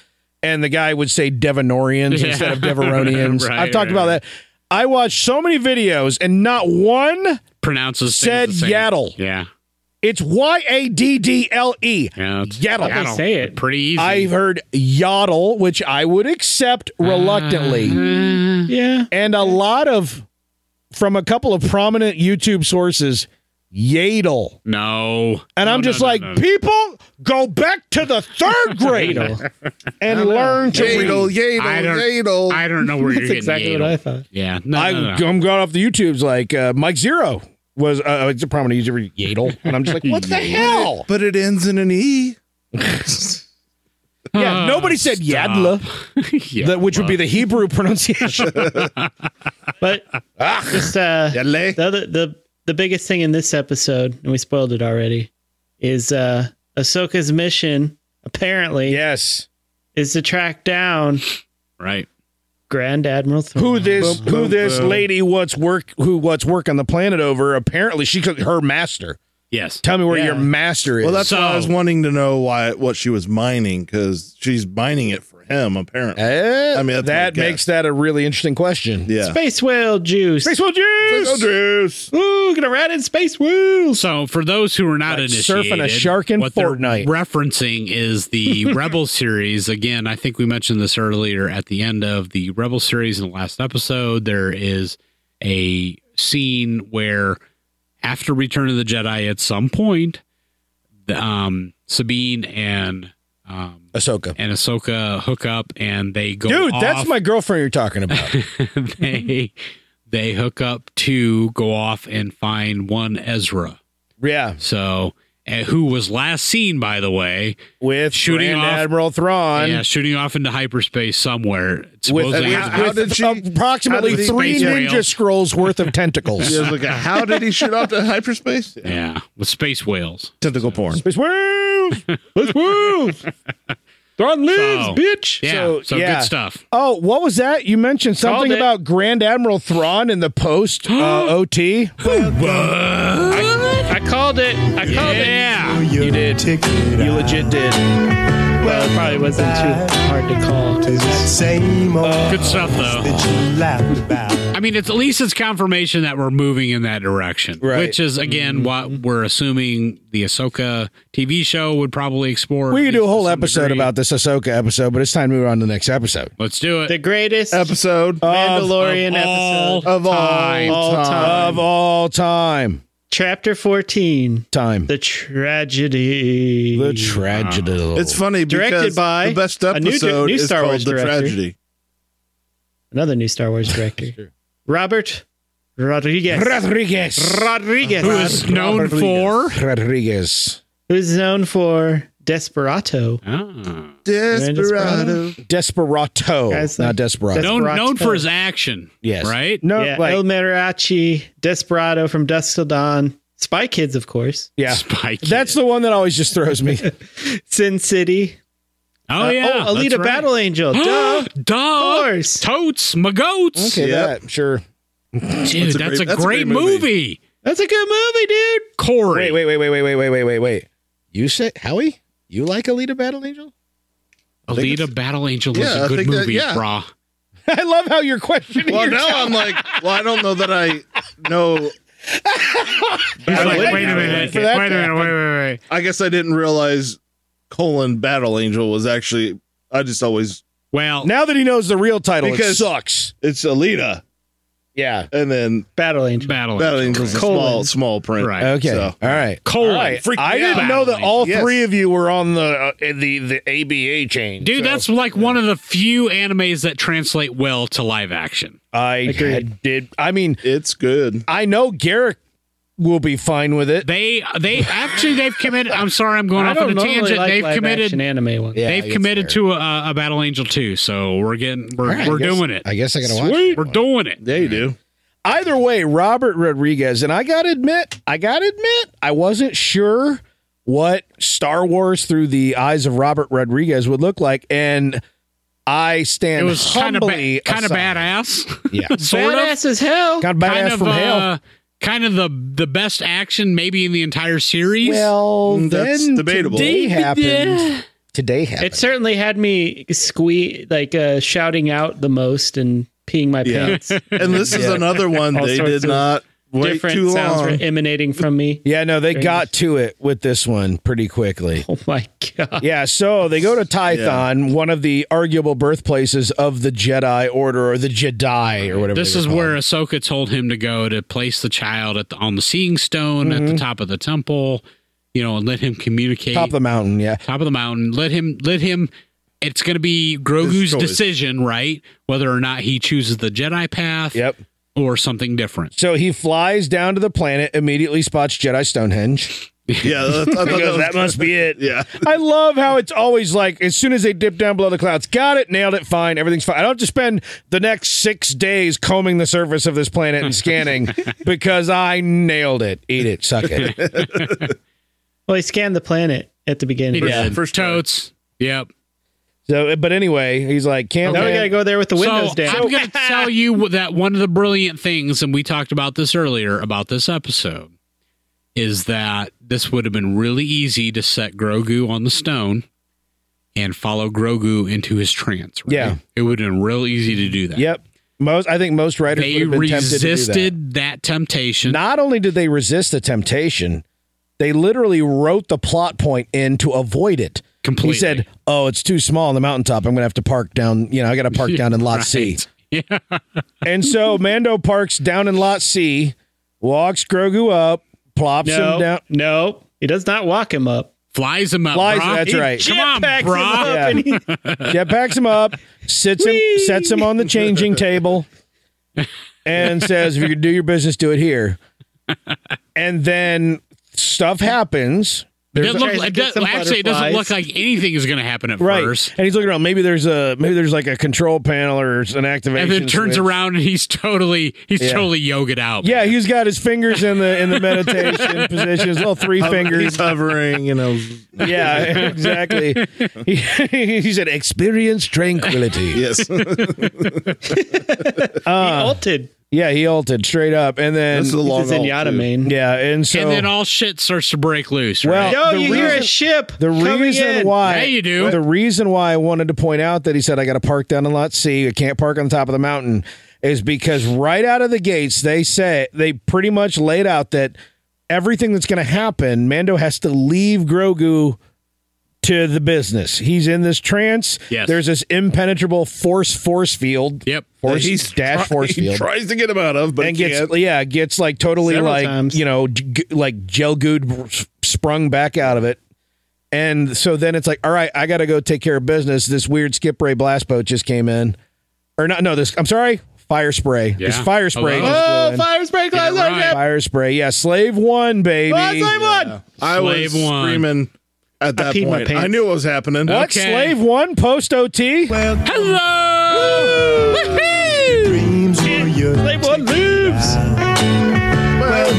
Speaker 2: And the guy would say Devonorians
Speaker 5: Yeah.
Speaker 2: instead of Devoronians.
Speaker 5: Right,
Speaker 2: I've talked
Speaker 5: right,
Speaker 2: about that. I watched so many videos and not one,
Speaker 5: Pronounces things
Speaker 2: Said
Speaker 5: the same.
Speaker 2: Yaddle.
Speaker 5: Yeah.
Speaker 2: it's Y A D D L E.
Speaker 5: yeah it's-
Speaker 2: Yaddle.
Speaker 6: How'd they say it?
Speaker 5: Pretty easy.
Speaker 2: I've heard yodel, which I would accept reluctantly.
Speaker 5: Mm-hmm.
Speaker 6: one. Yeah.
Speaker 2: and a lot of from a couple of prominent YouTube sources, Yadel.
Speaker 5: no.
Speaker 2: And I'm
Speaker 5: No,
Speaker 2: just
Speaker 5: no, no,
Speaker 2: like,
Speaker 5: no.
Speaker 2: people go back to the third grade and learn to read.
Speaker 4: Yadel, Yadel,
Speaker 5: I don't-
Speaker 4: Yadel.
Speaker 5: I don't know where you're
Speaker 6: That's exactly
Speaker 5: getting Yaddle.
Speaker 6: what I thought.
Speaker 5: Yeah. No,
Speaker 2: I,
Speaker 5: no, no.
Speaker 2: I'm going off the YouTubes like uh, Mike Zero was uh, it's a prominent YouTuber Yadel, and I'm just like, what the hell?
Speaker 4: But it ends in an E.
Speaker 2: Yeah,
Speaker 5: Ah,
Speaker 2: nobody said
Speaker 5: stop.
Speaker 2: Yadla,
Speaker 5: Yeah.
Speaker 2: that, which would be the Hebrew pronunciation.
Speaker 6: But
Speaker 2: Ah!
Speaker 6: just uh,
Speaker 4: Yadel.
Speaker 6: the other the the biggest thing in this episode, and we spoiled it already, is uh Ahsoka's mission apparently
Speaker 2: yes,
Speaker 6: is to track down
Speaker 5: right.
Speaker 6: Grand Admiral Thrawn.
Speaker 2: who this
Speaker 4: Boom,
Speaker 2: who
Speaker 4: boom,
Speaker 2: this
Speaker 4: boom.
Speaker 2: lady what's work who what's work on the planet over? Apparently, she could her master.
Speaker 5: Yes.
Speaker 2: Tell me where
Speaker 6: Yeah.
Speaker 2: your master is.
Speaker 4: Well, that's why I
Speaker 5: So-
Speaker 4: was wanting to know why what she was mining because she's mining it for M, apparently. I mean, that's my
Speaker 2: Eh, that
Speaker 4: guess.
Speaker 2: makes that a really interesting question.
Speaker 4: Yeah.
Speaker 6: Space whale juice.
Speaker 2: Space Whale Juice!
Speaker 4: Oh, juice.
Speaker 6: Ooh, gonna ride in space whales.
Speaker 5: So, for those who are not
Speaker 2: Like
Speaker 5: initiated,
Speaker 2: surfing a shark in
Speaker 5: what they're
Speaker 2: Fortnite.
Speaker 5: referencing is the Rebel series. Again, I think we mentioned this earlier at the end of the Rebel series in the last episode. There is a scene where, after Return of the Jedi, at some point, the, um, Sabine and um,
Speaker 2: Ahsoka.
Speaker 5: and Ahsoka hook up, and they go.
Speaker 2: Dude, that's
Speaker 5: off-
Speaker 2: my girlfriend you're talking about.
Speaker 5: they they hook up to go off and find one Ezra.
Speaker 2: yeah.
Speaker 5: So, and who was last seen, by the way,
Speaker 2: With
Speaker 5: Shooting
Speaker 2: Grand
Speaker 5: off-
Speaker 2: Admiral Thrawn.
Speaker 5: yeah, shooting off into hyperspace somewhere.
Speaker 2: With, uh,
Speaker 5: Supposedly,
Speaker 4: how- how
Speaker 2: with
Speaker 4: did she-
Speaker 2: approximately
Speaker 4: how did the
Speaker 2: three
Speaker 5: space
Speaker 2: ninja
Speaker 5: whales-
Speaker 2: scrolls worth of tentacles.
Speaker 4: Yeah, I was like, how did he shoot off to hyperspace?
Speaker 5: yeah, with space whales.
Speaker 4: Tentacle porn.
Speaker 2: Space whales! Space whales! Thrawn lives,
Speaker 5: So-
Speaker 2: bitch!
Speaker 5: Yeah, so,
Speaker 2: So, yeah.
Speaker 5: good stuff.
Speaker 2: Oh, what was that? You mentioned something
Speaker 6: Called it.
Speaker 2: about Grand Admiral Thrawn in the post uh, OT.
Speaker 6: I called it. I called
Speaker 5: Yeah,
Speaker 8: You did. Ticket
Speaker 6: it. You legit did. Well, it probably wasn't too hard to call.
Speaker 8: Is that same old
Speaker 5: good stuff though.
Speaker 8: that you laughed about?
Speaker 5: I mean, it's at least it's confirmation that we're moving in that direction,
Speaker 2: Right. Mm-hmm.
Speaker 5: which is again what we're assuming the Ahsoka TV show would probably explore.
Speaker 2: We
Speaker 5: at
Speaker 2: could do a
Speaker 5: least to
Speaker 2: whole
Speaker 5: some
Speaker 2: episode
Speaker 5: degree.
Speaker 2: about this Ahsoka episode, but it's time to move on to the next episode.
Speaker 5: Let's do it.
Speaker 6: The greatest
Speaker 4: Episode
Speaker 6: Mandalorian
Speaker 5: of all
Speaker 6: episode
Speaker 4: of all
Speaker 5: time.
Speaker 6: all time.
Speaker 2: Of all time.
Speaker 6: Chapter 14
Speaker 2: Time.
Speaker 6: The Tragedy.
Speaker 2: The tragedy.
Speaker 4: It's funny
Speaker 6: Directed
Speaker 4: because
Speaker 6: by
Speaker 4: the best
Speaker 6: a new di-
Speaker 4: episode
Speaker 6: new
Speaker 4: is
Speaker 6: Star
Speaker 4: called
Speaker 6: Wars
Speaker 4: The
Speaker 6: director.
Speaker 4: Tragedy.
Speaker 6: Another new Star Wars director. Robert Rodriguez.
Speaker 2: Rodriguez.
Speaker 6: Rodriguez.
Speaker 5: Who is known for?
Speaker 2: Rodriguez.
Speaker 6: Who's known for Desperado.
Speaker 5: Ah.
Speaker 4: Desperado.
Speaker 2: Desperado.
Speaker 6: Guys,
Speaker 2: Not
Speaker 6: like-
Speaker 2: Desperado.
Speaker 6: That's
Speaker 5: known
Speaker 6: Barack's
Speaker 5: known for
Speaker 6: fault.
Speaker 5: his action.
Speaker 2: yes.
Speaker 5: Right.
Speaker 2: No,
Speaker 6: yeah,
Speaker 2: like,
Speaker 6: El Mariachi, Desperado from Dusk Till Dawn, Spy Kids, of course,
Speaker 2: yeah.
Speaker 5: Spike.
Speaker 2: That's the one that always just throws me.
Speaker 6: Sin City.
Speaker 5: oh
Speaker 6: Uh,
Speaker 5: yeah.
Speaker 6: oh, Alita
Speaker 5: that's right.
Speaker 6: Battle Angel. Duh,
Speaker 5: Duh.
Speaker 6: Of course.
Speaker 5: Totes. My goats.
Speaker 2: Okay,
Speaker 4: Yep.
Speaker 2: that, sure.
Speaker 5: Dude, that's,
Speaker 4: a great-
Speaker 5: a great,
Speaker 4: that's a great
Speaker 5: movie.
Speaker 6: That's a good movie, dude.
Speaker 5: Corey.
Speaker 2: Wait, wait, wait, wait, wait, wait, wait, wait, wait, wait. You say, Howie, you like Alita Battle Angel?
Speaker 4: think
Speaker 5: Alita Battle Angel is
Speaker 4: Yeah, I
Speaker 5: a good
Speaker 4: think that-
Speaker 5: movie,
Speaker 4: yeah.
Speaker 5: brah.
Speaker 2: I love how you're questioning
Speaker 4: Well,
Speaker 2: your
Speaker 4: now I'm like, well, I don't know that I know.
Speaker 5: He's
Speaker 4: like,
Speaker 5: like,
Speaker 4: wait
Speaker 5: wait
Speaker 4: a
Speaker 5: a minute.
Speaker 2: for
Speaker 5: Wait
Speaker 2: that
Speaker 5: a minute.
Speaker 2: to
Speaker 5: Wait, wait, wait.
Speaker 4: I guess I didn't realize colon Battle Angel was actually. I just always
Speaker 5: Well,
Speaker 2: Now that he knows the real title,
Speaker 4: Because-
Speaker 2: it sucks.
Speaker 4: it's Alita,
Speaker 2: Yeah.
Speaker 4: and then
Speaker 6: Battle Angel.
Speaker 5: Battle,
Speaker 4: Battle
Speaker 5: Angel.
Speaker 4: Angel's a
Speaker 6: Colon.
Speaker 4: small small print.
Speaker 5: Right.
Speaker 2: Okay.
Speaker 4: So-
Speaker 2: All right.
Speaker 5: Colon.
Speaker 2: All right.
Speaker 5: Freak
Speaker 2: I
Speaker 5: me
Speaker 2: didn't
Speaker 5: out.
Speaker 2: know that all
Speaker 4: Yes.
Speaker 2: three of you were on the uh, the the ABA chain,
Speaker 5: Dude,
Speaker 2: so-
Speaker 5: that's like one of the few animes that translate well to live action.
Speaker 2: I
Speaker 6: Agreed.
Speaker 2: had- did. I mean,
Speaker 4: It's good.
Speaker 2: I know Garrick will be fine with it.
Speaker 5: They they actually they've committed. I'm sorry, I'm going
Speaker 6: I
Speaker 5: off on
Speaker 6: don't
Speaker 5: a
Speaker 6: normally
Speaker 5: tangent.
Speaker 6: like
Speaker 5: they've
Speaker 6: live
Speaker 5: committed.
Speaker 6: action anime ones.
Speaker 2: Yeah, I
Speaker 5: they've
Speaker 2: guess
Speaker 5: committed
Speaker 2: they're-
Speaker 5: to a, a Battle Angel too. So we're getting we're,
Speaker 2: All right, I
Speaker 5: we're
Speaker 2: guess-
Speaker 5: doing it.
Speaker 2: I guess I gotta watch.
Speaker 5: We're doing it.
Speaker 4: Yeah, you do.
Speaker 2: Either way, Robert Rodriguez and I gotta admit, I gotta admit, I wasn't sure what Star Wars through the eyes of Robert Rodriguez would look like, and I
Speaker 5: It
Speaker 2: stand
Speaker 5: was kind of
Speaker 2: humbly
Speaker 5: kind of
Speaker 2: aside.
Speaker 5: badass.
Speaker 2: Yeah,
Speaker 5: sort of.
Speaker 6: Badass as hell.
Speaker 2: kind of badass
Speaker 5: Kind of
Speaker 2: from hell.
Speaker 5: uh, kind of the the best action maybe in the entire series.
Speaker 2: Well,
Speaker 4: Mm, that's
Speaker 2: then
Speaker 4: debatable.
Speaker 2: Today
Speaker 5: David, yeah.
Speaker 2: happened. Today happened.
Speaker 6: It certainly had me squee like uh, shouting out the most and peeing my
Speaker 4: Yeah.
Speaker 6: pants.
Speaker 4: And this is another one
Speaker 6: All
Speaker 4: they
Speaker 6: sorts
Speaker 4: did
Speaker 6: of
Speaker 4: not wait
Speaker 6: Different
Speaker 4: too
Speaker 6: sounds
Speaker 4: long.
Speaker 6: were emanating from me.
Speaker 2: yeah, no, they got to it with this one pretty quickly.
Speaker 6: Oh my god!
Speaker 2: Yeah, so they go to Tython, one of the arguable birthplaces of the Jedi Order or the Jedi or whatever.
Speaker 5: This
Speaker 2: they were
Speaker 5: is where
Speaker 2: called.
Speaker 5: Ahsoka told him to go to place the child at the, on the Seeing Stone at the top of the temple, you know, and let him communicate
Speaker 2: Mm-hmm. top of the mountain. Yeah,
Speaker 5: top of the mountain. Let him let him. It's going to be Grogu's
Speaker 4: choice.
Speaker 5: decision, right? Whether or not he chooses the Jedi path,
Speaker 2: yep.
Speaker 5: or something different.
Speaker 2: So he flies down to the planet, immediately spots Jedi Stonehenge.
Speaker 4: Yeah, that, I thought
Speaker 2: He
Speaker 4: Oh, that
Speaker 2: goes,
Speaker 4: was-
Speaker 2: that must be it.
Speaker 4: yeah.
Speaker 2: I love how it's always like as soon as they dip down below the clouds, got it, nailed it, fine, everything's fine. I don't have to spend the next six days combing the surface of this planet and scanning because I nailed it. Eat it, suck it.
Speaker 6: Well, he scanned the planet at the
Speaker 5: He
Speaker 6: beginning.
Speaker 5: did.
Speaker 4: first try.
Speaker 5: totes. Yep.
Speaker 2: So, but anyway, he's like, can't.
Speaker 6: Now we gotta go there with the windows
Speaker 5: so
Speaker 6: down.
Speaker 5: I'm going to tell you that one of the brilliant things, and we talked about this earlier about this episode, is that this would have been really easy to set Grogu on the stone and follow Grogu into his trance. right?
Speaker 2: Yeah.
Speaker 5: It would have been real easy to do that.
Speaker 2: Yep. Most I think most writers would
Speaker 5: They
Speaker 2: have been tempted to do that.
Speaker 5: resisted that. temptation.
Speaker 2: Not only did they resist the temptation, they literally wrote the plot point in to avoid it.
Speaker 5: Completely.
Speaker 2: He said, "Oh, it's too small on the mountaintop. I'm going to have to park down. You know, I got to park down in lot C."
Speaker 5: Right. Yeah.
Speaker 2: And so Mando parks down in lot C, walks Grogu up, plops him
Speaker 6: No,
Speaker 2: down.
Speaker 6: no, he does not walk him up.
Speaker 5: Flies him up.
Speaker 2: Flies-
Speaker 5: brah.
Speaker 2: that's right.
Speaker 5: Come on,
Speaker 6: Jetpacks him
Speaker 5: brah.
Speaker 6: up and he-
Speaker 2: Jetpacks him up, sits him, sets him on the changing table, and says, "If you could do your business, do it here." And then stuff happens,
Speaker 5: It doesn't
Speaker 6: Tries
Speaker 5: look,
Speaker 6: to
Speaker 5: it
Speaker 6: get
Speaker 5: does-
Speaker 6: some
Speaker 5: actually, it doesn't look
Speaker 6: butterflies.
Speaker 5: like anything is going to happen at
Speaker 2: right?
Speaker 5: first.
Speaker 2: And he's looking around. Maybe there's a maybe there's like a control panel or an activation.
Speaker 5: And then turns
Speaker 2: switch.
Speaker 5: around and he's totally he's totally yoga out.
Speaker 2: Yeah, he's got his fingers in the in the meditation position. His little three fingers.
Speaker 4: He's hovering, you know.
Speaker 2: Yeah, exactly. He, he said, "Experience tranquility."
Speaker 4: Yes. That's
Speaker 6: he
Speaker 2: Uh,
Speaker 6: ulted.
Speaker 2: Yeah, he ulted straight up, and then
Speaker 4: the long
Speaker 6: He's in
Speaker 4: haul, too.
Speaker 6: Yada Main.
Speaker 2: yeah, and so
Speaker 5: and then all shit starts to break loose.
Speaker 2: Well,
Speaker 5: right?
Speaker 6: Yo,
Speaker 2: The
Speaker 6: you hear a
Speaker 2: reason-
Speaker 6: ship.
Speaker 2: The
Speaker 6: coming
Speaker 2: reason
Speaker 6: in.
Speaker 2: why
Speaker 5: Yeah, you do.
Speaker 2: The reason why I wanted to point out that he said I got to park down in lot C. I can't park on the top of the mountain is because right out of the gates they say they pretty much laid out that everything that's going to happen, Mando has to leave Grogu to the business. He's in this trance.
Speaker 5: Yes.
Speaker 2: There's this impenetrable force force field.
Speaker 5: Yep.
Speaker 2: Force
Speaker 4: He's
Speaker 2: dash
Speaker 4: try-
Speaker 2: force
Speaker 4: He
Speaker 2: field.
Speaker 4: tries to get him out of, but
Speaker 2: and
Speaker 4: he
Speaker 2: gets
Speaker 4: can't.
Speaker 2: yeah gets like totally
Speaker 6: Several
Speaker 2: like
Speaker 6: times.
Speaker 2: you know g- g- like gel good sprung back out of it and so then it's like all right i gotta go take care of business this weird skip ray blast boat just came in or not no this i'm sorry fire spray this
Speaker 5: Yeah.
Speaker 2: fire spray
Speaker 5: Hello?
Speaker 2: just
Speaker 6: Oh,
Speaker 2: blew in.
Speaker 6: fire spray glass.
Speaker 5: right.
Speaker 6: Right.
Speaker 2: fire spray yeah slave one baby
Speaker 6: Oh, slave one.
Speaker 4: I was
Speaker 5: Slave one.
Speaker 4: screaming at that
Speaker 6: peed my
Speaker 4: point.
Speaker 6: pants.
Speaker 4: I knew what was happening.
Speaker 2: what
Speaker 5: Okay.
Speaker 2: slave one post ot
Speaker 5: Hello.
Speaker 8: Dreams were your
Speaker 6: Slave one lives.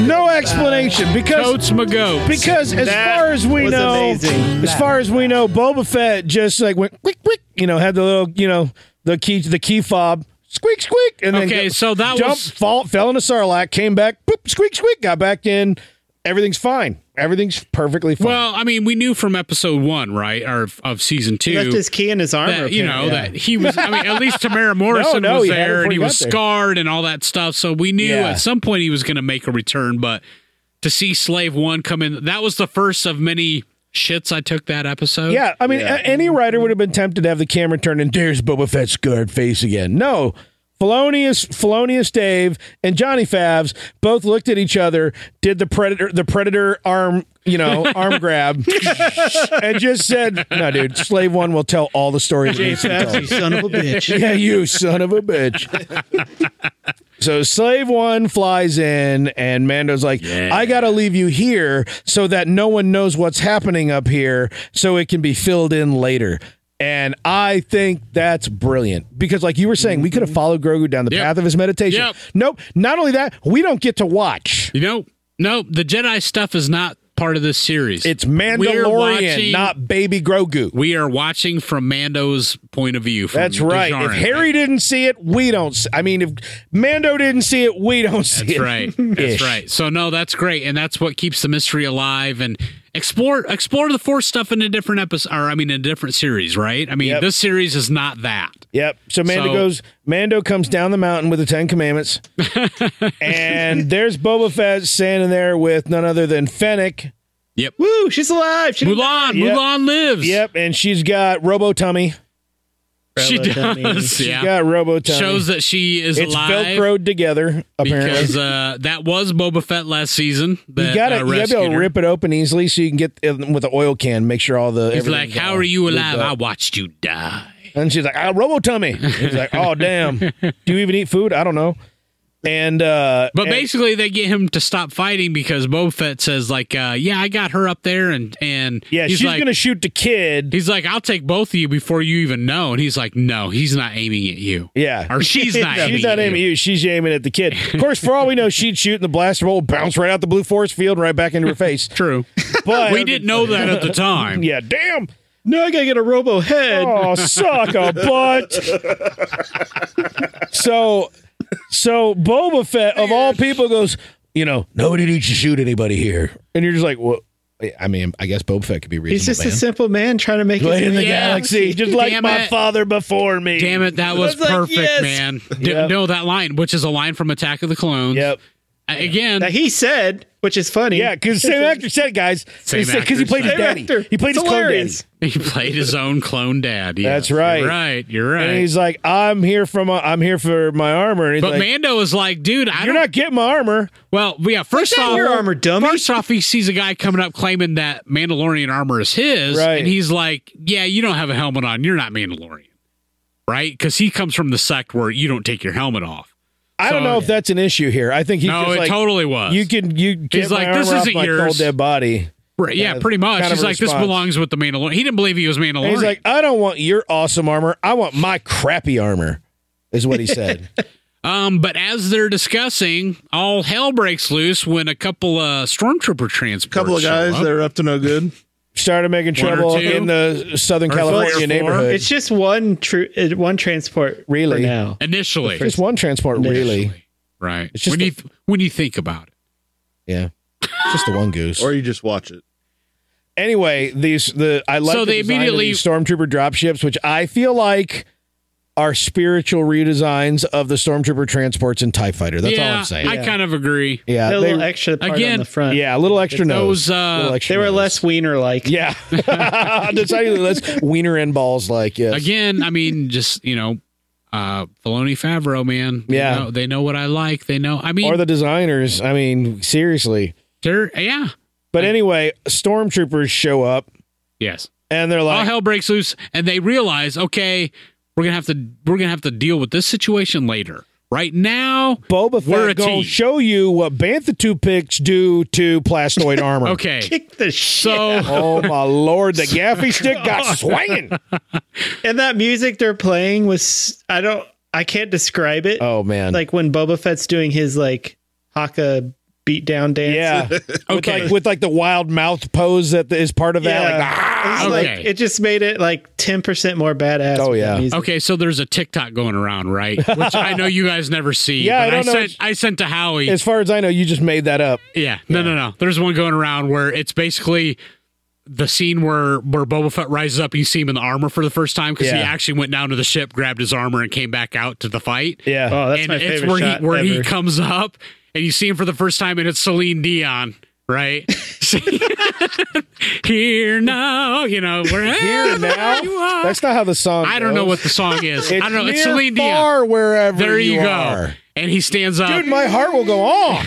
Speaker 2: no explanation because
Speaker 5: Totes Mago.
Speaker 2: Because as
Speaker 6: That
Speaker 2: far as we
Speaker 6: was
Speaker 2: know,
Speaker 6: amazing.
Speaker 2: as far as we know, Boba Fett just like went quick, quick. You know, had the little, you know, the key, the key fob, squeak, squeak, and then
Speaker 5: Okay,
Speaker 2: go-
Speaker 5: so that
Speaker 2: jump,
Speaker 5: was-
Speaker 2: fall, fell into Sarlacc, came back, boop, squeak, squeak, got back in. Everything's fine. Everything's perfectly fine.
Speaker 5: Well, I mean, we knew from episode one, right, or of- of season two,
Speaker 6: Left his key in his armor.
Speaker 5: that you know
Speaker 6: apparently.
Speaker 5: that he was. I mean, at least Tamara Morrison
Speaker 2: no,
Speaker 5: was
Speaker 2: he had it
Speaker 5: there,
Speaker 2: before
Speaker 5: and
Speaker 2: he
Speaker 5: he was
Speaker 2: got there.
Speaker 5: scarred and all that stuff. So we knew
Speaker 2: Yeah.
Speaker 5: at some point he was going to make a return. But to see Slave One come in, that was the first of many shits I took that episode.
Speaker 2: yeah, I mean, a- any writer would have been tempted to have the camera turn and there's Boba Fett's scarred face again. No. Felonious, Felonious Dave and Johnny Favs both looked at each other, did the predator, the predator arm, you know, arm grab, and just said, "No, dude, Slave One will tell all the stories." that needs to be told."
Speaker 6: You Oh, son of a bitch.
Speaker 2: Yeah, you son of a bitch. so Slave One flies in, and Mando's like, I got to leave you here so that no one knows what's happening up here so it can be filled in later. And I think that's brilliant because, like you were saying, we could have followed Grogu down the
Speaker 5: Mm-hmm. Yep.
Speaker 2: path of his meditation.
Speaker 5: Yep.
Speaker 2: Nope. Not only that, we don't get to watch.
Speaker 5: You know, no, the Jedi stuff is not part of this series.
Speaker 2: It's
Speaker 5: We're
Speaker 2: Mandalorian,
Speaker 5: watching-
Speaker 2: not baby Grogu.
Speaker 5: we are watching from Mando's point of view. From
Speaker 2: That's right.
Speaker 5: Djarin.
Speaker 2: If Harry didn't see it, we don't. s- I mean, if Mando didn't see it, we don't see
Speaker 5: That's
Speaker 2: it.
Speaker 5: right. That's
Speaker 2: Ish.
Speaker 5: right. So no, that's great, and that's what keeps the mystery alive and explore explore the force stuff in a different episode, or I mean, in a different series, right? I mean,
Speaker 2: Yep.
Speaker 5: this series is not that.
Speaker 2: Yep. So Mando
Speaker 5: So-
Speaker 2: goes. Mando comes down the mountain with the Ten Commandments, and there's Boba Fett standing there with none other than Fennec.
Speaker 5: Yep.
Speaker 6: Woo, she's alive. She
Speaker 5: Mulan,
Speaker 2: Yep.
Speaker 5: Mulan lives.
Speaker 2: Yep, and she's got Robo Tummy.
Speaker 5: she
Speaker 6: Robo tummy.
Speaker 5: does.
Speaker 2: She's
Speaker 5: yeah,
Speaker 2: got Robo Tummy.
Speaker 5: shows that she is
Speaker 2: it's
Speaker 5: alive
Speaker 2: Velcroed together. Apparently,
Speaker 5: because uh, that was Boba Fett last season. That,
Speaker 2: you gotta
Speaker 5: uh,
Speaker 2: you gotta be
Speaker 5: rescued
Speaker 2: able to
Speaker 5: her.
Speaker 2: rip it open easily so you can get in with the oil can. Make sure all the.
Speaker 5: He's like,
Speaker 2: everything's
Speaker 5: "How
Speaker 2: all
Speaker 5: are you
Speaker 2: lubed
Speaker 5: alive?
Speaker 2: up."
Speaker 5: I watched you die."
Speaker 2: And she's like, ah, Robo Tummy. He's like, oh damn. Do you even eat food? I don't know. And uh
Speaker 5: But
Speaker 2: and-
Speaker 5: basically, they get him to stop fighting because Boba Fett says, "Like, uh, yeah, I got her up there," and and
Speaker 2: yeah,
Speaker 5: he's
Speaker 2: she's
Speaker 5: like,
Speaker 2: gonna shoot the kid.
Speaker 5: He's like, I'll take both of you before you even know. And he's like, No, he's not aiming at you.
Speaker 2: Yeah.
Speaker 5: Or she's not aiming
Speaker 2: She's not
Speaker 5: at
Speaker 2: aiming at
Speaker 5: you.
Speaker 2: you. She's aiming at the kid. Of course, for all we know, she'd shoot and the blaster will bounce right out the blue forest field right back into her face.
Speaker 5: True.
Speaker 2: But
Speaker 5: we didn't know that at the time.
Speaker 2: Yeah, damn.
Speaker 6: No, I gotta get a robo head.
Speaker 2: Oh, suck a butt. so, so Boba Fett of all people goes, you know, nobody needs to shoot anybody here, and you're just like, what?
Speaker 12: I mean, I guess Boba Fett could be
Speaker 6: He's
Speaker 12: reasonable.
Speaker 6: just a simple man trying to make his
Speaker 2: in the
Speaker 6: way.
Speaker 5: Yeah.
Speaker 2: galaxy, just like
Speaker 5: Damn
Speaker 2: my
Speaker 5: it.
Speaker 2: father before me.
Speaker 5: Damn it, that was,
Speaker 6: was like,
Speaker 5: perfect,
Speaker 6: yes.
Speaker 5: man. D-
Speaker 2: Yep.
Speaker 5: No, that line, which is a line from Attack of the Clones.
Speaker 2: Yep.
Speaker 5: A- Again,
Speaker 6: That he said, which is funny.
Speaker 2: Yeah, because same actor said it, guys.
Speaker 5: Same
Speaker 2: because he
Speaker 5: actor
Speaker 2: played his
Speaker 5: said
Speaker 6: Same
Speaker 2: daddy.
Speaker 6: actor.
Speaker 2: He played
Speaker 6: It's
Speaker 2: his clone daddy.
Speaker 6: hilarious.
Speaker 5: he played his own clone dad. Yeah.
Speaker 2: That's right.
Speaker 5: You're right. You're right.
Speaker 2: And he's like, "I'm here from my, I'm here for my armor." And he's
Speaker 5: but
Speaker 2: like,
Speaker 5: Mando is like, dude, I
Speaker 2: "You're
Speaker 5: don't.
Speaker 2: not getting my armor."
Speaker 5: well, yeah. First
Speaker 6: that in
Speaker 5: off,
Speaker 6: your armor, dummy.
Speaker 5: First off, he sees a guy coming up claiming that Mandalorian armor is his,
Speaker 2: Right.
Speaker 5: and he's like, "Yeah, you don't have a helmet on. You're not Mandalorian, right?" Because he comes from the sect where you don't take your helmet off.
Speaker 2: I don't
Speaker 5: So-
Speaker 2: know if that's an issue here. I think he's
Speaker 5: no,
Speaker 2: just
Speaker 5: it
Speaker 2: like,
Speaker 5: totally was.
Speaker 2: "You can you get
Speaker 5: He's like,
Speaker 2: my
Speaker 5: "This
Speaker 2: armor
Speaker 5: isn't
Speaker 2: off my
Speaker 5: yours."
Speaker 2: cold dead body."
Speaker 5: Right, yeah,
Speaker 2: Yeah,
Speaker 5: pretty much.
Speaker 2: kind of
Speaker 5: He's
Speaker 2: a
Speaker 5: like, this
Speaker 2: response.
Speaker 5: belongs with the Mandalorian. He didn't believe he was Mandalorian.
Speaker 2: And he's like, "I don't want your awesome armor. I want my crappy armor." Is what he said.
Speaker 5: um, but as they're discussing, all hell breaks loose when a couple uh, stormtrooper transports.
Speaker 4: couple of
Speaker 5: show
Speaker 4: guys
Speaker 5: up.
Speaker 4: that are up to no good.
Speaker 2: Started making
Speaker 5: One or
Speaker 2: trouble
Speaker 5: two.
Speaker 2: in the Southern
Speaker 5: Or three
Speaker 2: California
Speaker 5: or four.
Speaker 2: neighborhood.
Speaker 6: It's just one true, one transport.
Speaker 2: Really?
Speaker 6: for now.
Speaker 5: initially,
Speaker 2: Just one transport, really.
Speaker 5: right?
Speaker 2: It's just
Speaker 5: when
Speaker 2: the-
Speaker 5: you th- when you think about it,
Speaker 2: Yeah, just the one goose.
Speaker 4: Or you just watch it.
Speaker 2: anyway, these the I like
Speaker 5: So
Speaker 2: the
Speaker 5: they
Speaker 2: design of
Speaker 5: immediately-
Speaker 2: these stormtrooper dropships, which I feel like are spiritual redesigns of the stormtrooper transports and Tie Fighter. That's
Speaker 5: yeah,
Speaker 2: all I'm saying.
Speaker 5: I kind of agree.
Speaker 2: yeah,
Speaker 6: a little
Speaker 2: they-
Speaker 6: extra part
Speaker 5: Again,
Speaker 6: on the front.
Speaker 2: yeah, a little extra nose.
Speaker 5: Those uh,
Speaker 2: Little extra
Speaker 6: They were
Speaker 2: nose.
Speaker 6: less wiener like.
Speaker 2: Yeah, decidedly less wiener and balls. Like yes.
Speaker 5: again, I mean, just you know, uh, Filoni Favreau, man. They
Speaker 2: Yeah.
Speaker 5: know- they know what I like. They know. I mean,
Speaker 2: or the designers. I mean, seriously.
Speaker 5: they're yeah,
Speaker 2: But anyway, stormtroopers show up
Speaker 5: yes.
Speaker 2: and they're
Speaker 5: all
Speaker 2: like,
Speaker 5: hell breaks loose, and they realize, okay, we're gonna have to we're gonna have to deal with this situation later. Right now,
Speaker 2: Boba
Speaker 5: we're a
Speaker 2: Fett gonna
Speaker 5: team.
Speaker 2: show you what Bantha two picks do to plastoid armor.
Speaker 5: okay.
Speaker 6: Kick the shit.
Speaker 5: So
Speaker 2: Oh my lord, the gaffy stick got swinging.
Speaker 6: And that music they're playing was I don't I can't describe it.
Speaker 2: Oh man,
Speaker 6: Like when Boba Fett's doing his like Haka beatdown dance.
Speaker 2: yeah, with
Speaker 5: okay,
Speaker 2: like with like the wild mouth pose that is part of that.
Speaker 6: Yeah.
Speaker 2: Like, ah!
Speaker 6: It's
Speaker 5: Okay.
Speaker 6: like, it just made it like 10% more badass.
Speaker 2: Oh,
Speaker 6: with that
Speaker 2: yeah.
Speaker 6: music.
Speaker 5: okay. So there's a TikTok going around, right? Which I know you guys never see.
Speaker 2: Yeah,
Speaker 5: but
Speaker 2: I
Speaker 5: I,
Speaker 2: don't know.
Speaker 5: sent I sent to Howie.
Speaker 2: as far as I know, you just made that up.
Speaker 5: Yeah. No, no, no. There's one going around where it's basically the scene where where Boba Fett rises up and you see him in the armor for the first time because he
Speaker 2: Yeah.
Speaker 5: actually went down to the ship, grabbed his armor, and came back out to the fight.
Speaker 2: Yeah.
Speaker 6: Oh, that's
Speaker 5: and
Speaker 6: my
Speaker 5: it's
Speaker 6: favorite
Speaker 5: where
Speaker 6: shot
Speaker 5: he where he
Speaker 6: ever.
Speaker 5: comes up and you see him for the first time, and it's Celine Dion, right? Here now, you know wherever
Speaker 2: Here now,
Speaker 5: you are.
Speaker 2: that's not how the song.
Speaker 5: I don't know what the song is. I
Speaker 2: It's
Speaker 5: don't know. It's
Speaker 2: near
Speaker 5: Celine Dion.
Speaker 2: far wherever
Speaker 5: There you,
Speaker 2: you,
Speaker 5: go.
Speaker 2: are.
Speaker 5: And he stands up.
Speaker 2: Dude, my heart will go on.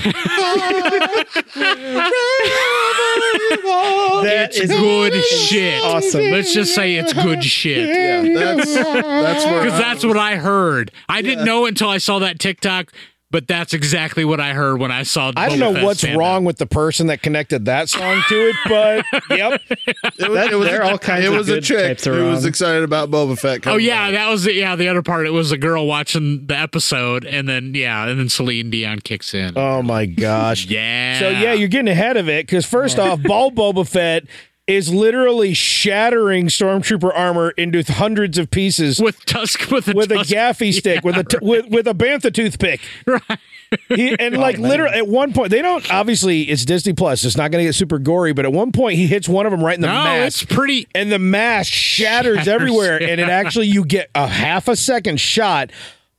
Speaker 6: That
Speaker 5: it's
Speaker 6: is
Speaker 5: good shit.
Speaker 6: awesome.
Speaker 5: Let's just say it's good shit.
Speaker 4: Yeah, that's that's where
Speaker 5: Because that's what I heard. I didn't know until I saw that TikTok, but that's exactly what I heard when I saw.
Speaker 2: I don't
Speaker 5: Boba
Speaker 2: know
Speaker 5: Fett
Speaker 2: what's
Speaker 5: stand
Speaker 2: wrong
Speaker 5: up.
Speaker 2: with the person that connected that song to it, but yep,
Speaker 4: it was,
Speaker 6: That-
Speaker 4: it was
Speaker 6: there
Speaker 4: a,
Speaker 6: are all kinds
Speaker 4: it
Speaker 6: of
Speaker 4: was a
Speaker 6: good
Speaker 4: chick
Speaker 6: types are
Speaker 4: who was
Speaker 6: wrong.
Speaker 4: excited about Boba Fett.
Speaker 5: Oh
Speaker 4: coming
Speaker 5: yeah,
Speaker 4: out.
Speaker 5: that was the, yeah. The other part it was a girl watching the episode, and then yeah, and then Celine Dion kicks in.
Speaker 2: Oh my gosh.
Speaker 5: yeah.
Speaker 2: So yeah, you're getting ahead of it because first off, Ball Boba Fett is literally shattering stormtrooper armor into th- hundreds of pieces with,
Speaker 5: with tusk with a
Speaker 2: a
Speaker 5: tusk.
Speaker 2: gaffy stick with a t- with, with a bantha toothpick. He,
Speaker 5: Oh,
Speaker 2: and like literally at one point they don't obviously it's Disney Plus it's not going to get super gory but at one point he hits one of them right in the
Speaker 5: no, Oh, it's
Speaker 2: mask
Speaker 5: pretty.
Speaker 2: and the mask shatters,
Speaker 5: Shatters,
Speaker 2: everywhere
Speaker 5: yeah.
Speaker 2: and it actually you get a half a second shot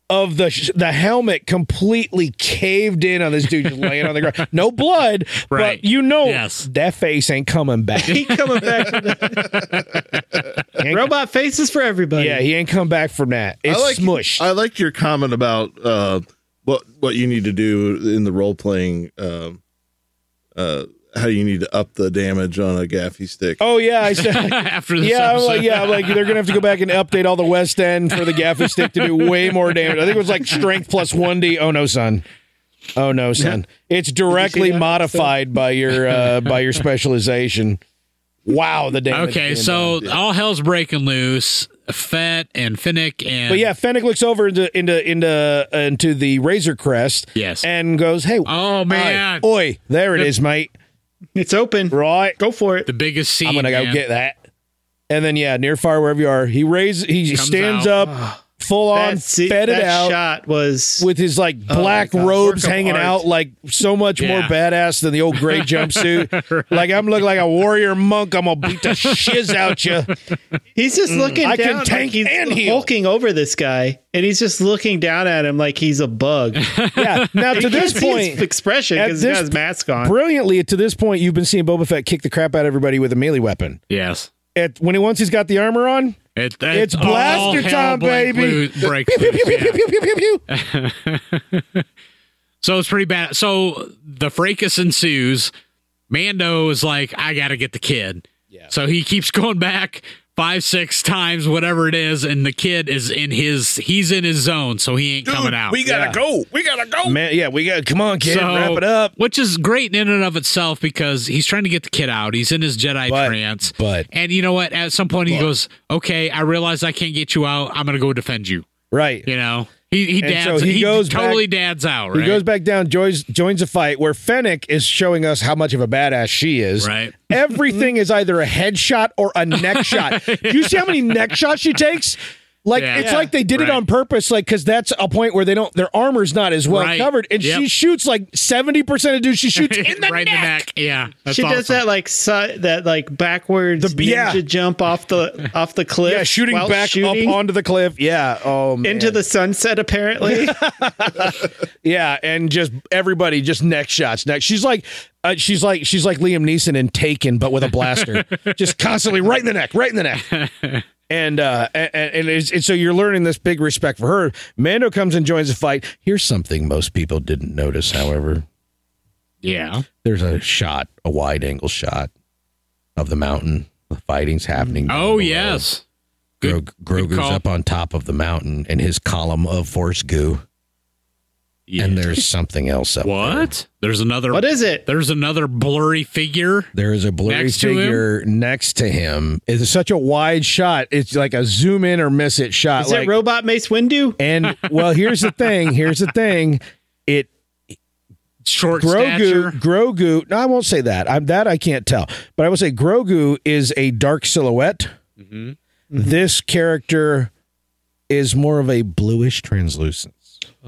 Speaker 2: of the sh- the helmet completely caved in on this dude just laying on the ground no blood
Speaker 5: Right.
Speaker 2: but you know
Speaker 5: Yes.
Speaker 2: that face ain't coming back
Speaker 6: He coming back. From the- Robot faces for everybody.
Speaker 2: yeah he ain't come back from that it's
Speaker 4: I like
Speaker 2: smushed
Speaker 4: I like your comment about uh, what what you need to do in the role playing. Um, uh, how you need to up the damage on a gaffy stick.
Speaker 2: oh yeah i said
Speaker 5: After this
Speaker 2: Yeah, I'm
Speaker 5: episode,
Speaker 2: like, yeah, I'm like they're gonna have to go back and update all the West End for the gaffy stick to do way more damage. I think it was like strength plus one D. Oh no, son. Oh no, son. It's directly
Speaker 6: that
Speaker 2: modified by your uh, by your specialization. Wow, the damage.
Speaker 5: Okay,
Speaker 2: being done.
Speaker 5: so uh, all hell's breaking loose. Fett and Finnick and
Speaker 2: But yeah, Fennec looks over into into into uh, into the Razor Crest.
Speaker 5: Yes.
Speaker 2: and goes, "Hey,
Speaker 5: Oh, man.
Speaker 2: oi, oi, there it is, mate.
Speaker 6: It's open.
Speaker 2: Right,
Speaker 6: Go for it.
Speaker 5: the biggest scene.
Speaker 2: I'm gonna go
Speaker 5: man.
Speaker 2: get that. And then yeah, near far wherever you are, he raises, he
Speaker 5: Comes
Speaker 2: stands
Speaker 5: out.
Speaker 2: up, full on
Speaker 6: That, se-
Speaker 2: fed it
Speaker 6: that
Speaker 2: out
Speaker 6: shot was
Speaker 2: with his like black
Speaker 6: God.
Speaker 2: robes
Speaker 6: Work of
Speaker 2: hanging
Speaker 6: art.
Speaker 2: out like so much more
Speaker 5: Yeah.
Speaker 2: badass than the old gray jumpsuit. Like I'm looking like a warrior monk. I'm gonna beat the shiz out you.
Speaker 6: He's just looking
Speaker 2: Mm, I can
Speaker 6: down
Speaker 2: tank
Speaker 6: like he's
Speaker 2: and heal.
Speaker 6: hulking over this guy, and he's just looking down at him like he's a bug.
Speaker 2: Yeah. Now to
Speaker 6: You can't
Speaker 2: this
Speaker 6: see his
Speaker 2: point,
Speaker 6: expression
Speaker 2: at
Speaker 6: because he's
Speaker 2: this
Speaker 6: got his mask on.
Speaker 2: brilliantly to this point, you've been seeing Boba Fett kick the crap out of everybody with a melee weapon.
Speaker 5: Yes.
Speaker 2: At when he once he's got the armor on,
Speaker 5: It,
Speaker 2: It's
Speaker 5: it's all
Speaker 2: blaster
Speaker 5: hell
Speaker 2: time,
Speaker 5: break
Speaker 2: baby.
Speaker 5: loose- break
Speaker 2: pew, pew,
Speaker 5: loose,
Speaker 2: pew,
Speaker 5: yeah.
Speaker 2: pew, pew, pew, pew, pew.
Speaker 5: So it's pretty bad. So the fracas ensues. Mando is like, I got to get the kid. Yeah. So he keeps going back five, six times, whatever it is, and the kid is in his he's in his zone, so he ain't coming out.
Speaker 4: We gotta go. We gotta go.
Speaker 2: Man, yeah, we got come on, kid,
Speaker 5: So-
Speaker 2: wrap it up.
Speaker 5: Which is great in and of itself because he's trying to get the kid out. He's in his Jedi
Speaker 2: But-
Speaker 5: trance.
Speaker 2: but-
Speaker 5: and you know what? At some point he goes, Okay, I realize I can't get you out. I'm gonna go defend you.
Speaker 2: Right.
Speaker 5: You know? He he
Speaker 2: And
Speaker 5: dads
Speaker 2: so he
Speaker 5: he,
Speaker 2: goes
Speaker 5: totally
Speaker 2: back-
Speaker 5: dads out,
Speaker 2: He
Speaker 5: right?
Speaker 2: goes back down, joins joins a fight where Fennec is showing us how much of a badass she is.
Speaker 5: Right.
Speaker 2: Everything is either a headshot or a neck shot. Do you see how many neck shots she takes? Like
Speaker 5: Yeah.
Speaker 2: it's
Speaker 5: Yeah.
Speaker 2: like they did it
Speaker 5: Right.
Speaker 2: on purpose, like because that's a point where they don't their armor's not as well
Speaker 5: Right.
Speaker 2: covered, and she
Speaker 5: Yep.
Speaker 2: shoots like seventy percent of dudes she shoots in the
Speaker 5: right
Speaker 2: neck.
Speaker 5: in the neck. Yeah. that's
Speaker 6: She does
Speaker 5: awesome.
Speaker 6: that like si- that like backwards
Speaker 2: The-
Speaker 6: ninja
Speaker 2: yeah.
Speaker 6: jump off the off the cliff.
Speaker 2: Yeah, shooting
Speaker 6: while
Speaker 2: back
Speaker 6: shooting
Speaker 2: up onto the cliff. Yeah. Oh man.
Speaker 6: into the sunset. Apparently,
Speaker 2: Yeah, and just everybody just neck shots. Neck. She's like, uh, she's like, she's like Liam Neeson in Taken, but with a blaster, just constantly right in the neck, right in the neck. And uh, and, and, it's, and so you're learning this big respect for her. Mando comes and joins the fight. Here's something most people didn't notice, however.
Speaker 5: Yeah.
Speaker 2: There's a shot, a wide angle shot of the mountain. The fighting's happening. down
Speaker 5: Oh
Speaker 2: below.
Speaker 5: yes.
Speaker 2: Gro- Grogu's
Speaker 5: call.
Speaker 2: up on top of the mountain in his column of force goo, and there's something else up there.
Speaker 5: What? There's another.
Speaker 6: what is it?
Speaker 5: There's another blurry figure.
Speaker 2: There is a blurry
Speaker 5: Next to him?
Speaker 2: figure next to him. It's such a wide shot. It's like a zoom in or miss it shot.
Speaker 6: Is
Speaker 2: like,
Speaker 6: it Robot Mace Windu?
Speaker 2: and well, here's the thing. Here's the thing. It
Speaker 5: Short
Speaker 2: Grogu
Speaker 5: stature.
Speaker 2: Grogu. No, I won't say that. I'm that I can't tell. But I will say Grogu is a dark silhouette. Mm-hmm. This character is more of a bluish translucence.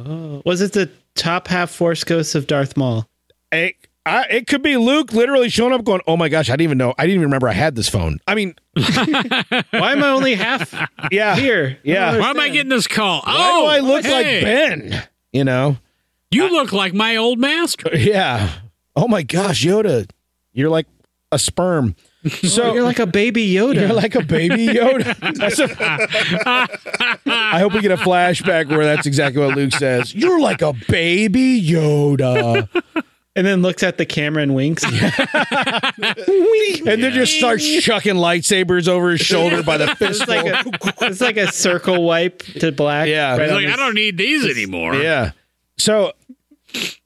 Speaker 6: Was it the top half Force Ghost of Darth Maul?
Speaker 2: It, I, it could be Luke literally showing up, going, "Oh my gosh, I didn't even know. I didn't even remember I had this phone." I mean,
Speaker 6: Why am I only half
Speaker 2: yeah,
Speaker 6: here?
Speaker 2: yeah.
Speaker 5: Why am I getting this call?
Speaker 2: Why
Speaker 5: oh,
Speaker 2: do I look
Speaker 5: hey,
Speaker 2: like Ben? You know?
Speaker 5: You look like my old master.
Speaker 2: Yeah. Oh my gosh, Yoda, you're like a sperm. So
Speaker 6: You're
Speaker 2: you're, like,
Speaker 6: like a baby Yoda.
Speaker 2: a baby Yoda. That's a- I hope we get a flashback where that's exactly what Luke says. You're like a baby Yoda.
Speaker 6: and then looks at the camera and winks.
Speaker 2: And then just starts chucking lightsabers over his shoulder by the
Speaker 6: It's
Speaker 2: fistful.
Speaker 6: like a it's like a circle wipe to black.
Speaker 2: Yeah.
Speaker 6: right
Speaker 5: He's
Speaker 6: on
Speaker 5: like,
Speaker 6: his-
Speaker 5: I don't need these anymore.
Speaker 2: Yeah. So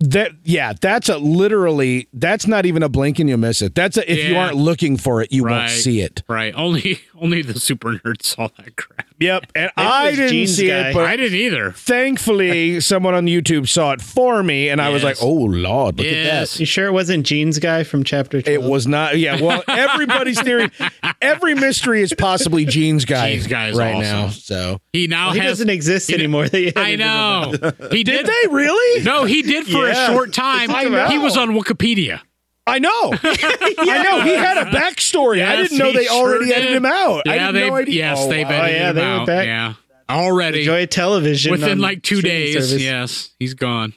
Speaker 2: that yeah, that's a literally that's not even a blink and you miss it. That's a if you
Speaker 5: Yeah.
Speaker 2: aren't looking for it, you
Speaker 5: Right.
Speaker 2: won't see it.
Speaker 5: Right. Only only the super nerds saw that crap.
Speaker 2: Yep. And
Speaker 6: was
Speaker 2: I didn't
Speaker 6: Gene's
Speaker 2: see
Speaker 6: guy.
Speaker 2: it, but
Speaker 5: I didn't either.
Speaker 2: thankfully someone on YouTube saw it for me and I was like,
Speaker 5: Yes.
Speaker 2: "Oh lord, look
Speaker 5: Yes.
Speaker 6: You sure it wasn't Jeans guy from chapter?
Speaker 2: at that." It
Speaker 6: 12?
Speaker 2: was not. Yeah, well, everybody's theory every mystery is possibly Gene's guy
Speaker 5: Gene's guy is
Speaker 2: right
Speaker 5: awesome.
Speaker 2: now. So,
Speaker 5: He now
Speaker 6: He
Speaker 5: has.
Speaker 6: doesn't exist anymore. They
Speaker 5: I
Speaker 6: edited him out.
Speaker 5: know. He
Speaker 2: did
Speaker 5: did.
Speaker 2: they really?
Speaker 5: No, he did for
Speaker 2: Yeah.
Speaker 5: a short time.
Speaker 2: I know.
Speaker 5: He was on Wikipedia.
Speaker 2: I know. I know he had a backstory. I
Speaker 5: Yes,
Speaker 2: didn't know
Speaker 5: he
Speaker 2: they
Speaker 5: sure
Speaker 2: already
Speaker 5: did.
Speaker 2: edited him out. I
Speaker 5: Yeah,
Speaker 2: didn't
Speaker 5: they.
Speaker 2: know I did-
Speaker 5: Yes,
Speaker 2: Oh,
Speaker 5: they've
Speaker 2: wow.
Speaker 5: edited
Speaker 6: yeah,
Speaker 5: him
Speaker 6: they went
Speaker 5: out.
Speaker 6: back.
Speaker 5: Yeah, already
Speaker 6: Enjoy television
Speaker 5: within
Speaker 6: on
Speaker 5: like two
Speaker 6: um, streaming
Speaker 5: days.
Speaker 6: service.
Speaker 5: Yes, he's gone.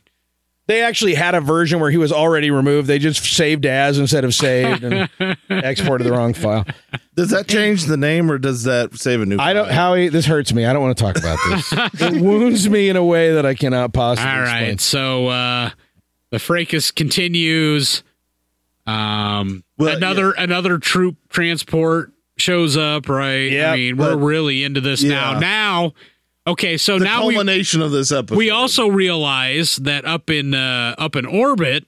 Speaker 2: They actually had a version where he was already removed. They just saved as instead of saved and exported the wrong file.
Speaker 4: Does that change the name or does that save a new?
Speaker 2: I don't,
Speaker 4: file?
Speaker 2: Howie, this hurts me. I don't want to talk about this. it wounds me in a way that I cannot possibly
Speaker 5: All
Speaker 2: explain.
Speaker 5: right, so uh, the fracas continues. Um,
Speaker 4: Well,
Speaker 5: another another troop transport shows up. Right?
Speaker 2: Yeah,
Speaker 5: I mean,
Speaker 4: but-
Speaker 5: we're really into this now.
Speaker 4: Yeah.
Speaker 5: Now, okay, so
Speaker 4: The
Speaker 5: now we
Speaker 4: culmination of this episode.
Speaker 5: we also realize that up in uh, up in orbit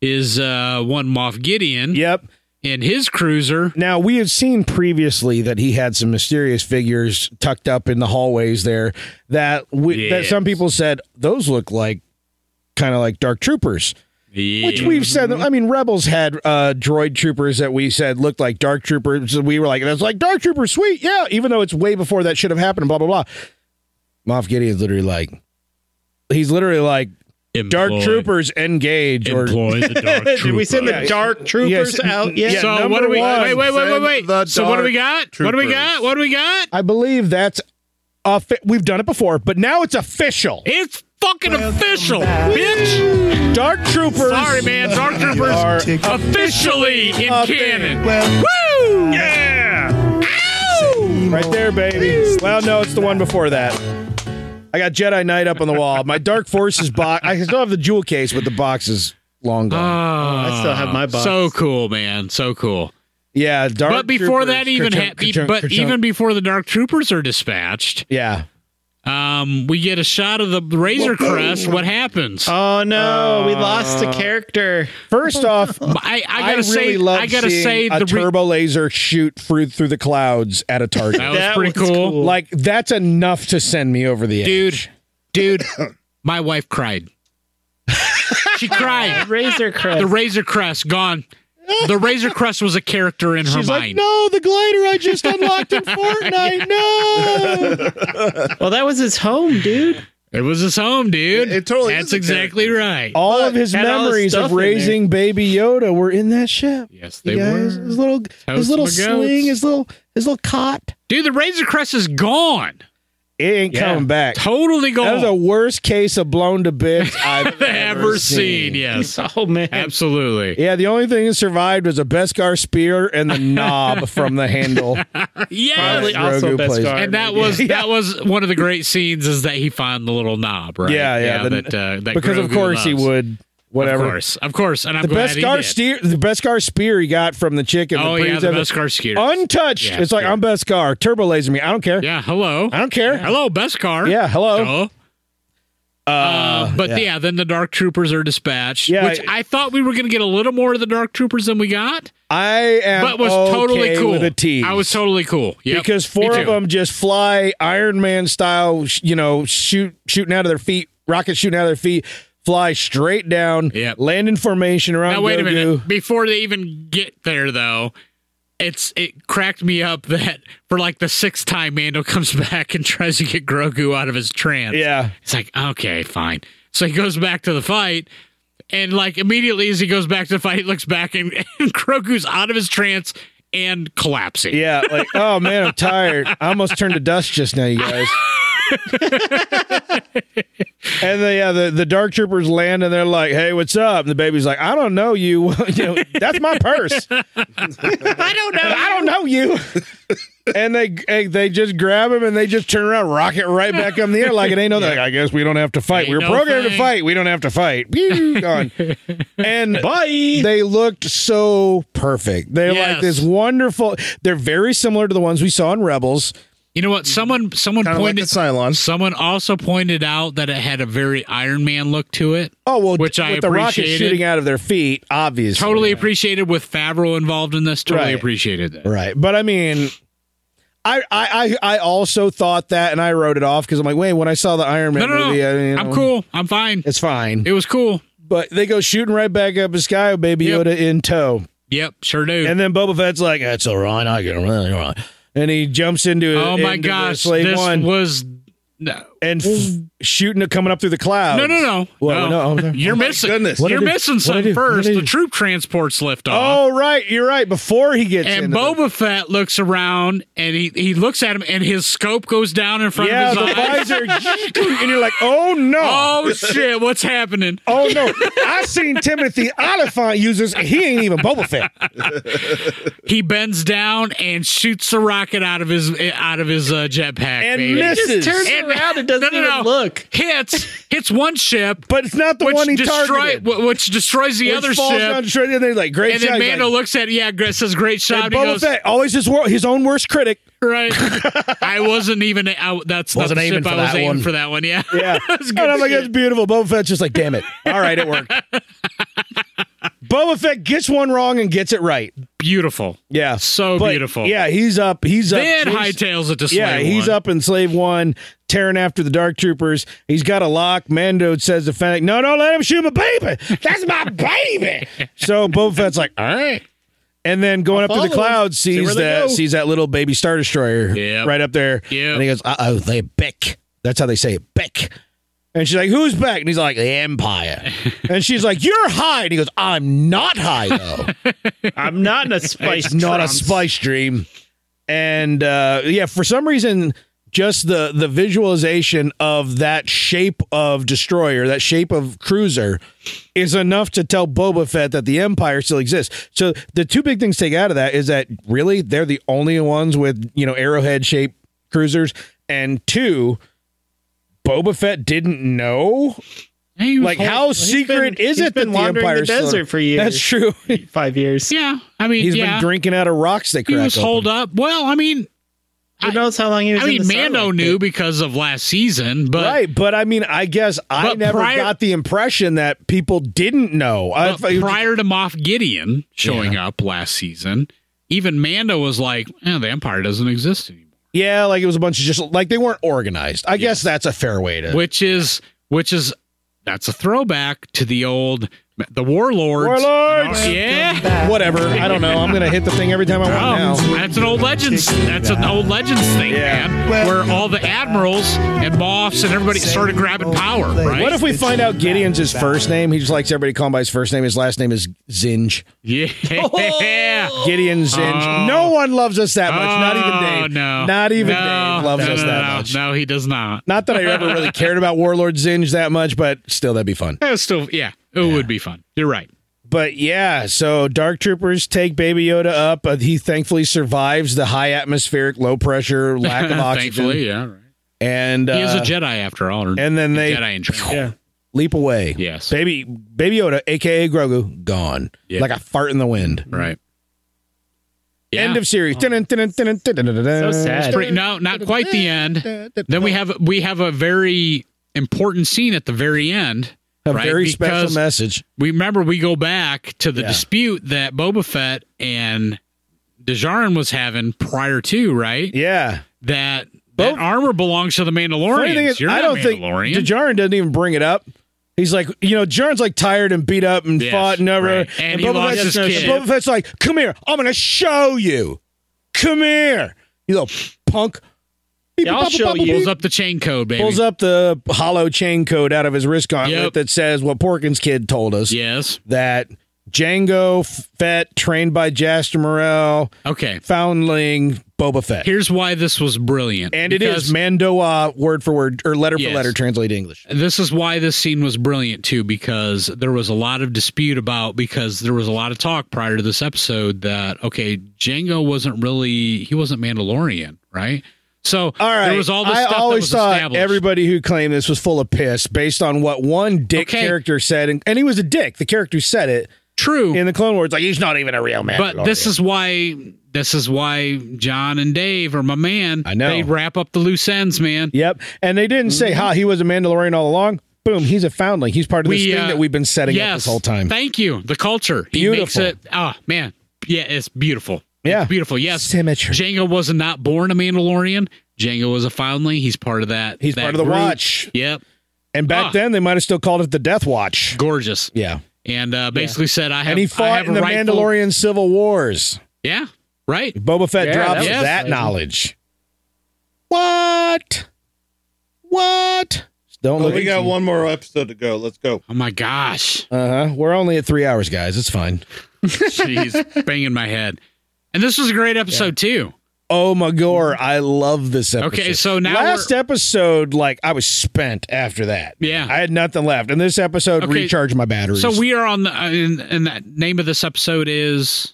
Speaker 5: is uh, one Moff Gideon
Speaker 2: Yep.
Speaker 5: in his cruiser.
Speaker 2: Now we had seen previously that he had some mysterious figures tucked up in the hallways there that we, that
Speaker 5: Yes.
Speaker 2: some people said those look like kind of like dark troopers. Which we've
Speaker 5: Mm-hmm.
Speaker 2: said, I mean, Rebels had uh, droid troopers that we said looked like dark troopers. We were like, that's like dark troopers, sweet, yeah, even though it's way before that should have happened, blah, blah, blah. Moff Gideon's literally like, he's literally like, Dark
Speaker 5: Employ-
Speaker 2: Troopers engage or
Speaker 5: Employ the dark troopers.
Speaker 6: Did we send the dark troopers
Speaker 2: Yes.
Speaker 6: out yet?
Speaker 2: Yeah,
Speaker 5: so what
Speaker 2: number
Speaker 5: do we?
Speaker 2: one,
Speaker 5: wait, wait, wait, wait,
Speaker 4: send
Speaker 5: wait.
Speaker 4: the
Speaker 5: So what do we got?
Speaker 4: dark
Speaker 5: What do we
Speaker 4: troopers.
Speaker 5: got? What do we got?
Speaker 2: I believe that's a we've done it before, but now it's official.
Speaker 5: It's fucking official, bitch.
Speaker 2: Dark Troopers.
Speaker 5: Sorry, man. Dark
Speaker 2: are
Speaker 5: troopers officially in
Speaker 2: up
Speaker 5: canon.
Speaker 2: Woo! Yeah! Right there, baby. Well, no, it's the one before that. I got Jedi Knight up on the wall. My Dark Forces box. I still have the jewel case, but the box is long gone.
Speaker 5: Ah,
Speaker 6: I still have my box.
Speaker 5: So cool, man. So cool.
Speaker 2: yeah, Dark.
Speaker 5: but before
Speaker 2: Troopers,
Speaker 5: that, e- even
Speaker 2: ka-chunk,
Speaker 5: ha- be-
Speaker 2: ka-chunk,
Speaker 5: but
Speaker 2: ka-chunk.
Speaker 5: even before the dark troopers are dispatched,
Speaker 2: yeah,
Speaker 5: um, we get a shot of the Razor Crest. What happens?
Speaker 6: Oh no,
Speaker 5: Uh,
Speaker 6: we lost a character.
Speaker 2: first off,
Speaker 5: I, I
Speaker 2: I,
Speaker 5: gotta
Speaker 2: really
Speaker 5: say,
Speaker 2: love
Speaker 5: I gotta
Speaker 2: seeing
Speaker 5: say,
Speaker 2: a
Speaker 5: the re-
Speaker 2: turbo laser shoot through through the clouds at a target.
Speaker 5: that was
Speaker 6: That
Speaker 5: pretty
Speaker 6: was
Speaker 5: cool.
Speaker 6: cool.
Speaker 2: like that's enough to send me over the edge,
Speaker 5: dude, dude, my wife cried. She cried.
Speaker 6: Razor Crest.
Speaker 5: The Razor Crest gone. The Razor Crest was a character in her
Speaker 2: She's like,
Speaker 5: mind.
Speaker 2: no, the glider I just unlocked in Fortnite. No.
Speaker 6: well, that was his home, dude.
Speaker 5: It was his home, dude.
Speaker 4: It- it totally
Speaker 5: That's
Speaker 4: is a
Speaker 5: exactly right.
Speaker 2: all of his
Speaker 6: had all his
Speaker 2: memories
Speaker 6: stuff
Speaker 2: of
Speaker 6: in there.
Speaker 2: raising baby Yoda were in that ship.
Speaker 5: yes,
Speaker 2: You
Speaker 5: they
Speaker 2: guys,
Speaker 5: were.
Speaker 2: his little his
Speaker 5: Toast
Speaker 2: little
Speaker 5: my goats.
Speaker 2: sling, his little his little cot.
Speaker 5: Dude, the Razor Crest is gone.
Speaker 2: It ain't coming back.
Speaker 5: Totally
Speaker 2: That
Speaker 5: gone.
Speaker 2: was the worst case of blown to bits I've
Speaker 5: ever, seen. Yes,
Speaker 6: Oh man,
Speaker 5: absolutely.
Speaker 2: Yeah, the only thing that survived was a Beskar spear and the knob from the handle.
Speaker 5: Yes.
Speaker 6: Probably
Speaker 2: Grogu
Speaker 6: also best
Speaker 2: plays-
Speaker 6: guard.
Speaker 5: And that
Speaker 6: maybe.
Speaker 5: was that was one of the great scenes is that he found the little knob, right?
Speaker 2: Yeah, yeah, the-
Speaker 5: that, uh, that
Speaker 2: because of
Speaker 5: Grogu
Speaker 2: course he
Speaker 5: loves.
Speaker 2: would.
Speaker 5: Of
Speaker 2: Whatever.
Speaker 5: course, of course. And I'm
Speaker 2: The
Speaker 5: glad he
Speaker 2: Beskar
Speaker 5: did.
Speaker 2: steer, the Beskar spear he got from the chicken.
Speaker 5: oh yeah, the
Speaker 2: previous-
Speaker 5: Beskar skeeter.
Speaker 2: untouched.
Speaker 5: Yeah,
Speaker 2: it's like
Speaker 5: yeah.
Speaker 2: I'm Beskar. Turbo laser me. I don't care.
Speaker 5: yeah, hello,
Speaker 2: I don't care.
Speaker 5: hello, Beskar.
Speaker 2: Yeah, hello.
Speaker 5: Duh. Uh, but yeah. then the dark troopers are dispatched.
Speaker 2: Yeah.
Speaker 5: which I thought we were going to get a little more of the dark troopers than we got,
Speaker 2: I am.
Speaker 5: but was
Speaker 2: okay
Speaker 5: totally cool.
Speaker 2: With a tease.
Speaker 5: I was totally cool. Yep.
Speaker 2: because
Speaker 5: Me
Speaker 2: four of
Speaker 5: too.
Speaker 2: them just fly Iron Man style. sh- You know, shoot shooting out of their feet, rockets shooting out of their feet, fly straight down.
Speaker 5: Yep.
Speaker 2: land in formation around.
Speaker 5: Now wait a
Speaker 2: Grogu.
Speaker 5: minute. Before they even get there, though, it's it cracked me up that for like the sixth time, Mando comes back and tries to get Grogu out of his trance.
Speaker 2: Yeah,
Speaker 5: It's like okay, fine. So he goes back to the fight, and like immediately as he goes back to the fight, he looks back and, and Grogu's out of his trance and collapsing.
Speaker 2: yeah. Like, oh man, I'm tired. I almost turned to dust just now, you guys. and the, yeah, the the dark troopers land and they're like, "Hey, what's up?" And the baby's like, "I don't know you. you know, that's my purse.
Speaker 5: I don't know.
Speaker 2: I don't know you. and they and they just grab him and they just turn around, rocket right back up in the air like it ain't no. Like, I guess we don't have to fight.
Speaker 5: Ain't
Speaker 2: we were
Speaker 5: no
Speaker 2: programmed to
Speaker 5: thing."
Speaker 2: fight. We don't have to fight. Pew, Gone. and bye. They looked so perfect. They're like
Speaker 5: Yes.
Speaker 2: this wonderful. They're very similar to the ones we saw in Rebels.
Speaker 5: You know what? Someone someone
Speaker 4: Kind of like a
Speaker 5: pointed.
Speaker 4: Cylon.
Speaker 5: someone also pointed out that it had a very Iron Man look to it.
Speaker 2: Oh well,
Speaker 5: Which I
Speaker 2: with the rockets
Speaker 5: appreciated.
Speaker 2: shooting out of their feet, obviously.
Speaker 5: Totally appreciated with Favreau involved in this. Totally
Speaker 2: Right.
Speaker 5: appreciated that.
Speaker 2: Right. But I mean, I I I, I also thought that, and I wrote it off because I'm like, wait, when I saw the Iron
Speaker 5: No,
Speaker 2: Man
Speaker 5: no,
Speaker 2: movie, I,
Speaker 5: no.
Speaker 2: you know,
Speaker 5: I'm cool. I'm fine.
Speaker 2: It's fine.
Speaker 5: It was cool.
Speaker 2: But they go shooting right back up the sky with Baby
Speaker 5: Yep.
Speaker 2: Yoda in tow.
Speaker 5: Yep, sure do.
Speaker 2: And then Boba Fett's like, that's all right, I get around. all right." And he jumps into
Speaker 5: oh my
Speaker 2: into the
Speaker 5: gosh,
Speaker 2: Slave
Speaker 5: this
Speaker 2: One
Speaker 5: was no,
Speaker 2: and f- shooting it coming up through the clouds.
Speaker 5: no, no, no.
Speaker 2: What,
Speaker 5: no.
Speaker 2: no, I'm sorry.
Speaker 5: You're missing.
Speaker 4: goodness.
Speaker 2: What
Speaker 5: You're
Speaker 2: did I do?
Speaker 5: missing
Speaker 2: What did I do?
Speaker 5: some
Speaker 2: What did
Speaker 5: first.
Speaker 2: I
Speaker 5: The
Speaker 2: do?
Speaker 5: troop transports left off.
Speaker 2: Oh, right. You're right. Before he gets
Speaker 5: And
Speaker 2: into the-
Speaker 5: Boba Fett looks around and he, he looks at him and his scope goes down in front
Speaker 2: yeah,
Speaker 5: of his
Speaker 2: the
Speaker 5: eyes.
Speaker 2: visor. and you're like, oh, no.
Speaker 5: Oh shit, what's happening?
Speaker 2: Oh no! I seen Timothy Oliphant use this. and He ain't even Boba Fett.
Speaker 5: He bends down and shoots a rocket out of his out of his uh, jetpack
Speaker 2: And
Speaker 5: baby.
Speaker 2: misses.
Speaker 6: turns
Speaker 5: And-
Speaker 6: around. It doesn't
Speaker 5: no, no,
Speaker 6: even
Speaker 5: no.
Speaker 6: look.
Speaker 5: Hits hits one ship,
Speaker 2: But it's not the
Speaker 5: which
Speaker 2: one he
Speaker 5: destroy
Speaker 2: targeted.
Speaker 5: wh- which destroys the
Speaker 2: Which
Speaker 5: other
Speaker 2: falls
Speaker 5: ship.
Speaker 2: down, destroyed, and they're like, great
Speaker 5: and
Speaker 2: shot.
Speaker 5: then
Speaker 2: He's
Speaker 5: Mando
Speaker 2: like,
Speaker 5: looks at it, yeah, Gre- says great shot.
Speaker 2: and
Speaker 5: and he
Speaker 2: Boba
Speaker 5: goes,
Speaker 2: Fett, always his, wor- his own worst critic.
Speaker 5: Right. I wasn't even. I, that's
Speaker 10: Wasn't
Speaker 5: not the
Speaker 10: aiming
Speaker 5: ship
Speaker 10: for
Speaker 5: I was
Speaker 10: that
Speaker 5: aiming
Speaker 10: one.
Speaker 5: for that one. Yeah.
Speaker 2: Yeah.
Speaker 5: That's good
Speaker 2: and I'm like,
Speaker 5: shit.
Speaker 2: that's beautiful. Boba Fett's just like, damn it. All right, it worked. Boba Fett gets one wrong and gets it right.
Speaker 5: beautiful.
Speaker 2: Yeah.
Speaker 5: So
Speaker 2: But,
Speaker 5: beautiful.
Speaker 2: Yeah, he's up. He's up.
Speaker 5: Then
Speaker 2: he's-
Speaker 5: hightails it to slave
Speaker 2: yeah, he's
Speaker 5: one.
Speaker 2: up in Slave One, tearing after the Dark Troopers. He's got a lock. Mando says to Fennec, no, don't let him shoot my baby. That's my baby. so Boba Fett's like, all right. And then going up to the
Speaker 6: follow him.
Speaker 2: clouds,
Speaker 6: where
Speaker 2: sees
Speaker 6: they
Speaker 2: that
Speaker 6: go.
Speaker 2: sees that little baby Star Destroyer
Speaker 5: Yep.
Speaker 2: right up there.
Speaker 5: Yep.
Speaker 2: And he goes, uh oh, they're back. That's how they say it, Beck. And she's like, who's Beck? And he's like, the Empire. and she's like, you're high. And he goes, I'm not high, though.
Speaker 6: I'm not in a spice.
Speaker 2: It's not a
Speaker 6: trance.
Speaker 2: spice dream. And uh, yeah, for some reason, just the the visualization of that shape of destroyer, that shape of cruiser, is enough to tell Boba Fett that the Empire still exists. So the two big things to take out of that is that really they're the only ones with you know arrowhead shaped cruisers, and two, Boba Fett didn't know.
Speaker 5: He was
Speaker 2: Like,
Speaker 5: whole-
Speaker 2: how
Speaker 6: He's
Speaker 2: secret
Speaker 6: been-
Speaker 2: is
Speaker 6: he's
Speaker 2: it that
Speaker 6: been
Speaker 2: the
Speaker 6: wandering
Speaker 2: Empire
Speaker 6: the desert for years?
Speaker 2: That's true.
Speaker 6: Five years.
Speaker 5: Yeah, I mean,
Speaker 2: He's
Speaker 5: yeah,
Speaker 2: been drinking out of rocks that
Speaker 5: he
Speaker 2: crack
Speaker 5: was
Speaker 2: open.
Speaker 5: holed up. Well, I mean,
Speaker 6: Who
Speaker 5: I-
Speaker 6: knows how long he was?
Speaker 5: I
Speaker 6: in
Speaker 5: mean,
Speaker 6: the
Speaker 5: Mando
Speaker 6: Sarlacc
Speaker 5: knew
Speaker 6: pit?
Speaker 5: because of last season, but
Speaker 2: right, but I mean, I guess I
Speaker 5: But
Speaker 2: never
Speaker 5: prior-
Speaker 2: got the impression that people didn't know. I,
Speaker 5: But uh, prior to Moff Gideon showing up last season, even Mando was like, eh, "The Empire doesn't exist anymore,"
Speaker 2: yeah, like it was a bunch of just like they weren't organized. I guess that's a fair way to.
Speaker 5: which is which is that's a throwback to the old the warlords.
Speaker 2: Warlords!
Speaker 5: Yeah.
Speaker 2: Whatever, I don't know. I'm gonna hit the thing every time I
Speaker 5: Oh,
Speaker 2: want now.
Speaker 5: that's an old legends. That's an old legends thing,
Speaker 2: Yeah.
Speaker 5: man. Where all the admirals and moffs and everybody started grabbing power. Right?
Speaker 2: What if we find out Gideon's his first name? He just likes everybody calling by his first name. His last name is Zinj. Oh,
Speaker 5: Yeah.
Speaker 2: Gideon Zinj.
Speaker 5: Oh.
Speaker 2: No one loves us that much. Not
Speaker 5: Oh,
Speaker 2: even Dave.
Speaker 5: No.
Speaker 2: Not even
Speaker 5: No,
Speaker 2: Dave loves
Speaker 5: no,
Speaker 2: us
Speaker 5: no,
Speaker 2: that
Speaker 5: no.
Speaker 2: much.
Speaker 5: No, he does not.
Speaker 2: Not that I ever really cared about Warlord Zinj that much, but still, that'd be fun.
Speaker 5: That was still, yeah, it would be fun. You're right.
Speaker 2: But yeah, so Dark Troopers take Baby Yoda up. Uh, he thankfully survives the high atmospheric, low pressure, lack of oxygen,
Speaker 5: Thankfully, yeah. Right.
Speaker 2: and
Speaker 5: he is
Speaker 2: uh,
Speaker 5: a Jedi after all. or
Speaker 2: and then they
Speaker 5: Jedi in training.
Speaker 6: Yeah.
Speaker 2: leap away.
Speaker 5: Yes.
Speaker 2: Baby Baby Yoda, aka Grogu, gone
Speaker 5: Yeah.
Speaker 2: like a fart in the wind.
Speaker 5: Right. Yeah.
Speaker 2: End of series. So
Speaker 6: So sad.
Speaker 5: Pretty- no, not quite the end. Then we have we have a very important scene at the very end.
Speaker 2: A
Speaker 5: right?
Speaker 2: very
Speaker 5: Because-
Speaker 2: special message.
Speaker 5: we remember we go back to the
Speaker 2: Yeah.
Speaker 5: dispute that Boba Fett and Dejarin was having prior to, right?
Speaker 2: Yeah.
Speaker 5: That that
Speaker 2: Bo-
Speaker 5: armor belongs to the
Speaker 2: Funny thing
Speaker 5: Mandalorians.
Speaker 2: is,
Speaker 5: You're
Speaker 2: I
Speaker 5: not
Speaker 2: don't think
Speaker 5: Mandalorian.
Speaker 2: Djarin doesn't even bring it up. He's like, you know, Djarin's like tired and beat up and
Speaker 5: Yes,
Speaker 2: fought and everything.
Speaker 5: right. And he lost his
Speaker 2: and
Speaker 5: kid.
Speaker 2: Boba Fett's like, come here, I'm gonna show you. Come here, you little punk.
Speaker 6: Yeah, I'll show you.
Speaker 5: Pulls up the chain code, baby.
Speaker 2: Pulls up the hollow chain code out of his wrist gauntlet
Speaker 5: Yep.
Speaker 2: that says what Porkins kid told us
Speaker 5: Yes.
Speaker 2: that Django Fett, trained by Jaster Morel,
Speaker 5: Okay.
Speaker 2: foundling Boba Fett.
Speaker 5: Here's why this was brilliant.
Speaker 2: and it
Speaker 5: Because
Speaker 2: is Mandoa word for word or letter
Speaker 5: Yes.
Speaker 2: for letter translated English.
Speaker 5: This is why this scene was brilliant too, because there was a lot of dispute about because there was a lot of talk prior to this episode that okay, Django wasn't really he wasn't Mandalorian, right? So
Speaker 2: All right.
Speaker 5: there was all this
Speaker 2: I
Speaker 5: stuff that
Speaker 2: always
Speaker 5: was
Speaker 2: thought
Speaker 5: established.
Speaker 2: everybody who claimed this was full of piss based on what one dick
Speaker 5: Okay.
Speaker 2: character said, and, and he was a dick. The character who said it
Speaker 5: True,
Speaker 2: in the Clone Wars, like he's not even a real man.
Speaker 5: but this is why this is why John and Dave are my man.
Speaker 2: I know.
Speaker 5: they wrap up the loose ends, man.
Speaker 2: yep. And they didn't say, "Ha, he was a Mandalorian all along." Boom, he's a foundling. He's part of this
Speaker 5: We,
Speaker 2: thing
Speaker 5: uh,
Speaker 2: that we've been setting up
Speaker 5: yes,
Speaker 2: this whole time.
Speaker 5: Thank you. The culture, he makes
Speaker 2: Beautiful.
Speaker 5: it. Oh man, yeah, it's beautiful.
Speaker 2: Yeah.
Speaker 5: it's beautiful. Yes,
Speaker 2: Symmetry.
Speaker 5: Django was not born a Mandalorian. Django was a foundling. He's part of that.
Speaker 2: He's
Speaker 5: that
Speaker 2: part of the
Speaker 5: group.
Speaker 2: Watch.
Speaker 5: Yep.
Speaker 2: And back
Speaker 5: Ah.
Speaker 2: then, they might have still called it the Death Watch.
Speaker 5: Gorgeous.
Speaker 2: Yeah.
Speaker 5: And uh, basically said, I have.
Speaker 2: And he
Speaker 5: I
Speaker 2: fought
Speaker 5: have
Speaker 2: in the
Speaker 5: a rightful-
Speaker 2: Mandalorian Civil Wars.
Speaker 5: Yeah. Right.
Speaker 2: Boba Fett
Speaker 6: Yeah, that
Speaker 2: drops
Speaker 6: was
Speaker 2: that,
Speaker 6: exciting.
Speaker 2: knowledge. What? What? Don't
Speaker 4: Well,
Speaker 2: look.
Speaker 4: Oh, we got one more episode to go. Let's go.
Speaker 5: Oh my gosh.
Speaker 2: Uh huh. We're only at three hours, guys. It's fine.
Speaker 5: Jeez, banging my head. And this was a great episode too.
Speaker 2: Oh my gore! I love this episode.
Speaker 5: Okay, so now
Speaker 2: last episode, like I was spent after that.
Speaker 5: Yeah.
Speaker 2: I had nothing left, and this episode
Speaker 5: Okay,
Speaker 2: recharged my batteries.
Speaker 5: So we are on the uh, and, and the name of this episode is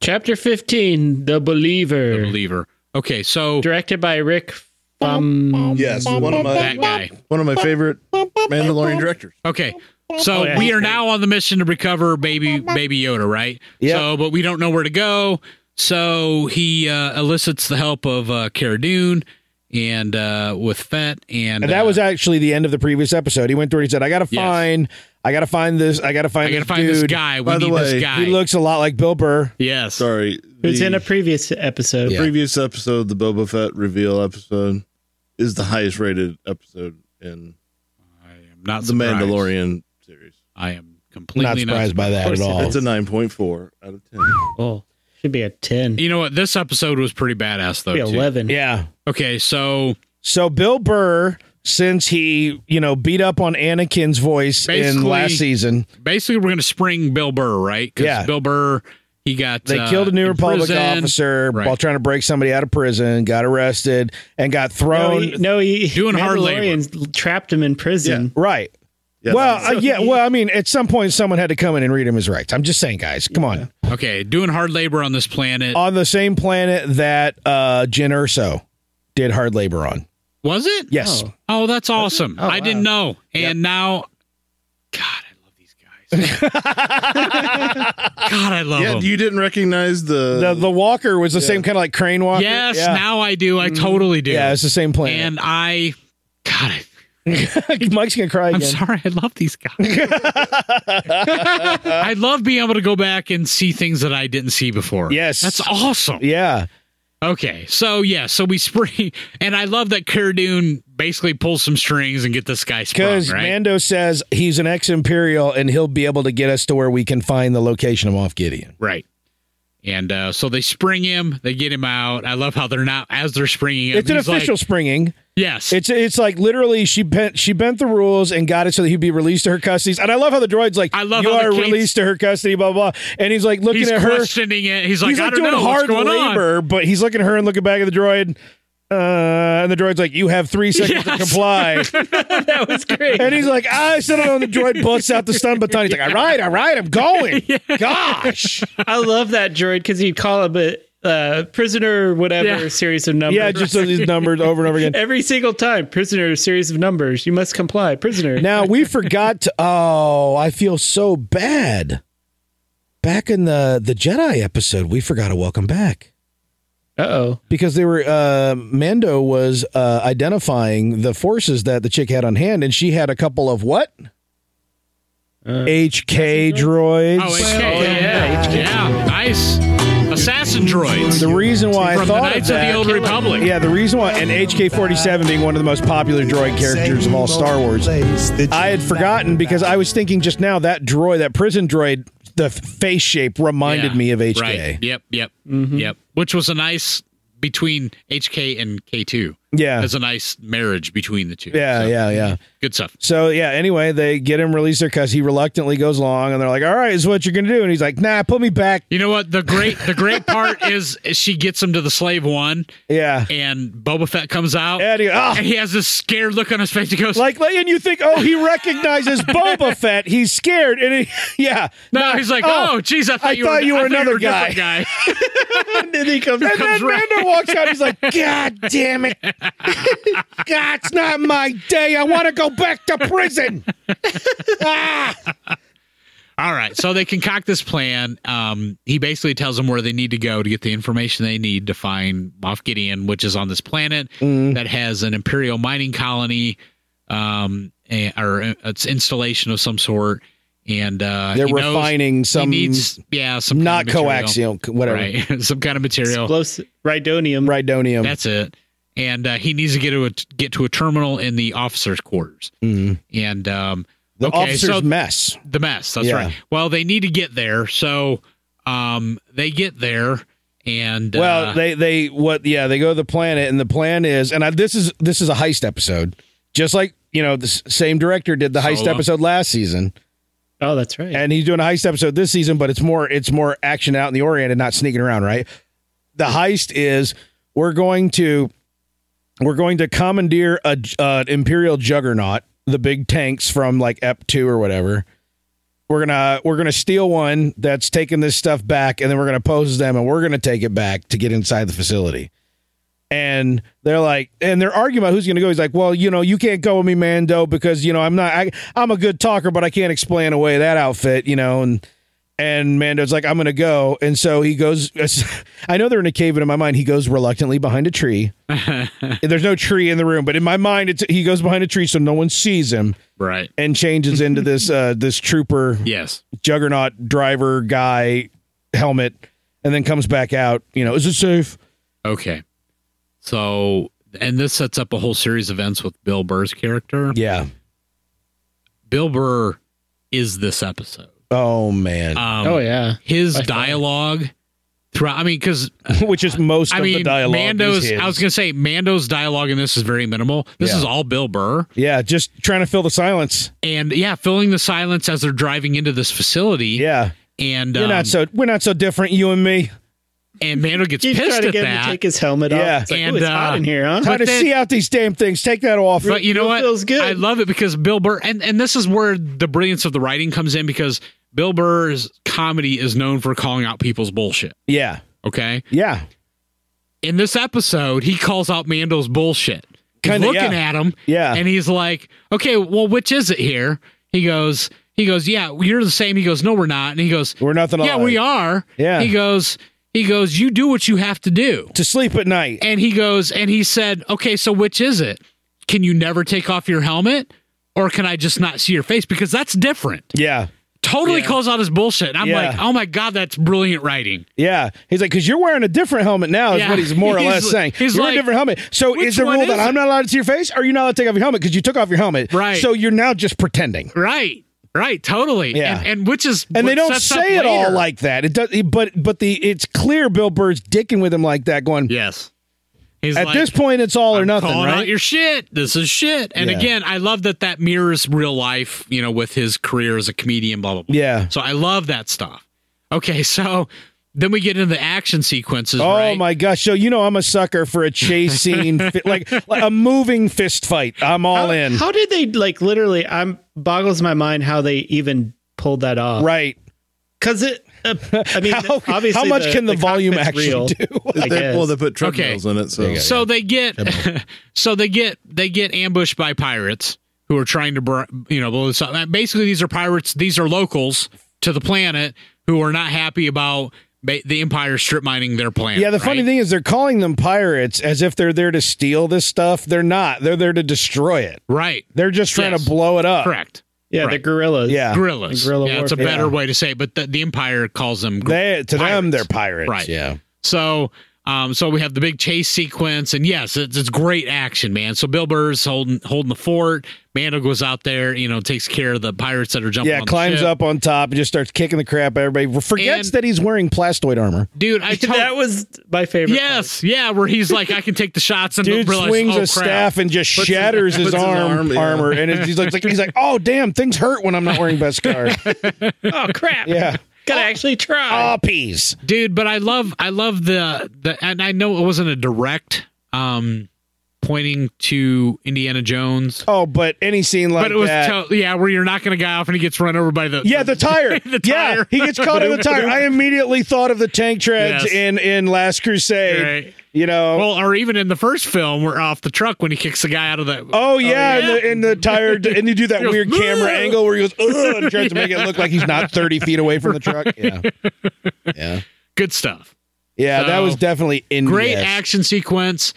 Speaker 6: Chapter 15, The Believer.
Speaker 5: The Believer. Okay, so
Speaker 6: Directed by Rick from
Speaker 4: Yes, one of
Speaker 5: that
Speaker 4: my
Speaker 5: guy.
Speaker 4: one of my favorite Mandalorian directors.
Speaker 5: Okay. So
Speaker 6: Oh, yeah.
Speaker 5: we are now on the mission to recover baby baby Yoda, right?
Speaker 2: Yeah.
Speaker 5: So but we don't know where to go. So he uh, elicits the help of uh Cara Dune and uh with Fett and,
Speaker 2: And that
Speaker 5: uh,
Speaker 2: was actually the end of the previous episode. He went through. and He said, "I gotta
Speaker 5: Yes.
Speaker 2: find. I gotta find this. I gotta find.
Speaker 5: uh, I gotta
Speaker 2: this
Speaker 5: find
Speaker 2: dude.
Speaker 5: this guy. We
Speaker 4: By the
Speaker 5: need
Speaker 4: way,
Speaker 5: this guy.
Speaker 2: He looks a lot like Bill Burr.
Speaker 5: yes.
Speaker 4: Sorry,
Speaker 6: who's
Speaker 4: the
Speaker 6: in a previous episode.
Speaker 2: Yeah.
Speaker 4: previous episode, the Boba Fett reveal episode, is the highest rated episode in
Speaker 5: I am not
Speaker 4: the
Speaker 5: surprised.
Speaker 4: Mandalorian series.
Speaker 5: I am
Speaker 2: Not
Speaker 5: completely not
Speaker 2: surprised by that
Speaker 6: Of
Speaker 2: at
Speaker 6: course it
Speaker 2: all.
Speaker 4: It's a nine point four out of ten.
Speaker 6: Oh, should be a 10.
Speaker 5: You know what? This episode was pretty badass though.
Speaker 6: Be
Speaker 5: too.
Speaker 6: 11.
Speaker 2: yeah.
Speaker 5: Okay, so
Speaker 2: So Bill Burr since he, you know, beat up on Anakin's voice in
Speaker 5: Basically-
Speaker 2: last season.
Speaker 5: Basically, we're going to spring Bill Burr, right? 'Cause
Speaker 2: Yeah.
Speaker 5: Bill Burr, he got
Speaker 2: They
Speaker 5: uh,
Speaker 2: killed a New
Speaker 5: in
Speaker 2: Republic
Speaker 5: prison.
Speaker 2: officer
Speaker 5: Right.
Speaker 2: while trying to break somebody out of prison, got arrested, and got
Speaker 6: No,
Speaker 2: thrown.
Speaker 6: he, no, he
Speaker 5: Doing hard labor.
Speaker 6: Mandalorians trapped him in prison.
Speaker 2: right.
Speaker 4: Yeah,
Speaker 2: well,
Speaker 4: that's-
Speaker 2: uh, yeah. Well, I mean, at some point, someone had to come in and read him his rights. I'm just saying, guys, come on.
Speaker 5: Okay, doing hard labor on this planet.
Speaker 2: On the same planet that uh, Jin Urso did hard labor on.
Speaker 5: was it?
Speaker 2: Yes.
Speaker 5: Oh, that's awesome.
Speaker 6: Oh,
Speaker 5: I didn't know. And now, God, I love these guys. God, I love
Speaker 4: yeah,
Speaker 5: them.
Speaker 4: you didn't recognize the,
Speaker 2: The the walker was the same kind of like crane walker.
Speaker 5: yes,
Speaker 2: Yeah. Mm-hmm.
Speaker 5: now I do. I totally do.
Speaker 2: Yeah, it's the same planet.
Speaker 5: and I, God, I,
Speaker 2: Mike's gonna cry
Speaker 5: I'm
Speaker 2: again.
Speaker 5: sorry. I love these guys. I love being able to go back and see things that I didn't see before.
Speaker 2: Yes.
Speaker 5: That's awesome.
Speaker 2: Yeah.
Speaker 5: Okay, so yeah, so we spring, and I love that Cara Dune basically pulls some strings and get this guy sprung,
Speaker 2: Because
Speaker 5: right?
Speaker 2: Mando says he's an ex Imperial and he'll be able to get us to where we can find the location of Moff Gideon.
Speaker 5: right. And uh, so they spring him, they get him out. I love how they're not as they're springing him.
Speaker 2: It's an
Speaker 5: he's like,
Speaker 2: official springing.
Speaker 5: yes,
Speaker 2: It's it's like literally she bent she bent the rules and got it so that he'd be released to her custody. And I love how the droid's like,
Speaker 5: I love
Speaker 2: you
Speaker 5: how the
Speaker 2: are
Speaker 5: kids-
Speaker 2: released to her custody, blah blah. blah. And he's like looking
Speaker 5: he's
Speaker 2: at her.
Speaker 5: questioning it. He's like,
Speaker 2: he's
Speaker 5: I
Speaker 2: like
Speaker 5: don't
Speaker 2: doing
Speaker 5: know
Speaker 2: hard
Speaker 5: what's going on.
Speaker 2: labor, but he's looking at her and looking back at the droid. Uh, and the droid's like, you have three seconds to
Speaker 5: Yes.
Speaker 2: comply.
Speaker 6: that was great.
Speaker 2: And he's like, I said it on the droid, busts out the stun baton. He's like, all right, all right, I'm going. Gosh.
Speaker 6: I love that droid because he'd call him a uh, prisoner, whatever
Speaker 5: Yeah.
Speaker 6: series of numbers.
Speaker 2: Yeah, just these numbers over and over again.
Speaker 6: every single time, prisoner, series of numbers. You must comply, prisoner.
Speaker 2: Now we forgot to. Oh, I feel so bad. Back in the the Jedi episode, we forgot to welcome back
Speaker 6: uh oh,
Speaker 2: because they were uh, Mando was uh, identifying the forces that the chick had on hand, and she had a couple of what? HK droids.
Speaker 5: Uh, Oh, okay, yeah, yeah, nice assassin droids
Speaker 2: The reason why I
Speaker 5: from the
Speaker 2: thought of
Speaker 5: Knights of the
Speaker 2: that.
Speaker 5: Old Republic.
Speaker 2: yeah, the reason why, and HK 47 being one of the most popular droid characters of all Star Wars. I had forgotten because I was thinking just now that droid, that prison droid, the f- face shape reminded
Speaker 5: Yeah,
Speaker 2: me of Mm-hmm. HK.
Speaker 5: Right. Yep, yep, yep. Which was a nice between HK and K2.
Speaker 2: Yeah.
Speaker 5: As a nice marriage between the two.
Speaker 2: Yeah,
Speaker 5: So,
Speaker 2: yeah, yeah.
Speaker 5: Good stuff.
Speaker 2: So yeah, anyway, they get him released there because he reluctantly goes along, and they're like, "All right, is what you're gonna do?" And he's like, "Nah, put me back."
Speaker 5: You know what? The great the great part is she gets him to the slave one
Speaker 2: Yeah,
Speaker 5: and Boba Fett comes out
Speaker 2: and he, ah,
Speaker 5: and he has this scared look on his face. He goes,
Speaker 2: like, like, and you think, "Oh, he recognizes Boba Fett. He's scared," and he, yeah,
Speaker 5: No, he's like, Oh, geez, I thought
Speaker 2: I
Speaker 5: you
Speaker 2: thought
Speaker 5: were,
Speaker 2: you were
Speaker 5: I thought
Speaker 2: another
Speaker 5: a different guy.
Speaker 6: and then he comes.
Speaker 2: And then
Speaker 5: right-
Speaker 2: Mando walks out. He's like, "God damn it! God, it's not my day. I want to go back to prison." ah!
Speaker 5: All right. So they concoct this plan. Um, he basically tells them where they need to go to get the information they need to find Moff Gideon, which is on this planet
Speaker 2: Mm.
Speaker 5: that has an Imperial mining colony um, eh, or eh, it's installation of some sort. And uh,
Speaker 2: They're
Speaker 5: he knows
Speaker 2: refining some-
Speaker 5: He needs, yeah, some
Speaker 2: Not
Speaker 5: kind of material.
Speaker 2: coaxial, whatever.
Speaker 5: Right. some kind of material.
Speaker 6: Explosive Rhydonium.
Speaker 2: Rhydonium.
Speaker 5: That's it. And uh, he needs to get to a, get to a terminal in the officers' quarters. And um,
Speaker 2: Mm-hmm. the
Speaker 5: okay,
Speaker 2: officer's
Speaker 5: so
Speaker 2: mess.
Speaker 5: the mess. That's
Speaker 2: Yeah.
Speaker 5: right. Well, they need to get there, so um, they get there, and
Speaker 2: Well,
Speaker 5: uh,
Speaker 2: they they what? Yeah, they go to the planet, and the plan is, and I, this is this is a heist episode, just like you know the s- same director did the heist
Speaker 5: Solo.
Speaker 2: episode last season,
Speaker 6: Oh, that's right.
Speaker 2: and he's doing a heist episode this season, but it's more it's more action out in the Orient and not sneaking around, right? The heist is we're going to we're going to commandeer a j- uh, Imperial Juggernaut, the big tanks from like Ep two or whatever. We're gonna we're gonna steal one that's taking this stuff back, and then we're gonna pose them, and we're gonna take it back to get inside the facility. And they're like, and they're arguing about who's gonna go. He's like, well, you know, you can't go with me, Mando, because you know I'm not I, I'm a good talker, but I can't explain away that outfit, you know, and. And Mando's like, I'm gonna go, and so he goes. I know they're in a cave, but in my mind, he goes reluctantly behind a tree, there's no tree in the room, but in my mind, it's he goes behind a tree so no one sees him
Speaker 5: right,
Speaker 2: and changes into this uh, this trooper
Speaker 5: yes,
Speaker 2: juggernaut driver guy helmet, and then comes back out. You know, is it safe?
Speaker 5: okay. So, and this sets up a whole series of events with Bill Burr's character.
Speaker 2: Yeah.
Speaker 5: Bill Burr is this episode.
Speaker 2: Oh man.
Speaker 5: Um,
Speaker 6: oh yeah.
Speaker 5: his
Speaker 6: By far.
Speaker 5: dialogue Pro- I mean, because
Speaker 2: which is most
Speaker 5: I
Speaker 2: of the
Speaker 5: mean,
Speaker 2: dialogue. is
Speaker 5: Mando's.
Speaker 2: his.
Speaker 5: I was gonna say Mando's dialogue in this is very minimal. This
Speaker 2: Yeah.
Speaker 5: is all Bill Burr,
Speaker 2: yeah, just trying to fill the silence.
Speaker 5: and yeah, filling the silence as they're driving into this facility.
Speaker 2: Yeah,
Speaker 5: and
Speaker 2: you're
Speaker 5: um,
Speaker 2: not so we're not so different, you and me.
Speaker 5: and Mando gets
Speaker 6: You try
Speaker 5: pissed
Speaker 6: to
Speaker 5: at
Speaker 6: get him to
Speaker 5: that.
Speaker 6: take his helmet off.
Speaker 2: Yeah.
Speaker 6: It's like,
Speaker 5: And,
Speaker 6: "Ooh, it's
Speaker 5: uh,
Speaker 6: hot in here, huh?
Speaker 2: Try to
Speaker 5: then-
Speaker 2: see out these damn things. Take that off.
Speaker 5: but you know
Speaker 6: It
Speaker 5: what?
Speaker 6: feels good.
Speaker 5: I love it because Bill Burr, and and this is where the brilliance of the writing comes in because Bill Burr's comedy is known for calling out people's bullshit.
Speaker 2: yeah,
Speaker 5: Okay,
Speaker 2: yeah.
Speaker 5: in this episode, he calls out Mando's bullshit. He's
Speaker 2: Kinda,
Speaker 5: looking
Speaker 2: yeah.
Speaker 5: at him,
Speaker 2: Yeah.
Speaker 5: and he's like, "Okay, well, which is it here?" He goes, "He goes, yeah, you're the same." He goes, "No, we're not." And he goes,
Speaker 2: We're nothing
Speaker 5: Yeah,
Speaker 2: alike.
Speaker 5: we are.
Speaker 2: Yeah.
Speaker 5: He goes, he goes, you do what you have to do.
Speaker 2: To sleep at night.
Speaker 5: And he goes, and he said, okay, so which is it? Can you never take off your helmet? Or can I just not see your face? Because that's different.
Speaker 2: Yeah,
Speaker 5: Totally calls out his bullshit. And I'm
Speaker 2: Yeah.
Speaker 5: like, oh my God, that's brilliant writing.
Speaker 2: yeah. He's like, because you're wearing a different helmet now. Is
Speaker 5: Yeah.
Speaker 2: what he's more or
Speaker 5: He's
Speaker 2: less
Speaker 5: li-
Speaker 2: saying.
Speaker 5: he's
Speaker 2: you're
Speaker 5: like,
Speaker 2: a different helmet. So
Speaker 5: "Which
Speaker 2: is the
Speaker 5: one
Speaker 2: rule that
Speaker 5: is
Speaker 2: I'm
Speaker 5: it?"
Speaker 2: not allowed to see your face? Are you not allowed to take off your helmet because you took off your helmet?
Speaker 5: Right.
Speaker 2: So you're now just pretending.
Speaker 5: Right. Right. Totally.
Speaker 2: Yeah.
Speaker 5: And, and which is,
Speaker 2: and
Speaker 5: what
Speaker 2: they don't
Speaker 5: sets up
Speaker 2: say it all
Speaker 5: later.
Speaker 2: like that. It does, but but the it's clear Bill Burr's dicking with him like that, going
Speaker 5: yes. He's
Speaker 2: at
Speaker 5: like,
Speaker 2: this point it's all or
Speaker 5: I'm
Speaker 2: nothing,
Speaker 5: calling
Speaker 2: right?
Speaker 5: out your shit. This is shit. And
Speaker 2: Yeah.
Speaker 5: again, I love that that mirrors real life, you know, with his career as a comedian, blah, blah, blah.
Speaker 2: yeah.
Speaker 5: So I love that stuff. Okay, so then we get into the action sequences.
Speaker 2: Oh
Speaker 5: right?
Speaker 2: my gosh! So you know I'm a sucker for a chase scene, fi- like, like a moving fist fight. I'm all
Speaker 6: how,
Speaker 2: in.
Speaker 6: How did they like literally? I'm boggles my mind how they even pulled that off.
Speaker 2: right?
Speaker 6: Because it. Uh, I mean,
Speaker 2: How,
Speaker 6: obviously,
Speaker 2: how much can the, volume
Speaker 6: cockpit's
Speaker 2: actually
Speaker 6: real,
Speaker 2: do?
Speaker 6: I
Speaker 4: They,
Speaker 6: guess.
Speaker 4: well, they put treadmills in it, so
Speaker 5: So they get, so they get, they get ambushed by pirates who are trying to, bur- you know, blow this up. Basically, these are pirates. These are locals to the planet who are not happy about ba- the Empire strip mining their planet.
Speaker 2: Yeah, the funny
Speaker 5: right?
Speaker 2: thing is they're calling them pirates as if they're there to steal this stuff. They're not. They're there to destroy it.
Speaker 5: right?
Speaker 2: They're just trying
Speaker 5: Yes.
Speaker 2: to blow it up.
Speaker 5: Correct.
Speaker 6: yeah, the
Speaker 5: Right.
Speaker 6: gorillas.
Speaker 2: Yeah.
Speaker 5: Gorillas.
Speaker 6: Guerrilla
Speaker 5: yeah, it's a
Speaker 6: warfare.
Speaker 5: better
Speaker 6: Yeah.
Speaker 5: way to say, it, but the, the Empire calls them. gr-
Speaker 2: They to them
Speaker 5: Pirates.
Speaker 2: they're pirates.
Speaker 5: Right.
Speaker 10: Yeah.
Speaker 5: So, um, so we have the big chase sequence, and yes, it's, it's great action, man. So Bill Burr's holding holding the fort. Mando goes out there, you know, takes care of the pirates that are jumping.
Speaker 2: Yeah,
Speaker 5: on the
Speaker 2: climbs
Speaker 5: ship.
Speaker 2: up on top and just starts kicking the crap out of everybody. Forgets
Speaker 5: And-
Speaker 2: that he's wearing plastoid armor.
Speaker 5: dude. I told
Speaker 6: that was my favorite.
Speaker 5: yes, yeah, where he's like, I can take the shots, and
Speaker 2: Dude
Speaker 5: realize,
Speaker 2: swings
Speaker 5: oh,
Speaker 2: a
Speaker 5: crap.
Speaker 2: staff and just shatters his,
Speaker 4: puts his
Speaker 2: arm,
Speaker 4: arm, yeah.
Speaker 2: armor, and it, he's like, like- he's like, oh damn, things hurt when I'm not wearing Beskar.
Speaker 6: Oh crap!
Speaker 2: yeah,
Speaker 6: gotta actually try.
Speaker 2: ah peas.
Speaker 5: dude. But I love, I love the the, and I know it wasn't a direct, um, pointing to Indiana Jones,
Speaker 2: Oh, but any scene like
Speaker 5: but it was
Speaker 2: that.
Speaker 5: to- yeah, where you're knocking a guy off and he gets run over by the
Speaker 2: yeah, the tire.
Speaker 5: The
Speaker 2: Yeah,
Speaker 5: tire.
Speaker 2: he gets caught in the tire. I immediately thought of the tank treads
Speaker 5: Yes.
Speaker 2: in in Last Crusade.
Speaker 5: Right.
Speaker 2: You know,
Speaker 5: Well, or even in the first film, we're off the truck when he kicks the guy out of the.
Speaker 2: oh yeah, And, the, and the tire, and you do that
Speaker 5: He goes,
Speaker 2: weird camera
Speaker 5: "Ugh."
Speaker 2: angle where he goes, Ugh, and tries to make it look like he's not thirty feet away from the truck. Yeah, yeah,
Speaker 5: Good stuff.
Speaker 2: yeah. that
Speaker 5: So,
Speaker 2: was definitely in
Speaker 5: Great
Speaker 2: yes.
Speaker 5: action sequence.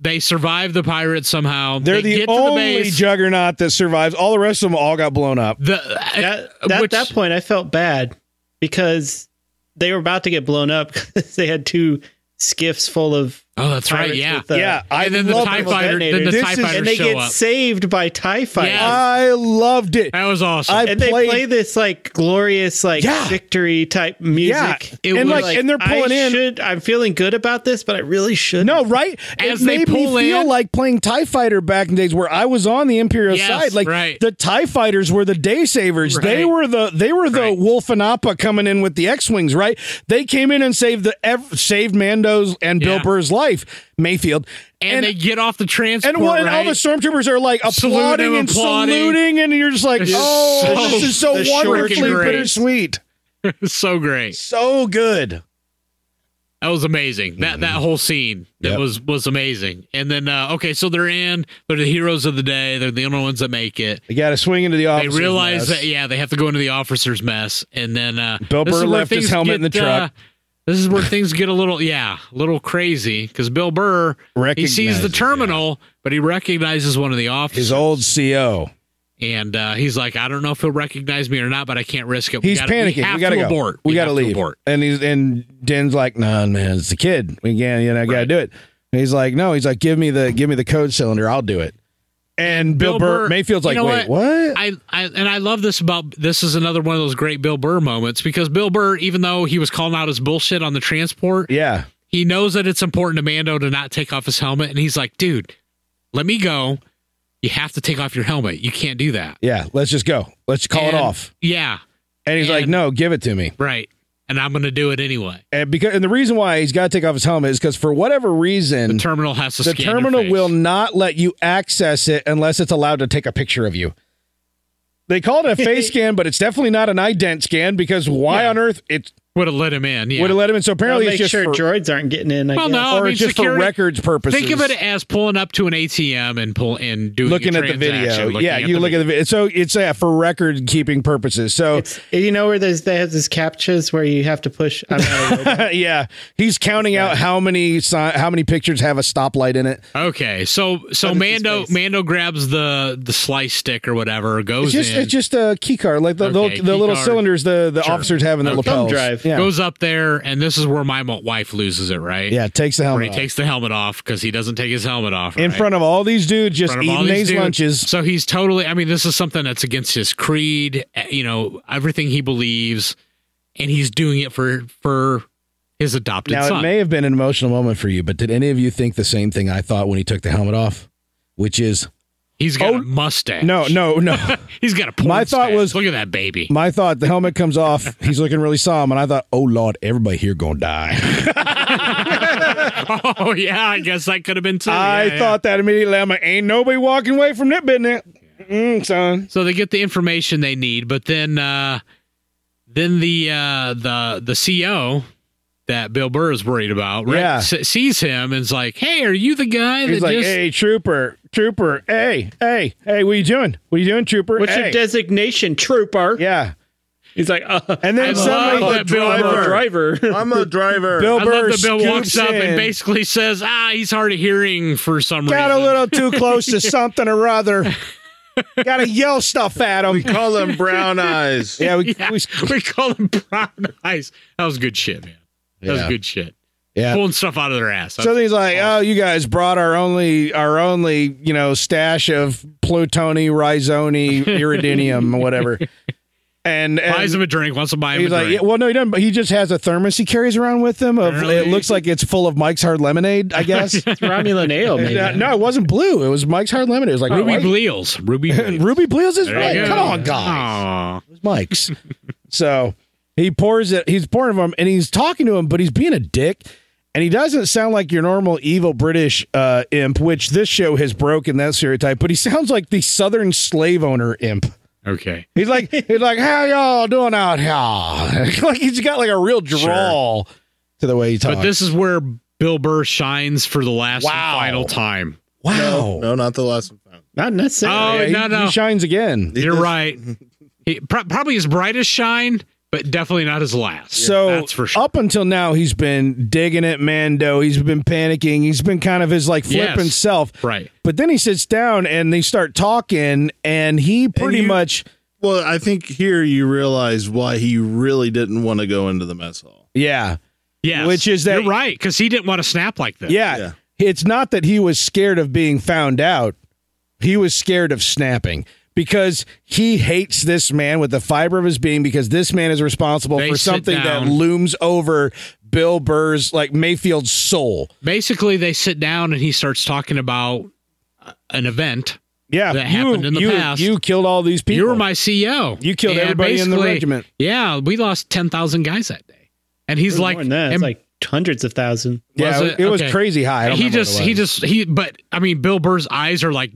Speaker 5: They survive the pirates somehow.
Speaker 2: They're
Speaker 5: They
Speaker 2: the
Speaker 5: get
Speaker 2: only
Speaker 5: to the base.
Speaker 2: juggernaut that survives. All the rest of them all got blown up.
Speaker 5: the,
Speaker 6: That, that,
Speaker 5: Oh. which-
Speaker 6: at that point, I felt bad because they were about to get blown up because they had two skiffs full of
Speaker 5: oh, that's right.
Speaker 6: pirates
Speaker 5: Yeah.
Speaker 6: with, uh,
Speaker 2: yeah, I
Speaker 5: and then the
Speaker 2: love
Speaker 5: TIE
Speaker 6: it.
Speaker 5: fighter, then the
Speaker 6: This
Speaker 5: TIE
Speaker 2: is-
Speaker 5: fighters
Speaker 6: and they
Speaker 5: show
Speaker 6: get
Speaker 5: up.
Speaker 6: saved by Tie fighters.
Speaker 5: Yeah.
Speaker 2: I loved it.
Speaker 5: that was awesome.
Speaker 2: I-
Speaker 6: and they
Speaker 2: Uh, played-
Speaker 6: play this like glorious like
Speaker 2: Yeah.
Speaker 6: victory type music.
Speaker 2: Yeah, and
Speaker 5: was
Speaker 2: like, and they're pulling
Speaker 6: I
Speaker 2: in.
Speaker 6: Should, I'm feeling good about this, but I really should.
Speaker 2: no, right?
Speaker 5: As
Speaker 2: it
Speaker 5: they
Speaker 2: made
Speaker 5: pull
Speaker 2: me feel
Speaker 5: in-
Speaker 2: like playing Tie Fighter back in days where I was on the Imperial
Speaker 5: Yes,
Speaker 2: side. Like
Speaker 5: right.
Speaker 2: the Tie Fighters were the day savers. They
Speaker 5: Right.
Speaker 2: were the they were the
Speaker 5: Right.
Speaker 2: Wolf and Appa coming in with the X wings. Right? They came in and saved the ev- saved Mando's and Bill
Speaker 5: Yeah.
Speaker 2: Burr's life, Mayfield,
Speaker 5: and, they get off the transport.
Speaker 2: And, what, and all
Speaker 5: right?
Speaker 2: the stormtroopers are like
Speaker 5: Saluting
Speaker 2: applauding
Speaker 5: him,
Speaker 2: and
Speaker 5: applauding.
Speaker 2: saluting, and you're just like,
Speaker 5: It's
Speaker 2: oh,
Speaker 5: so-
Speaker 2: this is so
Speaker 6: the short
Speaker 2: wonderfully
Speaker 5: and great.
Speaker 2: bittersweet.
Speaker 5: so great.
Speaker 2: So good.
Speaker 5: That was amazing. That that whole scene that was was amazing. And then uh, okay, so they're in. They're the heroes of the day. They're the only ones that make it.
Speaker 2: They got to swing into the
Speaker 5: they
Speaker 2: office.
Speaker 5: realize that yeah they have to go into the officers mess and then uh
Speaker 2: Bill
Speaker 5: this
Speaker 2: Burr
Speaker 5: is where
Speaker 2: left his
Speaker 5: things
Speaker 2: helmet in the truck.
Speaker 5: uh, this is where things get a little yeah a little crazy because bill burr he sees the
Speaker 10: Recognizes,
Speaker 5: terminal but he recognizes one of the
Speaker 2: his
Speaker 5: officers
Speaker 2: old CO.
Speaker 5: and uh he's like i don't know if he'll recognize me or not but i can't risk it
Speaker 2: He's
Speaker 5: gotta-
Speaker 2: panicking. We,
Speaker 5: have
Speaker 2: gotta
Speaker 5: to
Speaker 2: go.
Speaker 5: abort
Speaker 2: We, gotta
Speaker 5: have
Speaker 2: leave.
Speaker 5: abort.
Speaker 2: And he's and Den's like, nah, man, it's the kid. We can't, you know, I gotta
Speaker 5: Right.
Speaker 2: do it. And he's like, no. He's like, give me the give me the code cylinder. I'll do it. And Bill, Burr, Mayfield's
Speaker 5: you
Speaker 2: like,
Speaker 5: know
Speaker 2: wait, what?
Speaker 5: I, I and I love this about this is another one of those great Bill Burr moments because Bill Burr, even though he was calling out his bullshit on the transport,
Speaker 2: yeah.
Speaker 5: he knows that it's important to Mando to not take off his helmet, and he's like, dude, let me go. You have to take off your helmet. You can't do that.
Speaker 2: Yeah, let's just go. Let's call it
Speaker 5: And-
Speaker 2: off.
Speaker 5: Yeah,
Speaker 2: And he's like,
Speaker 5: and-
Speaker 2: no, give it to me.
Speaker 5: right. And I'm gonna do it anyway.
Speaker 2: And because and the reason why he's got to take off his helmet is because for whatever reason,
Speaker 5: The terminal has to.
Speaker 2: the
Speaker 5: scan your
Speaker 2: terminal
Speaker 5: face.
Speaker 2: will not let you access it unless it's allowed to take a picture of you. They call it a face scan, but it's definitely not an ident scan because why
Speaker 5: Yeah.
Speaker 2: on earth it
Speaker 5: would have let him in. Yeah.
Speaker 2: would have let him in? So
Speaker 6: I'll
Speaker 2: apparently
Speaker 6: make
Speaker 2: it's just
Speaker 6: sure
Speaker 2: for,
Speaker 6: droids aren't getting in. I
Speaker 5: Well,
Speaker 6: guess.
Speaker 5: no,
Speaker 2: or
Speaker 5: I mean,
Speaker 2: it's just for
Speaker 5: security-
Speaker 2: records purposes.
Speaker 5: Think of it as pulling up to an ATM and pull and doing
Speaker 2: looking at the video. Yeah, you look at the video. So it's yeah for record keeping purposes. So
Speaker 6: It's, you know where there's they have these captchas where you have to push. I'm not a robot.
Speaker 2: yeah, he's counting out how many si- how many pictures have a stoplight in it.
Speaker 5: the. Okay, so so
Speaker 6: What is his
Speaker 5: Mando
Speaker 6: face?
Speaker 5: Mando grabs the the slice stick or whatever,
Speaker 2: It's
Speaker 5: goes
Speaker 2: just
Speaker 5: in,
Speaker 2: it's just a key card, like the
Speaker 5: Okay,
Speaker 2: little, the
Speaker 5: key
Speaker 2: little
Speaker 5: card.
Speaker 2: cylinders the the officers have in the
Speaker 5: Okay.
Speaker 2: lapels.
Speaker 6: Thumb drive.
Speaker 2: Yeah,
Speaker 5: goes up there, and this is where my mo- wife loses it, right?
Speaker 2: yeah, takes the
Speaker 5: where
Speaker 2: helmet
Speaker 5: he
Speaker 2: off.
Speaker 5: takes the helmet off because he doesn't take his helmet off
Speaker 2: in
Speaker 5: right?
Speaker 2: front of all these dudes just
Speaker 5: front of all
Speaker 2: eating
Speaker 5: these
Speaker 2: these
Speaker 5: dudes.
Speaker 2: lunches.
Speaker 5: So he's totally. I mean, this is something that's against his creed. eh, You know, everything he believes, and he's doing it for for his adopted
Speaker 2: Now
Speaker 5: son.
Speaker 2: it may have been an emotional moment for you, but did any of you think the same thing I thought when he took the helmet off? Which is
Speaker 5: he's got
Speaker 2: Oh,
Speaker 5: a mustache.
Speaker 2: no, no, no.
Speaker 5: He's got a porn
Speaker 2: My thought
Speaker 5: stash.
Speaker 2: was-
Speaker 5: look at that baby.
Speaker 2: My thought: the helmet comes off. He's looking really solemn, and I thought, "Oh Lord, everybody here gonna die."
Speaker 5: oh yeah, I guess that could have been too.
Speaker 2: I
Speaker 5: Yeah, yeah.
Speaker 2: thought that immediately. I'm like, "Ain't nobody walking away from that business, Mm, son."
Speaker 5: so. They get the information they need, but then uh, then the uh, the the CO that Bill Burr is worried about, right?
Speaker 2: Yeah.
Speaker 5: S- sees him and is like, "Hey, are you the guy
Speaker 2: He's
Speaker 5: that
Speaker 2: like,
Speaker 5: just?"
Speaker 2: "Hey, trooper, trooper, hey, hey, hey, what you doing? What you doing, trooper?
Speaker 6: What's
Speaker 2: Hey."
Speaker 6: your designation, trooper?
Speaker 2: yeah."
Speaker 6: He's like, uh,
Speaker 2: And then
Speaker 5: I
Speaker 2: suddenly,
Speaker 5: love
Speaker 2: the
Speaker 5: that Bill
Speaker 6: I'm a
Speaker 5: Burr.
Speaker 6: driver.
Speaker 4: I'm a driver.
Speaker 2: Bill
Speaker 5: I
Speaker 2: Burr
Speaker 5: love that Bill walks
Speaker 2: scoops
Speaker 5: up
Speaker 2: in.
Speaker 5: and basically says, "Ah, he's hard of hearing for some
Speaker 2: got a
Speaker 5: reason."
Speaker 2: little too close to something or other. got to yell stuff at him.
Speaker 4: we call them brown eyes.
Speaker 2: Yeah, we,
Speaker 5: Yeah,
Speaker 2: we
Speaker 5: we call him brown eyes. That was good shit, man. That was
Speaker 2: Yeah.
Speaker 5: good shit.
Speaker 2: Yeah.
Speaker 5: pulling stuff out of their ass.
Speaker 2: So he's like, "Oh, you guys brought our only our only you know stash of plutoni, rhizoni, iridinium, or whatever." And, and
Speaker 5: buys him a drink. Wants to buy him a
Speaker 2: he's like,
Speaker 5: drink.
Speaker 2: yeah, "Well, no, he doesn't. But he just has a thermos he carries around with him. Of
Speaker 5: Apparently.
Speaker 2: it looks like it's full of Mike's Hard Lemonade, I guess."
Speaker 6: It's Romulan ale,
Speaker 2: And, uh,
Speaker 6: man.
Speaker 2: no, it wasn't blue. It was Mike's Hard Lemonade. It was like
Speaker 5: Ruby
Speaker 2: Ruby.
Speaker 5: Bleals. Ruby. Bleals.
Speaker 2: Ruby Bleals is
Speaker 5: There you
Speaker 2: right.
Speaker 5: go.
Speaker 2: Come on, guys.
Speaker 5: Aw.
Speaker 2: It was Mike's. so he pours it. He's pouring him, and he's talking to him, but he's being a dick. And he doesn't sound like your normal evil British uh, imp, which this show has broken that stereotype. But he sounds like the Southern slave owner imp.
Speaker 5: Okay.
Speaker 2: He's like, he's like, how y'all doing out here? like he's got like a real drawl to the way he talks.
Speaker 5: But this is where Bill Burr shines for the last
Speaker 2: Wow.
Speaker 5: and final time.
Speaker 2: wow,
Speaker 4: No, not the last one.
Speaker 6: Not
Speaker 5: Oh,
Speaker 6: necessarily.
Speaker 2: Yeah, he,
Speaker 5: no, no.
Speaker 2: he shines again.
Speaker 5: You're right. He, pro- probably his brightest shine, but definitely not his last.
Speaker 2: So
Speaker 5: that's for sure.
Speaker 2: up until now, he's been digging at Mando. He's been panicking. He's been kind of his like
Speaker 5: Yes.
Speaker 2: flippant self.
Speaker 5: Right.
Speaker 2: But then he sits down and they start talking, and he pretty
Speaker 4: you-
Speaker 2: much,
Speaker 4: Well, I think here you realize why he really didn't want to go into the mess hall.
Speaker 2: yeah,
Speaker 5: Yes.
Speaker 2: which is that-
Speaker 5: you're right because he didn't want to snap like that.
Speaker 2: yeah,
Speaker 4: Yeah.
Speaker 2: It's not that he was scared of being found out; he was scared of snapping because he hates this man with the fiber of his being because this man is responsible
Speaker 5: They
Speaker 2: for
Speaker 5: sit
Speaker 2: something that
Speaker 5: down.
Speaker 2: looms over Bill Burr's like Mayfield's soul.
Speaker 5: Basically, they sit down and he starts talking about uh, an event.
Speaker 2: Yeah,
Speaker 5: That
Speaker 2: you,
Speaker 5: happened in the
Speaker 2: you,
Speaker 5: past.
Speaker 2: You killed all these people.
Speaker 5: You were my CEO.
Speaker 2: You killed
Speaker 5: And
Speaker 2: everybody in the
Speaker 5: basically,
Speaker 2: regiment.
Speaker 5: Yeah, we lost ten thousand guys that day, and he's
Speaker 6: It's
Speaker 5: like,
Speaker 6: more than that. It's
Speaker 5: and
Speaker 6: like hundreds of thousands.
Speaker 2: Yeah,
Speaker 5: Was
Speaker 2: it,
Speaker 5: it?
Speaker 2: was
Speaker 5: Okay.
Speaker 2: crazy high. I don't
Speaker 5: he
Speaker 2: remember what
Speaker 5: just
Speaker 2: it
Speaker 5: he
Speaker 2: was.
Speaker 5: just he. But I mean, Bill Burr's eyes are like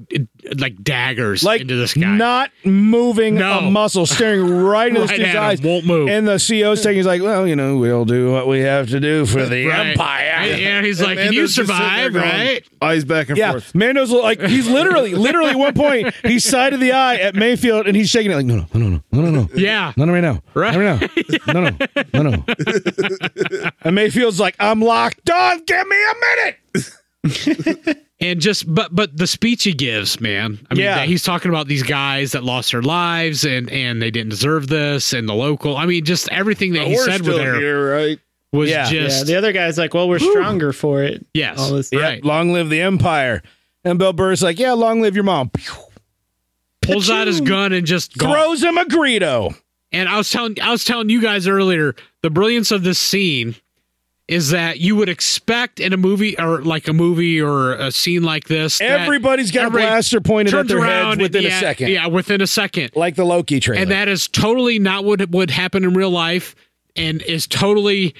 Speaker 5: like daggers
Speaker 2: like
Speaker 5: into this guy.
Speaker 2: not moving
Speaker 5: No.
Speaker 2: a muscle, staring right into this
Speaker 5: Right
Speaker 2: dude's
Speaker 5: at him,
Speaker 2: eyes.
Speaker 5: won't move.
Speaker 2: And the CEO's taking, he's like, well, you know, we'll do what we have to do for the
Speaker 5: Right.
Speaker 2: empire.
Speaker 5: Yeah, he's like, and you
Speaker 4: Amanda's just sitting there
Speaker 5: survive,
Speaker 4: going,
Speaker 5: right?
Speaker 4: Eyes back and
Speaker 2: Yeah,
Speaker 4: forth.
Speaker 2: Mando's like he's literally, literally at one point he sided the eye at Mayfield and he's shaking it like no, no, no, no, no, no, no,
Speaker 5: Yeah.
Speaker 2: not right now,
Speaker 5: Right.
Speaker 2: Not right now, no, no, no, no. and Mayfield's like, I'm locked on. Give me a minute.
Speaker 5: and just but but the speech he gives man i mean
Speaker 2: Yeah.
Speaker 5: that he's talking about these guys that lost their lives and and they didn't deserve this and the local i mean just everything that he
Speaker 4: We're
Speaker 5: said with
Speaker 4: still
Speaker 5: there
Speaker 4: here, right?
Speaker 5: was
Speaker 2: Yeah.
Speaker 5: just
Speaker 6: Yeah, the other guy's like, well, we're stronger for it.
Speaker 5: yes
Speaker 6: All this-
Speaker 5: right
Speaker 2: Yep, long live the empire. And Bill Burr's like, "Yeah, long live your mom." Pew.
Speaker 5: pulls out his gun and just goes.
Speaker 2: Throws him a Greedo.
Speaker 5: And I was telling I was telling you guys earlier, the brilliance of this scene is that you would expect in a movie or like a movie or a scene like this. that
Speaker 2: Everybody's got
Speaker 5: everybody
Speaker 2: a blaster pointed at
Speaker 5: turns
Speaker 2: their
Speaker 5: around
Speaker 2: heads within
Speaker 5: yeah,
Speaker 2: a second,
Speaker 5: Yeah, within a second.
Speaker 2: like the Loki trailer.
Speaker 5: And that is totally not what would happen in real life and is totally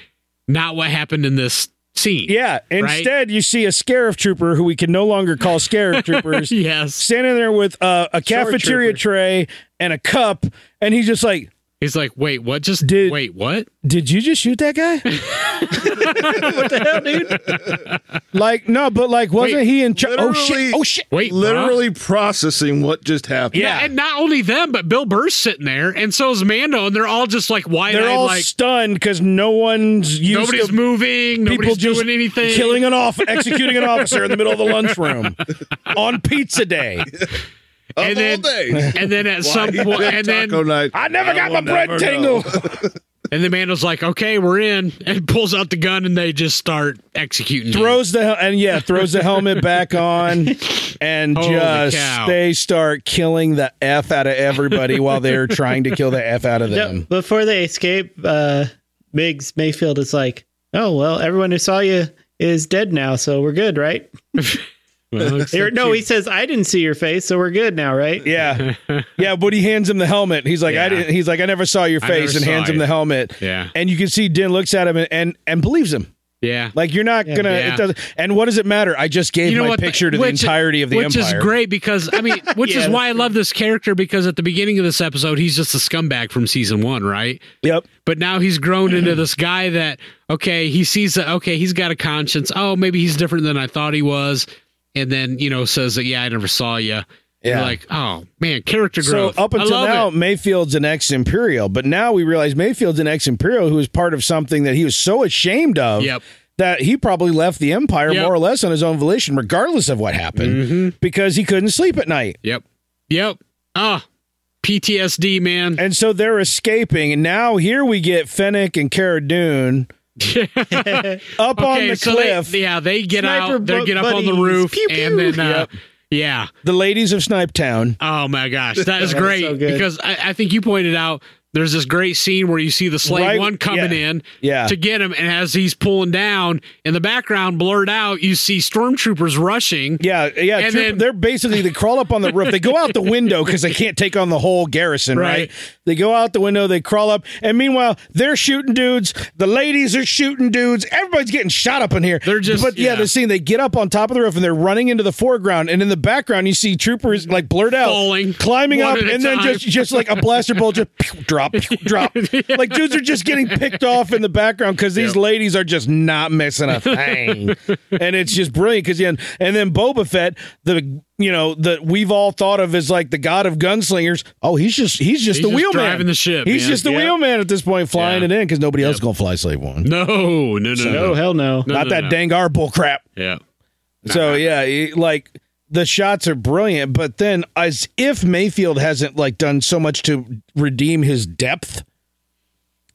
Speaker 5: not what happened in this scene.
Speaker 2: yeah. Instead, you see a Scarif trooper who we can no longer call Scarif troopers.
Speaker 5: Yes.
Speaker 2: Standing there with uh, a cafeteria tray and a cup, and he's just like,
Speaker 5: He's like, wait, what just
Speaker 2: Did-
Speaker 5: wait, what?
Speaker 2: "Did you just shoot that guy?"
Speaker 6: What the hell, dude?
Speaker 2: like, no, but like, wasn't
Speaker 5: Wait,
Speaker 2: he in? Ch- oh
Speaker 4: literally-
Speaker 2: shit! Oh shit!
Speaker 5: Wait, huh?
Speaker 4: Literally processing what just happened.
Speaker 5: Yeah. and not only them, but Bill Burr's sitting there, and so is Mando, and they're all just like wide
Speaker 2: They're
Speaker 5: eyed,
Speaker 2: all
Speaker 5: like
Speaker 2: stunned because no one's used
Speaker 5: nobody's
Speaker 2: to
Speaker 5: moving,
Speaker 2: people
Speaker 5: nobody's
Speaker 2: just
Speaker 5: doing anything.
Speaker 2: killing an off, executing an officer in the middle of the lunchroom on pizza day.
Speaker 4: Of
Speaker 5: and
Speaker 4: all
Speaker 5: then-
Speaker 4: days.
Speaker 5: And then at some point, and then
Speaker 4: Taco night.
Speaker 2: I never got my
Speaker 4: will
Speaker 2: bread
Speaker 4: never
Speaker 2: tingle.
Speaker 4: know.
Speaker 5: and then Mando's like, "Okay, we're in," and pulls out the gun, and they just start executing. him.
Speaker 2: throws the hel- and yeah, throws the helmet back on, and
Speaker 5: Holy
Speaker 2: just
Speaker 5: cow.
Speaker 2: they start killing the f out of everybody while they're trying to kill the f out of them.
Speaker 6: No, before they escape, uh, Miggs Mayfield is like, "Oh well, everyone who saw you is dead now, so we're good, right?"
Speaker 5: Well, except
Speaker 6: Or, no,
Speaker 5: you-
Speaker 6: he says, "I didn't see your face, so we're good now, right?"
Speaker 2: Yeah, yeah. But he hands him the helmet. He's like, I
Speaker 5: Yeah.
Speaker 2: didn't. He's like, I never saw your
Speaker 5: I never
Speaker 2: face, and
Speaker 5: saw
Speaker 2: hands him
Speaker 5: it.
Speaker 2: the helmet.
Speaker 5: Yeah.
Speaker 2: And you can see Din looks at him and and, and believes him.
Speaker 5: yeah.
Speaker 2: Like you're not gonna.
Speaker 5: Yeah.
Speaker 2: It doesn't. And what does it matter? I just gave my picture to the
Speaker 5: which-
Speaker 2: entirety of the
Speaker 5: which
Speaker 2: empire.
Speaker 5: is great because I mean, which
Speaker 6: Yeah,
Speaker 5: is why I love this character because at the beginning of this episode, he's just a scumbag from season one, right?
Speaker 2: Yep.
Speaker 5: But now he's grown into this guy that okay, he sees that okay, he's got a conscience. Oh, maybe he's different than I thought he was, and then you know says that yeah, I never saw you. You're
Speaker 2: Yeah.
Speaker 5: like oh man, character
Speaker 2: So
Speaker 5: growth.
Speaker 2: up
Speaker 5: I
Speaker 2: until
Speaker 5: love
Speaker 2: now,
Speaker 5: it.
Speaker 2: Mayfield's an ex-imperial, but now we realize Mayfield's an ex-imperial who is part of something that he was so ashamed of
Speaker 5: Yep.
Speaker 2: that he probably left the empire
Speaker 5: Yep. Mm-hmm.
Speaker 2: more or less on his own volition, regardless of what happened, because he couldn't sleep at night.
Speaker 5: yep, yep. Ah, PTSD, man.
Speaker 2: And so they're escaping, and now here we get Fennec and Cara Dune up on the
Speaker 5: so they-
Speaker 2: cliff.
Speaker 5: yeah, they get
Speaker 6: Sniper
Speaker 5: out. They
Speaker 6: bu-
Speaker 5: get up on the
Speaker 6: buddies.
Speaker 5: roof,
Speaker 6: Pew,
Speaker 5: and
Speaker 6: pew.
Speaker 5: then uh, yeah.
Speaker 2: the ladies of Snipetown.
Speaker 5: Oh my gosh, that is
Speaker 6: That was
Speaker 5: great
Speaker 6: so good.
Speaker 5: because I, I think you pointed out there's this great scene where you see the slave
Speaker 2: Right-
Speaker 5: one coming
Speaker 2: yeah.
Speaker 5: in
Speaker 2: Yeah.
Speaker 5: to get him, and as he's pulling down in the background, blurred out, you see stormtroopers rushing.
Speaker 2: Yeah, yeah.
Speaker 5: And
Speaker 2: troop-
Speaker 5: then-
Speaker 2: they're basically they crawl up on the roof. They go out the window because they can't take on the whole garrison, right.
Speaker 5: Right.
Speaker 2: They go out the window. They crawl up, and meanwhile they're shooting dudes. The ladies are shooting dudes. Everybody's getting shot up in here.
Speaker 5: They're just-
Speaker 2: but yeah,
Speaker 5: yeah.
Speaker 2: the scene they get up on top of the roof and they're running into the foreground, and in the background you see troopers like blurred out,
Speaker 5: Falling.
Speaker 2: climbing
Speaker 5: One
Speaker 2: up,
Speaker 5: at a
Speaker 2: and then
Speaker 5: time.
Speaker 2: just just like a blaster bolt just pew, drop, pew, drop. Like dudes are just getting picked off in the background because these ladies are just not missing a thing, and it's just brilliant. Because then and then Boba Fett, the you know that we've all thought of as like the god of gunslingers. Oh, he's just he's just
Speaker 5: He's
Speaker 2: the
Speaker 5: just
Speaker 2: wheelman
Speaker 5: driving the ship,
Speaker 2: He's
Speaker 5: man.
Speaker 2: just the
Speaker 5: Yep.
Speaker 2: wheelman at this point, flying
Speaker 5: Yeah.
Speaker 2: it in because nobody else is gonna fly Slave One.
Speaker 5: No, no, no, no,
Speaker 6: No, hell no.
Speaker 5: No,
Speaker 2: not
Speaker 5: no,
Speaker 2: that
Speaker 5: no.
Speaker 2: Dangar bull crap.
Speaker 5: Yeah,
Speaker 2: So yeah, it- like the shots are brilliant, but then as if Mayfield hasn't like done so much to redeem his depth,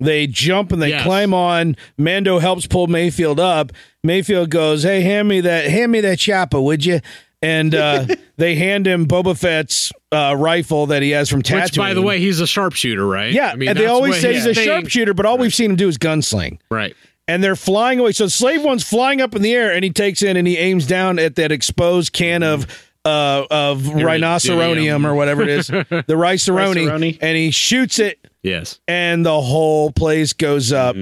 Speaker 2: they jump and they
Speaker 5: Yes.
Speaker 2: climb on. Mando helps pull Mayfield up. Mayfield goes, "Hey, hand me that, hand me that chopper, would you?" And uh, they hand him Boba Fett's uh, rifle that he has from Tatooine.
Speaker 5: which by the way, he's a sharpshooter, right?
Speaker 2: yeah, and they
Speaker 5: that's
Speaker 2: always
Speaker 5: what
Speaker 2: say
Speaker 5: his
Speaker 2: he's a
Speaker 5: thing-
Speaker 2: sharpshooter, but all we've seen him do is gunsling
Speaker 5: right?
Speaker 2: and they're flying away. So Slave One's flying up in the air, and he takes in and he aims down at that exposed can of uh, of rhinoceronium or whatever it is, the riceroni,
Speaker 6: Riceroni.
Speaker 2: and he shoots it,
Speaker 5: Yes,
Speaker 2: and the whole place goes up.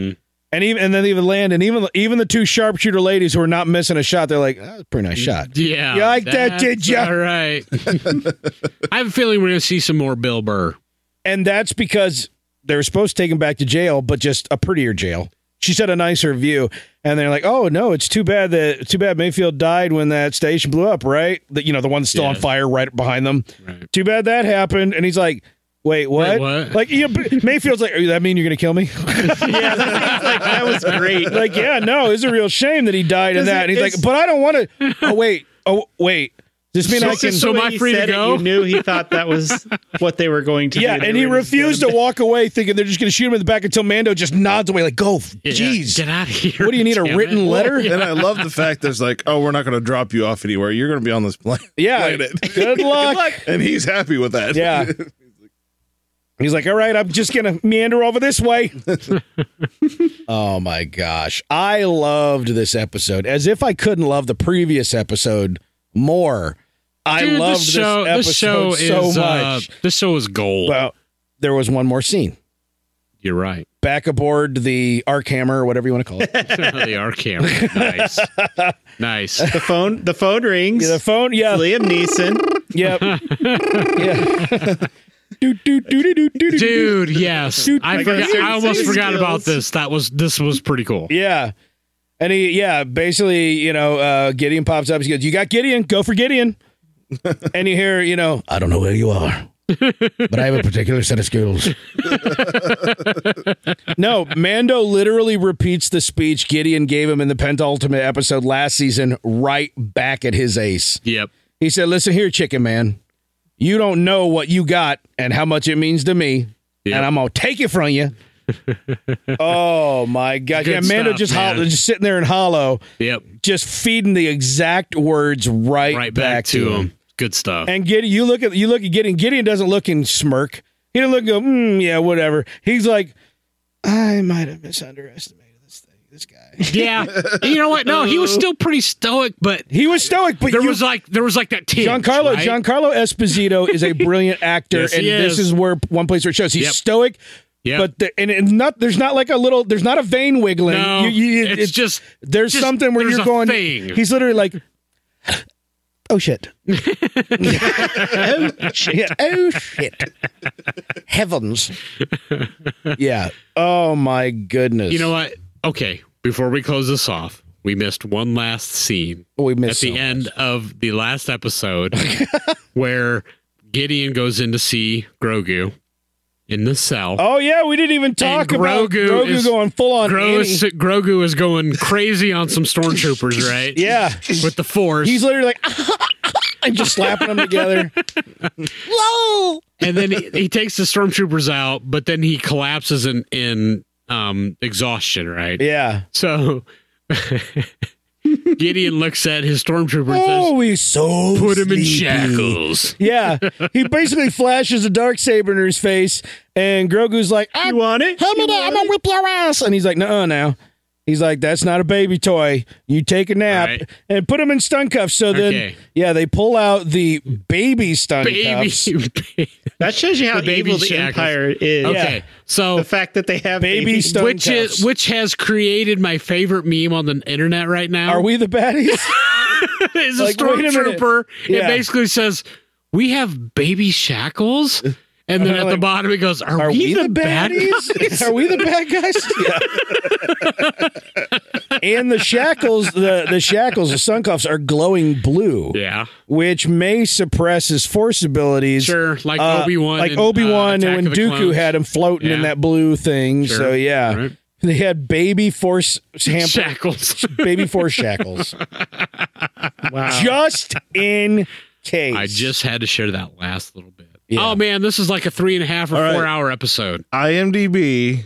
Speaker 2: And even and then they even land, and even even the two sharpshooter ladies who are not missing a shot, they're like, "That's a pretty nice shot."
Speaker 5: yeah.
Speaker 2: You like that, did
Speaker 5: that's
Speaker 2: ya?
Speaker 5: All right. I have a feeling we're gonna see some more Bill Burr.
Speaker 2: And that's because they were supposed to take him back to jail, but just a prettier jail. She said a nicer view, and they're like, "Oh no, it's too bad that too bad Mayfield died when that station blew up, right? That you know the one that's still on
Speaker 5: Yeah.
Speaker 2: fire right behind them.
Speaker 5: Right.
Speaker 2: Too bad that happened." And he's like, "Wait, what?
Speaker 5: what?
Speaker 2: Like yeah, but Mayfield's like, oh, that mean you're gonna kill me?
Speaker 6: That was great.
Speaker 2: like yeah, no, it's a real shame that he died in
Speaker 6: Does
Speaker 2: that."
Speaker 6: it-
Speaker 2: And he's like,
Speaker 6: it's-
Speaker 2: "But I don't want to. Oh wait, oh wait." This means I
Speaker 6: It's
Speaker 2: can.
Speaker 6: just the
Speaker 5: So
Speaker 6: way
Speaker 5: am I
Speaker 6: he
Speaker 5: free to
Speaker 6: said it,
Speaker 5: go?
Speaker 6: You knew he thought that was what they were going to
Speaker 2: Yeah,
Speaker 6: do. They
Speaker 2: and he
Speaker 6: were just
Speaker 2: refused to
Speaker 6: gonna-
Speaker 2: walk away, thinking they're just going to shoot him in the back until Mando just nods away, like, "Go,
Speaker 5: Yeah,
Speaker 2: jeez."
Speaker 5: get out of here.
Speaker 2: What do you need a
Speaker 5: damn
Speaker 2: written
Speaker 5: it.
Speaker 2: letter?
Speaker 4: And I love the fact there's like, oh, we're not going to drop you off anywhere. You're going to be on this plane.
Speaker 2: Yeah.
Speaker 4: planet.
Speaker 2: Good luck.
Speaker 4: and he's happy with that.
Speaker 2: Yeah. He's like, all right, I'm just gonna meander over this way.
Speaker 13: Oh my gosh. I loved this episode. As if I couldn't love the previous episode more. I
Speaker 5: Dude,
Speaker 13: loved
Speaker 5: this show.
Speaker 13: this episode
Speaker 5: This, show
Speaker 13: so
Speaker 5: is. Uh,
Speaker 13: much.
Speaker 5: this show is gold.
Speaker 13: well, there was one more scene.
Speaker 5: You're right.
Speaker 13: Back aboard the Arc Hammer or whatever you want to call it.
Speaker 5: they are camera. Nice. nice.
Speaker 6: The phone, the phone rings.
Speaker 2: The phone, yeah,
Speaker 6: Liam Neeson.
Speaker 2: yep, yeah. do, do, do, do, do, do, do, do.
Speaker 5: Dude, yes.
Speaker 2: Dude,
Speaker 5: I
Speaker 2: like
Speaker 5: forgot,
Speaker 6: certain
Speaker 5: I almost
Speaker 6: singing
Speaker 5: forgot about
Speaker 6: skills.
Speaker 5: this. That was this was pretty cool.
Speaker 2: Yeah, and he, yeah, basically, you know, uh, Gideon pops up. He goes, "You got Gideon? Go for Gideon." and you hear, you know,
Speaker 13: I don't know where you are, but I have a particular set of skills.
Speaker 2: no, Mando literally repeats the speech Gideon gave him in the penultimate episode last season, right back at his ace.
Speaker 5: Yep.
Speaker 2: He said, "Listen here, chicken man. You don't know what you got and how much it means to me,
Speaker 5: Yeah.
Speaker 2: and I'm gonna take it from you." oh my god!
Speaker 5: Good
Speaker 2: yeah, Mando
Speaker 5: stuff,
Speaker 2: just
Speaker 5: man.
Speaker 2: hollow, just sitting there in hollow,
Speaker 5: Yep.
Speaker 2: just feeding the exact words right,
Speaker 5: Right back, to him. Good stuff.
Speaker 2: And Gideon, you look at you look at Gideon. Gideon doesn't look and smirk. He doesn't look and go, mm, yeah, whatever. He's like, I might have misunderestimated this thing, this guy.
Speaker 5: yeah. And you know what? No, he was still pretty stoic, but
Speaker 2: He was stoic, but
Speaker 5: there
Speaker 2: you-
Speaker 5: was like there was like that tinge.
Speaker 2: Giancarlo
Speaker 5: right?
Speaker 2: Giancarlo Esposito is a brilliant actor,
Speaker 5: Yes,
Speaker 2: and
Speaker 5: he
Speaker 2: this
Speaker 5: is.
Speaker 2: is where one place where it shows he's
Speaker 5: Yep.
Speaker 2: stoic.
Speaker 5: Yep.
Speaker 2: But the, and it's not there's not like a little there's not a vein wiggling.
Speaker 5: No,
Speaker 2: You- you- it-
Speaker 5: it's,
Speaker 2: it's-
Speaker 5: just
Speaker 2: there's
Speaker 5: just-
Speaker 2: something where
Speaker 5: there's
Speaker 2: you're
Speaker 5: a
Speaker 2: going.
Speaker 5: thing.
Speaker 2: He's literally like, oh shit, oh shit, oh shit, heavens, yeah, oh my goodness.
Speaker 5: You know what? Okay, before we close this off, we missed one last scene
Speaker 2: we
Speaker 5: at
Speaker 2: missed
Speaker 5: the
Speaker 2: some.
Speaker 5: end of the last episode where Gideon goes in to see Grogu in the cell.
Speaker 2: Oh yeah, we didn't even talk about
Speaker 5: Grogu
Speaker 2: Grogu
Speaker 5: is-
Speaker 2: going full on.
Speaker 5: Gro is, Grogu is going crazy on some stormtroopers, right?
Speaker 2: yeah,
Speaker 5: With the force.
Speaker 2: He's literally like, and just slapping them together.
Speaker 5: and then he, he takes the stormtroopers out, but then he collapses in, in um, exhaustion, right?
Speaker 2: Yeah.
Speaker 5: So Gideon looks at his stormtrooper and says,
Speaker 2: Oh, he's so
Speaker 5: Put him
Speaker 2: sleepy.
Speaker 5: in shackles.
Speaker 2: Yeah. He basically flashes a dark saber in his face, and Grogu's like, I,
Speaker 6: You want it?
Speaker 2: I'm, gonna, I'm gonna whip your ass. And he's like, Nuh uh, now. He's like, That's not a baby toy. You take a nap
Speaker 5: Right.
Speaker 2: and put him in stun cuffs. So then,
Speaker 5: Okay.
Speaker 2: yeah, they pull out the baby stun
Speaker 5: Baby.
Speaker 2: cuffs.
Speaker 5: baby.
Speaker 6: That shows you how
Speaker 5: The baby
Speaker 6: evil the
Speaker 5: shackles.
Speaker 6: Empire is.
Speaker 5: Okay. So
Speaker 6: The fact that they have
Speaker 2: Baby
Speaker 6: babies.
Speaker 2: stun
Speaker 5: which
Speaker 2: cuffs.
Speaker 5: is which has created my favorite meme on the internet right now.
Speaker 2: Are we the baddies?
Speaker 5: is
Speaker 2: Like,
Speaker 5: a
Speaker 2: wait a minute.
Speaker 5: stormtrooper.
Speaker 2: Yeah.
Speaker 5: It basically says, "We have baby shackles," and then at the
Speaker 2: Uh-huh, Like,
Speaker 5: bottom it goes, "Are,
Speaker 2: Are
Speaker 5: we, the, bad guys?"
Speaker 2: baddies? Are we the bad guys? and the shackles, the, the shackles, the sun cuffs are glowing blue,
Speaker 5: Yeah,
Speaker 2: which may suppress his force abilities.
Speaker 5: sure. Like
Speaker 2: Uh,
Speaker 5: Obi Wan,
Speaker 2: like Obi Wan, and when Dooku had him floating in
Speaker 5: Yeah.
Speaker 2: that blue thing. So yeah,
Speaker 5: Right.
Speaker 2: they had baby force hamper,
Speaker 5: shackles.
Speaker 2: baby force shackles,
Speaker 5: Uh,
Speaker 6: Wow.
Speaker 2: just in case.
Speaker 5: I just had to share that last little bit.
Speaker 2: Yeah.
Speaker 5: Oh man, this is like a three and a half or
Speaker 4: All right.
Speaker 5: four hour episode.
Speaker 4: IMDb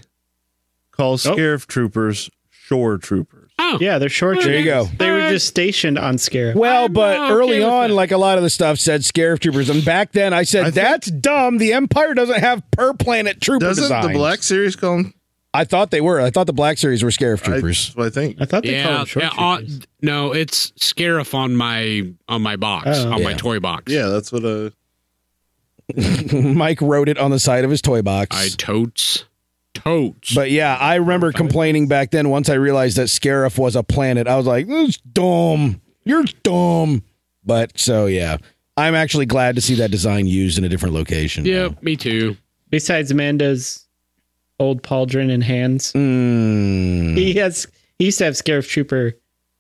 Speaker 4: calls
Speaker 6: Oh.
Speaker 4: scarif troopers shore troopers.
Speaker 5: Oh
Speaker 6: Yeah, they're short.
Speaker 2: there you go.
Speaker 6: They were just stationed on Scarab.
Speaker 2: Well,
Speaker 5: I'm
Speaker 2: but
Speaker 5: not
Speaker 2: early
Speaker 5: okay with
Speaker 2: on,
Speaker 5: that.
Speaker 2: like a lot of the stuff said, scarab troopers. And back then, I said
Speaker 4: I think-
Speaker 2: that's dumb. The Empire doesn't have per planet trooper
Speaker 4: Doesn't the
Speaker 2: designs."
Speaker 4: Black Series call them
Speaker 2: I thought they were. I thought the Black series were scarab
Speaker 4: I,
Speaker 2: troopers.
Speaker 4: that's what I think.
Speaker 6: I thought they called
Speaker 5: Yeah,
Speaker 6: them short.
Speaker 5: yeah, uh,
Speaker 6: troopers.
Speaker 5: on, no, it's Scarif on my on my box,
Speaker 6: Oh.
Speaker 5: on my
Speaker 2: Yeah.
Speaker 5: toy box.
Speaker 4: Yeah, that's what uh
Speaker 2: Mike wrote it on the side of his toy box.
Speaker 5: I totes, totes.
Speaker 2: but yeah, I remember complaining back then. Once I realized that Scarif was a planet, I was like, "That's dumb. You're dumb." But so yeah, I'm actually glad to see that design used in a different location.
Speaker 5: yeah, me too.
Speaker 6: Besides Amanda's old pauldron and hands,
Speaker 2: Mm.
Speaker 6: he has. He used to have Scarab Trooper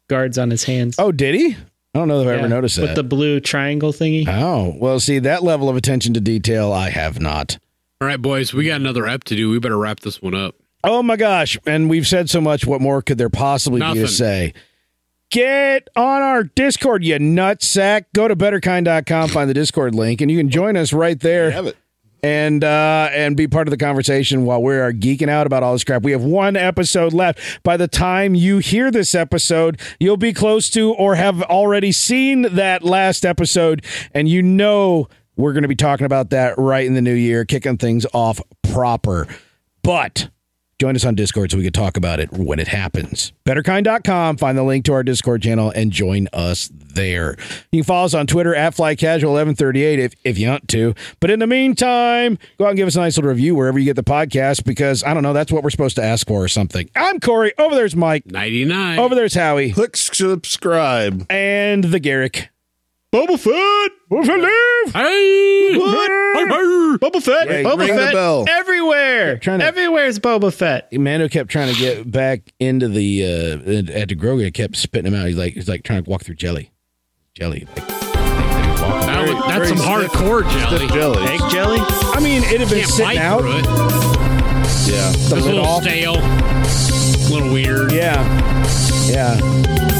Speaker 6: guards on his hands.
Speaker 2: Oh, did he? I don't know if I ever
Speaker 6: Yeah,
Speaker 2: noticed that.
Speaker 6: With the blue triangle thingy.
Speaker 2: Oh, well, see, that level of attention to detail, I have not.
Speaker 5: All right, boys, we got another ep to do. We better wrap this one up.
Speaker 2: Oh my gosh. And we've said so much. What more could there possibly be
Speaker 5: Nothing.
Speaker 2: to say? Get on our Discord, you nutsack. Go to betterkind.com, find the Discord link, and you can join us right there.
Speaker 4: Have it.
Speaker 2: and uh, and be part of the conversation while we are geeking out about all this crap. We have one episode left. By the time you hear this episode, you'll be close to or have already seen that last episode, and you know we're going to be talking about that right in the new year, kicking things off proper. But join us on Discord so we can talk about it when it happens. Betterkind.com, find the link to our Discord channel and join us there. You can follow us on Twitter at FlyCasual1138 if, if you want to. But in the meantime, go out and give us a nice little review wherever you get the podcast because I don't know, that's what we're supposed to ask for or something. I'm Corey. Over there's Mike.
Speaker 5: 99.
Speaker 2: Over there's Howie.
Speaker 4: Click subscribe.
Speaker 2: And the Garrick.
Speaker 4: Boba Fett.
Speaker 5: Hey!
Speaker 6: Boba Fett,
Speaker 2: Yeah,
Speaker 6: Boba
Speaker 4: ring the
Speaker 6: Fett,
Speaker 4: bell.
Speaker 6: everywhere,
Speaker 2: trying to-
Speaker 6: everywhere's Boba Fett.
Speaker 2: Mando kept trying to get back into the uh at the Grogu kept spitting him out. He's like he's like trying to walk through jelly. Jelly.
Speaker 5: That was- that's some
Speaker 4: Very stiff-
Speaker 5: hardcore jelly.
Speaker 4: Stiff jelly.
Speaker 6: Egg jelly.
Speaker 2: I mean, it'd have been
Speaker 5: Can't
Speaker 2: sitting
Speaker 5: bite
Speaker 2: out.
Speaker 5: through it.
Speaker 4: Yeah.
Speaker 2: the
Speaker 5: It's a
Speaker 2: lid
Speaker 5: little
Speaker 2: off.
Speaker 5: stale. A little weird.
Speaker 2: Yeah. Yeah.